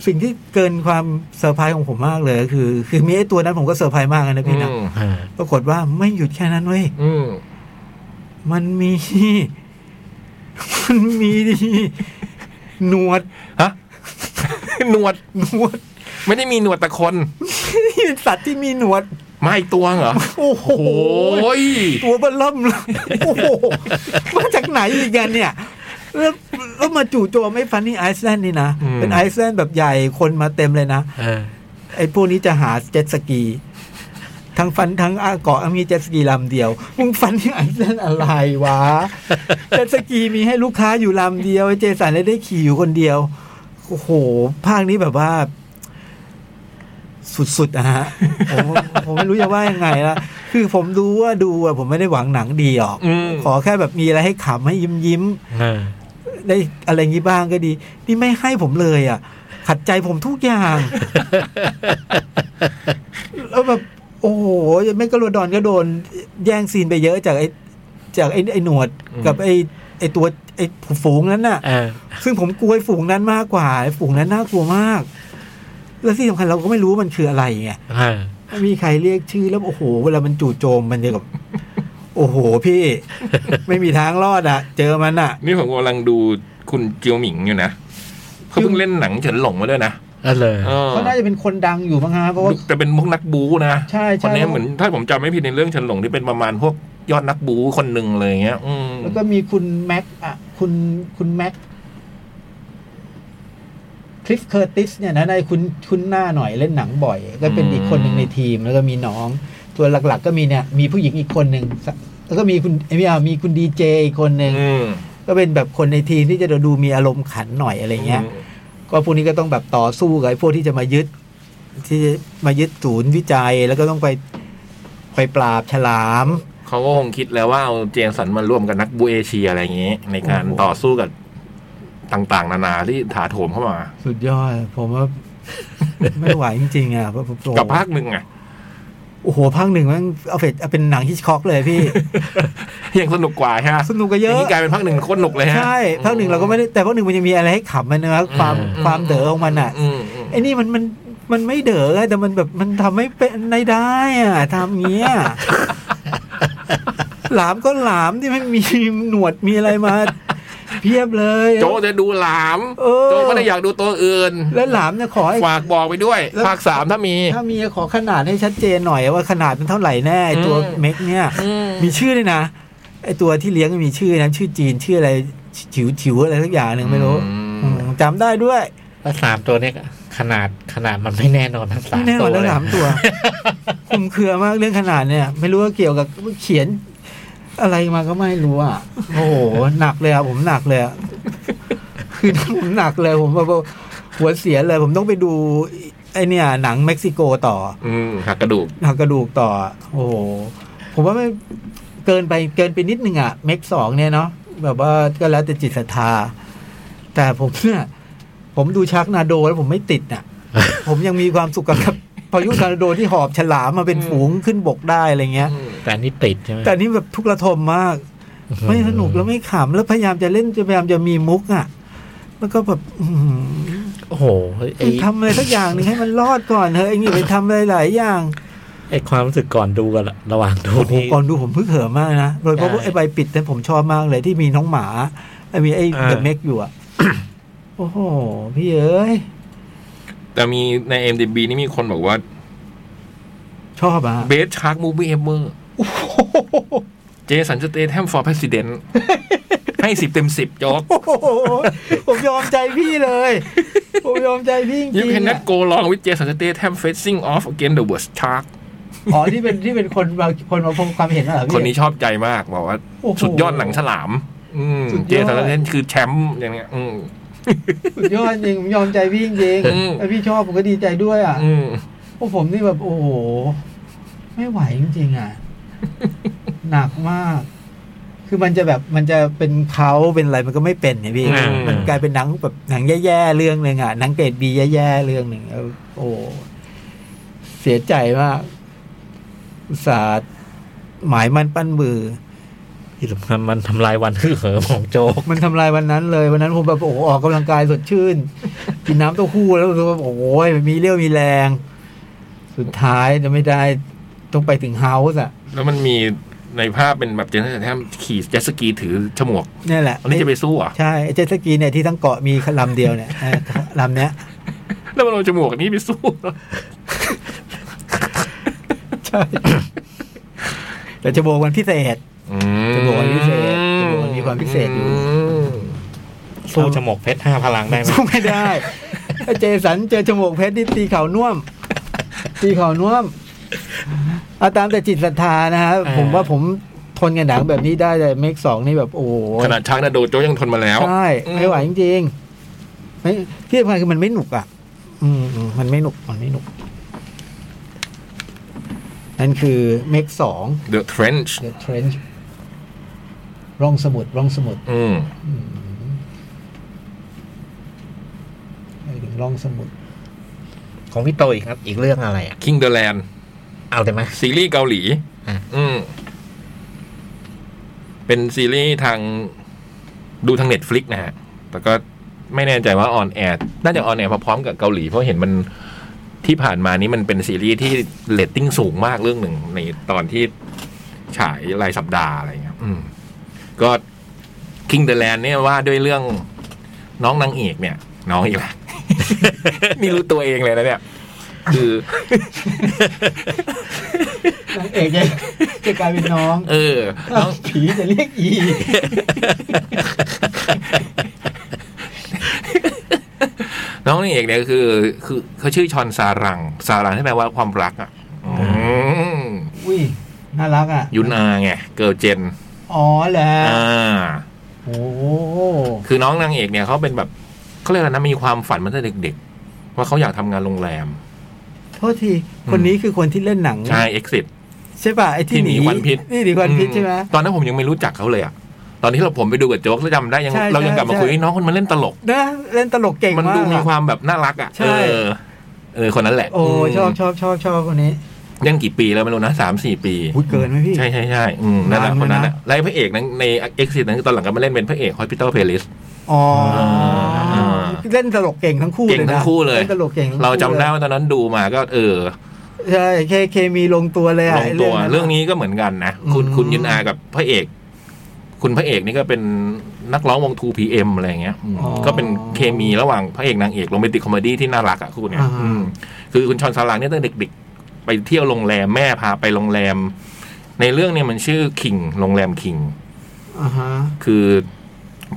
Speaker 2: สิ่งที่เกินความเซอร์ไพรส์ของผมมากเลยก็คือ คือมีไอ้ตัวนั้นผมก็เซอร์ไพรส์มากเลยนะ
Speaker 3: อื
Speaker 2: พี่นะ
Speaker 3: ม
Speaker 4: อ่า
Speaker 2: ปรากฏว่าไม่หยุดแค่นั้นเว้ย
Speaker 3: อืม
Speaker 2: มันมี [LAUGHS] มันมีหนวด
Speaker 3: ฮะ [LAUGHS] หนวด
Speaker 2: หนวด [LAUGHS]
Speaker 3: ไม่ได้มีหนวดแต่คน
Speaker 2: นี่เป็นสัตว์ที่มีหนวด
Speaker 3: มาอีกตัวเหรอ
Speaker 2: โอ้โห
Speaker 3: โอ้ย
Speaker 2: ตัวเบลล่มเลยโอ้โห มาจากไหนอีกกันเนี่ย แล้วแล้วมาจู่โจมไอ้ฟันนี่ไอซ์แลนด์นี่นะ เป็นไอซ์แลนด์แบบใหญ่คนมาเต็มเลยนะ
Speaker 4: เออ
Speaker 2: ไอ้พวกนี้จะหาเจ็ตสกี ทั้งฟันทั้งอาเกาะมีเจ็ตสกีลำเดียวมึงฟันที่ไอซ์แลนด์อะไรวะ เจ็ตสกีมีให้ลูกค้าอยู่ลำเดียวไอ้เจสันเลยได้ขี่อยู่คนเดียว โอ้โห ภาคนี้แบบว่า สุดๆอะฮะผมผมไม่รู้จะว่ายังไงละคือผมดูว่าดูอะผมไม่ได้หวังหนังดีหรอก
Speaker 3: อืม
Speaker 2: ขอแค่แบบมีอะไรให้ขำให้ยิ้มยิ้มๆ
Speaker 4: เออ
Speaker 2: ได้อะไรงี้บ้างก็ดี นี่ไม่ให้ผมเลยอ่ะ ขัดใจผมทุกอย่าง [LAUGHS] แล้วแบบ โอ้โหแม่กรวดอนก็โดน แย่งซีนไปเยอะจากไอ้จากไอ้ไอ้หนวดกับไอ้ไอ้ตัวไอ้ฝูงนั้นน่ะ
Speaker 4: เออ
Speaker 2: ซึ่งผมกลัวไอ้ฝูงนั้นมากกว่าไอ้ฝูงนั้นน่ากลัวมาก แล้วที่สำคัญเราก็ไม่รู้ว่ามันคืออะไรไง
Speaker 4: เออ
Speaker 2: ไม่มีใครเรียกชื่อแล้วโอ้โห เวลามันจู่โจมมันจะแบบโอ้โหพี่ ไม่มีทางรอดอ่ะ เจอมันอ่ะ
Speaker 3: นี่ผมกำลังดูคุณจิวหมิงอยู่นะเขาเพิ่งเล่นหนังเฉินหลงมาด้วยนะ
Speaker 4: เออเลย
Speaker 3: เออ
Speaker 2: เขาน่าจะเป็นคนดังอยู่มั้งฮะเพราะว่า
Speaker 3: แต่เป็นพวกนักบูนะ
Speaker 2: ใช่ใช่
Speaker 3: คนนี้เหมือนถ้าผมจำไม่ผิดในเรื่องเฉันหลงที่เป็นประมาณพวกยอดนักบูคนหนึ่งเลยอย่างเงี้ย อืม
Speaker 2: แล้วก็มีคุณแม็กอ่ะคุณคุณแม็กคลิฟเคอร์ติสเนี่ยนะในคุณคุณหน้าหน่อยเล่นหนังบ่อย ก็เป็นอีกคนหนึ่งในทีม แล้วก็มีน้อง ตัวหลักๆ ก็มีเนี่ย มีผู้หญิงอีกคนหนึ่งแล้วก็มีคุณเอ้ยไม่เอามีคุณดีเจอีกคนหนึ่ง
Speaker 3: อืม
Speaker 2: ก็เป็นแบบคนในทีมที่จะดูมีอารมณ์ขันหน่อยอะไรเงี้ย ก็พวกนี้ก็ต้องแบบต่อสู้กับไอ้พวกที่จะมายึด ที่จะมายึดศูนย์วิจัยแล้วก็ต้องไปไปปราบฉลาม
Speaker 3: เขาก็คงคิดแล้วว่าเอาเจสันมาร่วมกับนักบูเอเชียอะไรอย่างเงี้ยในการ
Speaker 2: โอ้โห
Speaker 3: ต่อสู้กับ ต่างๆ นานาที่ถาโถมเข้ามา
Speaker 2: สุดยอด ผมว่า [LAUGHS] ไม่ไหวจริงๆอ่ะผมผม
Speaker 3: กับภาคหนึ่งอะ
Speaker 2: โอ้โหภาคหนึ่งมันเอาเฟดเอาเป็นหนังฮิชคอกเลยพี่
Speaker 3: [LAUGHS] ยังสนุกกว่าใช่ไหม
Speaker 2: สนุกกันเย
Speaker 3: าง
Speaker 2: อะ
Speaker 3: นี้กลายเป็นภาคหนึ่งโคตรหนุกเลยฮะ
Speaker 2: ใช่ภาคหนึ่งเราก็ไม่ได้แต่ภาคหนึ่งมันยังมีอะไรให้ขำมันนะครับความ
Speaker 3: อืม
Speaker 2: ความเด๋อของมันอ่ะ
Speaker 3: อืมอืม
Speaker 2: ไอ้นี่มันมันมันไม่เด๋อไงแต่มันแบบมันทำไม่เป็นในได้อ่ะทำเงี้ย
Speaker 3: [LAUGHS]
Speaker 2: หลามก็หลามที่ไม่มีหนวดมีอะไรมา เพียบเลย
Speaker 3: โจจะดูหลาม
Speaker 2: เออ
Speaker 3: โจไม่ได้อยากดูตัวอื่น
Speaker 2: แล้วหลามเนี่ยขอให้
Speaker 3: ฝากบอกไปด้วย
Speaker 2: แล้ว
Speaker 3: ภาคสามถ้ามี
Speaker 2: [LAUGHS] ถ้ามีขอขนาดให้ชัดเจนหน่อยว่าขนาดมันเท่าไหร่แน่ไอ้ตัว
Speaker 3: อืม
Speaker 2: เม็กเนี่ย
Speaker 3: อืม
Speaker 2: มีชื่อด้วยนะไอตัวที่เลี้ยงมีชื่อนะชื่อจีนชื่ออะไรฉิวฉิวอะไรสักอย่างหนึ่งไม่รู้
Speaker 3: อืม
Speaker 2: อืมจำได้ด้วย
Speaker 4: แล้วสามตัวเนี้ยขนาดขนาดมันไม่แน่นอนทั้งสา
Speaker 2: ไม่
Speaker 4: ม
Speaker 2: แน่น
Speaker 4: ตั
Speaker 2: อ
Speaker 4: วน
Speaker 2: แล้ว
Speaker 4: เลย
Speaker 2: สามตัว คุมเครือมากเรื่องขนาดเนี่ย ไม่รู้ว่าเกี่ยวกับเขียน อะไรมาก็ไม่รู้อ่ะโอ้โหหนักเลยอ่ะผมหนักเลยอะคือผมหนักเลยผมแบบว่าหัวเสียเลย ผมต้องไปดูไอเนี่ย หนังเม็กซิโกต่อ
Speaker 3: อืมหักกระดูก
Speaker 2: หักกระดูกต่อ โอ้โห ผมว่าไม่เกินไปเกินไปนิดนึงอะเมกสองเนี่ยเนาะแบบว่าก็แล้วแต่จิตศรัทธา แต่ผมเนี่ยผมดูชักนาโดแล้วผมไม่ติด
Speaker 4: [LAUGHS]
Speaker 2: น่ะ ผมยังมีความสุขกับ พายุทอร์นาโดที่หอบฉลามมาเป็นฝูงขึ้นบกได้อะไรเงี้ย
Speaker 4: แต่อันนี่ติดใช่ไหม
Speaker 2: แต่อันนี่แบบทุกระทมมาก ไม่สนุกแล้วไม่ขำแล้วพยายามจะเล่นจะพยายามจะมีมุกอะแล้วก็แบบอื้อหือ
Speaker 4: โอ้โหเฮ้ยไอ้
Speaker 2: คุณทำอะไรสักอย่างหนึ่งให้มันรอดก่อนเถอะเองอย่าไปทำอะไรหลายอย่าง
Speaker 4: ไอ้ความรู้สึกก่อนดูกับระหว่างดู
Speaker 2: โอ้
Speaker 4: นี่
Speaker 2: โหก่อนดูผมเพิ่งเหิมมากนะ โดยเฉพาะว่า
Speaker 4: ใช่
Speaker 2: ไอ้ใบปิดเนี่ยผมชอบมากเลยที่มีน้องหมาไอ้มีไอ้
Speaker 4: อ่า
Speaker 2: เดอะเมกอยู่อ่ะ [COUGHS] โอ้โห พี่เอ้ย
Speaker 3: แต่มีใน MDB นี่มีคนบอกว่า
Speaker 2: ชอบอ่ะ
Speaker 3: Best Shark Movie
Speaker 2: [LAUGHS]
Speaker 3: Ever เจสันสเตทแฮมฟอร์ President [LAUGHS] ให้สิบเต็มสิบโจ๊ก
Speaker 2: [LAUGHS] โอ้โหผมยอมใจพี่เลย ผมยอมใจพี่จริง
Speaker 3: You
Speaker 2: ๆ
Speaker 3: cannot
Speaker 2: อะ
Speaker 3: go wrong with Jason Statham facing off against the worst shark
Speaker 2: อ๋อที่เป็นที่เป็นคนมาคนมาพงความเห็นน่ะเหรอพี่
Speaker 3: คนนี้ชอบใจมากบอกว่า
Speaker 2: โอ้โห
Speaker 3: สุดยอดหนังฉลาม อืม
Speaker 2: สุดยอด
Speaker 3: เจสันสเตทคือแชมป์อย่างเงี้ย อืม
Speaker 2: สุดยอดจริงผมยอมใจพี่จริง
Speaker 3: อืม
Speaker 2: ๆแล้วพี่ชอบผมก็ดีใจด้วยอ่ะ
Speaker 3: อืม
Speaker 2: พวกผมนี่แบบโอ้โห ไม่ไหวจริง [LAUGHS] ๆอ่ะ หนักมาก คือมันจะแบบมันจะเป็นเขาเป็นอะไรมันก็ไม่เป็นไงพี่
Speaker 3: อืม
Speaker 2: มันกลายเป็นหนังแบบหนังแย่ๆเรื่องหนึ่งอ่ะหนังเกรดบีแย่ๆเรื่องหนึ่งแล้วโอ้โหเสียใจมากอุตส่าห์หมายมันปั้นมือ
Speaker 4: ที่สำคัญมันทำลายวันฮึ่เหิมของโจก
Speaker 2: มันทำลายวันนั้นเลย วันนั้นผมแบบโอ้โหออกกำลังกายสดชื่น [LAUGHS] กินน้ำเต้าหู้แล้วรู้สึกว่าโอ้ยมีเรี่ยวมีแรง สุดท้ายจะไม่ได้ต้องไปถึงเฮาส์อ่ะ
Speaker 3: แล้วมันมีในภาพเป็นแบบเจสันสเตทแฮมขี่เจ็ตสกีถือฉมวก
Speaker 2: นี่แหละ
Speaker 3: อันนี้จะไปสู้เหรอ่ะ
Speaker 2: ใช่ไอ้เจ็ตสกีเนี่ยที่ทั้งเกาะมีลำเดียว [LAUGHS] เนี่ยเออลำเนี้ย
Speaker 3: แล้วมันเอาฉมวกอันนี้ไปสู้เหรอ
Speaker 2: ใช่ [LAUGHS] แต่จะโบกวันพิเศษ [LAUGHS]
Speaker 3: อื
Speaker 2: ฉมวกอันพิเศษฉมวกอันมีความพิเศษอยู่
Speaker 3: ม
Speaker 4: สู้จมกเพชรห้าพลังได้ไหม
Speaker 2: สู้ไม่ได้ [LAUGHS] ไอ้เจสันเจอจมูกเพชรนี่ตีเข่าน่วม [LAUGHS] ตีเข่าน่วมเอาตามแต่จิตศรัทธานะฮะผมว่าผมทนกันหนังแบบนี้ได้แต่เมกสองนี่แบบโอ้โห
Speaker 3: ขนาดช้างนาโดโจกยังทนมาแล้ว
Speaker 2: ใช่ไม่ไหวจริงๆไม่ที่สำคัญคือมันไม่หนุกอ่ะ อืมอืมมันไม่หนุกมันไม่หนุก นั่นคือเมกสอง
Speaker 3: The Trench
Speaker 2: The Trench ร่องสมุดร่องสมุด
Speaker 3: อืม
Speaker 2: อืมไปถึงร่องสมุด
Speaker 4: ของพี่โตอีกครับ อีกเรื่องอะไรอ่ะ
Speaker 3: King the Land
Speaker 4: เอาได้ไหม
Speaker 3: ซีรีส์เกาหลี
Speaker 4: อ่ะ
Speaker 3: อืม เป็นซีรีส์ทางดูทางเน็ตฟลิกนะฮะ แล้วก็ไม่แน่ใจว่าออนแอร์น่าจะออนแอร์พร้อมๆกับเกาหลี เพราะเห็นมันที่ผ่านมานี้มันเป็นซีรีส์ที่เรตติ้งสูงมากเรื่องหนึ่งในตอนที่ฉายรายสัปดาห์อะไรเงี้ย อืม ก็ King the Land เนี่ยว่าด้วยเรื่องน้องนางเอกเนี่ย น้องอีกแล้ว [LAUGHS] นี่รู้ตัวเองเลยนะเนี่ย คือ
Speaker 2: นางเอกจะจะกลายเป็นน้อง
Speaker 3: เออ น้อง
Speaker 2: ผีจะเรียกอี
Speaker 3: น้องนางเอกเนี่ยคือ คือเขาชื่อชอนซารัง ซารังที่แปลว่าความรักอ่ะอืม
Speaker 2: อุ้ยน่ารักอ่ะ
Speaker 3: ยุนอาไงเกิร์ลเจน
Speaker 2: อ๋อแหละ
Speaker 3: อ่า
Speaker 2: โอ้
Speaker 3: คือน้องนางเอกเนี่ยเขาเป็นแบบเขาเรียกอะไรนะมีความฝันมาตั้งแต่เด็กๆ ว่าเขาอยากทำงานโรงแรม
Speaker 2: โทษที คนนี้คือคนที่เล่นหนัง
Speaker 3: ใช่ Exit
Speaker 2: ใช่ป่ะไอ้ที่
Speaker 3: ที่หนีควันพิษ
Speaker 2: นี่หนีควันพิษใช่ไหม
Speaker 3: อืตอนนั้นผมยังไม่รู้จักเขาเลยอ่ะ ตอนที่เราผมไปดูกับโจ๊กแล้วจำได้ยัง
Speaker 2: ใช่
Speaker 3: เรายังกลับมา
Speaker 2: ใช่
Speaker 3: คุยน้องคนมันเล่นตลก
Speaker 2: นะเล่นตลกเก่ง
Speaker 3: มัน
Speaker 2: มาก
Speaker 3: ดูมี
Speaker 2: อะ
Speaker 3: ความแบบน่ารักอ่ะ
Speaker 2: ใช่
Speaker 3: เออเออคนนั้นแหละ
Speaker 2: โอ้
Speaker 3: ม
Speaker 2: ชอบชอบชอบชอบคนนี้
Speaker 3: ยังกี่ปีแล้วไม่รู้นะสามสี่ปี
Speaker 2: พูดเกินไหมพี่
Speaker 3: ใช่ใช่ใช่อืมนั่นแหละ
Speaker 2: นาน
Speaker 3: คนนั้น
Speaker 2: แล้วนะ
Speaker 3: น่ะและพระเอกนั้นในเอ็กซิสนั้นตอนหลังก็มาเล่นเป็นพระเอก Hospital Playlist
Speaker 2: อ๋ออา เล่นตลกเก่งทั้งคู่
Speaker 3: เก่
Speaker 2: เลย
Speaker 3: ง
Speaker 2: นะ
Speaker 3: ทั้งคู่เลย
Speaker 2: นตลกเก่งทั้งคู่
Speaker 3: เราจำได้ว่าตอนนั้นดูมาก็เออ
Speaker 2: ใช่เคเคมีลงตัวเลยอะ
Speaker 3: ลงตัว
Speaker 2: ไ
Speaker 3: เรื่องนี้ก็เหมือนกันนะ คุณ
Speaker 2: อืม
Speaker 3: คุณยินอากับพระเอก คุณพระเอกนี่ก็เป็นนักร้องวง 2PM อะไรอย่างเงี้ยอืม
Speaker 2: อ๋อ
Speaker 3: ก็เป็นเคมีระหว่างพระเอกนางเอกโรแมนติกคอมเมดี้ที่น่ารักอ่ะคู่เนี้ย
Speaker 2: อ่า
Speaker 3: อืมคือคุณชอนสลังเนี่ยตั้งแต่เด็กๆ ไปเที่ยวโรงแรมแม่พาไปโรงแรม ในเรื่องเนี่ยมันชื่อคิงโรงแรมคิง
Speaker 2: อ่าฮะ
Speaker 3: คือ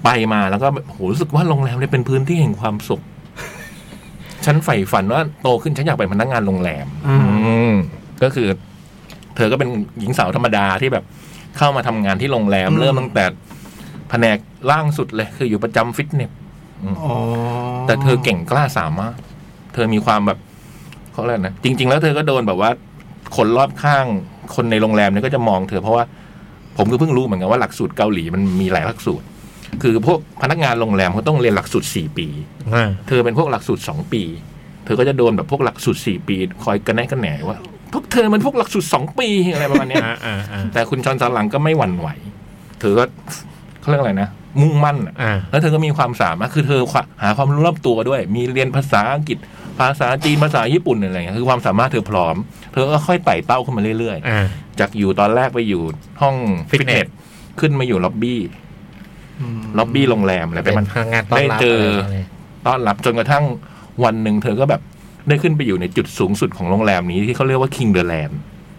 Speaker 3: ไปมาแล้วก็แบบโหรู้สึกว่าโรงแรมเนี่ยเป็นพื้นที่แห่งความสุข ฉันใฝ่ฝันว่าโตขึ้นฉันอยากเป็นพนักงานโรงแรม
Speaker 2: อ่า
Speaker 3: อืมก็คือ เธอก็เป็นหญิงสาวธรรมดาที่แบบเข้ามาทำงานที่โรงแรม เริ่มตั้งแต่แผนกล่างสุดเลย คืออยู่ประจำฟิตเนส
Speaker 2: อ๋อ
Speaker 3: แต่เธอเก่งกล้าสามารถ เธอมีความแบบเขาเรียกนะจริง ๆ แล้วเธอก็โดนแบบว่า คนรอบข้างคนในโรงแรมเนี่ยก็จะมองเธอเพราะว่า ผมก็เพิ่งรู้เหมือนกันว่าหลักสูตรเกาหลีมันมีหลายหลักสูตร คือพวกพนักงานโรงแรมเขาต้องเรียนหลักสูตรสี่ปี
Speaker 4: อ่า
Speaker 3: เธอเป็นพวกหลักสูตรสองปี เธอก็จะโดนแบบพวกหลักสูตรสี่ปี คอยกระแนะกระแหนว่าพวกเธอมันพวกหลักสูตรสองปีอะไรประมาณเนี้ย
Speaker 4: อ่าอ่าอ่า
Speaker 3: แต่คุณชอนซาลังก็ไม่หวั่นไหว เธอก็เขาเรียกอะไรนะ มุ่งมั่นอะ
Speaker 4: อ่า
Speaker 3: แล้วเธอก็มีความสามารถคือเธอหาความรู้รอบตัวด้วย มีเรียนภาษาอังกฤษ ภาษาจีนภาษาญี่ปุ่นอะไรอย่างเงี้ยคือความสามารถเธอพร้อม เธอก็ค่อยไต่เต้าขึ้นมาเรื่อยๆ
Speaker 4: อ่า
Speaker 3: จากอยู่ตอนแรกไปอยู่ห้อง
Speaker 4: ฟิ
Speaker 3: ฟิต
Speaker 4: ต
Speaker 3: เน
Speaker 4: เน
Speaker 3: ส
Speaker 4: ส
Speaker 3: ขึ้นมาอยู่ล็อบบี้
Speaker 2: ม
Speaker 3: ล็อบบี้โรงแรมอะไรไป
Speaker 4: เป็น
Speaker 3: มัน
Speaker 4: พนักงานต้อนรับ
Speaker 3: ได้เจออ
Speaker 4: ะไรย่างเงี้ย
Speaker 3: ต้อนรับจนกระทั่งวันหนึ่งเธอก็แบบได้ขึ้นไปอยู่ในจุดสูงสุดของโรงแรมนี้ที่เขาเรียกว่า King the Land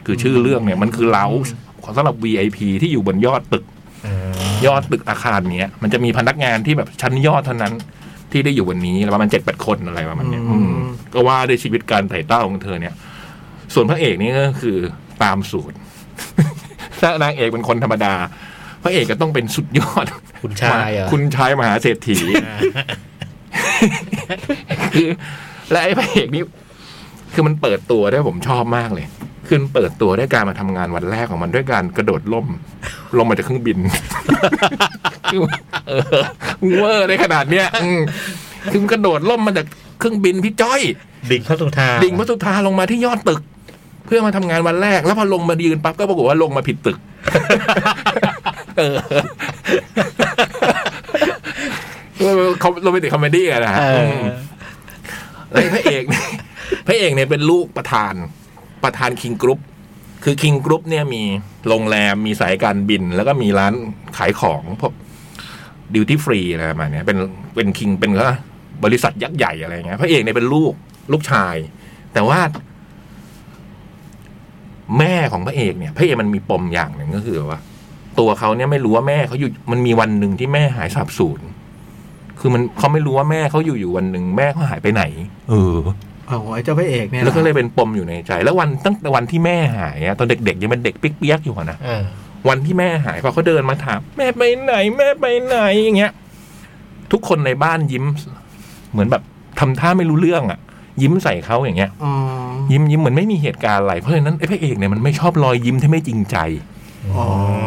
Speaker 3: คือชื่อเรื่องเนี่ยมันคือเลาส์ของสำหรับ VIP ที่อยู่บนยอดตึก
Speaker 4: อ่าย
Speaker 3: อดตึกอาคารเนี้ยมันจะมีพนักงานที่แบบชั้นยอดเท่านั้นที่ได้อยู่วันนี้ประมาณเจ็ดแปดคนอะไรประมาณเนี้ย
Speaker 2: อืม
Speaker 3: อืมก็ว่าด้วยชีวิตการไต่เต้าของเธอเนี่ย ส่วนพระเอกนี่ก็คือตามสูตร ถ้านางเอกเป็นคนธรรมดา พระเอกก็ต้องเป็นสุดยอด
Speaker 4: คุณชายเหรอ
Speaker 3: [LAUGHS] คุณชายมหาเศรษฐี [LAUGHS]
Speaker 4: อ่า
Speaker 3: คือและไอ้พระเอกนี่คือมันเปิดตัวได้วยผมชอบมากเลย ขึ้นเปิดตัวด้วยการมาทำงานวันแรกของมันด้วยการกระโดดล่ม ลงมาจากเครื่องบิน [LAUGHS] คือเออมึงเวอร์ในขนาดเนี้ยอืมคือมันกระโดดล่มมาจากเครื่องบินพี่จ้อย
Speaker 4: ดิ่งเข้าสุธา
Speaker 3: ดิ่งพระสุธาลงมาที่ยอดตึก เพื่อมาทำงานวันแรก แล้วพอลงมายืนปั๊บก็ปรากฏว่าลงมาผิดตึ
Speaker 4: [LAUGHS]
Speaker 3: ก เออ [LAUGHS] เขาโรแมนติกคอมเมดี้อะนะฮะ
Speaker 4: เออ
Speaker 3: ม แล้วพระเอกเนี่ย [LAUGHS] พระเอกเนี่ยเป็นลูกประธานประธานคิงกรุ๊ปคือคิงกรุ๊ปเนี่ยมีโรงแรมมีสายการบิน แล้วก็มีร้านขายของพวกดิวตี้ฟรีอะไรประมาณเนี้ยเป็นเป็นคิงเป็นก็บริษัทยักษ์ใหญ่อะไรเงี้ยพระเอกเนี่ยเป็นลูกลูกชาย แต่ว่า แม่ของพระเอกเนี่ย พระเอกมันมีปมอย่างหนึ่งก็คือว่า ตัวเขาเนี่ยไม่รู้ว่าแม่เขาอยู่มันมีวันหนึ่งที่แม่หายสาบสูญคือมันเขาไม่รู้ว่าแม่เขาอยู่อยู่วันหนึ่งแม่เขาหายไปไหน เออ
Speaker 2: โอ้โหไอ้เจ้าพระเอกเนี่ยนะ
Speaker 3: แล้วก็เลยเป็นปมอยู่ในใจ แล้ววันตั้งแต่วันที่แม่หายอะตอนเด็กๆยังเป็นเด็กเปียกๆอยู่อะนะ
Speaker 4: อ่า
Speaker 3: วันที่แม่หายพอเขาเดินมาถาม แม่ไปไหน แม่ไปไหนอย่างเงี้ย ทุกคนในบ้านยิ้ม เหมือนแบบทำท่าไม่รู้เรื่องอะยิ้มใส่เขาอย่างเงี้ย
Speaker 2: อ๋อ
Speaker 3: ยิ้มยิ้มเหมือนไม่มีเหตุการณ์อะไรเพราะฉะนั้นไอ้พระเอกเนี่ยมันไม่ชอบรอยยิ้มที่ไม่จริงใจ
Speaker 2: อ๋อ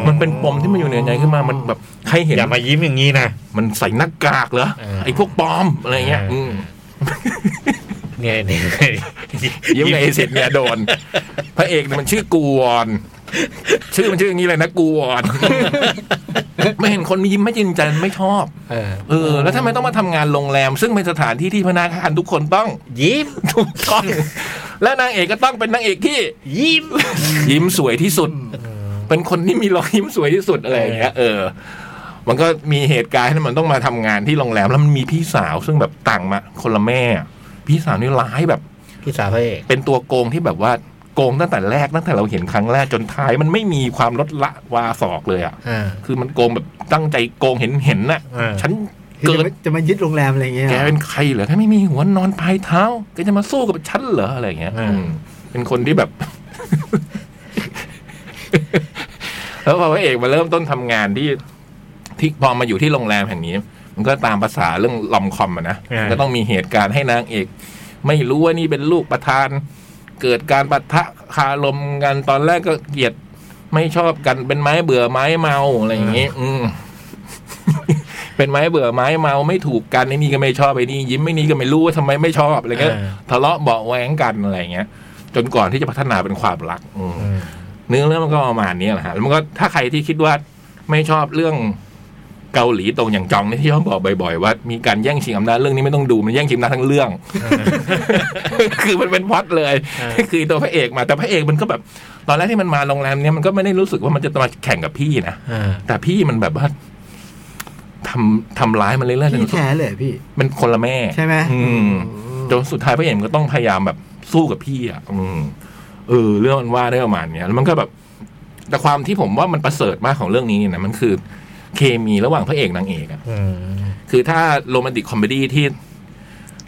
Speaker 3: มันเป็นปมที่มันอยู่ในใจขึ้นมามันแบบใครเห็น
Speaker 4: อย่ามายิ้มอย่างนี้นะ
Speaker 3: มันใส่หน้ากากเหรอ
Speaker 4: เออ
Speaker 3: ไอ้พวกปลอมอะไรเงี้ยอืม
Speaker 4: เนี่ยเนี่ย
Speaker 3: ยิ้มในเสร็จเนี่ยโดน พระเอกเนี่ยมันชื่อกูวอน ชื่อมันชื่ออย่างนี้เลยนะกูวอน ไม่เห็นคนยิ้มไม่จริงใจไม่ชอบ
Speaker 4: เออ
Speaker 3: เออ แล้วทำไมต้องมาทำงานโรงแรม ซึ่งเป็นสถานที่ที่พนักงานทุกคนต้อง
Speaker 4: ยิ้ม
Speaker 3: ถูกต้อง และนางเอกก็ต้องเป็นนางเอกที่
Speaker 4: ยิ้ม
Speaker 3: ยิ้มสวยที่สุด เป็นคนที่มีรอยยิ้มสวยที่สุดอะไรอย่างเงี้ยเออ มันก็มีเหตุการณ์ที่มันต้องมาทำงานที่โรงแรมแล้วมันมีพี่สาวซึ่งแบบต่างมาคนละแม่ พี่สาวนี่ร้ายแบบ
Speaker 4: พี่สาวพระเอก
Speaker 3: เป็นตัวโกงที่แบบว่าโกงตั้งแต่แรกตั้งแต่เราเห็นครั้งแรกจนท้ายมันไม่มีความลดละวาสอกเลยอะ่ะ
Speaker 4: อ่า
Speaker 3: คือมันโกงแบบตั้งใจโกงเห็นเห็นน่ะ
Speaker 4: เออ
Speaker 3: ฉัน
Speaker 2: คือ
Speaker 3: เกิ
Speaker 2: จะ
Speaker 3: ด
Speaker 2: มาจะมายึดโรงแรมอะไรอย่างเงี้ย
Speaker 3: แก
Speaker 2: เหรอ
Speaker 3: เป็นใครเหรอถ้าไม่มีหัวนอนปลายเท้าแกจะมาสู้กับฉันเหรออะไรอย่างเงี้ย
Speaker 4: เอออื
Speaker 3: มเป็นคนที่แบบ [LAUGHS] แล้วพอพระเอกมาเริ่มต้นทำงานที่ ที่พอมาอยู่ที่โรงแรมแห่งนี้ มันก็ตามภาษาเรื่องลอมคอมอะนะ
Speaker 4: อ่า
Speaker 3: ก็ต้องมีเหตุการณ์ให้นางเอก ไม่รู้ว่านี่เป็นลูกประธาน เกิดการปะทะคารมกันตอนแรกก็เกลียดไม่ชอบกันเป็นไม้เบื่อไม้เมาอะไรอย่างนี้ อืม เป็นไม้เบื่อไม้เมาไม่ถูกกันไอ้นี่ก็ไม่ชอบไอ้นี่ยิ้มไม่นี่ก็ไม่รู้ว่าทำไมไม่ชอบอะไรเงี้ย
Speaker 4: เออ
Speaker 3: ทะเลาะเบาะแหวงกันอะไรเงี้ย จนก่อนที่จะพัฒนาเป็นความรักอืม
Speaker 4: อืม
Speaker 3: เนื้อเรื่องมันก็ประมาณนี้แหละฮะแล้วมันก็ถ้าใครที่คิดว่าไม่ชอบเรื่องเกาหลีตรงอย่างจองเนี่ยที่เขาบอกบ่อยๆว่ามีการแย่งชิงอำนาจเรื่องนี้ไม่ต้องดูมันแย่งชิงอำนาจทั้งเรื่อง [LAUGHS] คือมันเป็นพล็อดเลย
Speaker 4: อ่า
Speaker 3: คือตัวพระเอกมาแต่พระเอกมันก็แบบ ตอนแรกที่มันมาโรงแรมเนี่ยมันก็ไม่ได้รู้สึกว่ามันจะมาแข่งกับพี่นะ
Speaker 4: อ่า
Speaker 3: แต่พี่มันแบบว่าทำทำร้ายมันเรื่อยๆจน
Speaker 2: พี่แท้เลยพี่
Speaker 3: มันคนละแม่
Speaker 2: ใช่ไหม
Speaker 3: อืม จนสุดท้ายพระเอกมันก็ต้องพยายามแบบสู้กับพี่อ่ะ อืม เออ เรื่องมันว่าได้ประมาณเนี้ยแล้วมันก็แบบ แต่ความที่ผมว่ามันประเสริฐมากของเรื่องนี้เนี่ยนะมันคือ เคมีระหว่างพระเอกนางเอกอะ
Speaker 4: อืม
Speaker 3: คือถ้าโรแมนติกคอมเมดี้ที่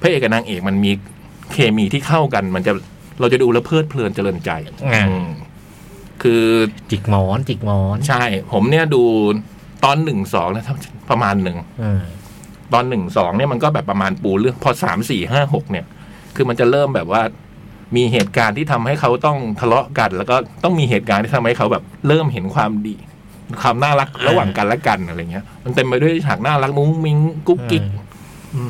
Speaker 3: พระเอกกับนางเอกมันมีเคมีที่เข้ากัน มันจะเราจะดูแล้วเพลิดเพลินเจริญใจ
Speaker 4: อ่า
Speaker 3: อืมคือ
Speaker 4: จิกหมอนจิกหมอน
Speaker 3: ใช่ ผมเนี่ยดูตอนหนึ่งสองนะครับประมาณหนึ่ง
Speaker 4: อืม
Speaker 3: ตอนหนึ่งสองเนี่ยมันก็แบบประมาณปูเรื่องพอสามสี่ห้าหกเนี่ย คือมันจะเริ่มแบบว่า มีเหตุการณ์ที่ทำให้เขาต้องทะเลาะกัน แล้วก็ต้องมีเหตุการณ์ที่ทำให้เขาแบบ เริ่มเห็นความดี ความน่ารักระหว่างกันและกันอะไรเงี้ย มันเต็มไปด้วยฉากน่ารักมุ้งมิ้งกุ๊กกิ๊ก
Speaker 2: อื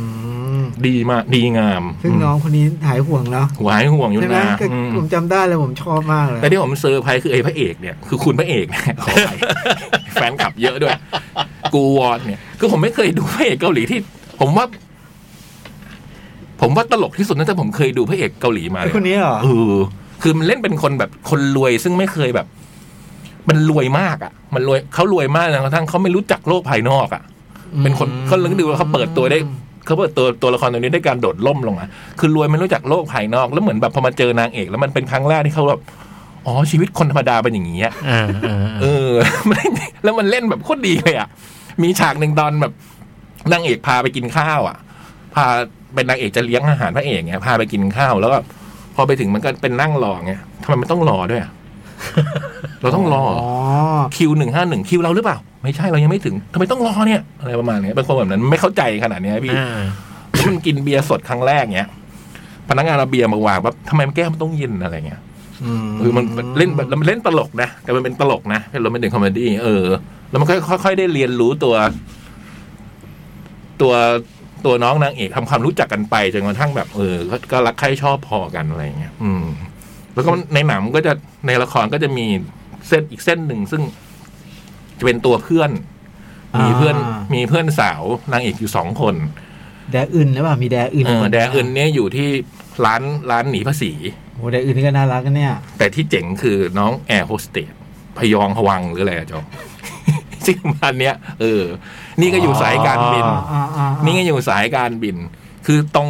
Speaker 2: ม
Speaker 3: ดีมากดีงาม
Speaker 2: ซึ่งน้องคนนี้หายห่วงเนาะ
Speaker 3: หวายห่วงอยู่
Speaker 2: ใช่ไหม
Speaker 3: นะ
Speaker 2: ก็
Speaker 3: อืม
Speaker 2: ผมจำได้เลยผมชอบมากเลย
Speaker 3: แต่ที่ผมเซอร์ไพรส์คือไอ้พระเอกเนี่ยคือคุณพระเอกเนี่ยขอไป แฟนกลับเยอะด้วย กูวอนเนี่ยคือผมไม่เคยดูพระเอกเกาหลีที่ ผมว่า ผมว่าตลกที่สุดนะแต่ผมเคยดูพระเอกเกาหลีมาเล
Speaker 2: ไอ้
Speaker 3: ย
Speaker 2: คนนี้เหรอ
Speaker 3: เออคือมันเล่นเป็นคนแบบคนรวยซึ่งไม่เคยแบบ มันรวยมากอ่ะ มันรวยเขารวยมากนะกระทั่งเขาไม่รู้จักโลกภายนอกอ่ะ เป็นคนเขาเลิกดูว่าเขาเปิดตัวได้เขาเปิดตัวตัวละครตัวนี้ได้การโดดล่มลงอ่ะคือรวยไม่รู้จักโลกภายนอก แล้วเหมือนแบบพอมาเจอนางเอก แล้วมันเป็นครั้งแรกที่เขาแบบอ๋อชีวิตคนธรรมดาเป็นอย่างนี้อะ
Speaker 4: อ่าอ่า
Speaker 3: เออ [LAUGHS] มันเล่นแล้วมันเล่นแบบโคตรดีเลยอ่ะ มีฉากหนึ่งตอนแบบนางเอกพาไปกินข้าวอ่ะ พาเป็นนางเอกจะเลี้ยงอาหารพระเอกไงพาไปกินข้าวแล้วก็พอไปถึงมันก็เป็นนั่งรอไงทำไมมันต้องรอด้วยอ่ะ เราต้องรอเหรอ
Speaker 2: อ๋อ
Speaker 3: คิวหนึ่งห้าหนึ่งคิวเราหรือเปล่า ไม่ใช่เรายังไม่ถึงทำไมต้องรอเนี่ย อะไรประมาณเนี้ยเป็นคนแบบนั้นไม่เข้าใจขนาดเนี้ยพี่
Speaker 4: อ่า
Speaker 3: มันกินเบียร์สดครั้งแรกเนี้ยพนักงานเอาเบียร์มาวางแบบทำไมมันแก้วมันต้องเย็นอะไรเงี้ย คือมันมันเล่นแบบแล้วมันเล่นตลกนะแต่มันเป็นตลกนะเป็นโรแมนติกคอมเมดี้เออ แล้วมันก็ค่อยๆได้เรียนรู้ตัว ตัวตัวน้องนางเอกทำความรู้จักกันไปจนกระทั่งแบบ เออก็ก็รักใคร่ชอบพอกันอะไรอย่างเงี้ย อืม แล้วก็ในหนังมันก็จะในละครก็จะมีเส้นอีกเส้นหนึ่งซึ่ง จะเป็นตัวเพื่อน มีเพื่อน
Speaker 2: า
Speaker 3: มีเพื่อนสาวนางเอกอยู่สองคน
Speaker 2: แดอื่นหรือเปล่ามีแดอื่น
Speaker 3: เออแดเอินเนี่ยอยู่ที่ร้านร้านหนีภาษี
Speaker 2: โอ้แดอื่นนี่ก็น่ารักกันเนี่ย
Speaker 3: แต่ที่เจ๋งคือน้องแอร์โฮสเตสพยองพวังหรืออะไรอะจอ [LAUGHS] ม ซึ่งมันเนี้ยเออ นี่ก็อยู่สายการบิน
Speaker 2: อ่าอ่าอ่า
Speaker 3: นี่ก็อยู่สายการบิน คือตรง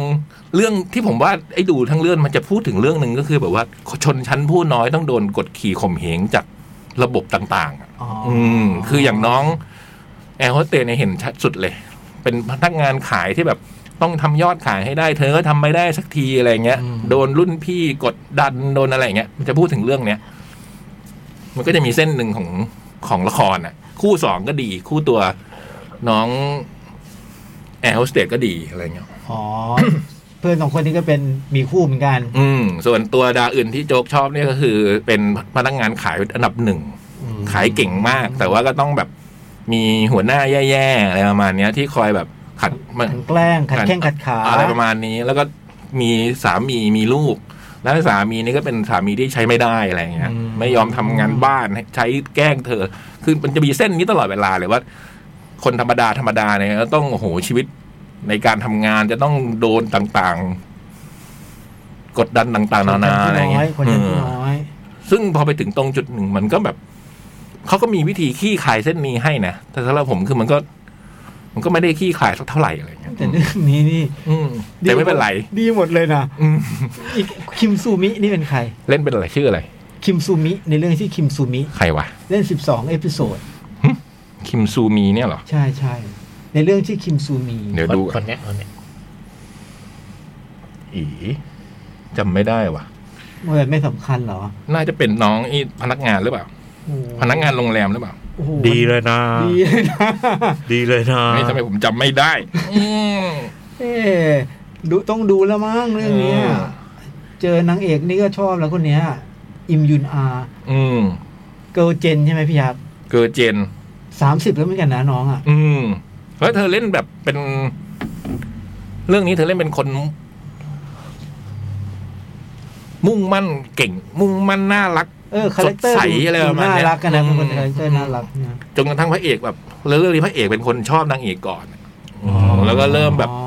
Speaker 3: เรื่องที่ผมว่าไอ้ดูทั้งเรื่องมันจะพูดถึงเรื่องหนึ่งก็คือแบบว่าชนชั้นผู้น้อยต้องโดนกดขี่ข่มเหงจากระบบต่าง ๆ
Speaker 2: อ๋ออ
Speaker 3: อืมคืออย่างน้องแอร์โฮสเตสเนี่ยเห็นชัดสุดเลย เป็นพนักงานขายที่แบบต้องทำยอดขายให้ได้ เธอก็ทำไม่ได้สักทีอะไรเงี้ย โดนรุ่นพี่กดดันโดนอะไรเงี้ยมันจะพูดถึงเรื่องเนี้ย มันก็จะมีเส้นหนึ่งของของละครอ่ะ คู่สองก็ดี คู่ตัวน้องแอร์โฮสเตสก็ดีอะไรเงี้ย
Speaker 2: อ๋อ เพื่อนสองคนนี้ก็เป็นมีคู่เหมือนกัน
Speaker 3: อืม ส่วนตัวดาวอื่นที่โจ๊กชอบเนี่ยก็คือเป็นพนักงานขายอันดับหนึ่ง ขายเก่งมาก แต่ว่าก็ต้องแบบมีหัวหน้าแย่ๆอะไรประมาณเนี้ย ที่คอยแบบขัดมัน
Speaker 2: ขันแกล้งขัดแข้ง
Speaker 3: ขั
Speaker 2: ขั
Speaker 3: ด
Speaker 2: ดขา
Speaker 3: อะไรประมาณนี้ แล้วก็มีสามีมีลูก แล้วสามีนี่ก็เป็นสามีที่ใช้ไม่ได้อะไรเงี้ย ไม่ยอมทำงานบ้านใช้แกล้งเธอ คือมันจะมีเส้นนี้ตลอดเวลาเลยว่า คนธรรมดาธรรมดาเนี่ยก็ต้องโอ้โหชีวิตในการทำงานจะต้องโดนต่างๆ กดดันต่างๆนานาอะไร
Speaker 2: น้อย
Speaker 3: เงี้ย
Speaker 2: คน
Speaker 3: อื
Speaker 2: ที่
Speaker 3: ม
Speaker 2: น้อย
Speaker 3: ซึ่งพอไปถึงตรงจุดหนึ่งมันก็แบบ เขาก็มีวิธีขี้ขายเส้นนี้ให้นะ แต่สำหรับผมคือมันก็ มันก็ไม่ได้ขี้ขายสักเท่าไหร่อะไรเงี้ย
Speaker 2: แต่เรื่องนี้นี่
Speaker 3: อืมแต่ไม่เป็นไร
Speaker 2: ดีหมดเลยนะ
Speaker 3: อืม
Speaker 2: อีกคิมซูมินี่เป็นใคร
Speaker 3: เล่นเป็นอะไรชื่ออะไร
Speaker 2: คิมซูมิ ในเรื่องที่คิมซูมิ
Speaker 3: ใครวะ
Speaker 2: เล่น 12 เอพิโซด
Speaker 3: คิมซูมีเนี่ยเหรอ
Speaker 2: ใช่ใช่ในเรื่องที่คิมซูมิ
Speaker 3: เดี๋ยว
Speaker 4: คน
Speaker 3: ดู
Speaker 4: คนเนี้ยคนเนี้ย
Speaker 3: อีจำไม่ได้วะ
Speaker 2: มันไม่สำคัญเหรอ
Speaker 3: น่าจะเป็นน้องไอีพนักงานหรือเปล่า
Speaker 2: โอ้โห
Speaker 3: พนักงานโรงแรมหรือเปล่า
Speaker 2: โอ้โห
Speaker 4: ดีเลยนะ
Speaker 2: ดีเลยนะ [LAUGHS]
Speaker 4: ดีเลยนะ
Speaker 3: นี่ทำไมผมจำไม่ได้ อืม
Speaker 2: เอ๊ะดูต้องดูแล้วมั้งเรื่องเนี้ย
Speaker 3: เออ
Speaker 2: เจอนางเอกนี่ก็ชอบแล้วคนเนี้ย อิมยุนอา
Speaker 3: อืม
Speaker 2: เกิร์ลเจนใช่ไหมพี่ยักษ์
Speaker 3: เกอร์เจน
Speaker 2: สามสิบแล้วเหมือนกันนะน้องอ่ะ
Speaker 3: อืม แล้วเธอเล่นแบบเป็น เรื่องนี้เธอเล่นเป็นคน มุ่งมั่นเก่ง มุ่งมั่นน่ารัก
Speaker 2: เออคาแรคเตอร์
Speaker 3: สดใสอะไรประมาณเนี้
Speaker 2: น่ายรักกันนะเป็นคน
Speaker 3: อืม
Speaker 2: คาแรคเตอร์น่ารักนะ
Speaker 3: จนกระทั่งพระเอกแบบแล้วเรื่องนี้พระเอกเป็นคนชอบนางเอกก่อน
Speaker 4: อ๋อ
Speaker 3: แล้วก็เริ่มแบบ
Speaker 2: อ๋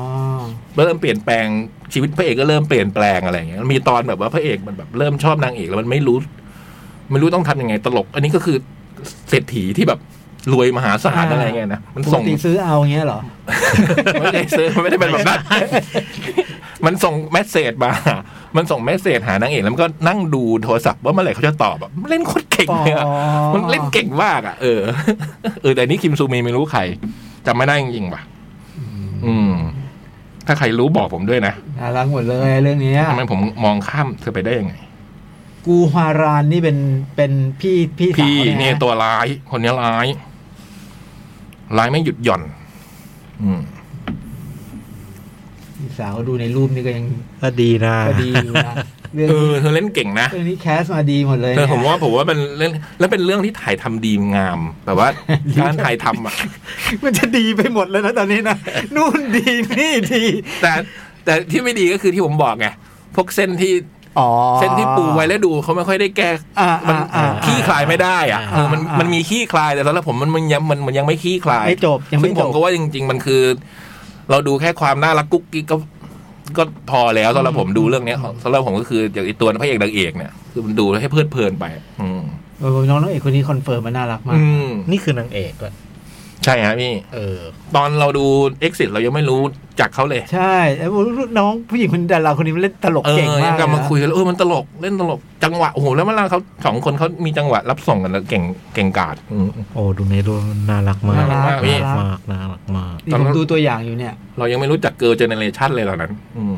Speaker 2: อ
Speaker 3: เริ่มเปลี่ยนแปลงชีวิตพระเอกก็เริ่มเปลี่ยนแปลงอะไรอย่างเงี้ยมีตอนแบบว่าพระเอกมันแบบเริ่มชอบนางเอกแล้วมันไม่รู้ ไม่รู้ต้องทำยังไงตลก อันนี้ก็คือเศรษฐีที่แบบรวยมหาศาลอะไรเงี้ยนะมัน
Speaker 2: ปก
Speaker 3: ส่ง
Speaker 2: ติซื้อเอาอย่างเงี้ยเหรอ
Speaker 3: ไม่ได้ซื้อมันไม่ได้เป็นแบบนั้น [LAUGHS] มันส่งเมสเซจมา มันส่งเมสเซจหานางเอกแล้วมันก็นั่งดูโทรศัพท์ว่าเมื่อไหร่เขาจะตอบแบบเล่นโคตรเก่งเลยอะ
Speaker 2: อ๋อ
Speaker 3: มันเล่นเก่งมากอ่ะเออเออแต่นี่คิมซูมีไม่รู้ใครจำไม่ได้จริงๆป่ะอืม ถ้าใครรู้บอกผมด้วยนะ
Speaker 2: น่ารักหมดเลยเรื่องเนี้ย
Speaker 3: ทำไมผมมองข้ามเธอไปได้ยังไง
Speaker 2: กูฮารานนี่เป็นเป็นพี่พี่สาว
Speaker 3: พี่
Speaker 2: ะ
Speaker 3: เนี่ยตัวร้าย คนนี้ร้าย ร้ายไม่หยุดหย่อน อืม
Speaker 2: พี่สาวดูในรูปนี่ก็ยัง
Speaker 4: ก็ดีนะ
Speaker 2: ก็ดีอยู่นะเรื่อง
Speaker 3: เอ
Speaker 2: นี้
Speaker 3: อเธอเล่นเก่งนะ
Speaker 2: เรื่องนี้แคสมาดีหมดเลย
Speaker 3: เออ
Speaker 2: เนี่ย
Speaker 3: ผมว่าผมว่ามันเรื่องแล้วเป็นเรื่องที่ถ่ายทำดีงามแบบว่า การถ่ายทำอ่ะ
Speaker 6: มันจะดีไปหมดแล้วนะตอนนี้นะ
Speaker 2: [LAUGHS]
Speaker 6: นู่นดีนี่ดี
Speaker 3: แต่แต่ที่ไม่ดีก็คือที่ผมบอกไงพวกเส้นที่
Speaker 6: อ๋อ
Speaker 3: เส้นที่ปูไว้แล้วดูเขาไม่ค่อยได้แก้
Speaker 6: อ่า
Speaker 3: มัน
Speaker 6: อ่าอ่า
Speaker 3: ขี้คลายไม่ได้อ่ะ
Speaker 6: อ่า
Speaker 3: เออมัน
Speaker 6: อ่ามั
Speaker 3: มันมีขี้คลายแต่สำหรับผมมันมันยังมันมันยังไม่ขี้คลาย
Speaker 2: ไม่จบยัง
Speaker 3: ซึ่ง
Speaker 2: ไม่จ
Speaker 3: ผม
Speaker 2: บ
Speaker 3: ก็ว่าจริง ๆ มันคือ เราดูแค่ความน่ารักกุ๊กกิ๊กก็ก็พอแล้วสำหรับผมดูเรื่องเนี้ยสำหรับผมก็คืออย่างไอตัวพระเอกนางเอกเนี่ยคือมันดูแล้วให้เพลิดเพลินไป อืม
Speaker 2: เออน้องน้องเอกคนนี้คอนเฟิร์มมาน่ารักมาก
Speaker 3: อืม
Speaker 4: นี่คือนางเอกว่ะ
Speaker 3: ใช่ฮะพี่
Speaker 4: เออ
Speaker 3: ตอนเราดู Exit เรายังไม่รู้จากเขาเลย
Speaker 2: ใช่ไอ้น้องผู้หญิงคนดาราคนนี้มันเล่นตลก
Speaker 3: เออ
Speaker 2: เก่งมาก
Speaker 3: ยังกลับมาคุ
Speaker 2: ย
Speaker 3: ยกันเลยเออมันตลกเล่นตลกจังหวะโอ้โหแล้วเมื่อเขาสองคนเขามีจังหวะรับส่งกันแล้วเก่งเก่งกาดอืม
Speaker 4: โอ้ดูในรูปน่ารักมาก
Speaker 3: น่ารัก
Speaker 4: น่ารัมากน่ารักมาก
Speaker 2: นี่ผมดูตัวอย่างอยู่เนี่ย
Speaker 3: เรายังไม่รู้จักเกิร์ลเจเนเรชันเลยเหล่านั้น อืม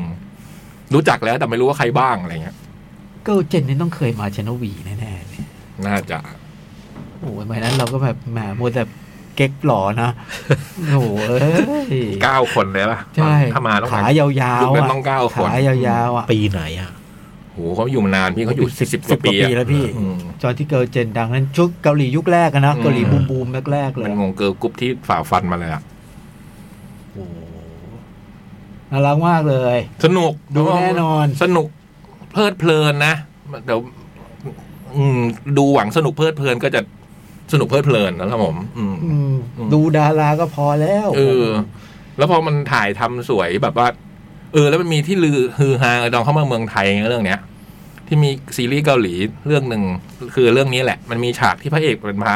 Speaker 3: รู้จักแล้วแต่ไม่รู้ว่าใครบ้างอะไรเงี้ย
Speaker 2: เกิลเจนนี่ต้องเคยมาชนวีแน่ๆเนี่ย
Speaker 3: น่าจะ
Speaker 2: โอ้ยเมื่อนั้นเราก็แบบแหมมัวแต่เก๊กหล่อ
Speaker 3: [LAUGHS]
Speaker 2: นะโอ้ย
Speaker 3: เก้าคนเลยป่ะ
Speaker 2: ใช่
Speaker 3: ถ้ามาต้อง
Speaker 2: ขายาวๆ
Speaker 3: ยุคนั้น
Speaker 2: อ่ะ
Speaker 3: ต้องเก้าคน
Speaker 2: ขายาวๆอ่ะ
Speaker 4: ปีไหนอ่ะ
Speaker 3: โหเขาอยู่มานานพี่เขาอยู่สิบสิบก
Speaker 2: สิบ
Speaker 3: ว่าก
Speaker 2: ว่า
Speaker 3: ปีอะ
Speaker 2: ปีแล้วพี่
Speaker 3: อืม
Speaker 2: จอที่เกิลเจนดังนั้นชุดเกาหลียุคแรกอะนะ
Speaker 3: อืม
Speaker 2: เกาหลีบูมบูมแรกๆเล
Speaker 3: มั
Speaker 2: ย
Speaker 3: นงงเกิร์ลกรุ๊ปที่ฝ่าฟันมาเลยอะ
Speaker 2: โอ้โหน่ารักมากเลย
Speaker 3: สนุก
Speaker 2: ดูแน่นอน
Speaker 3: สนุกเพลิดเพลินนะเดี๋ยวอืม ดูหวังสนุกเพลิดเพลินก็จะสนุกเพลิดเพลินนะครับผม อืม
Speaker 2: อืม
Speaker 3: อืม
Speaker 2: ดูดาราก็พอแล้ว
Speaker 3: เออ แล้วพอมันถ่ายทำสวยแบบว่า เออ แล้วมันมีที่ลือฮือฮาตอนเข้ามาเมืองไทยเรื่องเนี้ย ที่มีซีรีส์เกาหลีเรื่องหนึ่งคือเรื่องนี้แหละ มันมีฉากที่พระเอกเป็นพา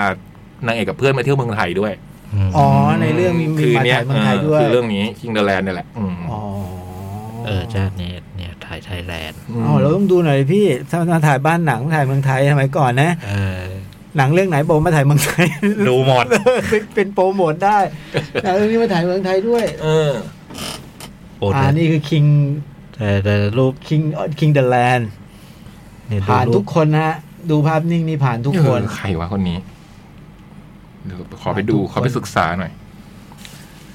Speaker 3: นางเอกกับเพื่อนมาเที่ยวเมืองไทยด้วย
Speaker 2: อ๋อในเรื่องมีมีมา
Speaker 3: เนี้
Speaker 2: ถ่ายเมืองไทย
Speaker 3: เออ
Speaker 2: ด้วย
Speaker 3: คือเรื่องนี้คิงเดอร์แลนด์นี่ยแหละอืม
Speaker 2: อ๋อ
Speaker 4: เออจ้าเนี่ยเนี่ยถ่ายไทยแลนด์
Speaker 2: อ๋อเราต้องดูหน่อยพี่ถ้ามาถ่ายบ้านหนังถ่ายเมืองไทยสมัยก่อนนะ
Speaker 4: เออ
Speaker 2: หนังเรื่องไหนโปรมาถ่ายเมืองไทย
Speaker 4: ดูหมด
Speaker 2: [LAUGHS] เป็นเป็นโปรโมทได้หนังเรื่องนี้มาถ่ายเมืองไทยด้วย
Speaker 3: เออ
Speaker 4: โอ้
Speaker 2: อ่า
Speaker 4: แต่
Speaker 2: นี่คือ King
Speaker 4: แต่แต่รูป
Speaker 2: King King the Land
Speaker 4: เนี่ยดู
Speaker 2: ผ่าน
Speaker 4: รู
Speaker 2: ทุ
Speaker 4: ป
Speaker 2: กคนนะฮะ ดูภาพนิ่งนี่ผ่านทุกคน
Speaker 3: เออใครวะคนนี้เดี๋ยวขอไปดู
Speaker 2: ทุกคน
Speaker 3: ขอไปศึกษาหน่อย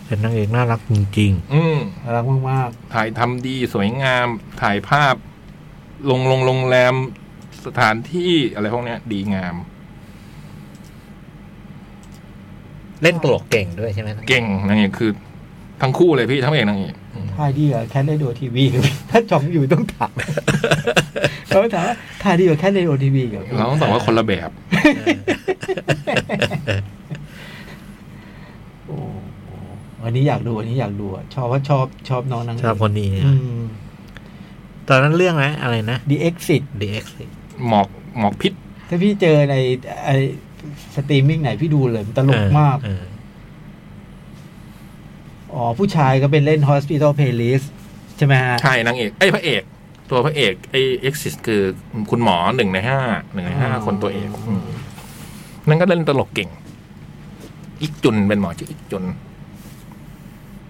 Speaker 4: เป็นนางเอกน่ารักจริง
Speaker 3: อืม
Speaker 2: น่ารักมาก
Speaker 3: ถ่ายทำดีสวยงาม ถ่ายภาพ ลงลงโรงแรมสถานที่อะไรพวกเนี้ย ดีงาม
Speaker 4: ๆ เล่นตลกเก่งด้วยใช่ไหม
Speaker 3: เก่งนางเอกคือ ทั้งคู่เลยพี่ทั้งเอกนางเอกอืม
Speaker 2: ๆถ่ายดีกว่าแคทเรดิโอทีวีกับพี่ [LAUGHS] ถ้าจองอยู่ต้องถาม [LAUGHS] เขาถามว่าถ่ายดีกว่าแคทเรดิโอทีวีกับพี่
Speaker 3: เราต้องบอกว่าคนละแบบ
Speaker 2: โอ้โหอันนี้อยากดูอันนี้อยากดูอะชอบว่าะชอบชอบน้องนาง
Speaker 4: ชอบคนนี้
Speaker 2: อืม
Speaker 4: ตอนนั้นเรื่องนะอะไรนะ
Speaker 2: The Exit
Speaker 4: DX
Speaker 3: หมอกหมอกพิษ
Speaker 2: ถ้าพี่เจอในไอสตรีมมิ่งไหนพี่ดูเลยมันตลกมาก
Speaker 4: เออ
Speaker 2: อ๋อ ผู้ชายก็เป็นเล่น Hospital Playlist ใช่ไหมฮะ
Speaker 3: ใช่นางเอกไอ้ยพระเอก ตัวพระเอกไอ้เอ็กซิสคือคุณหมอหนึ่งในห้าหนึ่งในห้า
Speaker 2: อ๋อ
Speaker 3: คนตัวเอกอืมนั่นก็เล่นตลกเก่ง อีกจุนเป็นหมอชื่ออีกจุน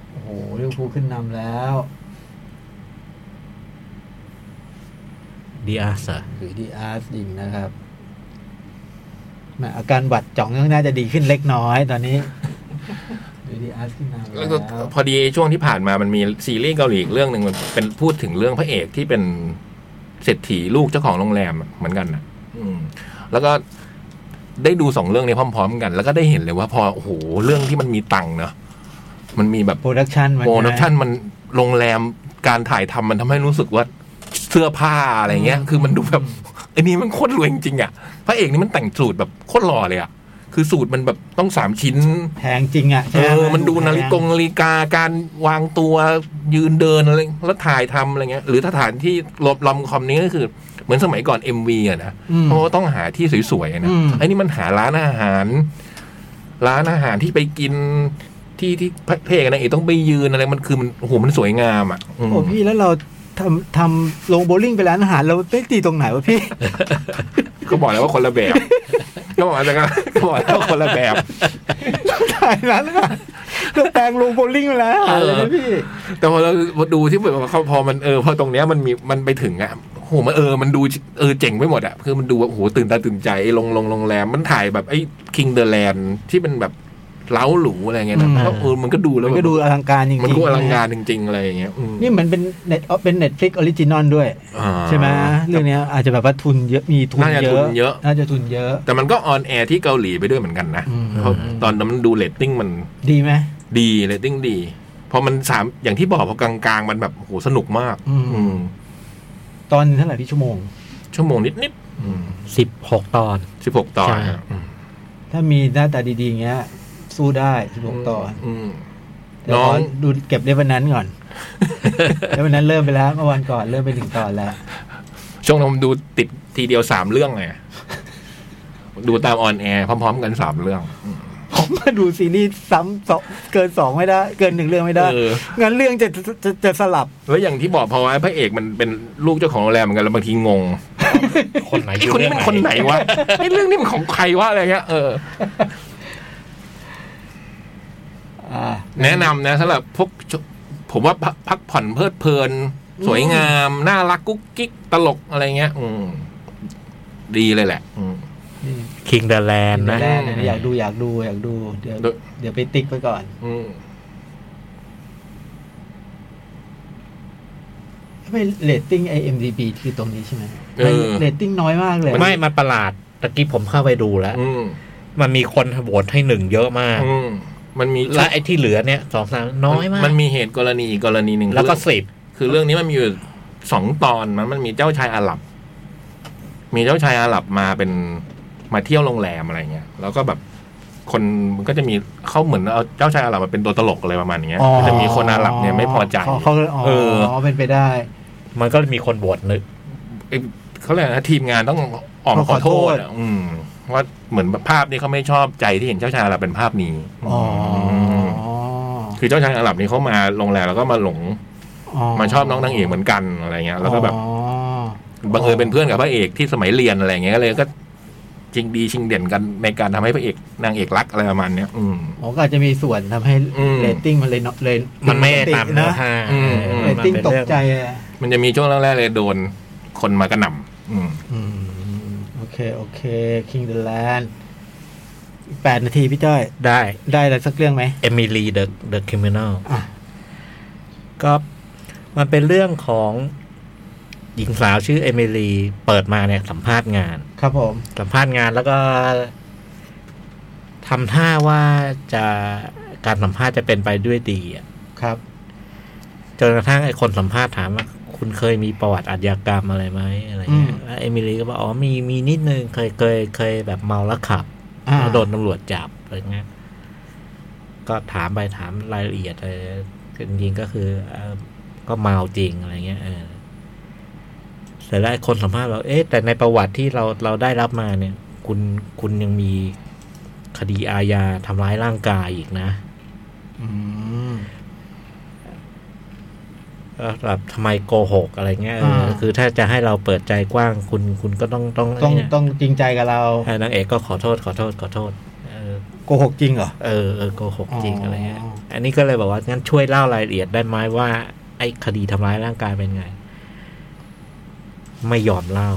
Speaker 2: โอ้โหลิเวอร์พูลขึ้นนำแล้ว
Speaker 4: ดีอาร์ส
Speaker 2: หรือดีอาร์สยิงนะครับแหมอาการบาดจ่องน่าจะดีขึ้นเล็กน้อยตอนนี้หรือดีอาร์สขึ้นนำแล้
Speaker 3: แล้ว วก็พอดีช่วงที่ผ่านมามันมีซีรีส์เกาหลีอีกเรื่องหนึ่งมันเป็นพูดถึงเรื่องพระเอกที่เป็นเศรษฐีลูกเจ้าของโรงแรมเหมือนกันนะอืม แล้วก็ได้ดูสองเรื่องนี้พร้อม ๆ กัน แล้วก็ได้เห็นเลยว่าพอโอ้โหเรื่องที่มันมีตังค์เนอะ มันมีแบบ
Speaker 5: โปรดักชันมัน
Speaker 3: โปรดักชันมันโรงแรมการถ่ายทำมันทำให้รู้สึกว่าเสื้อผ้าอะไรเงี้ย คือมันดูแบบไอ้นี่มันโคตรรวยจริงๆอ่ะพระเอกนี่มันแต่งสูตรแบบโคตรหล่อเลยอ่ะคือสูตรมันแบบต้องสามชิ้น
Speaker 5: แพงจริงอ่ะใช่
Speaker 3: เอ
Speaker 5: ไห
Speaker 3: อมันดูนาฬิกงนาฬิกาการวางตัวยืนเดินอะไรแล้วถ่ายทำอะไรเงี้ย หรือถ้าฐานที่ลบลอมคอมนี้ก็คือ เหมือนสมัยก่อน MV อะนะ
Speaker 2: อืม
Speaker 3: เพราะว่าต้องหาที่สวยๆอะนะ
Speaker 2: อืม
Speaker 3: ไอ้นี่มันหาร้านอาหาร ร้านอาหารที่ไปกินที่ที่พระพระเอกกับนางเอกต้องไปยืนอะไรมันคือมันโอ้โหมันสวยงามอ่ะอืม
Speaker 2: โอ้พี่แล้วเราทำทำลงโบลิ่งไปร้านอาหารเราไม่ตีตรงไหนวะพี่
Speaker 3: ก็บอกแล้วว่าคนละ
Speaker 2: [LAUGHS]
Speaker 3: แบบ ก็บอกแล้วก็ก็บอกแล้วว่าคนละแบบ
Speaker 2: ถ่ายร้านอาหารเราแปลงลงโบลิ่งไปร้านอาหารเลยนะพี่
Speaker 3: แต่พอเราดูที่แบบว่าเขาพอมันเออพอตรงเนี้ยมันมีมันไปถึงอ่ะโอ้โหมันเออมันดูเออเจ๋งไปหมดอ่ะคือมันดูแบบโอ้โหตื่นตาตื่นใจไอ้ลงลงโรงแรมมันถ่ายแบบไอ้คิงเดอะแลนด์ที่เป็นแบบเล้าหรูอะไรเงี้ยนะ
Speaker 2: อืม
Speaker 3: เพราะเออมันก็ดูแล้ว
Speaker 2: มัน
Speaker 3: แบบ
Speaker 2: ก็ดูอลังการจริงๆ
Speaker 3: มันก็อลังการจริง ๆ อะไรอย่างเงี้ยอืม
Speaker 5: นี่เหมือนเป็นเน็ตเป็นเน็ตฟลิกออริจินอลด้วย
Speaker 3: อ่า
Speaker 5: ใช่ไหมเรื่องเนี้ยอาจจะแบบว่าทุนเยอะมีทุน
Speaker 3: น่าจะ
Speaker 5: เย
Speaker 3: ทุ
Speaker 5: อะ
Speaker 3: นเยอะ
Speaker 5: น่าจะทุนเยอะ
Speaker 3: แต่มันก็ออนแอร์ที่เกาหลีไปด้วยเหมือนกันนะ
Speaker 5: อืม
Speaker 3: เพราะตอนนั้นมันดูเรตติ้งมัน
Speaker 5: ดีไหม
Speaker 3: ดีเรตติ้งดีพอมันสามอย่างที่บอกพอกลางๆ มันแบบโอ้โหสนุกมาก
Speaker 5: อืม
Speaker 3: อืม
Speaker 5: ตอนเท่าไหร่พี่ชั่วโมง
Speaker 3: ชั่วโมงนิด
Speaker 4: สิบหกตอน
Speaker 3: ๆสิบหกตอน
Speaker 4: ใช่
Speaker 3: นะอืม
Speaker 5: ถ้ามีหน้าตาดีๆอย่างเงี้ย สู้ได้สิบหกตอน
Speaker 3: อืม
Speaker 5: แต่
Speaker 3: น้
Speaker 5: ข
Speaker 3: อ
Speaker 5: อง ดูเก็บเลเวนนั้นก่อน เลเวนนั้นเริ่มไปแล้วเมื่อวันก่อนเริ่มไปถึงตอนแล้ว
Speaker 3: ช่วงนั้นผมดูติดทีเดียวสามเรื่องไงดูตามออนแอร์พร้อมๆกันสามเรื่อง
Speaker 5: ผมมาดูซีรีส์ซ้ำสองเกินสองไม่ได้ เกินหนึ่งเรื่องไม่ได้
Speaker 3: เออ
Speaker 5: งั้นเรื่องจะจะจะจะสลับ
Speaker 3: แล้วอย่างที่บอกเพราะว่าพระเอกมันเป็นลูกเจ้าของโรงแรมเหมือนกันแล้วบางทีงง
Speaker 4: คนไหนอ
Speaker 3: ไอ้
Speaker 4: ยู่
Speaker 3: คน
Speaker 4: เรื่
Speaker 3: นี้
Speaker 4: อง
Speaker 3: มัน
Speaker 4: ไหน
Speaker 3: คนไหนวะไอ้เรื่องนี้มันของใครวะอะไรเงี้ยเออ
Speaker 5: อ่า
Speaker 3: แนะนำนะสำหรับพวกชผมว่าพักพักผ่อนเพลิดเพลิน สวยงาม น่ารักกุ๊กกิ๊กตลกอะไรเงี้ย อืม ดีเลยแหละ อืม
Speaker 4: King the Land นะ
Speaker 5: แรกเลยนะอยากดูอยากดูอยากดู เดี๋ยว
Speaker 3: โดย
Speaker 5: เดี๋ยวไปติ๊กไปก่อน
Speaker 3: อืม
Speaker 5: ไม่เรตติ้ง IMDB คือตรงนี้ใช่ไหม
Speaker 3: เออ
Speaker 5: เรตติ้งน้อยมากเลย
Speaker 4: ไม่มันประหลาดตะกี้ผมเข้าไปดูแล้ว
Speaker 3: อืม
Speaker 4: มันมีคนโหวตให้หนึ่งเยอะมาก
Speaker 3: อืมมันมี
Speaker 4: และไอ้ที่เหลือเนี่ยสองสามน้อยมาก
Speaker 3: มันมีเหตุกรณีอีกกรณีหนึ่ง
Speaker 4: แล้วก็
Speaker 3: คือ
Speaker 4: สิบ
Speaker 3: คือเรื่องนี้มันมีอยู่สองตอนมันมันมีเจ้าชายอาหรับ มีเจ้าชายอาหรับมาเป็นมาเที่ยวโรงแรมอะไรเงี้ยแล้วก็แบบคนมันก็จะมีเขาเหมือนเอาเจ้าชายอาหรับมาเป็นตัวตลกอะไรประมาณเนี้ย
Speaker 5: อ๋อ
Speaker 3: ก็จะมีคนอาหรับเนี่ยไม่พอใจ
Speaker 5: เขาเขาเลยอ๋อ
Speaker 3: เออ
Speaker 5: เป็นไปได้
Speaker 4: มันก็มีคนโหวตนึก
Speaker 3: ไอ้เขาเรียกอะไรนะทีมงานต้องออกมาขอโทษอะอืมว่าเหมือนแบบภาพนี้เขาไม่ชอบใจที่เห็นเจ้าชายอาหรับเป็นภาพนี้
Speaker 5: อ๋อ
Speaker 3: มคือเจ้าชายอาหรับนี่เขามาโรงแรมแล้วก็มาหลง
Speaker 5: อ๋อ
Speaker 3: มาชอบน้องนางเอกเหมือนกันอะไรเงี้ยแล้วก็แบบ
Speaker 5: อ๋อ
Speaker 3: บังเอิญเป็นเพื่อนกับพระเอกที่สมัยเรียนอะไรเงี้ยก็เลยก็ชิงดีชิงเด่นกันในการทำให้พระเอกนางเอกรักอะไรประมาณเนี้ย อืม
Speaker 5: อ๋อก็อาจจะมีส่วนทำให้
Speaker 3: อืม
Speaker 5: เรตติ้งมันเลยน้อยเลย
Speaker 4: มันไม่ตามเนื้อ
Speaker 5: นะ
Speaker 4: ผ้า
Speaker 3: อืม
Speaker 4: เออ
Speaker 5: เรต
Speaker 4: มัน
Speaker 5: ติ้ง
Speaker 4: เป็น
Speaker 5: ตก
Speaker 4: เรื่อง
Speaker 5: ใจอะ
Speaker 3: มันจะมีช่วงแรกๆเลยโดนคนมากระหน่ำอืม
Speaker 5: อืมโอเค โอเค King the Land อีกแปดนาทีพี่จ้อย
Speaker 4: ได้
Speaker 5: ได้อะไรสักเรื่องไหม
Speaker 4: เอมิลีเดอะเดอะคริมินอล
Speaker 5: อ่ะ
Speaker 4: ก็มันเป็นเรื่องของหญิงสาวชื่อเอมิลีเปิดมาเนี่ยสัมภาษณ์งาน
Speaker 5: ครับผม
Speaker 4: สัมภาษณ์งานแล้วก็ทำท่าว่าจะการสัมภาษณ์จะเป็นไปด้วยดีอะ
Speaker 5: ครับ
Speaker 4: จนกระทั่งไอ้คนสัมภาษณ์ถามว่า คุณเคยมีประวัติอาชญากรรมอะไรไหมอะไรเงี้
Speaker 5: อื
Speaker 4: ย
Speaker 5: ม
Speaker 4: แล้วเอมิลีก็บอกอ๋อมีมีนิดนึงเคยเคยเคยแบบเมาแล้วขับ
Speaker 5: อ่า
Speaker 4: แล้วโดนตำรวจจับอะไรเงี้ย ก็ถามไปถามรายละเอียดอะไรจริงๆก็คือเอ่อก็เมาจริงอะไรเงี้ยเออเสร็จแล้วไอ้คนสัมภาษณ์เราเอ๊ะแต่ในประวัติที่เราเราได้รับมาเนี่ย คุณคุณยังมีคดีอาญาทำร้ายร่างกายอีกนะ
Speaker 5: อืม
Speaker 4: เออแบบทำไมโกหกอะไรเงี้ยเออ
Speaker 5: อ่า
Speaker 4: คือถ้าจะให้เราเปิดใจกว้าง คุณคุณก็ต้องต้อง
Speaker 5: ต้อง
Speaker 4: เนี่ย
Speaker 5: ต้องจริงใจกับเรา
Speaker 4: เออนางเอกก็ขอโทษขอโทษขอโทษเออ
Speaker 5: โกหกจริงเหรอ
Speaker 4: เออเออโกหกจริง
Speaker 5: อ๋ออ
Speaker 4: อะไรเงี้ย อันนี้ก็เลยบอกว่างั้นช่วยเล่ารายละเอียดได้ไหมว่า ไอ้คดีทำร้ายร่างกายเป็นไง ไม่ยอมเล่า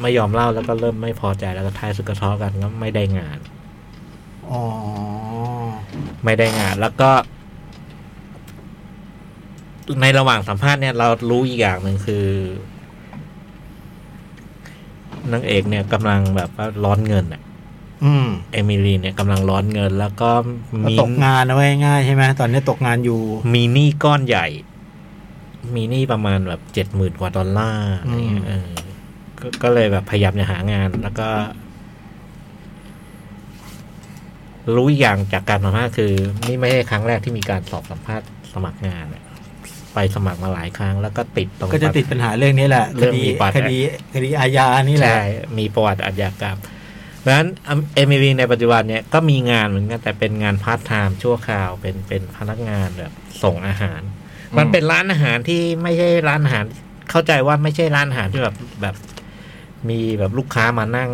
Speaker 4: ไม่ยอมเล่าแล้วก็เริ่มไม่พอใจแล้วก็ท้ายสุดก็ทะเลาะกันแล้วไม่ได้งาน
Speaker 5: อ๋อ
Speaker 4: ไม่ได้งาน แล้วก็ ในระหว่างสัมภาษณ์เนี่ยเรารู้อีกอย่างหนึ่งคือนางเอกเนี่ยกำลังแบบว่าร้อนเงินอะ
Speaker 5: อ
Speaker 2: อืม
Speaker 4: เอมิลีเนี่ยกำลังร้อนเงิน แล้วก็
Speaker 2: ก็
Speaker 4: มี
Speaker 2: ตกงานเอาไว้ง่ายๆใช่ไหมตอนนี้ตกงานอยู่
Speaker 4: มีหนี้ก้อนใหญ่ มีหนี้ประมาณแบบเจ็ดหมื่นกว่าดอลลาร์อะไรเงี้ย
Speaker 2: อืม
Speaker 4: เออก็ก็เลยแบบพยายามจะหางาน แล้วก็ รู้อีกอย่างจากการสัมภาษณ์คือ นี่ไม่ใช่ครั้งแรกที่มีการสอบสัมภาษณ์สมัครงานอะไปสมัครมาหลายครั้ง แล้วก็ติดตรง
Speaker 2: ก็จะติดปัญหาเรื่องนี้แหละ
Speaker 4: เรื่
Speaker 2: ค
Speaker 4: อง
Speaker 2: ดี
Speaker 4: มีปัญหา
Speaker 2: คดีคดีอาญานี่แหละ
Speaker 4: ใช่มีประวัติอาชญากรรมเพราะฉะนั้นเอมิลีในปัจจุบันเนี่ยก็มีงานเหมือนกันแต่เป็นงานพาร์ทไทม์ชั่วคราวเป็นเป็นพนักงานแบบส่งอาหาร มันเป็นร้านอาหารที่ไม่ใช่ร้านอาหาร เข้าใจว่าไม่ใช่ร้านอาหารที่แบบแบบ มีแบบลูกค้ามานั่ง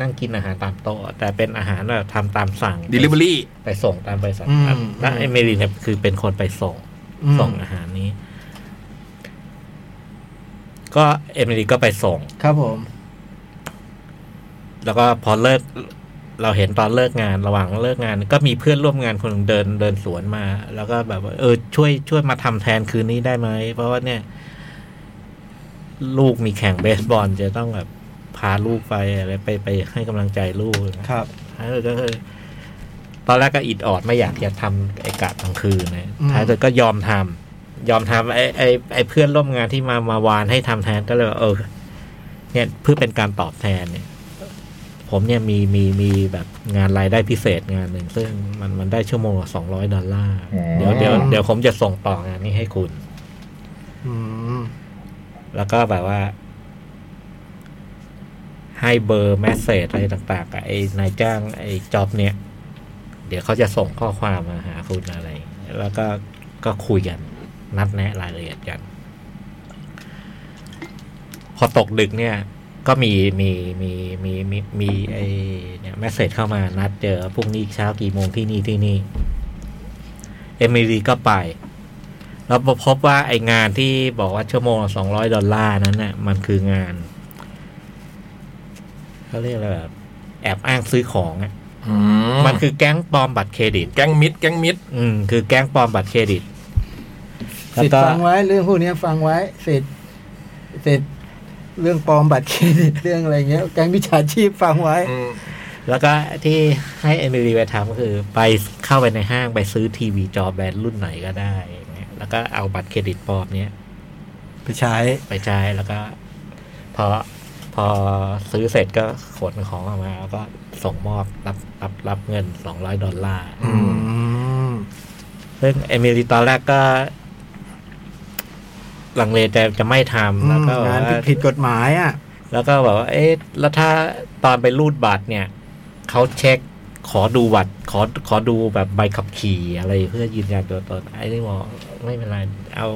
Speaker 4: นั่งกินอาหารตามโต๊ะแต่เป็นอาหารแบบทำตามสั่ง
Speaker 3: delivery
Speaker 4: ไปส่งตามไปสั่ง
Speaker 2: อืม
Speaker 4: แล้วเอมิลีเนี่ยคือเป็นคนไปส่ง
Speaker 2: อืม
Speaker 4: ส่งอาหารนี้ ก็เอมิลีก็ไปส่ง
Speaker 2: ครับผม
Speaker 4: แล้วก็พอเลิกเราเห็นตอนเลิกงานระหว่างเลิกงาน ก็มีเพื่อนร่วมงานคนหนึ่งเดินเดินสวนมา แล้วก็แบบว่าเออช่วยช่วยมาทำแทนคืนนี้ได้ไหม เพราะว่าเนี่ย ลูกมีแข่งเบสบอลจะต้องแบบพาลูกไปอะไรไปไปให้กำลังใจลูกนะ
Speaker 2: ครับ
Speaker 4: ท้ายสุดก็คือตอนแรกก็อิดออดไม่อยากจะทำไอ้กะกลางคืนนะ
Speaker 2: อืม
Speaker 4: ท้ายสุดก็ยอมทำยอมทำไอ้ไอ้ไอ้เพื่อนร่วมงานที่มามาวานให้ทำแทนก็เลยว่าเออ เนี่ยเพื่อเป็นการตอบแทนเนี่ย ผมเนี่ยมีมีมีแบบงานรายได้พิเศษงานหนึ่งซึ่งมันมันได้ชั่วโมงละสองร้อยดอลลาร์
Speaker 3: อืม
Speaker 4: เดี๋ยวเดี๋ยวเดี๋ยวผมจะส่งต่องานนี้ให้คุณ
Speaker 2: อืม
Speaker 4: แล้วก็แบบว่า ให้เบอร์แมสเซจอะไรต่างๆกับไอ้นายจ้างไอ้จ็อบเนี่ย เดี๋ยวเขาจะส่งข้อความมาหาคุณอะไร แล้วก็ก็คุยกันนัดแนะรายละเอียดกัน พอตกดึกเนี่ย ก็มีมีมีมีมีมีไอ้เนี่ยแมสเซจเข้ามานัดเจอพรุ่งนี้เช้ากี่โมงที่นี่ที่นี่ เอมิลีก็ไป แล้วพบว่าไองานที่บอกว่าชั่วโมงสองร้อยดอลลาร์นั้นน่ะมันคืองานเขาเรียกอะไรแบบแอบอ้างซื้อของอะมันคือแก๊งปลอมบัตรเครดิต
Speaker 3: แก๊งมิดแก๊งมิด
Speaker 4: อืมคือแก๊งปลอมบัตรเครดิตแล้ว
Speaker 2: สิทธิ์
Speaker 4: ก็
Speaker 2: ฟังไว้เรื่องพวกนี้ฟังไว้สิทธิ์สิทธิ์เรื่องปลอมบัตรเครดิตเรื่องอะไรเงี้ยแก๊งวิชาชีพฟังไว้
Speaker 4: แล้วก็ที่ให้เอมิลีไปทำก็คือ ไปเข้าไปในห้างไปซื้อทีวีจอแบรนด์รุ่นไหนก็ได้อย่างเงี้ยแล้วก็เอาบัตรเครดิตปลอมเนี้ย
Speaker 2: ไปใช้
Speaker 4: ไปใช้แล้วก็พอพอซื้อเสร็จก็ขนของออกมาแล้วก็ส่งมอบรับรับรับเงินสองร้อยดอลลาร์
Speaker 2: อืม
Speaker 4: ซึ่งเอมิลีตอนแรกก็ลังเลแต่จะไม่ทำแล้วก็แบบ
Speaker 2: งาน
Speaker 4: ว่า
Speaker 2: ผิดผิดกฎหมายอ่ะ
Speaker 4: แล้วก็แบบว่า เอ๊ะแล้วถ้าตอนไปรูดบัตรเนี่ย เขาเช็คขอดูบัตรขอขอดูแบบใบขับขี่อะไรเพื่อยืนยันตัวตนไอ้นี่บอกไม่เป็นไรเอา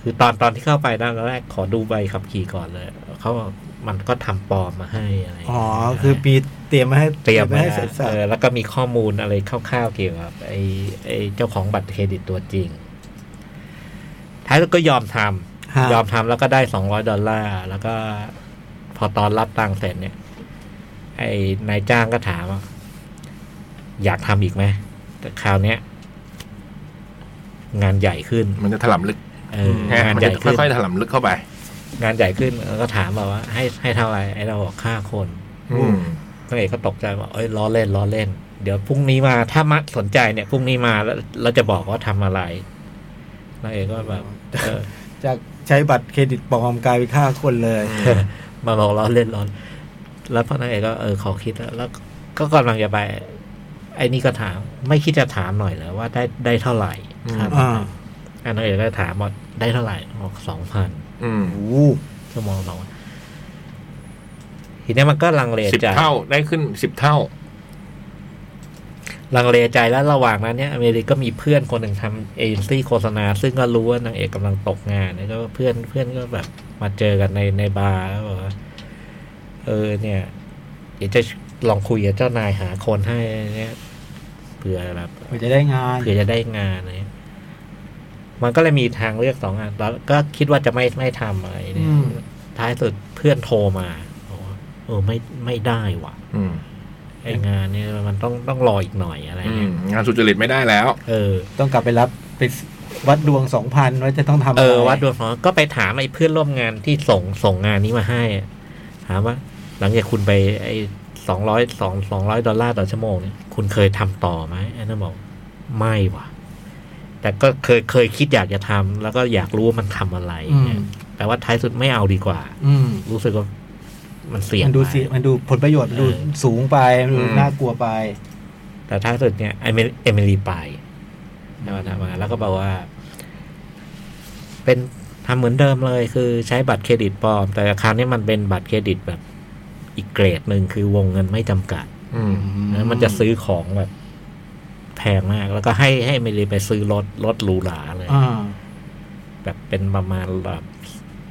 Speaker 4: คือตอนตอนที่เข้าไปด้านแรกขอดูใบขับขี่ก่อนเลยเขาบอกมันก็ทำปลอมมาให้อะไรย่าง
Speaker 2: อ๋อ
Speaker 4: เงี้ย
Speaker 2: คือปีเตรียมมาให้
Speaker 4: เตรียม
Speaker 2: มา
Speaker 4: มา
Speaker 2: ให้เสร็จสับ
Speaker 4: เออแล้วก็มีข้อมูลอะไรคร่าวๆเกี่ยวกับไอ้ไอ้เจ้าของบัตรเครดิตตัวจริง ท้ายสุดก็ยอมทำ
Speaker 2: ฮะ
Speaker 4: ยอมทำแล้วก็ได้สองร้อยดอลลาร์แล้วก็พอตอนรับตังค์เสร็จเนี่ย ไอ้นายจ้างก็ถามว่าอยากทำอีกไหมแต่คราวเนี้ย งานใหญ่ขึ้น
Speaker 3: มันจะถลำลึก
Speaker 4: เออ
Speaker 3: ฮะ
Speaker 4: งาน
Speaker 3: มัน
Speaker 4: ให
Speaker 3: จะ
Speaker 4: ญ่ขึ้น
Speaker 3: ค่อยๆถลำลึกเข้าไป
Speaker 4: งานใหญ่ขึ้นแล้วก็ถามแบบว่า ให้ให้เท่าไหร่ไอ้เราบอกห้าคน
Speaker 3: อืม
Speaker 4: นางเอกก็ตกใจว่าเอ้ยล้อเล่นล้อเล่น เดี๋ยวพรุ่งนี้มาถ้ามัดสนใจเนี่ยพรุ่งนี้มาแล้วเราจะบอกว่าทำอะไรนางเอกก็แบบเออ [LAUGHS]
Speaker 2: จากใช้บัตรเครดิตปลอมกลายเป็นค่าคนเลย
Speaker 4: มาบอกล้อเล่นล้อแล้วพอนางเอกก็เออขอคิดแล้วแล้วก็กำลังจะไป ไอ้นี่ก็ถาม ไม่คิดจะถามหน่อยเหรอว่าได้ได้เท่าไหร่
Speaker 3: อืม
Speaker 4: ครับ
Speaker 2: อ่า
Speaker 4: อันนางเอกก็ถามว่าได้เท่าไหร่บอกสองพัน
Speaker 3: อืม
Speaker 2: โอ้
Speaker 4: ชั่วโมงสองทีเนี้ยมันก็ลังเล
Speaker 3: สิบ
Speaker 4: ใจ
Speaker 3: เท่าได้ขึ้นสิบเท่า
Speaker 4: ลังเลใจแล้วระหว่างนั้นเนี่ยอเมริกก็มีเพื่อนคนหนึ่งทำเอเจนซี่โฆษณา ซึ่งก็รู้ว่านางเอกกำลังตกงานแล้วก็เพื่อนเพื่อนก็แบบมาเจอกันในในบาร์แล้วบอกว่าเออเนี่ยเดี๋ยวจะลองคุยกับเจ้านายหาคนให้เนี่ยเผื่อแบบ
Speaker 2: มันจะได้งาน
Speaker 4: เผื่อจะได้งานอะไรเงี้ยมันก็เลยมีทางเลือกสองงานแล้วก็คิดว่าจะไม่ไม่ทำอะไรเนี่ย
Speaker 2: อืม
Speaker 4: ท้ายสุดเพื่อนโทรมาบอกว่าเออไม่ไม่ได้ว่ะ
Speaker 3: อืม
Speaker 4: ไองานเนี่ยมันต้องต้องรออีกหน่อยอะไร
Speaker 3: อื
Speaker 4: เงี้
Speaker 3: ม
Speaker 4: ย
Speaker 3: งานสุจริตไม่ได้แล้ว
Speaker 4: เออ
Speaker 2: ต้องกลับไปรับไปวัดดวงสองพันว่าจะต้องทำะไร
Speaker 4: เออวัดดวงของก็ไปถามไอ้เพื่อนร่วมงานที่ส่งส่งงานนี้มาให้อะถามว่า หลังจากคุณไปไอ้ สองร้อยสองสองร้อยดอลลาร์ต่อชั่วโมงเนี่ยคุณเคยทำต่อไหมแอนนาบอกไม่ว่ะ แต่ก็เคยเคยคิดอยากจะทำแล้วก็อยากรู้ว่ามันทำอะไรเนี่ย
Speaker 2: อืม
Speaker 4: แปลว่าท้ายสุดไม่เอาดีกว่า
Speaker 2: อืม
Speaker 4: รู้สึกว่ามันเสี่ยง
Speaker 5: มันดู
Speaker 4: ไป
Speaker 5: สิมันดูผลประโยชน์มันดู
Speaker 4: เออ
Speaker 5: สูงไปมันดู
Speaker 3: อืม
Speaker 5: น่ากลัวไป
Speaker 4: แต่ท้ายสุดเนี่ยไอเมเอมิลีไปแล้วมาทำมาแล้วก็บอกว่า เป็นทำเหมือนเดิมเลย คือใช้บัตรเครดิตปลอม แต่คราวนี้มันเป็นบัตรเครดิตแบบอีกเกรดหนึ่งคือวงเงินไม่จำกัด
Speaker 3: อืม
Speaker 4: นะมันจะซื้อของแบบแพงมาก แล้วก็ให้ให้เอมิลีไปซื้อรถรถหรูหราเลย
Speaker 2: อ่า
Speaker 4: แบบเป็นประมาณแบบ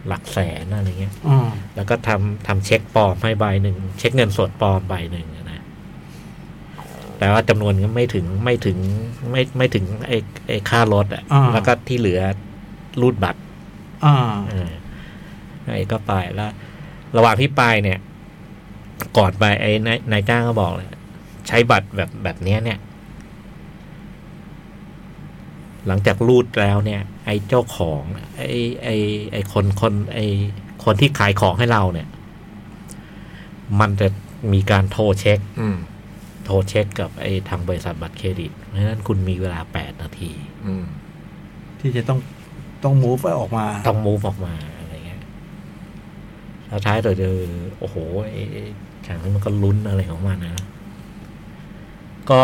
Speaker 4: หลักแสนอะไรเงี้ย
Speaker 2: อ่า
Speaker 4: แล้วก็ทำทำเช็คปลอมให้ใบหนึ่ง เช็คเงินสดปลอมใบหนึ่งนะแต่ว่าจำนวนก็ไม่ถึงไม่ถึงไม่ไม่ถึงไอ้ไอ้ค่ารถอ่ะ
Speaker 2: า
Speaker 4: แล้วก็ที่เหลือรูดบัตร
Speaker 2: อ่า
Speaker 4: เออไอ้ก็ไปแล้ว ระหว่างที่ไปเนี่ย ก่อนไปไอ้นายนายจ้างก็บอกเลย ใช้บัตรแบบแบบเนี้ยเนี่ย หลังจากรูดแล้วเนี่ย ไอ้เจ้าของ ไอ้ไอ้ไอ้คนคน ไอ้คนที่ขายของให้เราเนี่ย มันจะมีการโทรเช็ค
Speaker 3: อืม
Speaker 4: โทรเช็คกับไอ้ทางบริษัทบัตรเครดิตเพราะฉะนั้นคุณมีเวลา 8 นาที
Speaker 3: อืม
Speaker 2: ที่จะต้องต้องมูฟออกมา
Speaker 4: ต้องมูฟออกมาอะไรเงี้ยแล้วท้ายสุดเจอโอ้โหไอ้ไอ้ฉากนี้มันก็ลุ้นอะไรของมันนะ ก็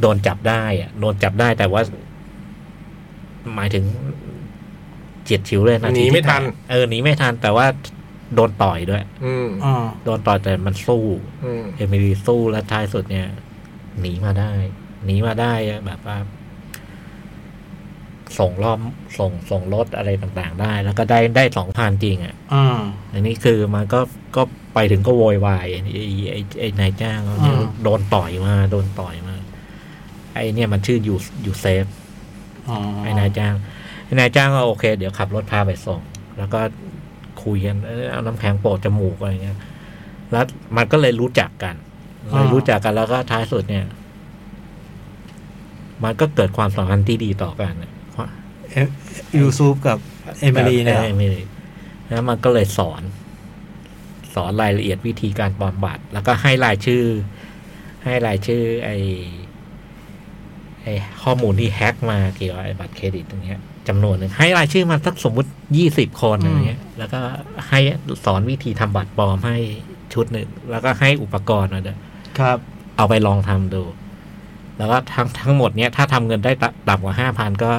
Speaker 4: โดนจับได้อะโดนจับได้แต่ว่า หมายถึงเจ็ดชิวเลยนะ
Speaker 3: หนีไม่ทัน
Speaker 4: เออหนีไม่ทัน แต่ว่าโดนต่อยด้วย
Speaker 3: อืม
Speaker 2: อ่า
Speaker 4: โดนต่อยแต่มันสู้
Speaker 3: อืม
Speaker 4: เอมิลีสู้และท้ายสุดเนี่ย หนีมาได้ หนีมาได้อะแบบว่า ส่งรอบส่งส่งรถอะไรต่างๆ ได้ แล้วก็ได้ได้สองพันจริงอ่ะ
Speaker 2: อ่า
Speaker 4: อันนี้คือมันก็ก็ไปถึงก็โวยวายไอ้ไอ้ไอ้ไอ้นายจ้างเนี่ย
Speaker 2: อ่า
Speaker 4: โดนต่อยมา โดนต่อยมา ไอ้เนี่ยมันชื่ออยู่อยู่เซฟ
Speaker 2: อ๋อ
Speaker 4: ไอ้นายจ้างไอ้นายจ้างก็โอเค เดี๋ยวขับรถพาไปส่ง แล้วก็คุยกันเอ้ยเอาน้ำแข็งโปะจมูกอะไรเงี้ย แล้วมันก็เลยรู้จักกันเลยรู้จักกันแล้วก็ท้ายสุดเนี่ย มันก็เกิดความสัมพันธ์ที่ดีต่อกันเนี่ย
Speaker 2: เอยูซูฟกับเอมิลีเนี่ยเหร
Speaker 4: เอ
Speaker 2: อ
Speaker 4: มิลีแล้วมันก็เลยสอน สอนรายละเอียดวิธีการปลอมบัตร แล้วก็ให้รายชื่อ ให้รายชื่อ ไอไอข้อมูลที่แฮ็กมาเกี่ยวกับไอ้บัตรเครดิตตรงเนี้ยจำนวนหนึ่งให้รายชื่อมันสักสมมติยี่สิบคนอะไรเงี้ย แล้วก็ให้สอนวิธีทำบัตรปลอมให้ชุดหนึ่ง แล้วก็ให้อุปกรณ์มาด้วย
Speaker 2: ครับ
Speaker 4: เอาไปลองทำดู แล้วก็ทั้งทั้งหมดเนี้ยถ้าทำเงินได้ตต่ำกว่าห้าพันก็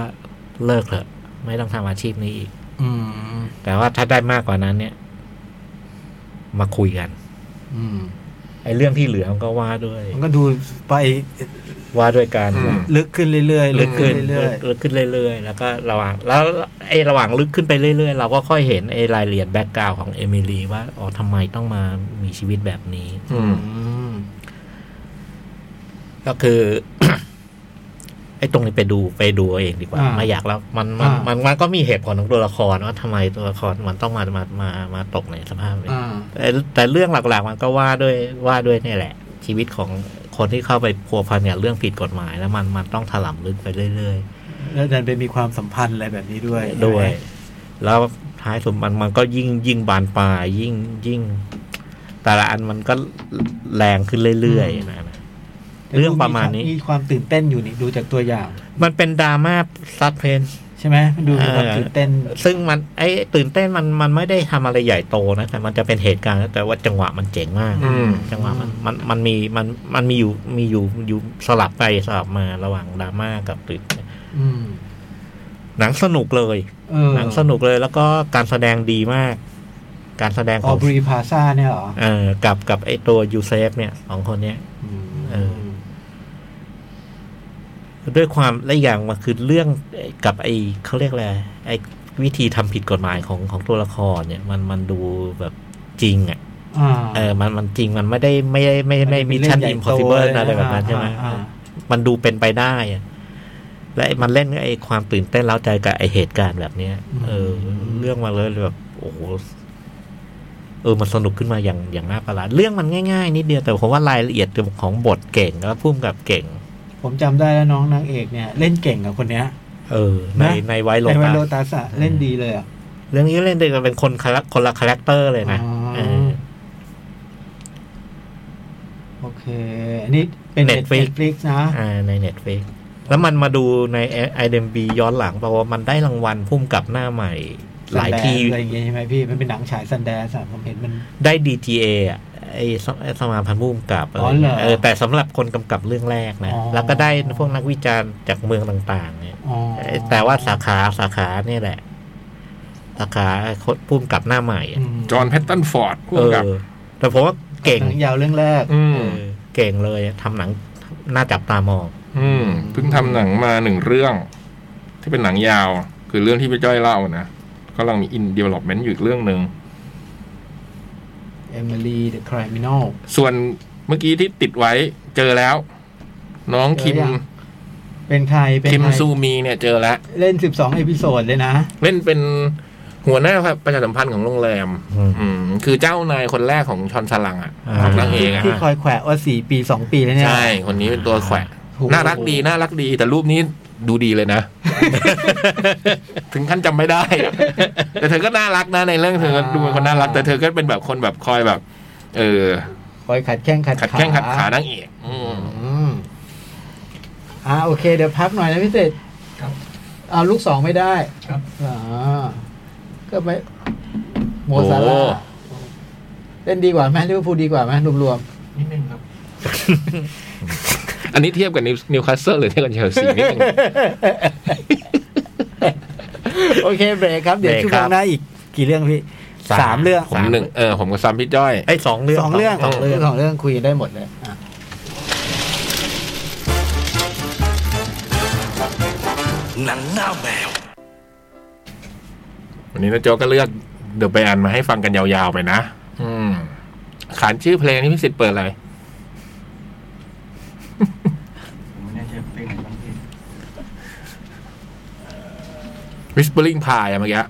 Speaker 4: เลิกเถอะ ไม่ต้องทำอาชีพนี้อีก
Speaker 2: อืม
Speaker 4: แต่ว่าถ้าได้มากกว่านั้นเนี่ย มาคุยกัน
Speaker 2: อืม
Speaker 4: ไอ้เรื่องที่เหลือมันก็ว่าด้วย
Speaker 2: มันก็ดูไป
Speaker 4: ว่าด้วยการ
Speaker 3: อืม
Speaker 2: ลึกขึ้นเรื่อยๆ
Speaker 4: ลึกขึ้น
Speaker 2: เรื่อย
Speaker 4: ลึกขึ้นเรื่อยๆ แล้วก็ระหว่าง แล้วไอ้ระหว่างลึกขึ้นไปเรื่อยๆ เราก็ค่อยเห็นไอ้รายละเอียดแบ็กกราวของเอมิลีว่าอ๋อทำไมต้องมามีชีวิตแบบนี้
Speaker 3: อืม
Speaker 2: ๆอืม
Speaker 4: ก็คือ [COUGHS] ไอ้ตรงนี้ไปดูไปดูเอาเองดีกว่า
Speaker 2: อ่า
Speaker 4: ไม่อยากแล้วมันมัน
Speaker 2: อ่ามั
Speaker 4: มันมันก็มีเหตุผลของตัวละครว่าทำไมตัวละครมันต้องมามามามาตกในสภาพนี้
Speaker 2: อ่า
Speaker 4: แต่แต่เรื่องหลักๆ มันก็ว่าด้วยว่าด้วยเนี่ยแหละ ชีวิตของคนที่เข้าไปพัวพันเนี่ยเรื่องผิดกฎหมาย แล้วมันมันต้องถลำลึกไปเรื่อย
Speaker 2: แล้วดันไปมีความสัมพันธ์อะไรแบบนี้ด้วย
Speaker 4: ๆ ด้วย แล้วท้ายสุดมันมันก็ยิ่งยิ่งบานปลายยิ่งยิ่ง แต่ละอันมันก็แรงขึ้นเรื่อยๆนะนะเรื่องประมาณนี้
Speaker 2: มีความตื่นเต้นอยู่นี่ดูจากตัวอย่าง
Speaker 4: มันเป็นดราม่าซัดเพน
Speaker 2: ใช่ไหมมันดูมีความ
Speaker 4: เออ
Speaker 2: ตื่นเต้น
Speaker 4: ซึ่งมันไอ้ตื่นเต้นมันมันไม่ได้ทำอะไรใหญ่โตนะแต่มันจะเป็นเหตุการณ์แต่ว่าจังหวะมันเจ๋งมาก
Speaker 3: อืม
Speaker 4: จังหวะมัน
Speaker 2: อืม
Speaker 4: มันมันมีมันมันมีอยู่มีอยู่อยู่สลับไปสลับมาระหว่างดราม่ากับตื่นเต้น
Speaker 2: อืม
Speaker 4: หนังสนุกเลย
Speaker 2: เออ
Speaker 4: หนังสนุกเลยแล้วก็การแสดงดีมาก การแสดง
Speaker 2: อ
Speaker 4: ข
Speaker 2: อ
Speaker 4: อง
Speaker 2: บรีพาซาเนี่ยเหรอ
Speaker 4: เอ่อกับกับไอ้ตัวยูเซฟเนี่ยสองคนเนี้ย
Speaker 2: อืม
Speaker 4: เออ ด้วยความและอีกอย่างมันคือเรื่องกับไอ้เขาเรียกอะไรไอ้วิธีทำผิดกฎหมายของของตัวละครเนี่ยมันมันดูแบบจริงอ่ะ
Speaker 2: อ่า
Speaker 4: เออ มัน มันจริง มันไม่ได้ ไม่ได้ ไม่ไม่มิชชั่นอิมพอสิเบิลอะไรแบบนั้นใช่ไหม
Speaker 2: อ่า
Speaker 4: มันดูเป็นไปได้อะและไอ้มันเล่นไอ้ความตื่นเต้นเร้าใจกับไอ้เหตุการณ์แบบเนี้ย เออ เรื่องมาเลยแบบ โอ้โห เออ มันสนุกขึ้นมาอย่าง อย่างน่าประหลาด เรื่องมันง่ายๆนิดเดียว แต่ผมว่ารายละเอียดของบทเก่งแล้วพุ่มกับเก่ง
Speaker 2: ผมจำได้แล้วน้องนางเอกเนี่ย เล่นเก่งกับคนเนี้ย
Speaker 4: เออ ใน
Speaker 2: นะ
Speaker 4: ในไวโล
Speaker 2: ในวัน
Speaker 4: ตา
Speaker 2: โลตัสอะเล่นดีเลยอะ
Speaker 4: เรื่องนี้เล่นเด็กเป็นคนคาแรคคนละคาแรคเตอร์เลยนะ
Speaker 2: อ๋อ
Speaker 4: เออ
Speaker 2: โอเค อันนี้เป็น
Speaker 4: Netflix
Speaker 2: ฟลิกนะ
Speaker 4: อ่าในเน็ตเฟกแล้วมันมาดูในไอเดมบีย้อนหลังเพราะว่ามันได้รางวัลพุ่มกับหน้าใหม่ หลาย
Speaker 2: Sundance
Speaker 4: ที่
Speaker 2: อะไรอย่างเงี้ยใช่ไหมพี่ มันเป็นหนังฉายซันแดสผมเห็นมัน
Speaker 4: ได้ DGA อ่ะไอสไอ้สมาพันธ์พุ่มกับอะไร
Speaker 2: อ๋อเหรอ
Speaker 4: เออแต่สำหรับคนกำกับเรื่องแรกนะ
Speaker 2: อ๋อ
Speaker 4: แล้วก็ได้พวกนักวิจารณ์จากเมืองต่างๆเนี่ย
Speaker 2: อ๋อ
Speaker 4: แต่ว่าสาขาสาขาเนี่ยแหละ สาขาคนพุ่มกับหน้าใหม่อะ
Speaker 2: อืม
Speaker 3: จอห์นแพตตันฟอร์ดคู่
Speaker 4: เออ
Speaker 3: กับ
Speaker 4: แต่ผมว่าเก่ง
Speaker 2: หนังยาวเรื่องแรก
Speaker 3: อื
Speaker 4: เอ
Speaker 3: ม
Speaker 4: อเก่งเลยอะทำหนังน่าจับตามอง
Speaker 3: อืมเพิ่งทำหนังมาหนึ่งเรื่อง ที่เป็นหนังยาว คือเรื่องที่พี่จ้อยเล่านะกำลังมีอินเด v e ล o อปเมนต์อยู่อีกเรื่องหนึ่ง
Speaker 2: Emily the Criminal
Speaker 3: ส่วนเมื่อกี้ที่ติดไว้เจอแล้ว น้องคิม
Speaker 2: เจอยัง เป็นใคร เป็น
Speaker 3: คิม
Speaker 2: ใคร
Speaker 3: ซูมีเนี่ยเจอแล้ว
Speaker 2: เล่น 12 เอพิโซดเลยนะ
Speaker 3: เล่นเป็นหัวหน้าประชาสัมพันธ์ของโรงแรม
Speaker 4: อืม
Speaker 3: อืม คือเจ้านายคนแรกของชอนสลังอ่ะ
Speaker 4: อ่า
Speaker 3: ของนางเอกอ่ะ
Speaker 2: ที่คอยแขวะว่า 4 ปี 2 ปีแล้วเนี่ย
Speaker 3: ใช่ คนนี้เป็นตัวแขวะ
Speaker 2: โอ้โห
Speaker 3: น่ารักดี น่ารักดี แต่รูปนี้ดูดีเลยนะ [LAUGHS] ถึงขั้นจำไม่ได้ แต่เธอก็น่ารักนะในเรื่องเธอก็ดูเป็นคนน่ารัก แต่เธอก็เป็นแบบคนแบบคอยแบบ เออ
Speaker 2: คอยขัดแข้งขัด
Speaker 3: ขัด
Speaker 2: ขา
Speaker 3: แข้งขัดขานางเอกอืม
Speaker 2: อืมอ่าโอเค เดี๋ยวพักหน่อยนะพี่เศษ
Speaker 1: ครับ
Speaker 2: เอาลูกสองไม่ได้
Speaker 1: ครับ
Speaker 2: อ่าก็ไม่โมซาลาห์เล่นดีกว่าไหมลิเวอร์พูลดีกว่าไหมรวม
Speaker 1: นิดนึงครับ
Speaker 3: อันนี้เทียบกับนิวนิวคาสเซิลหรือเทียบกับเชลซีนิดนึง
Speaker 2: ๆ โอเคเบรกครับ เดี๋ยว
Speaker 4: เบรก
Speaker 2: ช่ว
Speaker 4: ครับ
Speaker 2: งหน้าอีกกี่เรื่องพี่สามเรื่อง
Speaker 3: ผมหนึ่งเออผมกับซัมพี่จ้อย
Speaker 4: ไอ้ยสองเรื่อง
Speaker 2: สองเรื่อง
Speaker 4: สองเรื่อง
Speaker 2: สองเรื่องคุยกันได้หมดเลยอ่ะ
Speaker 3: วันนี้นะโจกก็เลือกเดอะแบนมาให้ฟังกันยาวๆไปนะ อืม ขานชื่อเพลงนี่พิสิทธิ์เปิดอะไร
Speaker 1: ผมไม่แน่ใจเพลงไหนบ้างพี่
Speaker 3: Whispering Pie อะเมื่อกี้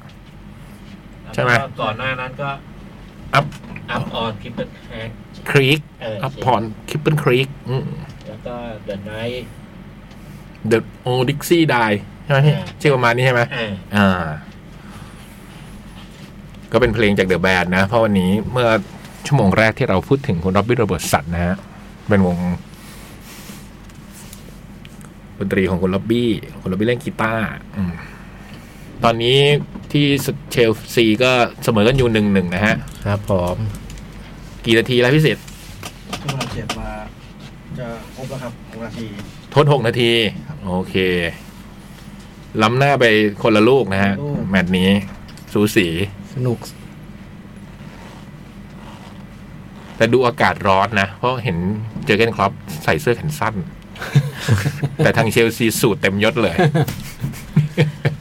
Speaker 3: ใช่ไหม
Speaker 4: ก่อนหน้านั้นก็
Speaker 3: Up
Speaker 4: อัพออนคิปเปิลแฮก
Speaker 3: Creek
Speaker 4: เออ
Speaker 3: Up on Kippen Creek อืม
Speaker 4: แล้วก็เดินไนท์
Speaker 3: The Old Dixie Die ใช่ไหมพี่
Speaker 4: อ่า
Speaker 3: ชื่อประมาณนี้ใช่ไหม
Speaker 4: อ่า
Speaker 3: อ่า ก็เป็นเพลงจากเดอะแบนนะ เพราะวันนี้เมื่อชั่วโมงแรกที่เราพูดถึงคุณร็อบบี้โรเบิร์ตสันนะฮะ เป็นวงดนตรีของคุณล็อบบี้คุณล็อบบี้เล่นกีตาร์อืมตอนนี้ที่เชลซีก็เสมอกันอยู่หนึ่งหนึ่งนะฮะ
Speaker 4: ครับผม
Speaker 3: กี่นาทีแล้วพิเศษ
Speaker 1: ช่วงเวลาเจ็บมา จะครบแล้วครับหกนาที
Speaker 3: ทดหกนาที โอเค ล้ำหน้าไปคนละลูกนะฮะ
Speaker 1: คนละลูก
Speaker 3: แมตช์นี้ สูสี
Speaker 2: สนุก
Speaker 3: แต่ดูอากาศร้อนนะ เพราะเห็นเจอร์เกนครอปใส่เสื้อแขน
Speaker 1: [LAUGHS]
Speaker 3: สั้น แต่ทางเชลซีสูตรเต็มยศเลย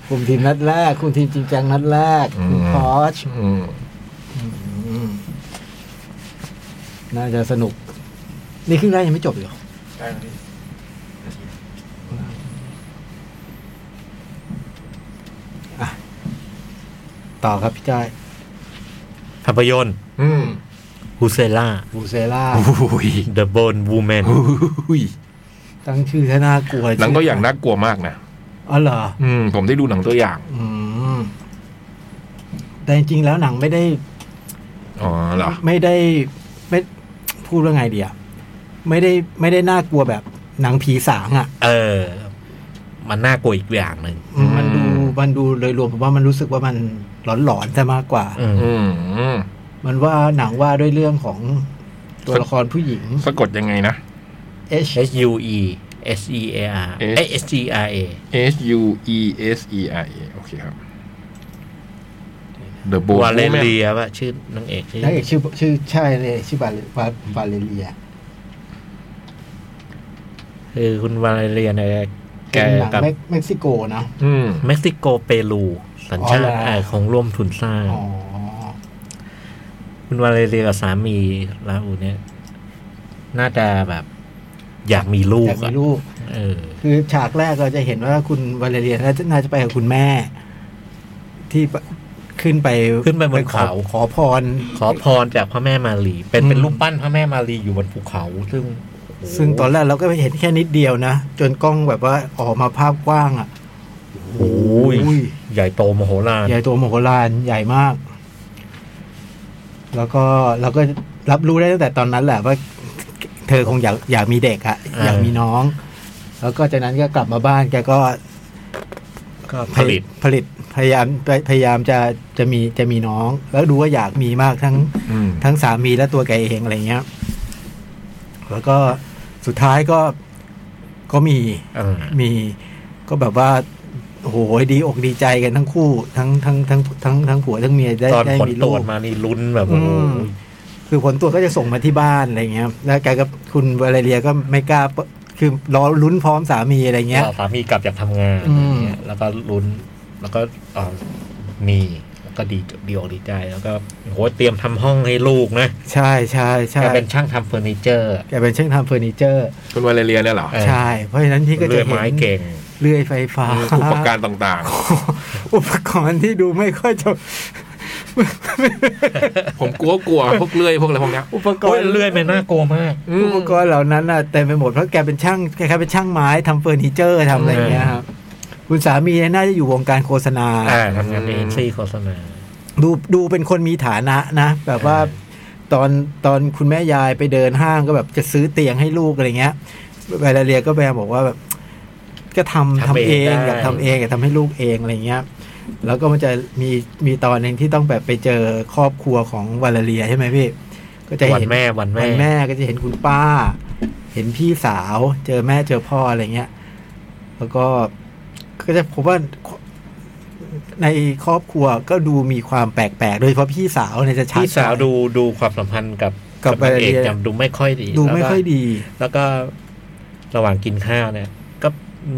Speaker 2: คุมทีมนัดแรก คุมทีมจริงจังนัดแรกคุม
Speaker 3: อืม
Speaker 2: พอช
Speaker 3: อืม
Speaker 2: น่าจะสนุก นี่ครึ่งแรกยังไม่จบอยู่
Speaker 1: ใกล้แล้วพี่นาที
Speaker 2: ต่อครับพี่จ้อย
Speaker 4: ภาพยนตร์
Speaker 3: อืม
Speaker 4: ฮุเซล่า
Speaker 2: บูเซล่า
Speaker 3: [LAUGHS] อุ้ย
Speaker 4: เดอะโบนวูแมน
Speaker 3: อุ้ย
Speaker 2: ตั้งชื่อท่าน่ากลัว
Speaker 3: หนัง
Speaker 2: ชื่
Speaker 3: ตัวอย่างน่ากลัวมากนะ
Speaker 2: อ๋อเหรอ
Speaker 3: อืม ผมได้ดูหนังตัวอย่าง
Speaker 2: อืมแต่จริงๆแล้วหนังไม่ได้
Speaker 3: อ๋อเหรอ
Speaker 2: ไม่ได้ไม่พูดว่าไงดีอะไม่ได้ไม่ได้น่ากลัวแบบหนังผีสางอะ
Speaker 4: เออ มันน่ากลัวอีกอย่างหนึ่ง
Speaker 2: อืมมันดู
Speaker 3: อืม
Speaker 2: มันดูโดยรวมผมว่ามันรู้สึกว่ามันหลอนๆแต่มากกว่า
Speaker 4: อืม
Speaker 3: อืม
Speaker 2: มันว่าหนังว่าด้วยเรื่องของตัวละครผู้หญิง
Speaker 3: สะกดยังไงนะ
Speaker 2: H
Speaker 4: H U E S E A R เอ้ย S G R A
Speaker 3: H U E S E R A โอเคครับ The Bold
Speaker 4: วาเลน
Speaker 3: Woman
Speaker 4: เลียว่ะชื่อนางเอกชื่อ
Speaker 2: นักเอกชื่อชื่อใช่เลยชื่อบาเลบาบาเลเลีย
Speaker 4: คือคุณวาเลเลียเนี่ยแก
Speaker 2: เป็นหนัง
Speaker 4: กับ
Speaker 2: เม็กเม็กซิโกนะ
Speaker 3: อืม
Speaker 4: เม็กซิโกเปรูสัญชา
Speaker 2: อ๋อเห
Speaker 4: ติ
Speaker 2: รอ
Speaker 4: เอ่อของร่วมทุนสร้าง
Speaker 2: อ๋อ
Speaker 4: คุณวาเลเรียกับสามีลาอูเนี่ย น่าจะแบบ อยากมีลูก
Speaker 2: แต่มี
Speaker 4: อะ
Speaker 2: ลูก
Speaker 4: เออ
Speaker 2: คือฉากแรกเราจะเห็นว่าคุณวาเลเลียน่าจะน่าจะไปกับคุณแม่ ที่ปะขึ้นไป
Speaker 4: ขึ้นไปบนเขา
Speaker 2: ขอพร
Speaker 4: ขอพรจากพระแม่มารี เป็น
Speaker 2: อืม
Speaker 4: เป็นรูปปั้นพระแม่มารีอยู่บนภูเขา ซึ่งโโห
Speaker 2: ซึ่งตอนแรกเราก็เห็นแค่นิดเดียวนะ จนกล้องแบบว่าออกมาภาพกว้างอะ่ะโอ้โห
Speaker 4: โอ้ย
Speaker 2: อุ้ย
Speaker 4: ใหญ่โตมโหฬาร
Speaker 2: ใหญ่ตัวโมโหลานใหญ่มาก แล้วก็เราก็รับรู้ได้ตั้งแต่ตอนนั้นแหละว่า เธอคงอยากอยากมีเด็กอะ
Speaker 4: อ่า
Speaker 2: อยากมีน้อง แล้วก็จากนั้นก็กลับมาบ้านแกก็
Speaker 4: ก็
Speaker 3: ผลิต
Speaker 2: ผลิตพยายามพยายามจะจะมีจะมีน้อง แล้วดูว่าอยากมีมากทั้ง
Speaker 3: อืม
Speaker 2: ทั้งสามีและตัวแกเองอะไรเงี้ย แล้วก็สุดท้ายก็ก็มี
Speaker 4: เออ
Speaker 2: มีก็แบบว่าโอ้โหดีอกดีใจกันทั้งคู่ ทั้งทั้งทั้งทั้งทั้งผัวทั้งเมียได้
Speaker 4: ตอน
Speaker 2: ได้
Speaker 4: ผล
Speaker 2: มี
Speaker 4: ตร
Speaker 2: ลู
Speaker 4: ว
Speaker 2: ก
Speaker 4: จมานี่ลุ้นแบบ
Speaker 2: อื
Speaker 4: โอ้
Speaker 2: ม
Speaker 4: โห
Speaker 2: คือผลตรวจก็จะส่งมาที่บ้านอะไรเงี้ยแล้วแกกับคุณวาเลเรียก็ไม่กล้าเปิดคือรอลุ้นพร้อมสามีอะไรเงี้ย
Speaker 4: สามีกลับจากทำงาน
Speaker 2: อืม
Speaker 4: อย่างเงี้ยแล้วก็ลุ้น แล้วก็เอ่อมีแล้วก็ดีดีอกดีใจแล้วก็โหเตรียมทำห้องให้ลูกนะ
Speaker 2: ใช่ใช่ใช่
Speaker 4: แกเป็นช่างทำเฟอร์นิเจอร์
Speaker 2: แกเป็นช่างทำเฟอร์นิเจอร์
Speaker 3: คุณวาเลเรียเนี่ยเหรอ
Speaker 4: เออ
Speaker 2: ใช่ เพราะฉะนั้นพี่ก็
Speaker 4: เลื่
Speaker 2: จะ
Speaker 4: อย
Speaker 2: เห็น
Speaker 4: ไม้เก่ง
Speaker 2: เลื่อยไฟฟ้า
Speaker 3: อุปการณ์ต่าง
Speaker 2: [LAUGHS] อุปกรณ์ที่ดูไม่ค่อยจะ
Speaker 3: ๆ ผมกลัวกลัวพวกเลื่อยพวกอะไรพวกเนี้ย
Speaker 2: อุปกร
Speaker 4: โอ้ย
Speaker 2: ณ์
Speaker 4: เลื่อยมันน่ากลัวมาก
Speaker 3: อืม
Speaker 2: อุปกรณ์เหล่านั้นน่ะเต็มไปหมดเพราะแกเป็นช่างแกเป็นช่างไม้ทำเฟอร์นิเจอร์ทำอะไรอย่างเงี้ยครับคุณสามีเนี่ยน่าจะอยู่วงการโฆษณา
Speaker 4: อ่าทำงาน
Speaker 3: อืม
Speaker 4: เอเจนซี่โฆษณา
Speaker 2: ดูดูเป็นคนมีฐานะนะ แบบว่าตอนตอนคุณแม่ยายไปเดินห้างก็แบบจะซื้อเตียงให้ลูกอะไรเงี้ยเวลาเรียก็ไปบอกว่าแบบ ก็ทำทำ
Speaker 4: ทำเอ
Speaker 2: เอ
Speaker 4: ง
Speaker 2: ง
Speaker 4: ได้
Speaker 2: อยากทำเองอยากทำให้ลูกเองอะไรเงี้ย แล้วก็มันจะมีมีตอนหนึ่งที่ต้องแบบไปเจอครอบครัวของวาเลเรียใช่ไหมพี่ก็จะ
Speaker 4: วัน
Speaker 2: เห็น
Speaker 4: แม่วัน
Speaker 2: วั
Speaker 4: แม่
Speaker 2: นแม่ก็จะเห็นคุณป้า เห็นพี่สาว เจอแม่เจอพ่ออะไรเงี้ย แล้วก็ก็จะพบว่าในครอบครัวก็ดูมีความแปลกๆ โดยเฉพาะพี่สาวเนี่ยจะชัด
Speaker 4: พี่สาวดูดูความสัมพันธ์กับ
Speaker 2: กับ
Speaker 4: นางเอก
Speaker 2: วาเลเรีย
Speaker 4: จำดูไม่ค่อยดี
Speaker 2: ดูไม่
Speaker 4: แล้วก็
Speaker 2: ค่อยดี
Speaker 4: แล้วก็ระหว่างกินข้าวเนี่ย ก็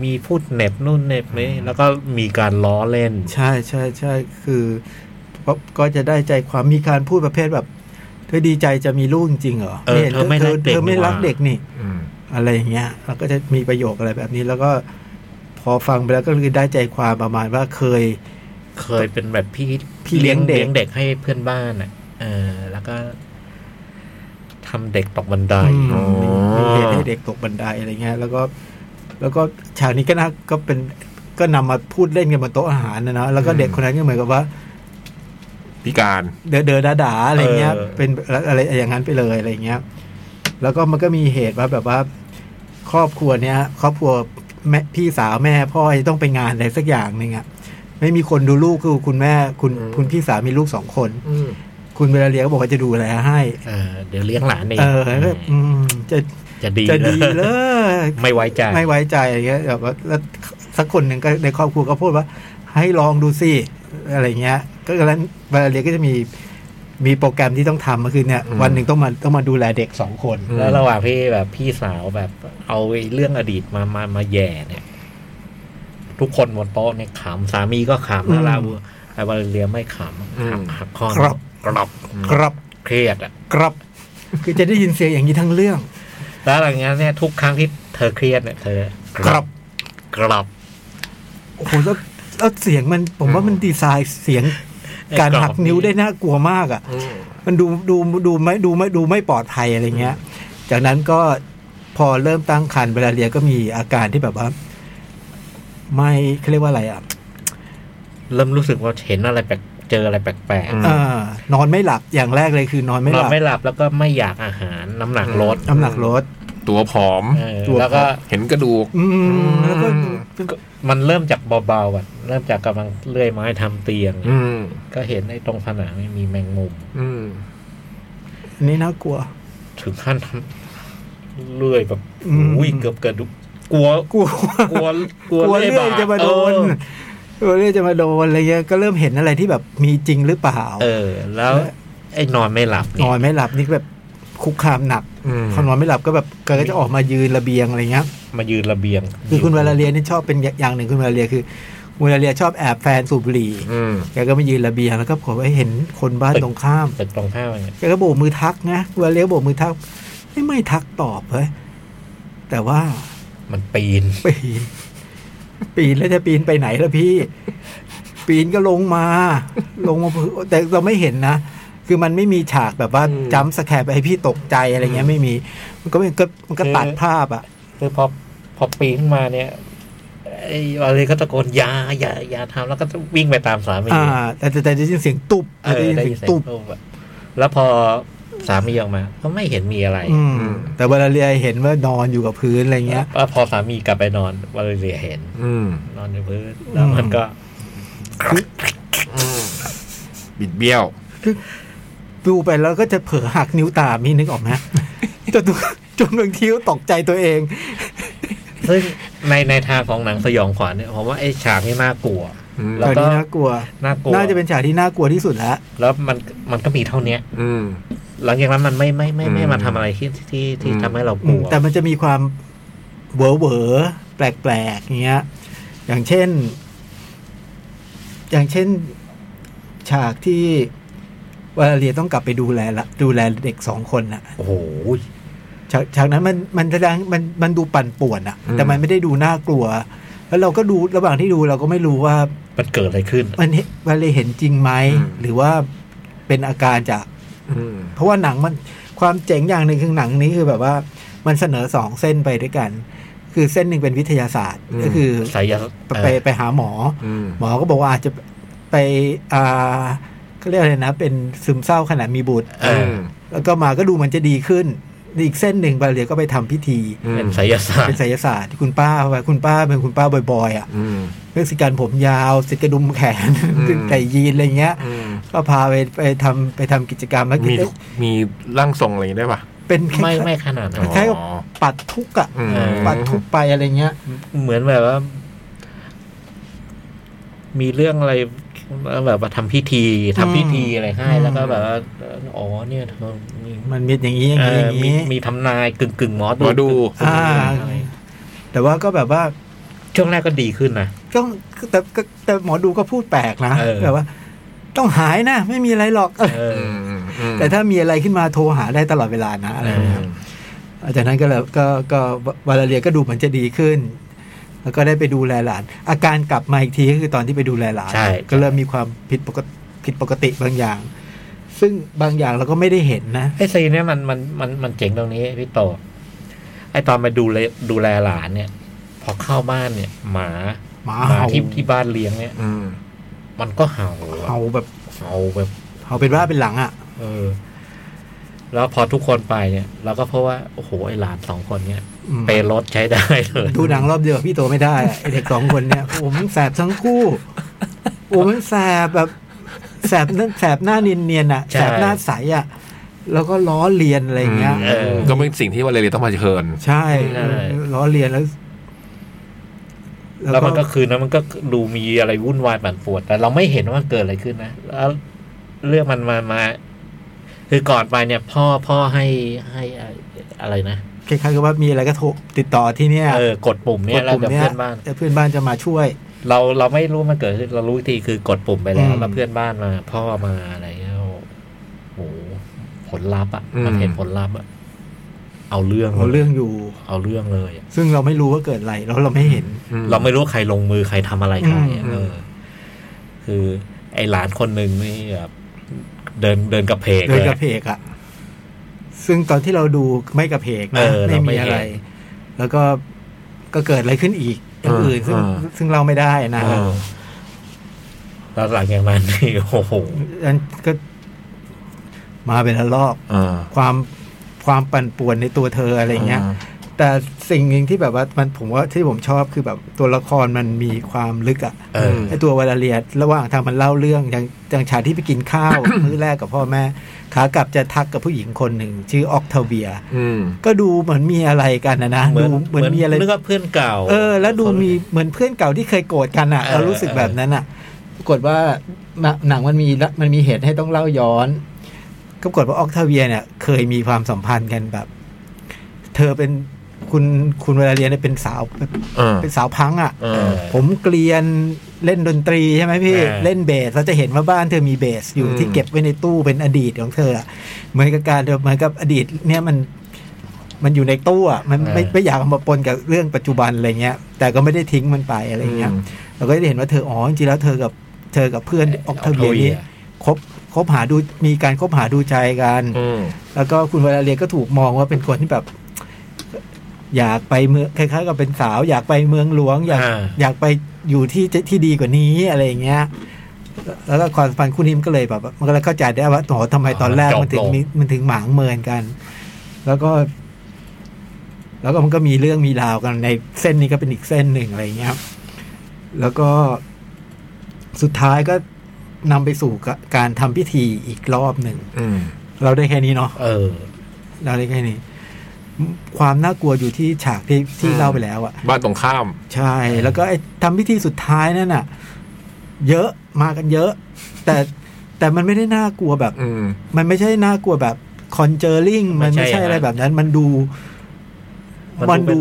Speaker 4: มีพูดเหน็บนู่นเหน็บนี่แล้วก็มีการล้อเล่น
Speaker 2: ใช่ใช่ใช่คือก็ก็จะได้ใจความมีการพูดประเภทแบบ เธอดีใจจะมีลูกจริงๆเหรอ
Speaker 4: เออเธอไม่รักเด็ก
Speaker 2: เธอไม่
Speaker 4: นี่หว่า
Speaker 2: รักเด็กนี่
Speaker 3: อืม
Speaker 2: อะไรอย่างเงี้ยเราก็จะมีประโยคอะไรแบบนี้ แล้วก็พอฟังไปแล้วก็คือได้ใจความประมาณว่าเคย
Speaker 4: เคยเป็นแบบพี่
Speaker 2: พี่เลี้ยงเด็ก
Speaker 4: เลี้ยงเด็กให้เพื่อนบ้านอ่ะเออ แล้วก็ทำเด็กตกบันได
Speaker 3: อ๋อ
Speaker 2: มีเหตุให้เด็กตกบันไดอะไรเงี้ย แล้วก็ แล้วก็ฉากนี้ก็น่าก็เป็นก็นำมาพูดเล่นกันบนโต๊ะอาหารนะเนาะแล้วก็เด็กคนนั้นก็เหมือนกับว่า
Speaker 3: พิการ
Speaker 2: เดินเดินด่าๆอะไรเงี้ย
Speaker 4: เออ
Speaker 2: เป็นอะไรอย่างนั้นไปเลยอะไรเงี้ย แล้วก็มันก็มีเหตุว่าแบบว่า ครอบครัวเนี้ย ครอบครัวแม่พี่สาวแม่พ่อจะต้องไปงานอะไรสักอย่างหนึ่งอะไม่มีคนดูลูกคือคุณแม่คุณ
Speaker 3: อืม
Speaker 2: คุณพี่สาวมีลูกสองคน
Speaker 3: อืม
Speaker 2: คุณเวลาเลียก็บอกว่าจะดูแลให้
Speaker 4: เออเดี๋ยวเลี้ยงหลานเอง
Speaker 2: เออแล้วก็อืมจะ
Speaker 4: จะดี
Speaker 2: จะดีเลย
Speaker 4: ไม่ไว้ใจ
Speaker 2: ไม่ไว้ใจอะไรเงี้ยแบบว่าแล้วสักคนหนึ่งก็ในครอบครัวก็พูดว่า ให้ลองดูสิอะไรเงี้ย ก็แล้วเวลาเรียนก็จะมีมีโปรแกรมที่ต้องทำก็คือเนี่ย
Speaker 3: อืม
Speaker 2: วันหนึ่งต้องมาต้องมาดูแลเด็กสองคน
Speaker 3: อืม
Speaker 4: แล้วระหว่างที่แบบพี่สาวแบบเอาไอ้เรื่องอดีตมามามาแย่เนี่ย ทุกคนบนโต๊ะเนี่ยขำสามีก็ขำนะ
Speaker 2: อืม
Speaker 4: ลาบูไอ้วาเลเรียไม่ข
Speaker 3: อืม
Speaker 4: ำหักคอ
Speaker 2: ครับ
Speaker 4: กรอบ
Speaker 2: กรับ
Speaker 4: เครียดอ่ะ
Speaker 2: กรับ คือจะได้ยินเสียงอย่างนี้ทั้งเรื่อง
Speaker 4: แล้วหลังจากนั้นเนี่ยทุกครั้งที่เธอเครียดเนี่ยเธอก
Speaker 2: รับ
Speaker 4: กรอบ
Speaker 2: โอ้โหแล้วแล้วเสียงมันผมว่ามันดีไซน์เสียงการหักนิ้วได้น่ากลัวมากอ่ะ
Speaker 3: อืม
Speaker 2: มันดูดูดูไม่ดูไม่ดูไม่ปลอดภัยอะไรเงี้ย จากนั้นก็พอเริ่มตั้งครรภ์เวลาเรียนก็มีอาการที่แบบว่า ไม่เขาเรียกว่าอะไรอ่ะ
Speaker 4: เริ่มรู้สึกว่าเห็นอะไรแปลกเจออะไรแปลก
Speaker 3: อืม
Speaker 2: เออนอนไม่หลับอย่างแรกเลยคือนอนไม่
Speaker 4: ๆน
Speaker 2: ห
Speaker 4: อน
Speaker 2: ลับ
Speaker 4: ไม่หลับแล้วก็ไม่อยากอาหารน้ำหนักลด
Speaker 2: น้ำหนักลด
Speaker 3: ตัวผอม
Speaker 4: เออ
Speaker 2: ตัว
Speaker 4: แล้วก็
Speaker 3: เห็นกระดูก
Speaker 2: อืมแล้วก็
Speaker 3: อืม
Speaker 4: มันเริ่มจากเบาๆอ่ะเริ่มจากกำลังเลื่อยไม้ทำเตียง
Speaker 3: อืม
Speaker 4: ก็เห็นในตรงผนังเนี่ยมีแมงมุม
Speaker 3: อืม
Speaker 2: อันนี่น่ากลัว
Speaker 4: ถึงขั้นทำเลื่อยแบบ
Speaker 2: อืม
Speaker 4: วิ่งเกือบกระดุกกลัว
Speaker 2: กลัว
Speaker 4: กลัวก
Speaker 2: ก
Speaker 4: ลัว
Speaker 2: ลัวเรื่
Speaker 4: บ
Speaker 2: อง
Speaker 4: ด
Speaker 2: จะมาโดนกลัวเรื่องจะมาโดนอะไรเงี้ยก็เริ่มเห็นอะไรที่แบบมีจริงหรือเปล่า
Speaker 4: เออ แล้ว ไอ้นอนไม่หลับ
Speaker 2: น
Speaker 4: เนี่ย
Speaker 2: อนไม่หลับนี่แบบคุกคามหนัก
Speaker 3: อืม
Speaker 2: พอนอนไม่หลับก็แบบก็จะออกมายืนระเบียงอะไรเงี้ย
Speaker 4: มายืนระเบียง
Speaker 2: คือคุณวาลาเรียนี่ชอบเป็นอย่างหนึ่งคุณวาลาเรียคือคุณวาลาเรียชอบแอบแฟนสูบบุหรี่
Speaker 3: อืม
Speaker 2: แกก็มายืนระเบียงแล้วก็ผมว่าเห็นคนบ้านตรงข้าม
Speaker 4: ตึกตรงข้ามเนี่ย
Speaker 2: แกก็โบกมือทักนะคุณวาลาเรียก็โบกมือทักไม่ไม่ทักตอบเลยแต่ว่า
Speaker 4: มันปีน
Speaker 2: ปีนปีนแล้วจะปีนไปไหนล่ะพี่ ปีนก็ลงมา ลงมาพื้นแต่เราไม่เห็นนะคือมันไม่มีฉากแบบว่า
Speaker 3: อืม
Speaker 2: จ้ำสแคร์ไปให้พี่ตกใจอะไรเงี้ยไม่มี มันก็เป็นก็มันก็ตัดภาพอ่ะ
Speaker 4: คือพอพอปีนขึ้นมาเนี่ยไอ ไอ้วาเลก็ตะโกนอยาอยาอยาทำแล้วก็วิ่งไปตามสามี
Speaker 2: อ่า แต่แต่แต่ได้ยินเสียงตุบ
Speaker 4: เออ
Speaker 2: ได้
Speaker 4: ได้
Speaker 2: ยิ
Speaker 4: ยิ
Speaker 2: น
Speaker 4: น
Speaker 2: เสี
Speaker 4: เสี
Speaker 2: ยง
Speaker 4: ยง
Speaker 2: ตุบ
Speaker 4: ตุ้มอะแล้วพอสามีออกมา ก็ไม่เห็นมีอะไร
Speaker 2: อืมแต่เวลาเรียเห็นว่านอนอยู่กับพื้นอะไรเงี้ย
Speaker 4: แล้วพอสามีกลับไปนอนวาเลเห็น
Speaker 3: อืม
Speaker 4: นอนอยู่พื้นแล้วมันก็
Speaker 3: บิดเบี้ยว
Speaker 2: ดูไปแล้วก็จะเผลอหักนิ้วตามนี่นึกออกไหมจนจนบางทีก็ตกใจตัวเอง
Speaker 4: ซึ่งในในทางของหนังสยองขวัญเนี่ยผมว่าไอ้ฉากนี่น่ากลัว
Speaker 3: อืม
Speaker 4: แล้
Speaker 2: ฉาว ก
Speaker 4: ก็
Speaker 2: นี้น่ากลัว
Speaker 4: น่ากลัว
Speaker 2: น่าจะเป็นฉากที่น่ากลัวที่สุดแล้ว
Speaker 4: แล้วมันมันก็มีเท่าเนี้ย
Speaker 3: อืม
Speaker 4: หลังจากนั้นมันไม่ไม่ไม่ไม่
Speaker 3: อืม
Speaker 4: มาทำอะไรที่ที่ที่
Speaker 3: อืม
Speaker 4: ทำให้เรากลัว
Speaker 2: แต่มันจะมีความเวอเวอๆแปลกๆอย่างเงี้ย อย่างเช่น อย่างเช่น ฉากที่วาเลเรียต้องกลับไปดูแลละดูแลเด็กสองคนน่ะ
Speaker 4: โอ้โห
Speaker 2: ฉากฉากนั้นมันมันแสดงมันมันดูปั่นป่วนอ่ะ
Speaker 3: อืม
Speaker 2: แต่มันไม่ได้ดูน่ากลัว แล้วเราก็ดูระหว่างที่ดูเราก็ไม่รู้ว่า
Speaker 4: มันเกิดอะไรขึ้น
Speaker 2: มันเห็นวาเลเห็นจริงไหม
Speaker 3: อืม
Speaker 2: หรือว่าเป็นอาการจาก
Speaker 3: อืม
Speaker 2: เพราะว่าหนังมันความเจ๋งอย่างหนึ่งคือหนังนี้คือแบบว่ามันเสนอสองเส้นไปด้วยกัน คือเส้นหนึ่งเป็นวิทยาศาสตร์
Speaker 3: อืม
Speaker 2: ก็คือ
Speaker 4: สายยา
Speaker 2: ไปไปไปหาหมอ
Speaker 3: อืม
Speaker 2: หมอก็บอกว่าอาจจะไปอ่าก็เรียกอะไรนะ เป็นซึมเศร้าขณะมีบุตร
Speaker 4: เออ
Speaker 2: แล้วก็มาก็ดูมันจะดีขึ้นอีกเส้นหนึ่งบาเรียก็ไปทำพิธี
Speaker 3: อืม
Speaker 4: เป็นสายศาสต
Speaker 2: เป็น
Speaker 4: ร์
Speaker 2: ไสยศาสตร์ที่คุณป้าเข้าไปคุณป้าเป็นคุณป้าบอยๆอ่ะ
Speaker 3: อืม
Speaker 2: เรื่องสิการผมยาวสิกระดุมแขน
Speaker 3: อืม
Speaker 2: ใส่ยีนอะไรเงี้ย
Speaker 3: อืม
Speaker 2: ก็พาไปไปทำไปทำกิจกรรมแล้วกิ
Speaker 3: มี
Speaker 2: เอ๊ะ
Speaker 3: มีร่างทรงอะไรได้ป่ะ
Speaker 2: เป็นคล้ายๆ
Speaker 4: ไม่ไม่ขนาดนั้น
Speaker 2: คล้ายๆกับ
Speaker 3: อ๋อ
Speaker 2: ปัดทุกข์อะ
Speaker 3: อืม
Speaker 2: ปัดทุกข์ไปอะไรเงี้ย
Speaker 4: เหมือนแบบว่า มีเรื่องอะไรแบบว่าทำพิธีทำพิธีอะไรให้ แล้วก็แบบว่าอ๋อเนี่ยเธอมี
Speaker 2: มันมีอย่างนี้อย่าง
Speaker 4: เอ่
Speaker 2: นี้อ
Speaker 4: อย่างมี
Speaker 2: นี้
Speaker 4: มีทำนายกึ่งกึ่งๆหมอ
Speaker 3: หมอดู
Speaker 2: อ่า
Speaker 4: อะไร
Speaker 2: แต่ว่าก็แบบว่า
Speaker 4: ช่วงแรกก็ดีขึ้นนะ
Speaker 2: ต้องแต่แต่แต่หมอดูก็พูดแปลกนะ
Speaker 4: เออ
Speaker 2: แบบว่า ต้องหายนะ ไม่มีอะไรหรอกเออ
Speaker 4: เออ
Speaker 3: อืมอืมอืม
Speaker 2: แต่ถ้ามีอะไรขึ้นมาโทรหาได้ตลอดเวลานะอะไร
Speaker 3: อื
Speaker 2: เงี้ย
Speaker 3: ม
Speaker 2: จากนั้นก็เลยก็ก็วาเลเรียก็ดูเหมือนจะดีขึ้น แล้วก็ได้ไปดูแลหลาน อาการกลับมาอีกทีก็คือตอนที่ไปดูแลหลาน
Speaker 4: ใช่
Speaker 2: ก็เริ่มมีความผิดปกติผิดปกติบางอย่าง ซึ่งบางอย่างเราก็ไม่ได้เห็นนะ
Speaker 4: ไอ้ซีนเนี่ยมันมันมันมันเจ๋งตรงนี้พี่โต ไอ้ตอนไปดูแลดูแลหลานเนี่ย พอเข้าบ้านเนี่ย หมา
Speaker 2: หมา
Speaker 4: หมา
Speaker 2: เห่า
Speaker 4: ที่ที่บ้านเลี้ยงเนี่ย
Speaker 3: อืม
Speaker 4: มันก็เห่า
Speaker 2: เห่าแบบ
Speaker 4: เห่าแบบ
Speaker 2: เห่าเป็นว่าเป็นหลังอ่ะ
Speaker 4: เออ แล้วพอทุกคนไปเนี่ยเราก็เพราะว่าโอ้โหไอ้หลานสองคนเนี่ย
Speaker 2: อืม
Speaker 4: เปรถใช้ได้เลย
Speaker 2: ดูหนังรอบเดียวกับพี่โตไม่ได้อะไอ้เด็กสองคนเนี่ย โอ้มันแสบทั้งคู่โอ้มันแสบแบบแสบนั่นแสบหน้าเนียนๆอ่ะแสบหน้าใสอ่ะแล้วก็ล้อเลียนอะไรอย่างเงี้ย
Speaker 3: เออก็เป็นสิ่งที่วาเลเรียต้องมาเผชิญ
Speaker 2: ใช่ล้อเลียนแล้ว
Speaker 4: แล้วมันก็คืนนะมันก็ดูมีอะไรวุ่นวายปั่นปวด แต่เราไม่เห็นว่ามันเกิดอะไรขึ้นนะแล้วเรื่องมันมามาคือก่อนไปเนี่ย พ่อพ่อให้ให้อะไรนะ
Speaker 2: คล้ายๆกับว่ามีอะไรก็โทรติดต่อที่เนี่ย
Speaker 4: เออกดปุ่มเนี่ยแล้ว
Speaker 2: กด
Speaker 4: เดี๋ยว
Speaker 2: ปุ่ม
Speaker 4: เพื่อนบ้าน
Speaker 2: แต่เพื่อนบ้านจะมาช่วย
Speaker 4: เราเราไม่รู้มันเกิดขึ้นเรารู้อีกทีคือกดปุ่มไปแล้
Speaker 2: อื
Speaker 4: ว
Speaker 2: ม
Speaker 4: แล้วเพื่อนบ้านมา พ่อมาอะไรเงี้ยโอ้โหผลลัพธ์อ่ะ
Speaker 3: อืม
Speaker 4: มันเห็นผลลัพธ์อ่ะเอาเรื่อง
Speaker 2: เอาเรื่องอยู่
Speaker 4: เอาเรื่องเลยอะ
Speaker 2: ซึ่งเราไม่รู้ว่าเกิดอะไรแล้วเราไม่เห็น
Speaker 3: อืม
Speaker 4: เราไม่รู้ใครลงมือใครทำอะไรใครอะ
Speaker 3: อืม
Speaker 4: เออ คือ ไอหลานคนหนึ่งนี่แบบเดินเดินกับเพก
Speaker 2: เดิ
Speaker 4: เล
Speaker 2: น
Speaker 4: ย
Speaker 2: กระเพกอะซึ่งตอนที่เราดูไม่กระเพกนะ
Speaker 4: เออ
Speaker 2: ไม่
Speaker 4: เราไม่
Speaker 2: มีอะไร
Speaker 4: เห็น
Speaker 2: แล้วก็ก็เกิดอะไรขึ้นอีกอย่างอื่นซึ่ง
Speaker 3: อ่า
Speaker 2: ซึ่งเราไม่ได้นะ
Speaker 4: เออ แล้วหลังจากนั้นนี่ [LAUGHS] โอ้โห
Speaker 2: อันก็มาเป็นละลอก
Speaker 3: อ่า
Speaker 2: ความความปั่นป่วนในตัวเธออะไรเงี้ย แต่สิ่งหนึ่งที่แบบว่ามันผมว่าที่ผมชอบคือแบบตัวละครมันมีความลึกอะ
Speaker 4: เออ
Speaker 2: ไอตัววาลาเลียระหว่างทางมันเล่าเรื่องอย่างอย่างฉากที่ไปกิน
Speaker 4: [COUGHS]
Speaker 2: ข้าว มื้อแรกกับพ่อแม่ขากลับจะทักกับผู้หญิงคนหนึ่งชื่อออกเทเวีย
Speaker 3: อืม
Speaker 2: ก็ดูเหมือนมีอะไรกันนะนะ
Speaker 4: เหมือน
Speaker 2: ดูเหมือนมีอะไร
Speaker 4: นึกว่าเพื่อนเก่า
Speaker 2: เออ แล้วดูมีเหมือนเพื่อนเก่าที่เคยโกรธกันอ่ะ
Speaker 4: เออ
Speaker 2: เรารู้สึกแบบนั้นอ่ะปรากฏว่าหนังหนังมันมีละมันมีเหตุให้ต้องเล่าย้อนก็ปรากฏว่าออกทาเวียเนี่ย เคยมีความสัมพันธ์กันแบบ เธอเป็นคุณคุณเวลาเรียนเนี่ยเป็นสาว
Speaker 3: อ่า
Speaker 2: เป็นสาวพังอ่ะ
Speaker 3: เอ
Speaker 4: เอ
Speaker 3: อ
Speaker 4: อ
Speaker 2: ผมเกลียนเล่นดนตรีใช่ไหมพี่
Speaker 4: เออ
Speaker 2: เล่นเบสเราจะเห็นว่าบ้านเธอมีเบสอยู่
Speaker 3: อืม
Speaker 2: ที่เก็บไว้ในตู้เป็นอดีตของเธออะเหมือนกับการเหมือนกับอดีต เนี่ยมันมันอยู่ในตู้อะมันไม่ไม่อยากเอามาปนกับเรื่องปัจจุบันอะไรเงี้ย แต่ก็ไม่ได้ทิ้งมันไปอะไรเงี้ยเราก็ได้เห็นว่าเธออ๋อจริงๆแล้วเธอกับเธอกับเพื่อนออกเทเวียนี้คบคบหาดูมีการคบหาดูใจกัน
Speaker 3: อืม
Speaker 2: แล้วก็คุณวาเลเรียก็ถูกมองว่าเป็นคนที่แบบ อยากไปเมืองคล้ายๆกับเป็นสาว อยากไปเมืองหลวง อยาก
Speaker 3: อ่า
Speaker 2: อยากไปอยู่ที่ที่ดีกว่านี้อะไรอย่างเงี้ย แล้วก็ความสัมพันธ์คู่นี้มันก็เลยแบบมันก็เลยเข้าใจได้ว่าโหทำไมตอนแรก
Speaker 3: จบ
Speaker 2: มันถึง
Speaker 3: ลง
Speaker 2: มีมันถึงหมางเมินกัน แล้วก็ แล้วก็มันก็มีเรื่องมีราวกันในเส้นนี้ก็เป็นอีกเส้นหนึ่งอะไรอย่างเงี้ยครับแล้วก็สุดท้ายก็นำไปสู่กะการทำพิธีอีกรอบหนึ่ง
Speaker 3: อืม
Speaker 2: เราได้แค่นี้เนาะ
Speaker 4: เออ
Speaker 2: เราได้แค่นี้ ความน่ากลัวอยู่ที่ฉากที่ที่
Speaker 3: อืม
Speaker 2: เล่าไปแล้วอะ
Speaker 3: บ้านตรงข้าม
Speaker 2: ใช่ แล้วก็ไอ้ทำพิธีสุดท้ายนั่นน่ะ เยอะมากันเยอะ แต่แต่มันไม่ได้น่ากลัวแบบ
Speaker 3: อืม
Speaker 2: มันไม่ใช่น่ากลัวแบบคอนเจอริง
Speaker 4: มั
Speaker 2: มัน
Speaker 4: นไม่
Speaker 2: ไม่ใช่
Speaker 4: ใช่
Speaker 2: อะไร
Speaker 4: นะ
Speaker 2: แบบนั้น มันดู มันดู
Speaker 4: เป็น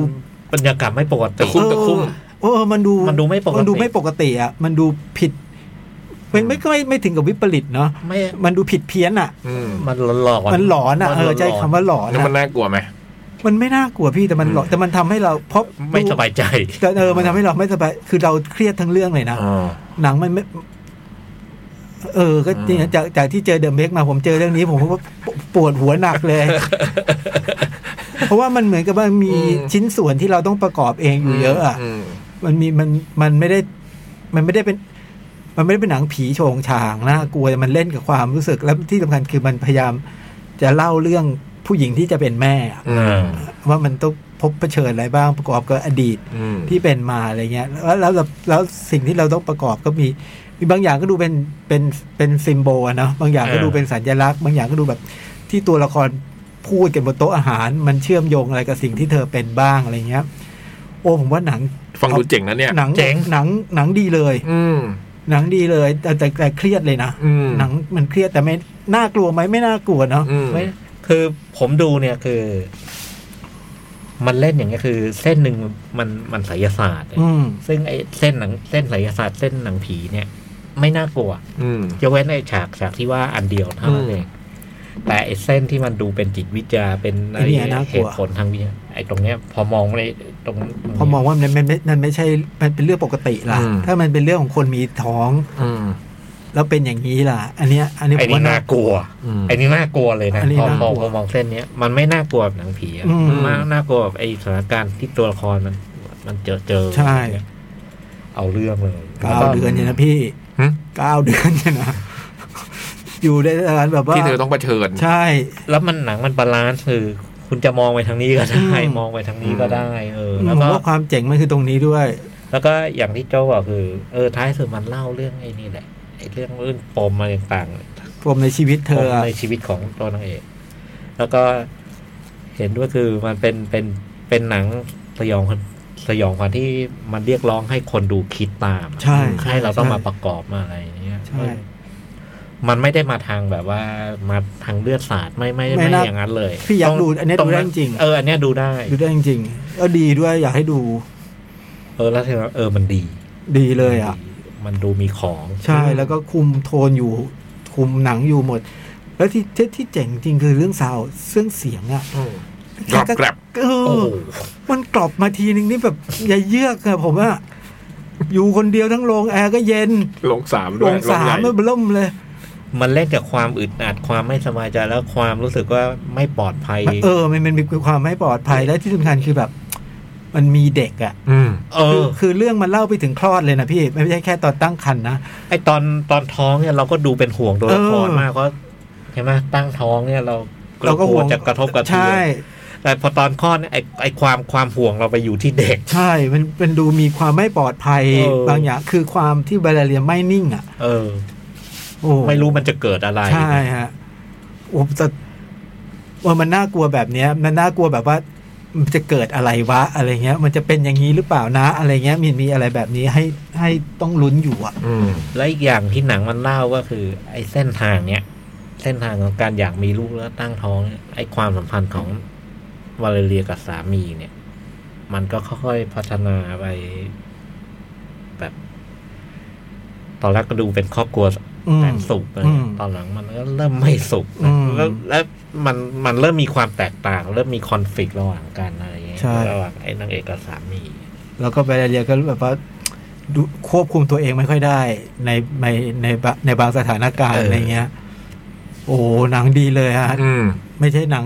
Speaker 4: บรรยากาศไม่ปกติ
Speaker 3: คุ้มแต่คุ้ม
Speaker 2: เออเออมันดู
Speaker 4: มันดูไม่ปกติ
Speaker 2: มันดูไม่ปกติอ่ะมันดูผิดมันไม่ก็ไม่ไม่ถึงกับวิปริตเนาะ
Speaker 4: ไม่
Speaker 2: มันดูผิดเพี้ยนอ่ะ
Speaker 3: อืม
Speaker 4: มันหลอนๆ
Speaker 2: มันหลอนอ่ะเออใช้คำว่าหลอน
Speaker 3: แล้ว
Speaker 2: อะ
Speaker 3: มันน่ากลัวไหม
Speaker 2: มันไม่น่ากลัวพี่แต่มันหลอนแต่มันทำให้เราเพราะ
Speaker 4: ไม่สบายใจ
Speaker 2: แต่เออมันทำให้เราไม่สบาย คือเราเครียดทั้งเรื่องเลยนะ หนังมันไม่ เออ ก็จริง
Speaker 3: อืม
Speaker 2: จากจากที่เจอเดอะเมกมาผมเจอเรื่องนี้ ผมก็ปวดหัวหนัก [LAUGHS] เลย เพราะว่ามันเหมือนกับว่ามีชิ้นส่วนที่เราต้องประกอบเองอยู่เยอะอ่ะ
Speaker 3: ม
Speaker 2: มันมีมันมันไม่ได้ มันไม่ได้เป็น มันไม่ได้เป็นหนังผีโชงชางน่ากลัวแต่มันเล่นกับความรู้สึก แล้วที่สำคัญคือมันพยายาม จะเล่าเรื่องผู้หญิงที่จะเป็นแม่อะ
Speaker 3: อืม
Speaker 2: ว่ามันต้องพบเผชิญอะไรบ้างประกอบกับอดีต
Speaker 3: อืม
Speaker 2: ที่เป็นมาอะไรเงี้ยแล้วแล้วแล้วแล้วสิ่งที่เราต้องประกอบก็มีมีบางอย่างก็ดูเป็นเป็นเป็นซิมโบลอะเนาะบางอย่างก็
Speaker 4: เออ
Speaker 2: ดูเป็นสัญลักษณ์ บางอย่างก็ดูแบบที่ตัวละครพูดกันบนโต๊ะอาหาร มันเชื่อมโยงอะไรกับสิ่งที่เธอเป็นบ้างอะไรเงี้ย โอ้ผมว่าหนัง
Speaker 3: ฟังดูเจ๋งนะเนี่ย
Speaker 2: หนัง
Speaker 4: เจ๋ง
Speaker 2: หนังหนังดีเลย
Speaker 3: อืม
Speaker 2: หนังดีเลย แต่แต่แต่เครียดเลยนะ
Speaker 3: อืม
Speaker 2: หนังมันเครียดแต่ไม่น่ากลัวไหมไม่น่ากลัวเนาะ
Speaker 3: อืม
Speaker 4: ไม่คือผมดูเนี่ยคือ มันเล่นอย่างเงี้ยคือ เส้นหนึ่งมันมันไสยศาสตร์เนี่ย
Speaker 2: อืม
Speaker 4: ซึ่งไอ้เส้นหนังเส้นไสยศาสตร์เส้นหนังผีเนี่ย ไม่น่ากลัว
Speaker 3: อืม
Speaker 4: ยกเว้นไอ้ฉากฉากที่ว่าอันเดียวเท่านั้
Speaker 3: อื
Speaker 4: น
Speaker 3: ม
Speaker 4: เองแต่ไอ้เส้นที่มันดูเป็นจิตวิทยาเป็น
Speaker 2: ไอ้เนี่ยน่ากลัว
Speaker 4: เหตุผลทางวิทยาไอ้ตรงเนี้ย พอมองในตรงตรง
Speaker 2: พอ
Speaker 4: เนี้ย
Speaker 2: มองว่ามันมันมันมันไม่ใช่มันเป็นเรื่องปกติล่ะ
Speaker 3: อืม
Speaker 2: ถ้ามันเป็นเรื่องของคนมีท้อง
Speaker 3: อืม
Speaker 2: แล้วเป็นอย่างนี้ล่ะ อันเนี้ย อันนี้ผ
Speaker 4: ไอ้
Speaker 2: ม
Speaker 4: นี่
Speaker 2: ว่าน่า
Speaker 4: น่ากลัว
Speaker 3: อืม
Speaker 4: ไอ้นี่น่ากลัวเลยนะ
Speaker 2: อันนี้
Speaker 4: พอ
Speaker 2: น่าม กลั
Speaker 4: อง
Speaker 2: ว
Speaker 4: พอมองเส้นเนี้ยมันไม่น่ากลัวแบบหนังผีอะ
Speaker 2: อืม
Speaker 4: มันน่ากลัวแบบไอ้สถานการณ์ที่ตัวละครมัน มันเจอเจอ
Speaker 2: ใช่
Speaker 4: เอาเรื่องเลย
Speaker 2: เก้า
Speaker 4: แล้ว
Speaker 2: เดือนเนี่ยนะพี่
Speaker 3: หึ
Speaker 2: เก้าเดือนเนี่ยนะ [LAUGHS] อยู่ในสถานแบบว่า
Speaker 3: ที่เธอต้องเผชิญ
Speaker 2: ใช่
Speaker 4: แล้วมันหนังมันบาลานซ์คือ คุณจะมองไปทางนี้ก็ได้
Speaker 2: อืม
Speaker 4: มองไปทางนี้ก็ได้ เออ
Speaker 2: ผ
Speaker 4: แล้ว
Speaker 2: ม
Speaker 4: ก็
Speaker 2: ว่าความเจ๋งมันคือตรงนี้ด้วย
Speaker 4: แล้วก็อย่างที่โจ้บอกคือ เออท้ายสุดมันเล่าเรื่องไอ้นี่แหละไอ้เรื่องเรื่องปมอะไรต่างๆ
Speaker 2: ผมในชีวิตเธออะ
Speaker 4: ในชีวิตของตัวนางเอก แล้วก็เห็นด้วยคือมันเป็นเป็นเป็นหนังสยองขวัญสยองขวัญที่มันเรียกร้องให้คนดูคิดตาม
Speaker 2: ใช่
Speaker 4: ให้เราต้องมา
Speaker 2: ใช่
Speaker 4: ประกอบมาอะไรอย่างเงี้ย
Speaker 2: ใช่
Speaker 4: เออมันไม่ได้มาทางแบบว่ามาทางเลือดศาสตร์ไม่ไม่
Speaker 2: ไม่
Speaker 4: ไม่
Speaker 2: น่า
Speaker 4: อย่างนั้นเลย
Speaker 2: พี่อยาก
Speaker 4: ต้ง
Speaker 2: ดูอันเนี้ย
Speaker 4: ต้
Speaker 2: ดูได้จริง
Speaker 4: เอออันเนี้ยดูได้
Speaker 2: ดูได้จริงๆก็ดีด้วยอยากให้ดู
Speaker 4: เออแล้วเธอเออมันดี
Speaker 2: ดีเลยอ่ะ
Speaker 4: มันดีมันดูมีของ
Speaker 2: ใช่แล้วก็คุมโทนอยู่ คุมหนังอยู่หมด แล้วที่ที่ที่เจ๋งจริงคือเรื่องซาวด์เรื่องเสียงอ่ะ
Speaker 3: อืมกรอบแกรบ
Speaker 2: เอ
Speaker 4: โอ้
Speaker 2: อ
Speaker 4: โห
Speaker 2: มันกรอบมาทีนึงนี่แบบ อย่าเยือกอะผมอะอยู่คนเดียวทั้งโรงแอร์ก็เย็น
Speaker 3: ลงสามด้
Speaker 2: โร
Speaker 3: วย
Speaker 2: งสาม
Speaker 3: ล
Speaker 2: ไม่
Speaker 3: ง
Speaker 2: เริ่มเลย
Speaker 4: มันเล่นกับความอึดอัดความไม่สบายใจแล้วความรู้สึกว่าไม่ปลอดภัย
Speaker 2: เออ มันมันมีความไม่ปลอดภัยและที่สำคัญคือแบบ มันมีเด็กอะ
Speaker 3: อืม
Speaker 4: เอ
Speaker 2: คือ
Speaker 4: อ
Speaker 2: คือเรื่องมันเล่าไปถึงคลอดเลยนะพี่ ไม่ใช่แค่ตอนตั้งครรภ์นะ
Speaker 4: ไอตอนตอนท้องเนี่ยเราก็ดูเป็นห่วงตัวละคร
Speaker 2: เออ
Speaker 4: มากเพราะใช่ไหมตั้งท้องเนี่ยเรา
Speaker 2: เราก็
Speaker 4: กลั
Speaker 2: ห่
Speaker 4: ว
Speaker 2: วง
Speaker 4: จะกระทบกระเทื
Speaker 2: ใช่
Speaker 4: อนแต่พอตอนคลอดเนี่ยไอไอความความห่วงเราไปอยู่ที่เด็ก
Speaker 2: ใช่ มันมันดูมีความไม่ปลอดภัย
Speaker 4: เออ
Speaker 2: บางอย่างคือความที่แบลเรียไม่นิ่งอะ
Speaker 4: เออ
Speaker 2: โอ้
Speaker 4: ไม่รู้มันจะเกิดอะไร
Speaker 2: ใช่ฮะโอ้แต่ว่ามันน่ากลัวแบบเนี้ย มันน่ากลัวแบบว่า มันจะเกิดอะไรวะอะไรเงี้ย มันจะเป็นอย่างนี้หรือเปล่านะ อะไรเงี้ยมีมีอะไรแบบนี้ให้ให้ต้องลุ้นอยู่อะ
Speaker 3: อืม
Speaker 4: และอีกอย่างที่หนังมันเล่าก็คือ ไอเส้นทางเนี่ย เส้นทางของการอยากมีลูกแล้วตั้งท้องเนี่ยไอความสัมพันธ์ของวาเลเรียกับสามีเนี่ย มันก็ค่อยๆพัฒนาไปแบบ ตอนแรกก็ดูเป็นครอบครัว
Speaker 2: อืม
Speaker 4: แต่สุกเลย
Speaker 2: อืม
Speaker 4: ตอนหลังมันก็เริ่มไม่สุก
Speaker 2: อืม
Speaker 4: แล้วแล้วมันมันเริ่มมีความแตกต่าง เริ่มมีคอนฟ lict ระหว่างกันอะไรอย่างเงี้ย
Speaker 2: ใช่
Speaker 4: ระหว่างไอ้นางเอกกับสามี
Speaker 2: แล้วก็แบลเรียก็แบบว่าดูควบคุมตัวเองไม่ค่อยได้ ในในในบะในบางสถานการณ์
Speaker 4: เอออ
Speaker 2: อะไรเงี้ย โอ้หนังดีเลยฮะ
Speaker 3: อืม
Speaker 2: ไม่ใช่หนัง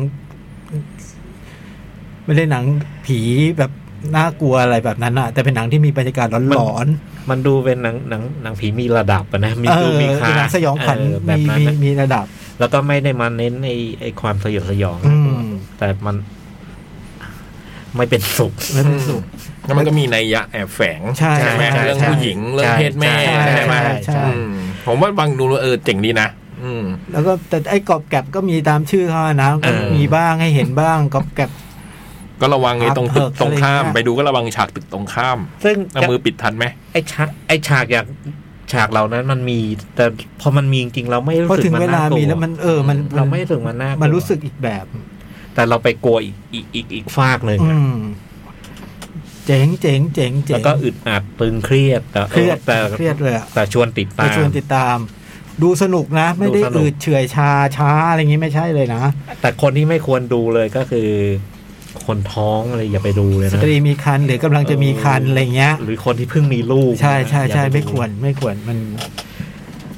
Speaker 2: ไม่ได้หนังผีแบบน่ากลัวอะไรแบบนั้นอะแต่เป็นหนังที่มีบรรยากาศหลอน
Speaker 4: มันดูเป็นหนังหนังหนังผีมีระดับอะนะ
Speaker 2: ๆ
Speaker 4: มี
Speaker 2: เอ
Speaker 4: ดู
Speaker 2: อ
Speaker 4: มีคา
Speaker 2: เป็นหนังสยองขวัญ
Speaker 4: เออแบบ
Speaker 2: มีมี
Speaker 4: นั้นนะ
Speaker 2: มีระดับ
Speaker 4: แล้วก็ไม่ได้มาเน้นไอ้ไอ้ความสยดสยอง
Speaker 2: อืม
Speaker 4: แต่มัน ไม่เป็นสุข
Speaker 2: ไม่เป็นสุข
Speaker 3: แล้วมันก็มีนัยยะแอบแฝง
Speaker 2: ใช่
Speaker 3: ไหม
Speaker 4: ใช่
Speaker 3: เรื่อง
Speaker 4: ใช่
Speaker 3: ผู้หญิงเรื่องเพศแม่
Speaker 4: ใช่
Speaker 3: ใช่ไหม
Speaker 2: ใช่ใช่
Speaker 3: อืมผมว่าฟังดูแล้วเออเจ๋งดีนะอืม
Speaker 2: แล้วก็แต่ไอ้กอบแกบก็มีตามชื่อเขาอะนะ
Speaker 3: เออ
Speaker 2: มีบ้างให้เห็นบ้างกอบแกบ
Speaker 3: ก็ระวังไอ้ตรงตึก
Speaker 2: เออ
Speaker 3: ตรงข้าม ไปดูก็ระวังฉากตึกตรงข้าม
Speaker 4: ซึ่ง
Speaker 3: เอามือปิดทันไหม
Speaker 4: ไอ้ฉากไอ้ฉากอย่างฉากเหล่านั้นมันมี แต่พอมันมีจริงๆเราไม่รู้
Speaker 2: พอ
Speaker 4: สึก
Speaker 2: ถึง
Speaker 4: มัน
Speaker 2: เวลา
Speaker 4: น่ากลัว
Speaker 2: มีแล้วมันเออมันน
Speaker 4: เราไม่รู้สึกมันน่ากลัว
Speaker 2: มันรู้สึกอีกแบบ
Speaker 4: แต่เราไปกลัวอีกอีกอีกอีกฝากหนึ่ง
Speaker 2: อื
Speaker 4: อะ
Speaker 2: มเจ๋งเจ๋งเจ๋งเจ๋
Speaker 4: แล้
Speaker 2: ง
Speaker 4: วก็อึดอัดตึงเครียดแต่
Speaker 2: เครียด
Speaker 4: แต่
Speaker 2: เครียดเลยอะ
Speaker 4: แต่ชวนติด
Speaker 2: มา
Speaker 4: ตาม
Speaker 2: ชวนติดตาม ดูสนุกนะ ไม่ได้
Speaker 4: ดูสนุก
Speaker 2: อืดเฉื่อยชาช้าอะไรอย่างนี้ไม่ใช่เลยนะ
Speaker 4: แต่คนที่ไม่ควรดูเลยก็คือ คนท้องอะไรอย่าไปดูเลย
Speaker 2: ส
Speaker 4: นะ
Speaker 2: ตรีมีคันหรือกำลังจะมีคันอะไรเงี้ย
Speaker 4: หรือคนที่เพิ่งมีลูก
Speaker 2: ใช่ใช่
Speaker 4: อย่า
Speaker 2: ใช่
Speaker 4: ปดู
Speaker 2: ไม่ควรไม่ควรมัน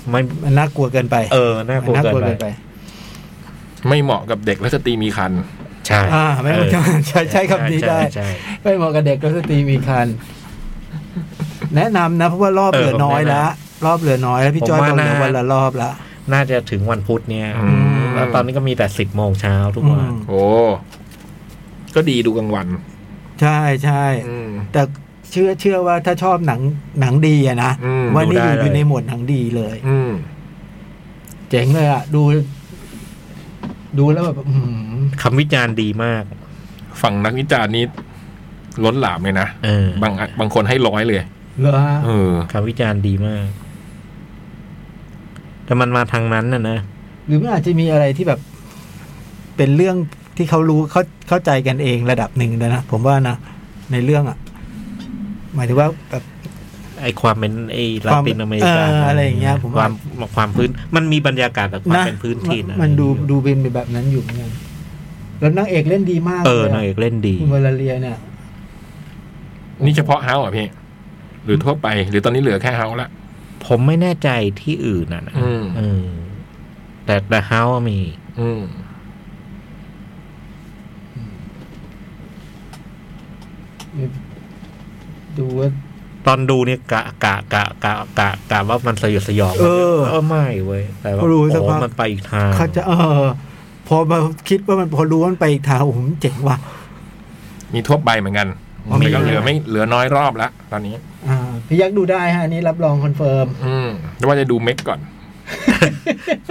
Speaker 4: ไม่
Speaker 2: มันน่ากลัวเกินไป
Speaker 4: เออน่ากลัว
Speaker 2: มันน่ากลัว
Speaker 4: เกิ
Speaker 2: เกิ
Speaker 4: น
Speaker 2: น
Speaker 4: ไป
Speaker 2: ไป
Speaker 3: ไม่เหมาะกับเด็กและสตรีมีคัน
Speaker 4: ใช่
Speaker 2: อ่าไม่เหมาะกับใช้ใช้คำนี้ได้
Speaker 4: ใช่
Speaker 2: ไม่เหมาะกับเด็กและสตรีมีคัน แนะนำนะเพราะว่ารอบ
Speaker 4: เออ
Speaker 2: เหลือน้อย
Speaker 4: ผมแนะนำ
Speaker 2: ละรอบเหลือน้อยแล้วพี่
Speaker 4: ผม
Speaker 2: จอยบอ
Speaker 4: ว่า
Speaker 2: กเหลือ
Speaker 4: น่า
Speaker 2: วันละรอบละ
Speaker 4: น่าจะถึงวันพุธเนี่ย
Speaker 3: อืม
Speaker 4: แล้วตอนนี้ก็มีแต่สิบโมงเช้าทุกวัน
Speaker 2: อืม
Speaker 3: โอ้ก็ดีดูกลางวัน
Speaker 2: ใช่ใช่
Speaker 3: อืม
Speaker 2: แต่เชื่อเชื่อว่าถ้าชอบหนังหนังดีอะนะ
Speaker 3: อืม
Speaker 2: ว่านี่
Speaker 4: ดูได้
Speaker 2: อยู่อ
Speaker 4: เลย
Speaker 2: ยู่ในหมวดหนังดีเลย
Speaker 3: อืม
Speaker 2: เจ๋งเลยอะดู ดูแล้วแบบอื้อหือ
Speaker 4: คำวิจารณ์ดีมาก
Speaker 3: ฝั่งนักวิจารณ์นี้ล้นหลามเลยนะ
Speaker 4: เออบ
Speaker 3: างอันบางคนให้ร้อยเลย
Speaker 2: เหรอฮะ
Speaker 3: เออ
Speaker 4: คำวิจารณ์ดีมาก แต่มันมาทางนั้นน่ะนะ
Speaker 2: หรือมันอาจจะมีอะไรที่แบบ เป็นเรื่องที่เขารู้เขาเข้าใจกันเองระดับหนึ่งเลยนะผมว่านะในเรื่องอะหมายถึงว่าแบบ
Speaker 4: ไอความเป็นไอลาตินอเมริกา
Speaker 2: เอออะไรอย่างเงี้ยผม
Speaker 4: ค
Speaker 2: ว่า
Speaker 4: วามความพื้น มันมีบรรยากาศแบบความ
Speaker 2: นะ
Speaker 4: เป็นพื้นที่นะ
Speaker 2: มันดูดูเป็นแบบนั้นอยู่เหมือนกันแล้วนางเอกเล่นดีมาก
Speaker 4: เออ
Speaker 2: ลยะ
Speaker 4: นางเอกเล่นดี
Speaker 2: คุณวลาเลียเนี่ย
Speaker 3: นี่เฉพาะเฮาส์อ่ะพี่ หรือทั่วไป หรือตอนนี้เหลือแค่เฮาส์ละ
Speaker 4: ผมไม่แน่ใจที่อื่นนะนะ
Speaker 3: อืม
Speaker 4: เออแต่แต่เฮามี
Speaker 3: อืม
Speaker 2: ดูว่า
Speaker 4: ตอนดูเนี่ยกะกะกะกะกะกะว่ามันสยดสยอง
Speaker 2: เออ
Speaker 4: เออไม่เว้ยแต่ว่า
Speaker 2: รู้
Speaker 4: โอ้
Speaker 2: สักพั
Speaker 4: โห
Speaker 2: ก
Speaker 4: มันไปอีกทาง
Speaker 2: เขาจะเออ พอมาคิดว่ามันพอรู้ว่ามันไปอีกทางโอ้โหมันเจ๋งว่ะ
Speaker 3: มีทั่วไปเหมือนกัน
Speaker 2: อ๋อมี
Speaker 3: แต่ก็เหลือไม่เหลือน้อยรอบละตอนนี้
Speaker 2: อ่าพี่ยักษ์ดูได้ฮะอันนี้รับรองคอนเฟิร์ม
Speaker 3: อืมแต่ว่าจะดูเม็กก่อน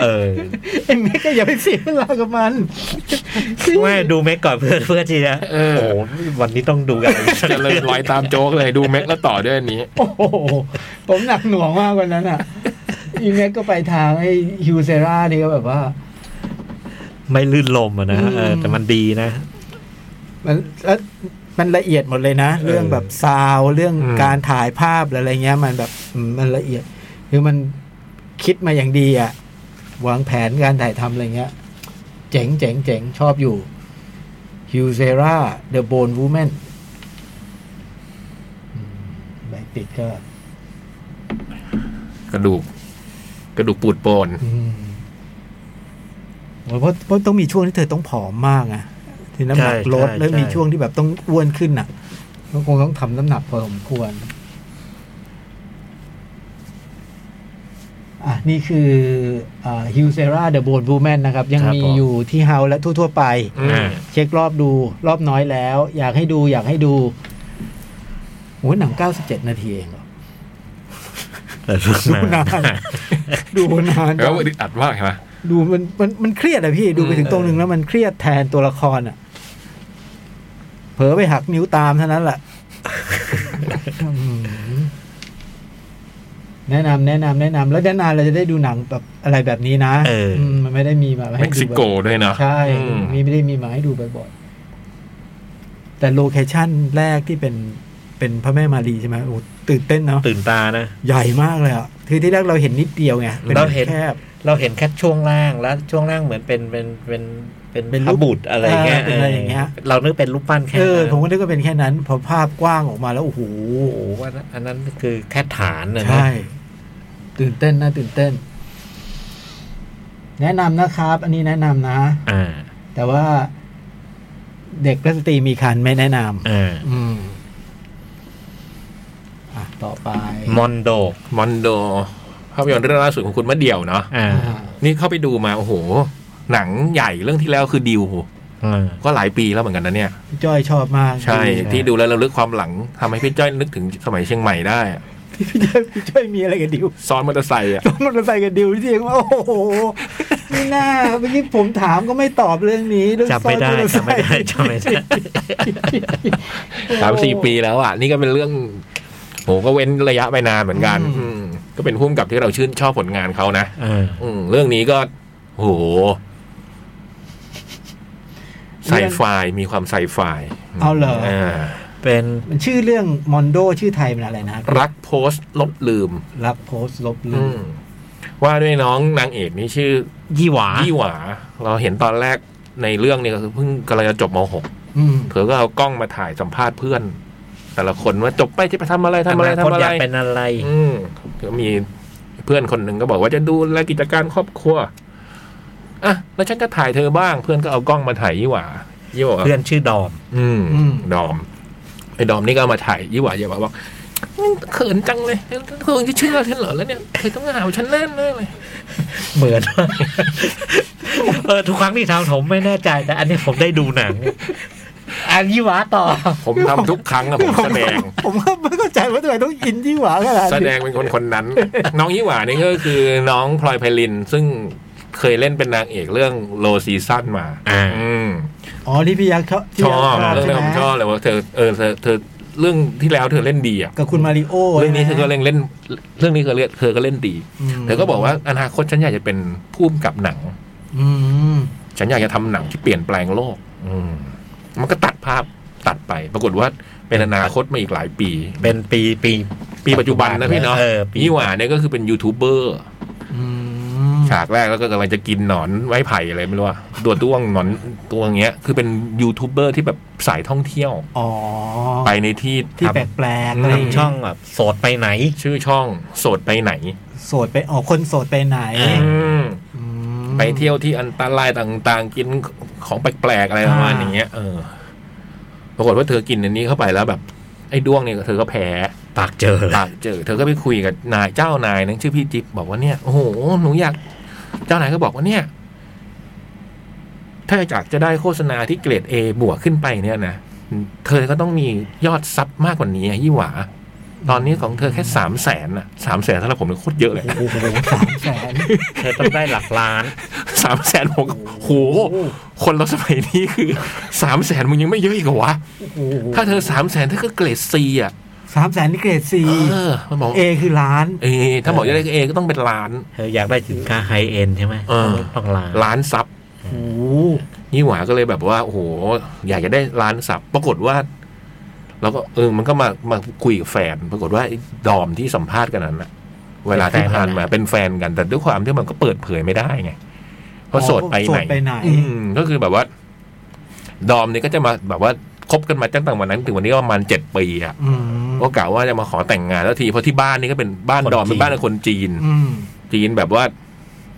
Speaker 4: เออ
Speaker 2: ไอ้เมกก็อย่าไปเสียเวลากับมัน
Speaker 4: ไม่ดูเมกก่อนเพื่อเพื่อที่จะ
Speaker 3: เออ
Speaker 4: โอ้โหวันนี้ต้องดูกัน [LAUGHS]
Speaker 3: จะเลยลอยตามโจ๊กเลยดูเม็กแล้วต่อด้วยอันนี้
Speaker 2: โอ้โห [LAUGHS] ผมหนักหน่วงมากกว่านั้นอ่ะอีเมกก็ไปทางไอ้ฮิวเซรานี่ก็แบบว่า
Speaker 4: ไม่ลื่นลมอะนะเออ
Speaker 2: อืม
Speaker 4: แต่มันดีนะ
Speaker 2: มันแล้วมันละเอียดหมดเลยนะ เรื่องแบบซาวด์เรื่อง
Speaker 3: อืม
Speaker 2: การถ่ายภาพอะไรเงี้ย มันแบบอืมมันละเอียดคือมันคิดมาอย่างดีอ่ะวางแผนการถ่ายทำอะไรเงี้ย เจ๋งเจ๋งเจ๋งชอบอยู่ฮิวเซราเดอะโบนวูแมนใบปิดก็
Speaker 3: กระดูก กระดูกปูดโปน
Speaker 2: อืมโอ้ยเพราะเพราะต้องมีช่วงที่เธอต้องผอมมากอ่ะที่น้ำหนัก
Speaker 4: ใช่
Speaker 2: ลด
Speaker 4: ใช่
Speaker 2: แล้วมี
Speaker 4: ใช่
Speaker 2: ช่วงที่แบบต้องอ้วนขึ้นอ่ะก็คงต้องทำน้ำหนักพอสมควร อ่ะนี่คือฮิวเซราเดอะโบนบูแมนนะครับ ยัง
Speaker 4: ครับ
Speaker 2: มี
Speaker 4: ผม
Speaker 2: อยู่ที่เฮาและทั่ว ๆ ไป
Speaker 3: อืม
Speaker 2: เช็ครอบดูรอบน้อยแล้ว อยากให้ดูอยากให้ดูโอ้ยหนัง 97 นาทีเองเหรอ
Speaker 4: แต่เรื่อง
Speaker 2: ดูนาน ดูนาน
Speaker 3: แล้วมันอึดอัดมากใช่ไหม
Speaker 2: ดูมันมันมันเครียดอะพี่ ดูไป
Speaker 3: อืม
Speaker 2: ถึงตรงนึงแล้วมันเครียดแทนตัวละครอะเผลอไปหักนิ้วตามเท่านั้นแหละ [LAUGHS] อืมแนะนำแนะนำแนะนำแล้วนานๆเราจะได้ดูหนังแบบอะไรแบบนี้นะ
Speaker 4: เออ
Speaker 2: มมันไม่ได้มีมาให้
Speaker 3: เม็ก
Speaker 2: ดู
Speaker 3: ซิ
Speaker 2: บ่อย
Speaker 3: โกด้วยเนาะ
Speaker 2: ใช่
Speaker 3: อืม
Speaker 2: มีไม่ได้มีมาให้ดูบ่อยๆ แต่โลเคชั่นแรกที่เป็นเป็นพระแม่มารีใช่ไหมโอ้ตื่นเต้นเนาะ
Speaker 4: [LAUGHS] ตื่นตานะ
Speaker 2: ใหญ่มากเลยอ่ะ คือที่แรกเราเห็นนิดเดียวไงป็
Speaker 4: เราเห็น
Speaker 2: แคบ
Speaker 4: เราเห็นแค่ช่วงล่างแล้วช่วงล่างเหมือนเป็นเป็นเป็นเป็น
Speaker 2: เป็น
Speaker 4: พระบุตรอะไรเงี้ย
Speaker 2: เออเป็นอะไรอย่างเงี้ย
Speaker 4: เรานึกเป็นรูปปั้นแค่
Speaker 2: เออ
Speaker 4: นั้น
Speaker 2: ผมก็นึกว่าเป็นแค่นั้น พอภาพกว้างออกมาแล้วโอ้โห
Speaker 4: โอ้โหว่าอันนั้นคือแค่ฐานนะนะ
Speaker 2: ใช่ ตื่นเต้นนะตื่นเต้น แนะนำนะครับ อันนี้แนะนำนะ
Speaker 4: อ่า
Speaker 2: แต่ว่า
Speaker 5: เด็กและสตรีมีคันไม่แนะน
Speaker 4: เออ
Speaker 5: ำอืมอ่ะต่อไป
Speaker 4: มอนโด
Speaker 3: มอนโดภาพยนตร์เรื่องล่าสุดของคุณมะเดี่ยวเนาะ
Speaker 4: อ่า
Speaker 5: อ่า
Speaker 3: นี่เข้าไปดูมา โอ้โห หนังใหญ่เรื่องที่แล้วคือดิว
Speaker 4: เออ
Speaker 3: ก็หลายปีแล้วเหมือนกันนะเนี่ย
Speaker 5: พี่จ้อยชอบมาก
Speaker 3: ใช่ ที่ดูแล้วเราลึกความหลังทำให้พี่จ้อยนึกถึงสมัยเชียงใหม่ได้อะ
Speaker 5: พี่จ้อยพี่จ้อยมีอะไรกับดิว
Speaker 3: ซ้อนมอเตอร์ไซค์อ่ะ
Speaker 5: ต้องมอเตอร์ไซค์กับดิวที่เองว่าโอ้โหไม่น่าเมื่อกี้ผมถามก็ไม่ตอบเรื่องนี้เรื่อง
Speaker 4: จำไม่ได้
Speaker 5: ซ้อนอเตอร์ซ
Speaker 4: จำไม่ได้
Speaker 5: ค์
Speaker 4: จำไม่ได้
Speaker 3: สามสี่ปีแล้วอ่ะ นี่ก็เป็นเรื่องโหก็เว้นระยะไปนานเหมือนกัน อืมก็เป็นพุ่มกับที่เราชื่นชอบผลงานเขานะ
Speaker 4: เออ
Speaker 3: อืมเรื่องนี้ก็โหไซไฟมีความไซไฟ
Speaker 5: เอาเหรอ
Speaker 3: อ
Speaker 4: เป็น
Speaker 5: มันชื่อเรื่องมอนโดชื่อไทยมันอะไรนะ
Speaker 3: รักโพสต์ลบลืม
Speaker 5: รับโพสต์ลบลื
Speaker 3: อื
Speaker 5: ม
Speaker 3: มว่าด้วยน้องนางเอกนี่ชื่อ
Speaker 4: ยี่หวา
Speaker 3: ยี่หวา เราเห็นตอนแรกในเรื่องเนี่ยก็คือเพิ่งกำลังจะจบมหก
Speaker 5: อืม
Speaker 3: เธอก็เอากล้องมาถ่ายสัมภาษณ์เพื่อน แต่ละคนว่าจบไปจะไปทำอะไรทำอะไรทำ
Speaker 4: คต
Speaker 3: อะ
Speaker 4: อ
Speaker 3: ไร
Speaker 4: ยากเป็นอะไร
Speaker 3: อืมก็มีเพื่อนคนหนึ่งก็บอกว่าจะดูแลกิจการครอบครัวอ่ะแล้วฉันจะถ่ายเธอบ้าง เพื่อนก็เอากล้องมาถ่ายยี่หวายี่หวา
Speaker 4: เพื่อนชื่อดอม
Speaker 3: อืม
Speaker 5: อืม
Speaker 3: ดอมไอ้ดอมนี่ก็เอามาถ่ายยี่หวายี่หวาบอกเขินจังเลยเธอจะเชื่อฉันเหรอแล้วเนี่ยเธอต้องหาว่าฉันแน่นแน่เลย
Speaker 4: เหมือน [LAUGHS] มากเออทุกครั้งที่ทำผมไม่แน่ใจ แต่อันนี้ผมได้ดูหนังเนี่ย [LAUGHS] อันยี่หวาต่อ
Speaker 3: ผมทำทุกค
Speaker 4: [LAUGHS]
Speaker 3: รั้งอะผมแสดง
Speaker 5: ผมก็ไม่เข้าใจว่าทำไมต้องอินยี่หวาขนาด
Speaker 3: แสด
Speaker 5: นี้
Speaker 3: งเป็นคนคนนั้น น้องยี่หว่านี่ก็คือน้องพลอยไพลิน ซึ่งเคยเล่นเป็นนางเอกเรื่องโลซีซั่นมา
Speaker 4: อ่า
Speaker 3: อืม
Speaker 5: อ๋อที่พี่ยักษ์ชอบที่
Speaker 3: ช
Speaker 5: ยั
Speaker 3: อก
Speaker 5: ษ์
Speaker 3: บเรื่อง
Speaker 5: ใช่
Speaker 3: นี้
Speaker 5: ไห
Speaker 3: ผม
Speaker 5: ม
Speaker 3: ชอบเลยว่าเธอเออเธอเธอเรื่องที่แล้วเธอเล่นดีอ่ะ
Speaker 5: กับคุณมาริโอ
Speaker 3: เรื่องนี้เธอก็
Speaker 5: ใช่ไหม
Speaker 3: เล่นเล่นเรื่องนี้เธอเล่นเธอก็เล่นดี
Speaker 5: ม
Speaker 3: เธอก็บอกว่าอนาคตฉันอยากจะเป็นผู้กำกับหนัง
Speaker 5: อืม
Speaker 3: ฉันอยากจะทำหนังที่เปลี่ยนแปลงโลก อืมมันก็ตัดภาพตัดไป ปรากฏว่าเป็นอนาคตมาอีกหลายปี
Speaker 4: เป็นปีปี
Speaker 3: ปีปัจจุบันนะพี่เนาะ
Speaker 4: เออปี
Speaker 3: ยี่หว่าเนี่ยก็คือเป็นยูทูบเบอร์
Speaker 5: อืม
Speaker 3: ฉากแรกแล้วก็กำลังจะกินหนอนไม้ไผ่อะไรไม่รู้ว่าตัวด้วงหนอนตัวอย่างเงี้ย คือเป็นยูทูบเบอร์ที่แบบสายท่องเที่ยว
Speaker 5: อ๋อ
Speaker 3: ไปในที่
Speaker 5: ที่
Speaker 3: ทำ
Speaker 5: แปลกๆอะไร
Speaker 4: ใน
Speaker 5: ย่างเงี้ย
Speaker 4: ช่องแบบโสดไปไหน
Speaker 3: ชื่อช่องโสดไปไหน
Speaker 5: โสดไปออกคนโสดไปไหน
Speaker 4: อื
Speaker 5: อืม
Speaker 3: ไปเที่ยวที่อันตรายต่างๆ กินของแปลกๆอะไรประมาณอย่างเงี้ยเออปรากฏว่าเธอกินอันนี้เข้าไปแล้วแบบ ไอ้ด้วงเนี่ยเธอก็แพ้
Speaker 4: ปากเจอ
Speaker 3: ปากเจอ เธอก็ไปคุยกับนายเจ้านายนึงชื่อพี่จิ๊บบอกว่าเนี่ยโอ้โหหนูอยาก เจ้านายก็บอกว่าเนี่ย ถ้าอยากจะได้โฆษณาที่เกรด A บวกขึ้นไปเนี่ยนะเธอก็ต้องมียอดซับมากกว่านี้อะยี่หวา ตอนนี้ของเธอแค่สามแสนอะสามแสนสำหรับผมเนี่ยโคตรเยอะเลย
Speaker 5: โอ้โหสามแสน
Speaker 4: เธอต้องได้หลักล้าน
Speaker 3: สามแสนผมก็โห คนเราสมัยนี้คือสามแสนมึงยังไม่เยอะอีกเหรอวะ ถ้าเธอสามแสนเธอก็เกรดซีอ่ะ
Speaker 5: สามแสนนี่เกรดซี
Speaker 3: เออ มันบอก
Speaker 5: เอคือล้าน
Speaker 3: เอถ้าบอกจะได้เอก็ต้องเป็นล้าน
Speaker 4: เธออยากได้สินค้าไฮเอ็นใช่ไหม
Speaker 3: เออ
Speaker 4: ต้องล้าน
Speaker 3: ล้านซับ
Speaker 5: โอ้โห
Speaker 3: ยี่หว่าก็เลยแบบว่า โอ้โห อยากจะได้ล้านซับปรากฏว่า แล้วก็เออ มันก็มามาคุยกับแฟน ปรากฏว่าไอ้ดอมที่สัมภาษณ์กันนั้นอะเวลาที่ผ่านมาเป็นแฟนกัน แต่ด้วยความที่มันก็เปิดเผยไม่ได้ไง เพราะโสดไป
Speaker 5: โส
Speaker 3: ไหน
Speaker 5: ดไปไหน
Speaker 3: อืมก็คือแบบว่า ดอมเนี่ยก็จะมาแบบว่าคบกันมาตั้งแต่วันนั้นถึงวันนี้ก็ประมาณเจ็ดปีอะ
Speaker 5: อืม
Speaker 3: ก็กล่าวว่าจะมาขอแต่งงานแล้วทีเพราะที่บ้านนี่ก็เป็นบ้านดอมเป็นบ้านคนจีน
Speaker 5: อืม
Speaker 3: จีนแบบว่า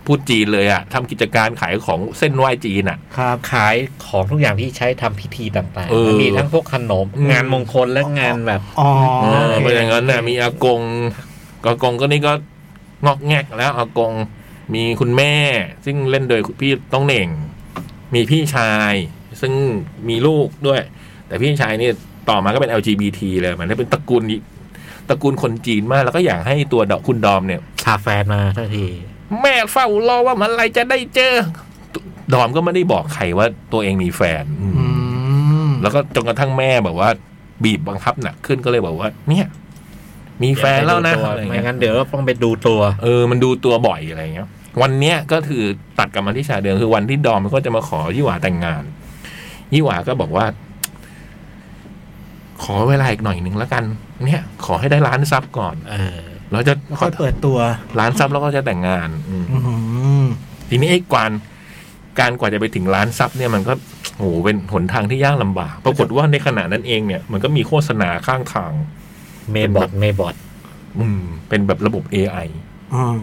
Speaker 3: พูดจีนเลยอะทำกิจการขายของเส้นไหว้จีนอะ
Speaker 5: ครับ
Speaker 4: ขายของทุกอย่างที่ใช้ทำพิธีต่าง
Speaker 3: เออ
Speaker 4: ๆ มีทั้งพวกขนม
Speaker 3: อืม
Speaker 4: งานมงคลและงานแบบ
Speaker 5: อ๋อ
Speaker 3: เออ
Speaker 5: โอเค
Speaker 3: เพราะอย่างนั้นน่ะมีอากงอากงก็นี่ก็งอกแงกแล้วอากงมีคุณแม่ ซึ่งเล่นโดยพี่ต้องเหน่ง มีพี่ชาย ซึ่งมีลูกด้วย แต่พี่ชายนี่ต่อมาก็เป็น LGBT เลยมันได้เป็นตระกูลนี้ตระกูลคนจีนมาก แล้วก็อยากให้ตัวดอกคุณดอมเนี่ย
Speaker 4: พาแฟนมาทันที
Speaker 3: แม่เฝ้ารอว่าเมันไรจะได้เจอ ดอมก็ไม่ได้บอกใครว่าตัวเองมีแฟน
Speaker 5: อืม
Speaker 3: แล้วก็จนกระทั่งแม่แบบว่า บีบบังคับหนักขึ้นก็เลยบอกว่า เนี่ย มีแฟนแล้วนะอะไร
Speaker 4: ไม่
Speaker 3: เงี้ย
Speaker 4: งั้นเดี๋ยวต้องไปดูตัว
Speaker 3: เออ มันดูตัวบ่อยอะไรเงี้ย วันเนี้ยก็คือตัดกลับมาที่ฉากเดิมคือวันที่ดอมมันก็จะมาขอยี่หว่าแต่งงาน ยี่หว่าก็บอกว่า ขอเวลาอีกหน่อยหนึ่งแล้วกัน เนี่ย ขอให้ได้ล้านซับก่อน
Speaker 4: เออ
Speaker 3: แล้วจะ
Speaker 5: แล้วค่อยเปิดตัว
Speaker 3: ล้านซับแล้วก็จะแต่งงานอืม
Speaker 5: อืม
Speaker 3: ทีนี้ไอ้กวานการกว่าจะไปถึงล้านซับเนี่ยมันก็โอ้โหเป็นหนทางที่ยากลำบาก ปรากฏว่าในขณะนั้นเองเนี่ย มันก็มีโฆษณาข้างทาง
Speaker 4: เมบอทเมบอท
Speaker 3: อืม เป็นแบบระบบ AI
Speaker 5: อ่า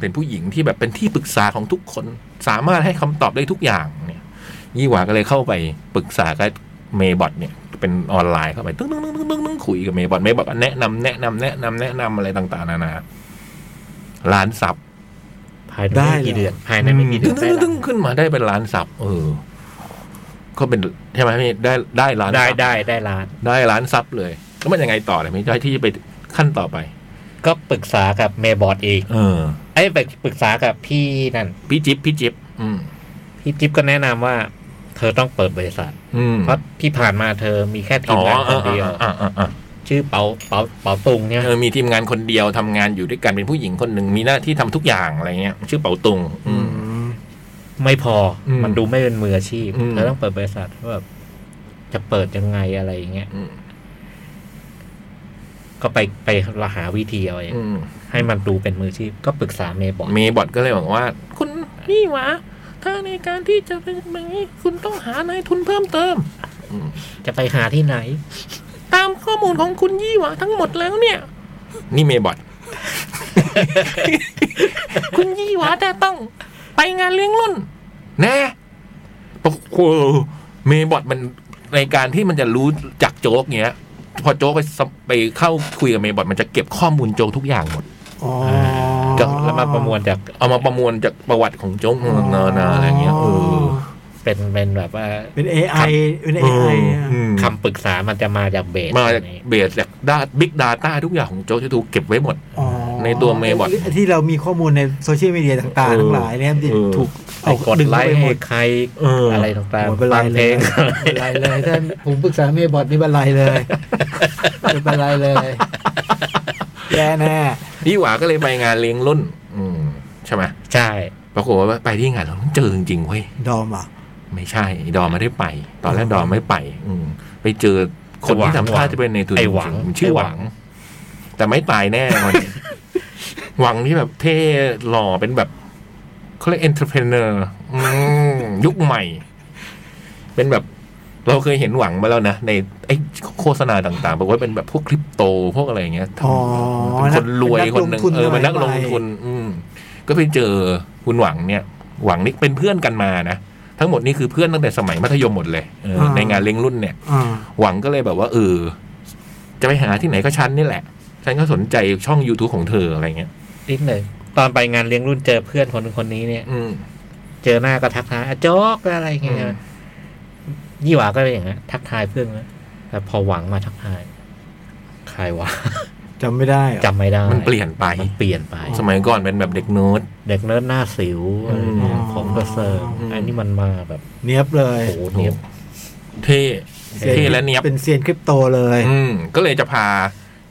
Speaker 3: เป็นผู้หญิงที่แบบเป็นที่ปรึกษาของทุกคน สามารถให้คำตอบได้ทุกอย่างเนี่ย ยี่หวาก็เลยเข้าไปปรึกษากับ เมย์บอทเนี่ยเป็นออนไลน์เข้าไปตึ้งตึ้งตึ้งตึ้งตึ้งตึ้งคุยกับเมย์บอทเมย์บอทก็แนะนำแนะนำแนะนำแนะนำอะไรต่างๆนานาล้านซับ
Speaker 4: ภายใน
Speaker 2: ได้
Speaker 4: ไม่กี่
Speaker 2: เหรอ
Speaker 4: เดือนภายในไม่กี่เดื
Speaker 3: ตึ้
Speaker 4: อง น
Speaker 3: ตึ้งตึ้งตึ้งขึ้นมาได้เป็นล้านซับเออ ก็เป็นใช่ไหมพี่ได้ได้ล้าน
Speaker 4: ได้
Speaker 3: ซับ
Speaker 4: ได้ได้ได้ร้าน
Speaker 3: ได้ล้านซับเลยแล้วมันยังไงต่อเลยพี่ได้ที่จะไปขั้นต่อไป
Speaker 4: ก็ปรึกษากับเมย์บอร์ดอีก
Speaker 3: เออ
Speaker 4: ไอ้ยไปปรึกษากับพี่นั่น
Speaker 3: พี่จิ๊บพี่จิ๊บอืม
Speaker 4: พี่จิ๊บก็แนะนำว่า เธอต้องเปิดบริษัท
Speaker 3: อืม
Speaker 4: เพราะที่ผ่านมาเธอมีแค่ที
Speaker 3: อ๋อง
Speaker 4: มาน
Speaker 3: เอ
Speaker 4: คน
Speaker 3: อเอ
Speaker 4: เดียว
Speaker 3: อเออเออเออ
Speaker 4: ชื่อเปาเปาเปาตุงเนี่ย
Speaker 3: เออมีทีมงานคนเดียวทำงานอยู่ด้วยกันเป็นผู้หญิงคนหนึ่งมีหน้าที่ทำทุกอย่างอะไรเงี้ย ชื่อเป๋าตุง อืม
Speaker 4: ไม่พออ
Speaker 3: ม
Speaker 4: มันดูไม่เป็นมืออาชีพ
Speaker 3: อืม
Speaker 4: เธอต้องเปิดบริษัทว่าแบบจะเปิดยังไงอะไรอย่างเงี้ย
Speaker 3: อืม
Speaker 4: ก็ไปไปหาวิธีเอาเอง
Speaker 3: อืม
Speaker 4: ให้มันดูเป็นมืออาชีพ ก็ปรึกษาเมย์บอร์ด
Speaker 3: เมย์บอทก็เลยบอกว่า คุณนี่หวะถ้าในการที่จะเป็นแบบนี้ คุณต้องหานายทุนเพิ่มเติม
Speaker 4: จะไปหาที่ไหน
Speaker 3: ตามข้อมูลของคุณยี่หวะทั้งหมดแล้วเนี่ย นี่เมย์บอท [LAUGHS] คุณยี่หวะจะต้องไปงานเลี้ยงรุ่น แน่ปะโคเมย์บอทมันในการที่มันจะรู้จักโจ๊กเนี้ย พอโจ๊กไปสมไปเข้าคุยกับเมย์บอทมันจะเก็บข้อมูลโจ๊กทุกอย่างหมด
Speaker 2: อ๋อ
Speaker 4: ก็แล้วมาประมวลจาก
Speaker 3: เอามาประมวลจากประวัติของโจ๊กเนอะๆอะไรเงี้ยเออ
Speaker 4: เป็นเป็นแบบว่า
Speaker 2: เป็น AI เป็น
Speaker 3: เอ
Speaker 2: AI
Speaker 3: อ
Speaker 2: อะ
Speaker 3: อืม
Speaker 4: คำปรึกษามันจะมาจากเบส
Speaker 3: มาจาก
Speaker 4: อันนี้
Speaker 3: เบสจากด้าบิ๊กดาต้าทุกอย่างของโจ๊กจะถูกเก็บไว้หมด
Speaker 2: อ๋อ
Speaker 3: ในตัวเมย์บอท
Speaker 2: ที่เรามีข้อมูลในโซเชียลมีเดียต่าง
Speaker 3: เออ
Speaker 2: ๆ ทั้งหลายเนี่ย
Speaker 3: เออ
Speaker 2: ถูก
Speaker 4: ไปกดไล
Speaker 2: เข้า
Speaker 4: ค์
Speaker 2: หม
Speaker 4: ให้
Speaker 2: ด
Speaker 4: ใคร
Speaker 3: เออ
Speaker 4: อะไรต่าง
Speaker 2: โอ้ย
Speaker 4: ๆ
Speaker 2: เป็นไร
Speaker 4: ฟังเพลง
Speaker 2: เลย
Speaker 5: บันไลเลยท่านผมปรึกษาเมย์บอร์ดนี่บันไล
Speaker 3: [LAUGHS]
Speaker 5: เลยเป็นบันไลเลย
Speaker 2: แย่แน่
Speaker 3: ยี่หว่าก็เลยไปงานเลี้ยงรุ่น อืมใช่ไหม
Speaker 4: ใช่
Speaker 3: ปรากฏว่าไปที่งานเราเจอจริงๆเว้ย
Speaker 2: ดอมอ่ะ
Speaker 3: ไม่ใช่ดอมไม่ได้ไป ตอนแรกดอมไม่ไป อืมไปเจอคนที่ทำท่าจะเป็นในทุน
Speaker 4: ไอหวัง
Speaker 3: จริๆชื่อหวัง แต่ไม่ตายแน่คน [LAUGHS] นี้ หวังที่แบบเท่หล่อเป็นแบบเขาเรียกเอนเตอร์เพเนอร์ยุคใหม่ เป็นแบบ เราเคยเห็นหวังมาแล้วนะ ในไอ้โฆษณาต่างๆบอกว่าเป็นแบบพวกคริปโตพวกอะไรอย่างเงี้ยทำ
Speaker 2: อ๋อ
Speaker 3: เป็นคนรวย
Speaker 2: นัก
Speaker 3: คนหนึ่ง
Speaker 2: ลงทุน
Speaker 3: เออเป็นนัก
Speaker 2: ส
Speaker 3: ล
Speaker 2: มัย
Speaker 3: ง
Speaker 2: ใหม่
Speaker 3: ทุน อืม ก็ไปเจอคุณหวังเนี่ย หวังนี่เป็นเพื่อนกันมานะทั้งหมดนี่คือเพื่อนตั้งแต่สมัยมัธยมหมดเลยเอออา ในงานเลี้ยงรุ่นเนี่ย
Speaker 2: อ่า
Speaker 3: หวังก็เลยแบบว่าเออ จะไปหาที่ไหนก็ฉันนี่แหละ ฉันก็สนใจช่อง YouTube ของเธออะไรเงี้ย
Speaker 4: นิดหนึ่งตอนไปงานเลี้ยงรุ่นเจอเพื่อนคนนึงคนนี้เนี่ย
Speaker 3: อืม
Speaker 4: เจอหน้าก็ทักทายอะโจ๊กอะไรเงี้ย
Speaker 3: อืม
Speaker 4: ยี่หวาก็เป็นอย่างนั้นทักทายเพื่อนนะแต่พอหวังมาทักทายใครวะ
Speaker 2: จำไม่ได้อะ
Speaker 4: จำไม่ได้
Speaker 3: มันเปลี่ยนไป
Speaker 4: มันเปลี่ยนไป
Speaker 3: สมัยก่อนเป็นแบบเด็กโน้ต
Speaker 4: เด็กเนิร์ดหน้าสิวอะไรเงี้ย
Speaker 2: อืม
Speaker 4: ผมก็เซิร์ฟ
Speaker 3: อืม
Speaker 4: อันนี้มันมาแบบ
Speaker 2: เนี้ยบเลย
Speaker 4: โอ้โหเนี่ย
Speaker 3: เท่ เท่และเนี้ยบ
Speaker 2: เป็นเซียนคริปโตเลย
Speaker 3: อืม ก็เลยจะพา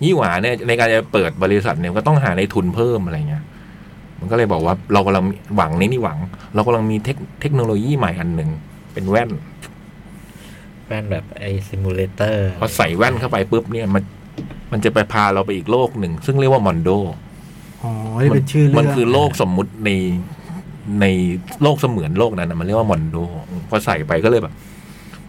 Speaker 3: ยี่หวาเนี่ยในการจะเปิดบริษัทเนี่ยก็ต้องหาในทุนเพิ่มอะไรเงี้ย มันก็เลยบอกว่าเรากำลังมีหวังนี่นี่หวัง เรากำลังมีเทคเทคโนโลยีใหม่อันหนึ่งเป็นแว่น
Speaker 4: แว่นแบบไอซิมูเลเตอร์
Speaker 3: พอใส่แว่นเข้าไปปุ๊บเนี่ยมัน มันจะไปพาเราไปอีกโลกหนึ่ง ซึ่งเรียกว่ามอนโด
Speaker 2: อ๋อ นี่เป็นชื่อเรื่อง
Speaker 3: มันคือโลกสมมุติในในโลกเสมือนโลกนั้นนะมันเรียกว่ามอนโดพอใส่ไปก็เลยแบบ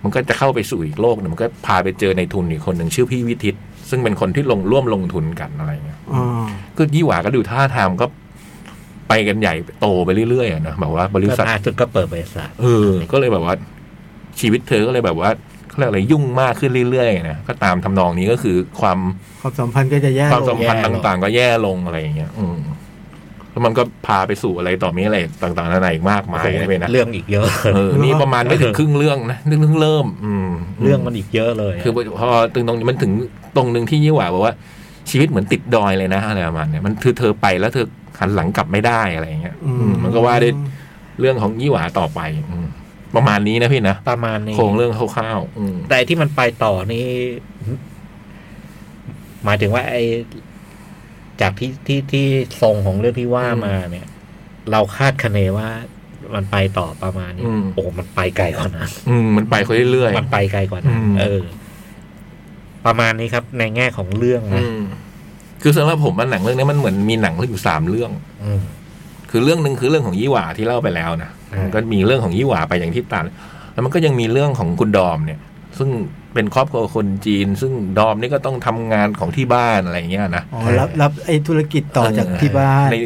Speaker 3: มันก็จะเข้าไปสู่อีกโลกหนึงมันก็พาไปเจอในทุนอีกคนหนึ่งชื่อพี่วิทิต ซึ่งเป็นคนที่ลงร่วมลงทุนกันอะไรเงี้ย
Speaker 2: อ่า
Speaker 3: ก็ยี่หว่าก็ดูท่าทางก็ไปกันใหญ่โตไปเรื่อยๆอะนะแบบว่าบริ
Speaker 4: ก็
Speaker 3: ษัท
Speaker 4: ล่าสุดก็เปิดบริษัท
Speaker 3: เออ ก็เลยแบบว่า ชีวิตเธอก็เลยแบบว่าเขาเรียกอะไรยุ่งมากขึ้นเรื่อยๆนะก็ตามทำนองนี้ก็คือความ
Speaker 2: ความสัมพันธ์ก็จะแย่
Speaker 3: ความ
Speaker 2: ล
Speaker 3: สั
Speaker 2: ง
Speaker 3: มพันธ์ต่างๆ ก็แย่ลงอะไรอย่างเงี้ย อืมแล้วมันก็พาไปสู่อะไรต่อมีอะไรต่างๆนานาอีกมากมาย
Speaker 4: โอ้โห
Speaker 3: เลยนะ
Speaker 4: เรื่องอีกเยอะ
Speaker 3: เออนี่ประมาณไม่ถึงครึ่งเรื่องนะเพิ่งเริ่ม อืม
Speaker 4: เรื่องมันอีกเยอะเลย
Speaker 3: คือพอถึงตรงนี้มันถึงตรงหนึ่งที่ยี่หว่าบอกว่า ชีวิตเหมือนติดดอยเลยนะอะไรประมาณเนี้ยมันคือเธอไปแล้วเธอหันหลังกลับไม่ได้อะไรอย่างเงี้ย
Speaker 2: อื
Speaker 3: อืมมันก็ว่าด้วยเรื่องของยี่หว่าต่อไป อืมประมาณนี้นะพี่นะ
Speaker 4: ประมาณนี้
Speaker 3: โครงเรื่องคร่าวๆอืม
Speaker 4: แต่ไอ้ที่มันไปต่อนี่ หมายถึงว่าไอ้จากที่ที่ที่ทรงของเรื่องที่ว่ามาเนี่ย เราคาดคะเนว่ามันไปต่อประมาณนี้
Speaker 3: อืม
Speaker 4: โอ้มันไปไกลกว่านั้น
Speaker 3: อืมมันไปคนเรื่อย
Speaker 4: มันไปไกลกว่านั้น
Speaker 3: อืม
Speaker 4: เออ ประมาณนี้ครับ ในแง่ของเรื่อง
Speaker 3: ๆอื
Speaker 4: นะ
Speaker 3: มคือสำหรับผมมันหนังเรื่องนี้มันเหมือนมีหนังเรื่องอยู่สามเรื่อง
Speaker 4: อืม
Speaker 3: คือเรื่องหนึ่งคือเรื่องของยี่หว่าที่เล่าไปแล้วนะ
Speaker 4: อ่ามั
Speaker 3: มันก็มีเรื่องของยี่หว่าไปอย่างที่ตัดแล้วมันก็ยังมีเรื่องของคุณดอมเนี่ย ซึ่งเป็นครอบครัวคนจีน ซึ่งดอมนี่ก็ต้องทำงานของที่บ้านอะไรอย่างเงี้ยนะ
Speaker 2: อ๋อ รับรับไอ้ธุรกิจต่อจากที่บ้าน
Speaker 3: ใน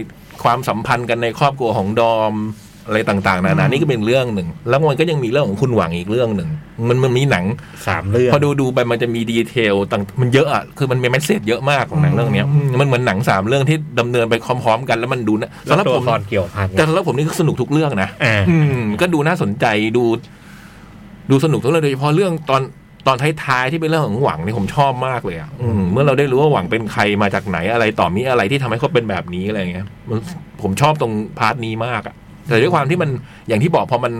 Speaker 3: ความสัมพันธ์กันในครอบครัวของดอม อะไรต่างๆนานานี่ก็เป็นเรื่องหนึ่ง แล้วมันก็ยังมีเรื่องของคุณหวังอีกเรื่องหนึ่ง มันมันมีหนัง
Speaker 4: สามเรื่อง
Speaker 3: พอดูดูไปมันจะมีดีเทลต่างมันเยอะอ่ะคือมันมีเมสเซจเยอะมากของหนังเรื่องเนี้ยอืมมันเหมือนหนังสามเรื่องที่ดำเนินไปพร้อมๆกันแล้วมันดูนะ
Speaker 4: แล้ว
Speaker 3: สำหรับ
Speaker 4: ตัว
Speaker 3: ผม
Speaker 4: ละครเกี่ยวพัน
Speaker 3: แต่สำหรับผมนี่ก็สนุกทุกเรื่องนะ
Speaker 4: อ่า
Speaker 3: อืมก็ดูน่าสนใจดู ดูสนุกทุกเรื่องโดยเฉพาะเรื่องตอนตอนท้ายๆที่เป็นเรื่องของหวังนี่ผมชอบมากเลยอ่ะอืมเมื่อเราได้รู้ว่าหวังเป็นใครมาจากไหนอะไรต่อมีอะไรที่ทำให้เขาเป็นแบบนี้อะไรเงี้ยมันผมชอบตรงพาร์ทนี้มากอ่ะแต่ด้วยความที่มันอย่างที่บอกพอมัน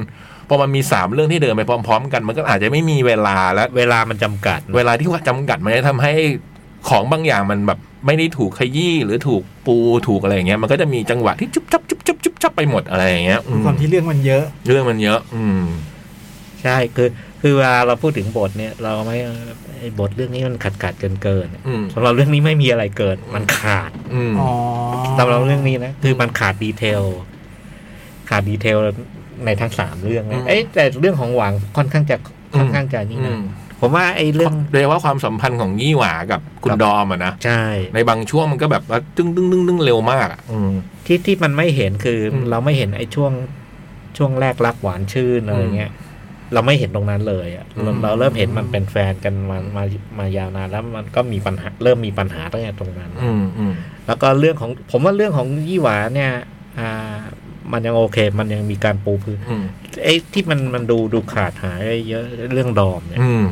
Speaker 3: พอมันมีสามเรื่องที่เดินไปพร้อม ๆ กันมันก็อาจจะไม่มีเวลาและ
Speaker 4: เวลามันจำกัด
Speaker 3: เวลาที่ว่าจำกัดมันจะทำให้ของบางอย่างมันแบบไม่ได้ถูกขยี้หรือถูกปูถูกอะไรอย่างเงี้ยมันก็จะมีจังหวะที่จุ๊บจับจุ๊บจับจุ๊บจับไปหมดอะไรอย่างเงี้ยอืม
Speaker 2: ความที่เรื่องมันเยอะ
Speaker 3: เรื่องมันเยอะ อืม
Speaker 4: ใช่ คือ คือเวลาเราพูดถึงบทเนี่ย เราไม่ไอ้บทเรื่องนี้มันขาดขาดเกินเกินๆ
Speaker 3: อืม
Speaker 4: สำหรับเรื่องนี้ไม่มีอะไรเกิน มันขาด
Speaker 3: อืม
Speaker 2: อ๋อ
Speaker 4: สำหรับเรื่องนี้นะ คือมันขาดดีเทล ขาดดีเทลในทั้งสามเรื่องนะเอ้ยแต่เรื่องของหวังค่อนข้างจะค่อนข้างจะนี่
Speaker 3: อื
Speaker 4: นะ
Speaker 3: ม
Speaker 4: ผมว่าไอ้เรื่อง
Speaker 3: โดยเฉพาะความสัมพันธ์ของยี่หว่ากับคุณ
Speaker 4: ครับ
Speaker 3: ดอมอะนะ
Speaker 4: ใช่
Speaker 3: ในบางช่วงมันก็แบบว่าตึ้งตึ้งตึ้งตึ้งเร็วมากอะอืม
Speaker 4: ที่ที่มันไม่เห็นคืออ
Speaker 3: ม
Speaker 4: เราไม่เห็นไอ้ช่วงช่วงแรกรักหวานชื่นอะไรเงี้ย เราไม่เห็นตรงนั้นเลยอะเรา
Speaker 3: อืม
Speaker 4: เราเริ่มเห็นมันเป็นแฟนกันมามามายาวนานแล้วมันก็มีปัญหาเริ่มมีปัญหาตั้งแต่ตรงนั้น
Speaker 3: อืมอืม
Speaker 4: แล้วก็เรื่องของผมว่าเรื่องของยี่หวาเนี่ยอ่ามันยังโอเค มันยังมีการปูพื้น
Speaker 3: อืม
Speaker 4: ไอ้ที่มันมันดูดูขาดหายเยอะเรื่องดอมเนี่ย
Speaker 3: อืม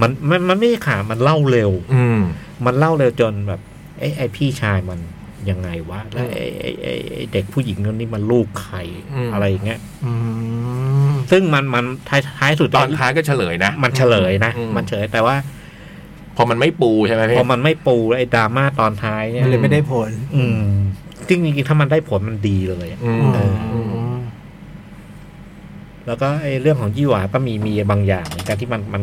Speaker 4: มันมันมันไม่ใช่ขาดมันเล่าเร็ว
Speaker 3: อืม
Speaker 4: มันเล่าเร็วจนแบบไอ้ไอ้พี่ชายมันยังไงวะแล้ว
Speaker 3: อืม
Speaker 4: ไอ้ไอ้ไอ้ไอ้เด็กผู้หญิงคนนี้มันลูกใคร
Speaker 3: อืม
Speaker 4: อะไรอย่างเงี้ย
Speaker 2: อืม
Speaker 4: ซึ่งมันมันท้ายท้ายสุด
Speaker 3: ตอนท้ายก็เฉลยนะ
Speaker 4: มันเฉลยนะ
Speaker 3: อืม
Speaker 4: มันเฉลยแต่ว่า
Speaker 3: พอมันไม่ปูใช่ไหมพี่
Speaker 4: พอมันไม่ปูไอ้ดราม่าตอนท้ายเนี่ย
Speaker 2: มันเลยไม่ได้ผล
Speaker 4: อืมจริงจริงๆถ้ามันได้ผลมันดีเลยอะ
Speaker 3: อืมอืม
Speaker 4: แล้วก็ไอ้เรื่องของยี่หวาก็มีมีบางอย่างเหมือนกันที่มันมัน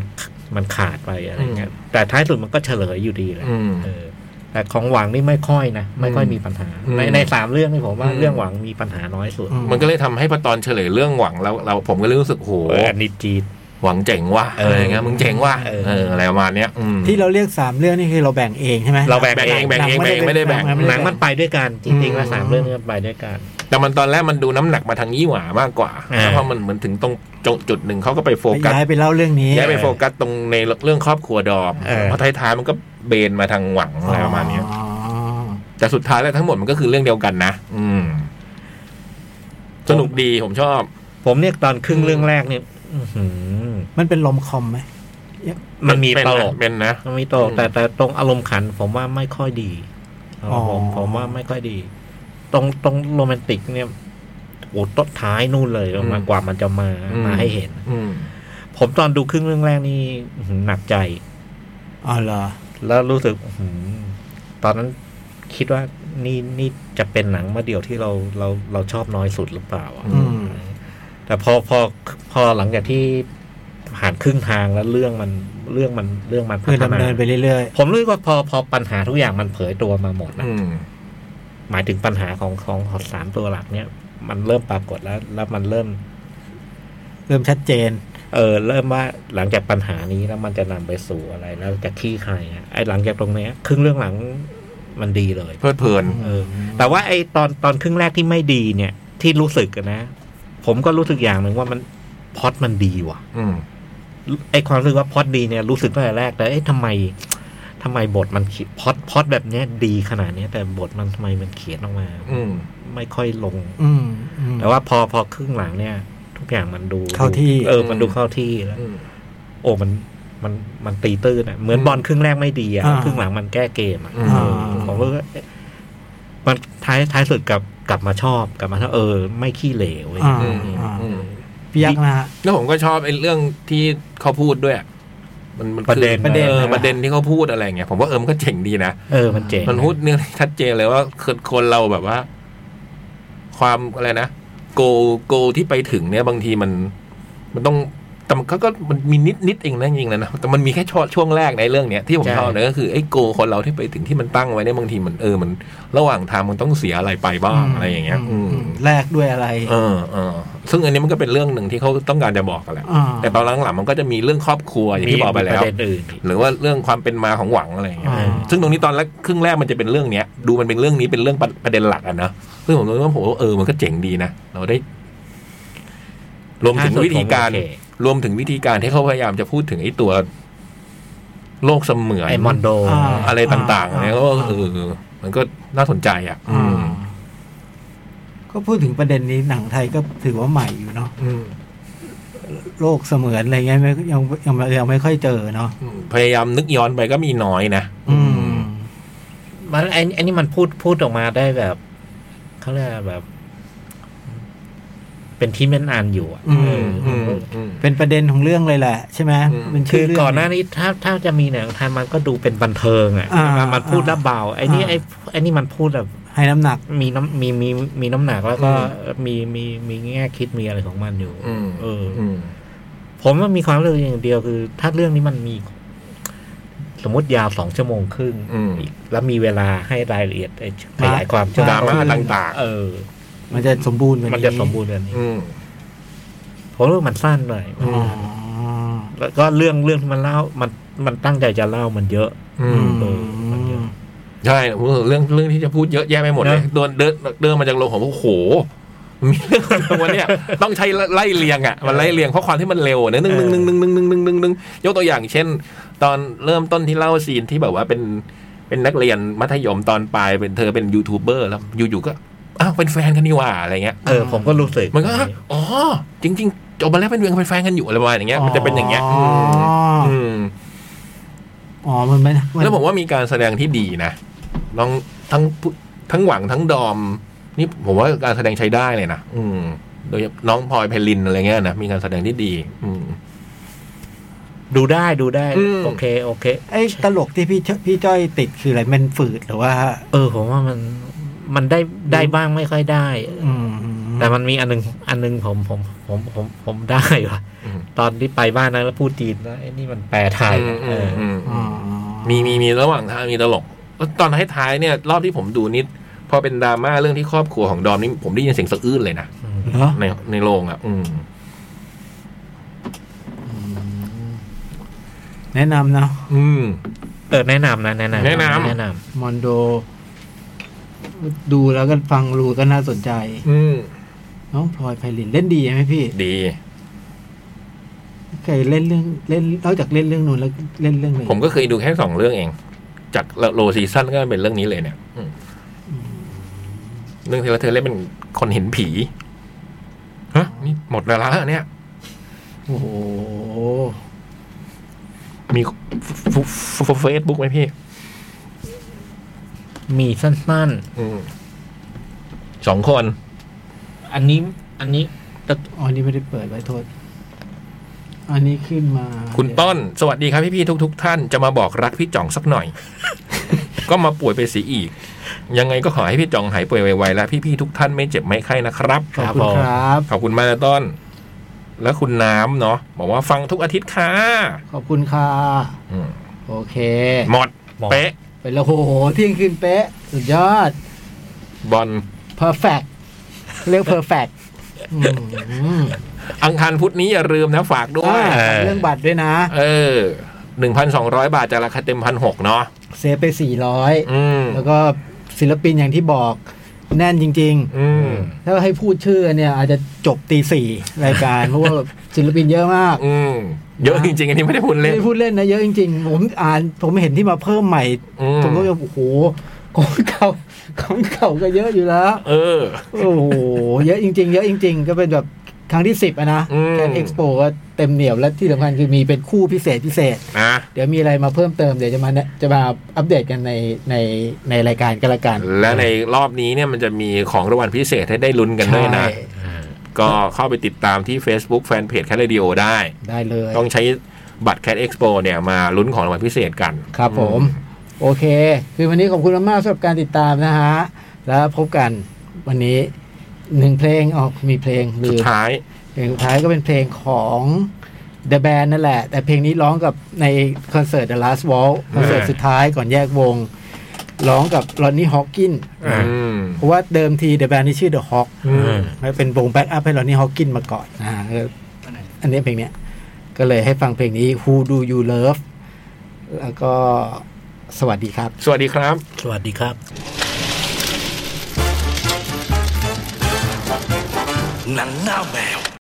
Speaker 4: มันขาดไปอะไรเงี้ยแต่ท้ายสุดมันก็เฉลยอยู่ดีแหละ
Speaker 3: อืม
Speaker 4: เออ แต่ของหวังนี่ไม่ค่อยนะไม่ค่อยมีปัญหา
Speaker 3: อืม
Speaker 4: ในในสามเรื่องนี่ผมว่า
Speaker 3: อืม
Speaker 4: เรื่องหวังมีปัญหาน้อยสุด
Speaker 2: อื
Speaker 3: มันก็เลยทำให้พอตอนเฉลยเรื่องหวังแล้วเราผมก็เลยรู้สึกโห
Speaker 4: โอ้ยอันนี้จีด
Speaker 3: หวังเจ๋งว่ะ
Speaker 4: เออ
Speaker 3: อะไรเงี้ยมึงเจ๋งว่ะ
Speaker 4: เออ
Speaker 3: เอออะไรประมาณเนี้ยอืม
Speaker 2: ที่เราเรียกสามเรื่องนี่คือเราแบ่งเองใช่ไหม
Speaker 4: เราแบ่ง
Speaker 3: แบ่ง
Speaker 4: เอ
Speaker 3: เองงแบ่งเองแบ่งเองไม่ได้แบ่ง
Speaker 4: หนัง
Speaker 2: ไได้
Speaker 4: มันไปด้วยกันจริงๆแล้ว
Speaker 2: อืม
Speaker 4: สามเรื่องนี้มันไปด้วยกัน
Speaker 3: แต่มันตอนแรกมันดูน้ำหนักมาทางยี่หว่ามากกว่า
Speaker 4: อ่า
Speaker 3: แล้วพอมันเหมือนถึงตรงจุดหนึ่งเขาก็ไปโฟกัส
Speaker 2: ย้ายไปเล่าเรื่องนี้
Speaker 3: ย้ายไปโฟกัสตรงในเรื่องครอบครัวดอม
Speaker 4: เออ
Speaker 3: เพราะท้ายๆมันก็เบนมาทางหวังอะไรประมาณเนี้ย
Speaker 2: อ๋อ
Speaker 3: แต่สุดท้ายแล้วทั้งหมดมันก็คือเรื่องเดียวกันนะอืม สนุกดีผมชอบ
Speaker 4: ผมเนี่ยตอนครึ่งเรื่องแรกเนี่ยอื้อหือ
Speaker 2: มันเป็นลมคอมไหม
Speaker 4: มันมี
Speaker 3: เป็น
Speaker 4: ต
Speaker 3: นะ
Speaker 4: ลก
Speaker 3: เป็นนะ
Speaker 4: มันมีตลก
Speaker 3: อืม
Speaker 4: แต่แต่ตรงอารมณ์ขัน ผมว่าไม่ค่อยดี
Speaker 2: อ๋อ
Speaker 4: ผมผมว่าไม่ค่อยดี ตรงตรงโรแมนติกเนี่ยโอ้ต้นท้ายนู่นเลยมากว่ามันจะมามาให้เห็น
Speaker 3: อืม
Speaker 4: ผมตอนดูครึ่งเรื่องแรกนี่อื้อหือหนักใจ
Speaker 2: อ๋อเหรอ
Speaker 4: แล้วรู้สึกอื้อหือตอนนั้นคิดว่านี่นี่จะเป็นหนังมาเดียวที่เราเราเราชอบน้อยสุดหรือเปล่าอะ
Speaker 2: อืม
Speaker 4: แต่พอพอพอหลังจากที่ผ่านครึ่งทางแล้วเรื่องมันเรื่องมันเรื่องมันพั
Speaker 2: คือ
Speaker 4: ฒ
Speaker 2: ดำ
Speaker 4: นา
Speaker 2: เนินไปเรื่อย
Speaker 4: ผมรู้สึกว่าพอพอปัญหาทุกอย่างมันเผยตัวมาหมดนะ
Speaker 3: อืม
Speaker 4: หมายถึงปัญหาของของของสามตัวหลักเนี่ย มันเริ่มปรากฏแล้ว แล้วมันเริ่ม
Speaker 2: ๆ เริ่มชัดเจน
Speaker 4: เออเริ่มว่าหลังจากปัญหานี้แล้วมันจะนำไปสู่อะไร แล้วจะขี้ใครอะไอ้หลังจากตรงเนี้ย ครึ่งเรื่องหลังมันดีเลย
Speaker 3: เพลิดเพลิน
Speaker 4: เออแต่ว่าไอตอนตอนครึ่งแรกที่ไม่ดีเนี่ย ที่รู้สึกอะนะ ผมก็รู้สึกอย่างหนึ่งว่ามันพล็อดมันดีว่ะ
Speaker 3: อืม
Speaker 4: ไอความรู้สึกว่าพล็อดดีเนี่ยรู้สึกตั้งแต่แรกแต่เอ๊ะทำไมทำไมบทมันเขียนพล็อดพล็อดแบบเนี้ยดีขนาดเนี้ยแต่บทมันทำไมมันเขียนออกมา
Speaker 3: อืม
Speaker 4: ไม่ค่อยลง
Speaker 2: อืมอืม
Speaker 4: แต่ว่าพอพอครึ่งหลังเนี่ย ทุกอย่างมันดู
Speaker 2: เข้าที่
Speaker 4: เออมันดูเข้าที่แล้ว
Speaker 3: อืม
Speaker 4: โอ้มันมันมันตีตื้นอ่ะเหมือนบอลครึ่งแรกไม่ดีอ่ะ
Speaker 2: อ่า
Speaker 4: ครึ่งหลังมันแก้เกมอ่ะ
Speaker 3: อ่า
Speaker 4: เออผมว่าเอ๊ะมันท้ายท้ายสุดกลับกลับมาชอบกลับมาชอบเออ ไม่ขี้เหลวเว้ย
Speaker 2: อ่า
Speaker 3: อืมอืม
Speaker 2: พี่ยักษ์นะฮะ
Speaker 3: แล้วผมก็ชอบไอ้เรื่องที่เขาพูดด้วยอะมันมัน
Speaker 4: ประเด็น
Speaker 3: คือ
Speaker 2: ประเด็น
Speaker 3: เออ
Speaker 2: นะ
Speaker 3: ประเด็นที่เขาพูดอะไรอย่างเงี้ยผมว่าเออมันก็เจ๋งดีนะ
Speaker 4: เออมันเจ๋ง
Speaker 3: มันพูดเนื้อชัดเจนเลยว่าคนคนเราแบบว่า ความอะไรนะโกโกที่ไปถึงเนี่ยบางทีมัน มันต้องแต่มันก็ก็มันมีนิดนิดเองนะจริงๆนะนะแต่มันมีแค่ช่วงช่วงแรกในเรื่องเนี้ยที่ผมชอบเนี่ยก็คือไอ้โกคนเราที่ไปถึงที่มันตั้งไว้เนี่ยบางทีมันเออมัน ระหว่างทางมันต้องเสียอะไรไปบ้างอะไรอย่างเงี้ย อืม
Speaker 2: แลกด้วยอะไร
Speaker 3: เออเออซึ่งอันนี้มันก็เป็นเรื่องหนึ่งที่เขาต้องการจะบอกกันแหละ
Speaker 2: อ่า
Speaker 3: แต่ตอนหลังๆมันก็จะมีเรื่องครอบครัวอย่างที่บอกไป
Speaker 4: มี
Speaker 3: แล้
Speaker 4: ป
Speaker 3: ว
Speaker 4: ระเด็นอื่นอีก
Speaker 3: หรือว่าเรื่องความเป็นมาของหวังอะไรอย่างเงี้ย
Speaker 2: อ่า
Speaker 3: ซึ่งตรงนี้ตอนแรกครึ่งแรกมันจะเป็นเรื่องเนี้ย ดูมันเป็นเรื่องนี้เป็นเรื่องประประเด็นหลักอะนะซึ่งผมรู้ว่าผมว่าเออมันก็เจ๋งดีนะเราได้ รวมถึง
Speaker 4: ล่าสุด
Speaker 3: วิธีการ
Speaker 4: ผมโอเค
Speaker 3: รวมถึงวิธีการที่เขาพยายามจะพูดถึงไอ้ตัวโลกเสมือน
Speaker 4: ไอมอนโด
Speaker 2: อ่า
Speaker 3: อะไรต่างๆเนี่ยก็เออมันก็น่าสนใจอ่ะ อืม
Speaker 2: ก็พูดถึงประเด็นนี้หนังไทยก็ถือว่าใหม่อยู่เนาะ
Speaker 3: อืม
Speaker 2: โลกเสมือนอะไรเงี้ยไม่ยังยังยังไม่ค่อยเจอเนาะ
Speaker 3: พยายามนึกย้อนไปก็มีน้อยนะ
Speaker 2: อืม
Speaker 4: มันไอ้ไอ้นี่มันพูดพูดออกมาได้แบบเขาเรียกอะไรแบบ เป็นที่เป็นอันอยู่อะ
Speaker 2: อืม
Speaker 4: เอออ
Speaker 3: อืมอืม
Speaker 2: เป็นประเด็นของเรื่องเลยแหละ ใช่ไหม
Speaker 3: อืม
Speaker 2: เป็น
Speaker 4: คื
Speaker 2: ชื่
Speaker 4: อ
Speaker 2: อเรื่อง
Speaker 4: ก่อนหน้านี้ถ้าถ้าจะมีหนังไทยมันก็ดูเป็นบันเทิงอ่ะ
Speaker 2: อ่า
Speaker 4: มันมันพูด
Speaker 2: อ่า
Speaker 4: ระเบาไอ้นี่
Speaker 2: อ่า
Speaker 4: ไอ้ไอ้นี่มันพูดแบบ
Speaker 2: ให้น้ำหนัก
Speaker 4: มีน้ำมีมีมีน้ำหนักแล้วก็
Speaker 2: อื
Speaker 4: มีมีมีแง่คิดมีอะไรของมันอยู่
Speaker 3: อืม
Speaker 4: เอออ
Speaker 3: อืม
Speaker 4: ผมว่ามีความรู้สึกอย่างเดียวคือ ถ้าเรื่องนี้มันมี สมมติยาวสองชั่วโมงครึ่ง
Speaker 3: อืม
Speaker 4: แล้วมีเวลาให้รายละเอียดไอ้ขยายความเชื่อ
Speaker 3: ดราม่าต่าง
Speaker 4: เออ
Speaker 2: มันจะสมบูรณ์กว่า
Speaker 4: มันจะสมบูรณ์แบบ
Speaker 3: ๆ
Speaker 4: นี้
Speaker 3: อืม
Speaker 4: ผมรู้มันสั้นหน่อย
Speaker 2: อ๋อ
Speaker 4: แล้วก็เรื่องเรื่องที่มันเล่ามันมันตั้งใจจะเล่ามันเยอะ
Speaker 3: อืม
Speaker 4: เออมันเยอะ
Speaker 3: ใช่เรื่องเรื่องที่จะพูดเยอะแยะไปหมดเลย
Speaker 4: นะ
Speaker 3: เดินเดินเดินมาจากโรงของโอ้โห มีเรื่องอะไรวันเนี้ยต้องใช้ไล่เรียงอ่ะมันไล่เรียงเพราะความที่มันเร็วอะนะหนึ่งหนึ่งหนึ่งหนึ่งหนึ่งหนึ่งหนึ่งหนึ่งหนึ่งยกตัวอย่างเช่น ตอนเริ่มต้นที่เล่าซีนที่แบบว่าเป็นเป็นนักเรียนมัธยมตอนปลายเป็นเธอเป็นยูทูบเบอร์แล้วอยู่ๆก็อ้าวเป็นแฟนกันนี่หว่าอะไรเงี้ย
Speaker 4: เออ ผมก็รู้สึก
Speaker 3: มันก็อ๋อจริงๆจบมาแล้วเป็นเรื่องเป็นแฟนกันอยู่อะไรประมาณอย่างเงี้ยมันจะเป็นอย่างเงี้ย
Speaker 2: อ๋ออื
Speaker 3: อืม
Speaker 2: อ๋อมันไม่น
Speaker 3: แล้วผมว่ามีการแสดงที่ดีนะน้องทั้งผู้ทั้งหวังทั้งดอม นี่ผมว่าการแสดงใช้ได้เลยนะอืม โดยน้องพลอยไพลินอะไรเงี้ยนะมีการแสดงที่ดี อืม
Speaker 4: ดูได้ดูได้
Speaker 3: อืม
Speaker 4: โอเค โอเค
Speaker 2: ไอ้ตลกที่พี่พี่จ้อยติดคืออะไรมันฝืดหรือว่า
Speaker 4: เออ ผมว่ามันมันได้ได้บ้างไม่ค่อยได้
Speaker 2: อืม
Speaker 4: แต่มันมีอันหนึงอันหนึงผมผมผมผมผมได้ว่ะ
Speaker 3: อืม
Speaker 4: ตอนที่ไปบ้านนั้นแล้วพูดจีนแล้วไอ้นี่มันแปลไทย
Speaker 3: อืม
Speaker 4: เอ
Speaker 3: อืม
Speaker 4: ออ
Speaker 3: อืม
Speaker 2: อ๋อ
Speaker 3: มีมีมีระหว่างทางมีตลกแล้วตอนท้ายๆเนี่ย รอบที่ผมดูนิดพอเป็นดราม่าเรื่องที่ครอบครัวของดอมนี่ผมได้ยินเสียงสะอื้นเลยนะ
Speaker 2: เนาะ
Speaker 3: ในในโรงอ่ะ อืม
Speaker 2: แนะนำเนาะ
Speaker 3: อืม
Speaker 4: เออแนะนำนะแนะนำ
Speaker 3: แนะนำ
Speaker 4: แนะน
Speaker 2: มอนโด ดูแล้วก็ฟังรูก็น่าสนใจ
Speaker 3: อืม
Speaker 2: น้องพลอยไพลินเล่นดีไหมพี่
Speaker 3: ดี
Speaker 2: เคยเล่นเรื่องเล่นนอกจากเล่นเรื่องนู้นแล้วเล่นเรื่องไหน
Speaker 3: ผมก็เคยดูแค่สองเรื่องเอง จากโลซีซั่นก็เป็นเรื่องนี้เลยเนี่ยอืมเรื่องที่เราเธอเล่นเป็นคนเห็นผีฮะนี่หมดเวลาแล้วเหรอเนี่ย
Speaker 2: โอ้โห
Speaker 3: มีเฟซบุ๊กไหมพี่
Speaker 4: ำมีสั้น
Speaker 3: อืมสองคน
Speaker 4: ๆ อันนี้อันนี้
Speaker 2: อ๋ออันนี้ไม่ได้เปิดไว้โทษ อันนี้ขึ้นมา
Speaker 3: คุณต้น สวัสดีครับพี่พี่ๆทุก ๆ ท่านจะมาบอกรักพี่จ่องสัก [LAUGHS] หน่อย ก็มาป่วยไปเสียอีก ยังไงก็ขอให้พี่จ่องหายป่วยไวๆและพี่พี่ๆทุกท่านไม่เจ็บไม่ไข้นะครับ
Speaker 2: ขอบคุณครับ
Speaker 3: ขอบคุณมากนะต้น และคุณน้ำเนาะบอกว่าฟังทุกอาทิตย์ค่ะ
Speaker 2: ขอบคุณค่ะ
Speaker 3: อืม
Speaker 2: โอเค
Speaker 3: หมด
Speaker 4: บอก
Speaker 3: เป๊ะ
Speaker 2: ไปแล้วโอ้โหเที่ยงคืนเป๊ะ สุดยอด
Speaker 3: บอล
Speaker 2: perfect เรียก perfect อืม
Speaker 3: อังคารพุธนี้อย่าลืมนะฝากด้ว
Speaker 2: อ่าย เรื่องบัตรด้วยนะ
Speaker 3: เออหนึ่งพันสองร้อยบาทจากราคาเต็มพันหกเนาะ
Speaker 2: เซฟไป 400
Speaker 3: อืม
Speaker 2: แล้วก็ศิลปินอย่างที่บอกแน่นจริง
Speaker 3: อืม
Speaker 2: ๆ ถ้าให้พูดชื่อเนี่ย อาจจะจบตีสี่ราย [LAUGHS] การ เพราะว่าศิลปินเยอะมาก
Speaker 3: อืมเยอะจริงๆ อันนี้ไม่ได้พูด
Speaker 2: ไม่
Speaker 3: เล่น
Speaker 2: ได้พูดเล่นนะ เยอะจริง ๆ ผมอ่านผมเห็นที่มาเพิ่มใหม่
Speaker 3: อืม
Speaker 2: ผมก็แบบโอ้โห [LAUGHS] ของเก่าของเก่าก็เยอะอยู่แล้ว
Speaker 3: เออ
Speaker 2: โอ้โห เยอะจริง ๆ เยอะจริง ๆ ก็เป็นแบบครั้งที่สิบอะนะ
Speaker 3: อืม
Speaker 2: แค่เอ็กซ์โปก็เต็มเหนียวและที่สำคัญคือมีเป็นคู่พิเศษพิเศษ
Speaker 3: นะ
Speaker 2: เดี๋ยวมีอะไรมาเพิ่มเติมเดี๋ยวจะมาเนี่ยจะมาอัปเดตกันในในในรายการก็แล้วกัน
Speaker 3: และในรอบนี้เนี่ยมันจะมีของรางวัลพิเศษให้ได้ลุ้นกันด้วยนะ
Speaker 2: ใช่
Speaker 3: ก็เข้าไปติดตามที่ Facebook Fanpage Cat Radio ได้
Speaker 2: ได้เลย
Speaker 3: ต้องใช้บัตร Cat Expo เนี่ยมาลุ้นของรางวัลพิเศษกัน
Speaker 2: ครับผม โอเค คือวันนี้ขอบคุณมากๆสำหรับการติดตามนะฮะ แล้วพบกันวันนี้หนึ่งเพลงออกมีเพลงลื
Speaker 3: สุด
Speaker 2: ม
Speaker 3: ท้าย
Speaker 2: เพลงสุดท้ายก็เป็นเพลงของ The Band นั่นแหละ แต่เพลงนี้ร้องกับในคอนเสิร์ต The Last Wall คอนเสิร์ตสุดท้ายก่อนแยกวง ร้องกับรอนนี่ฮอ k กิน
Speaker 4: อ่า
Speaker 3: อืม
Speaker 2: เพราะว่าเดิมที The Band นี่ชื่อ The Hawk
Speaker 3: อืม
Speaker 2: แล้วเป็นวงแบ็กอัพให้รอนนี่ฮอ k กินมาก่อนอ่าก็อันนี้เพลงเนี้ย ก็เลยให้ฟังเพลงนี้ Who Do You Love แล้วก็สวัสดีครับ
Speaker 3: สวัสดีครับ
Speaker 4: สวัสดีครับ
Speaker 7: หนังหน้าแมว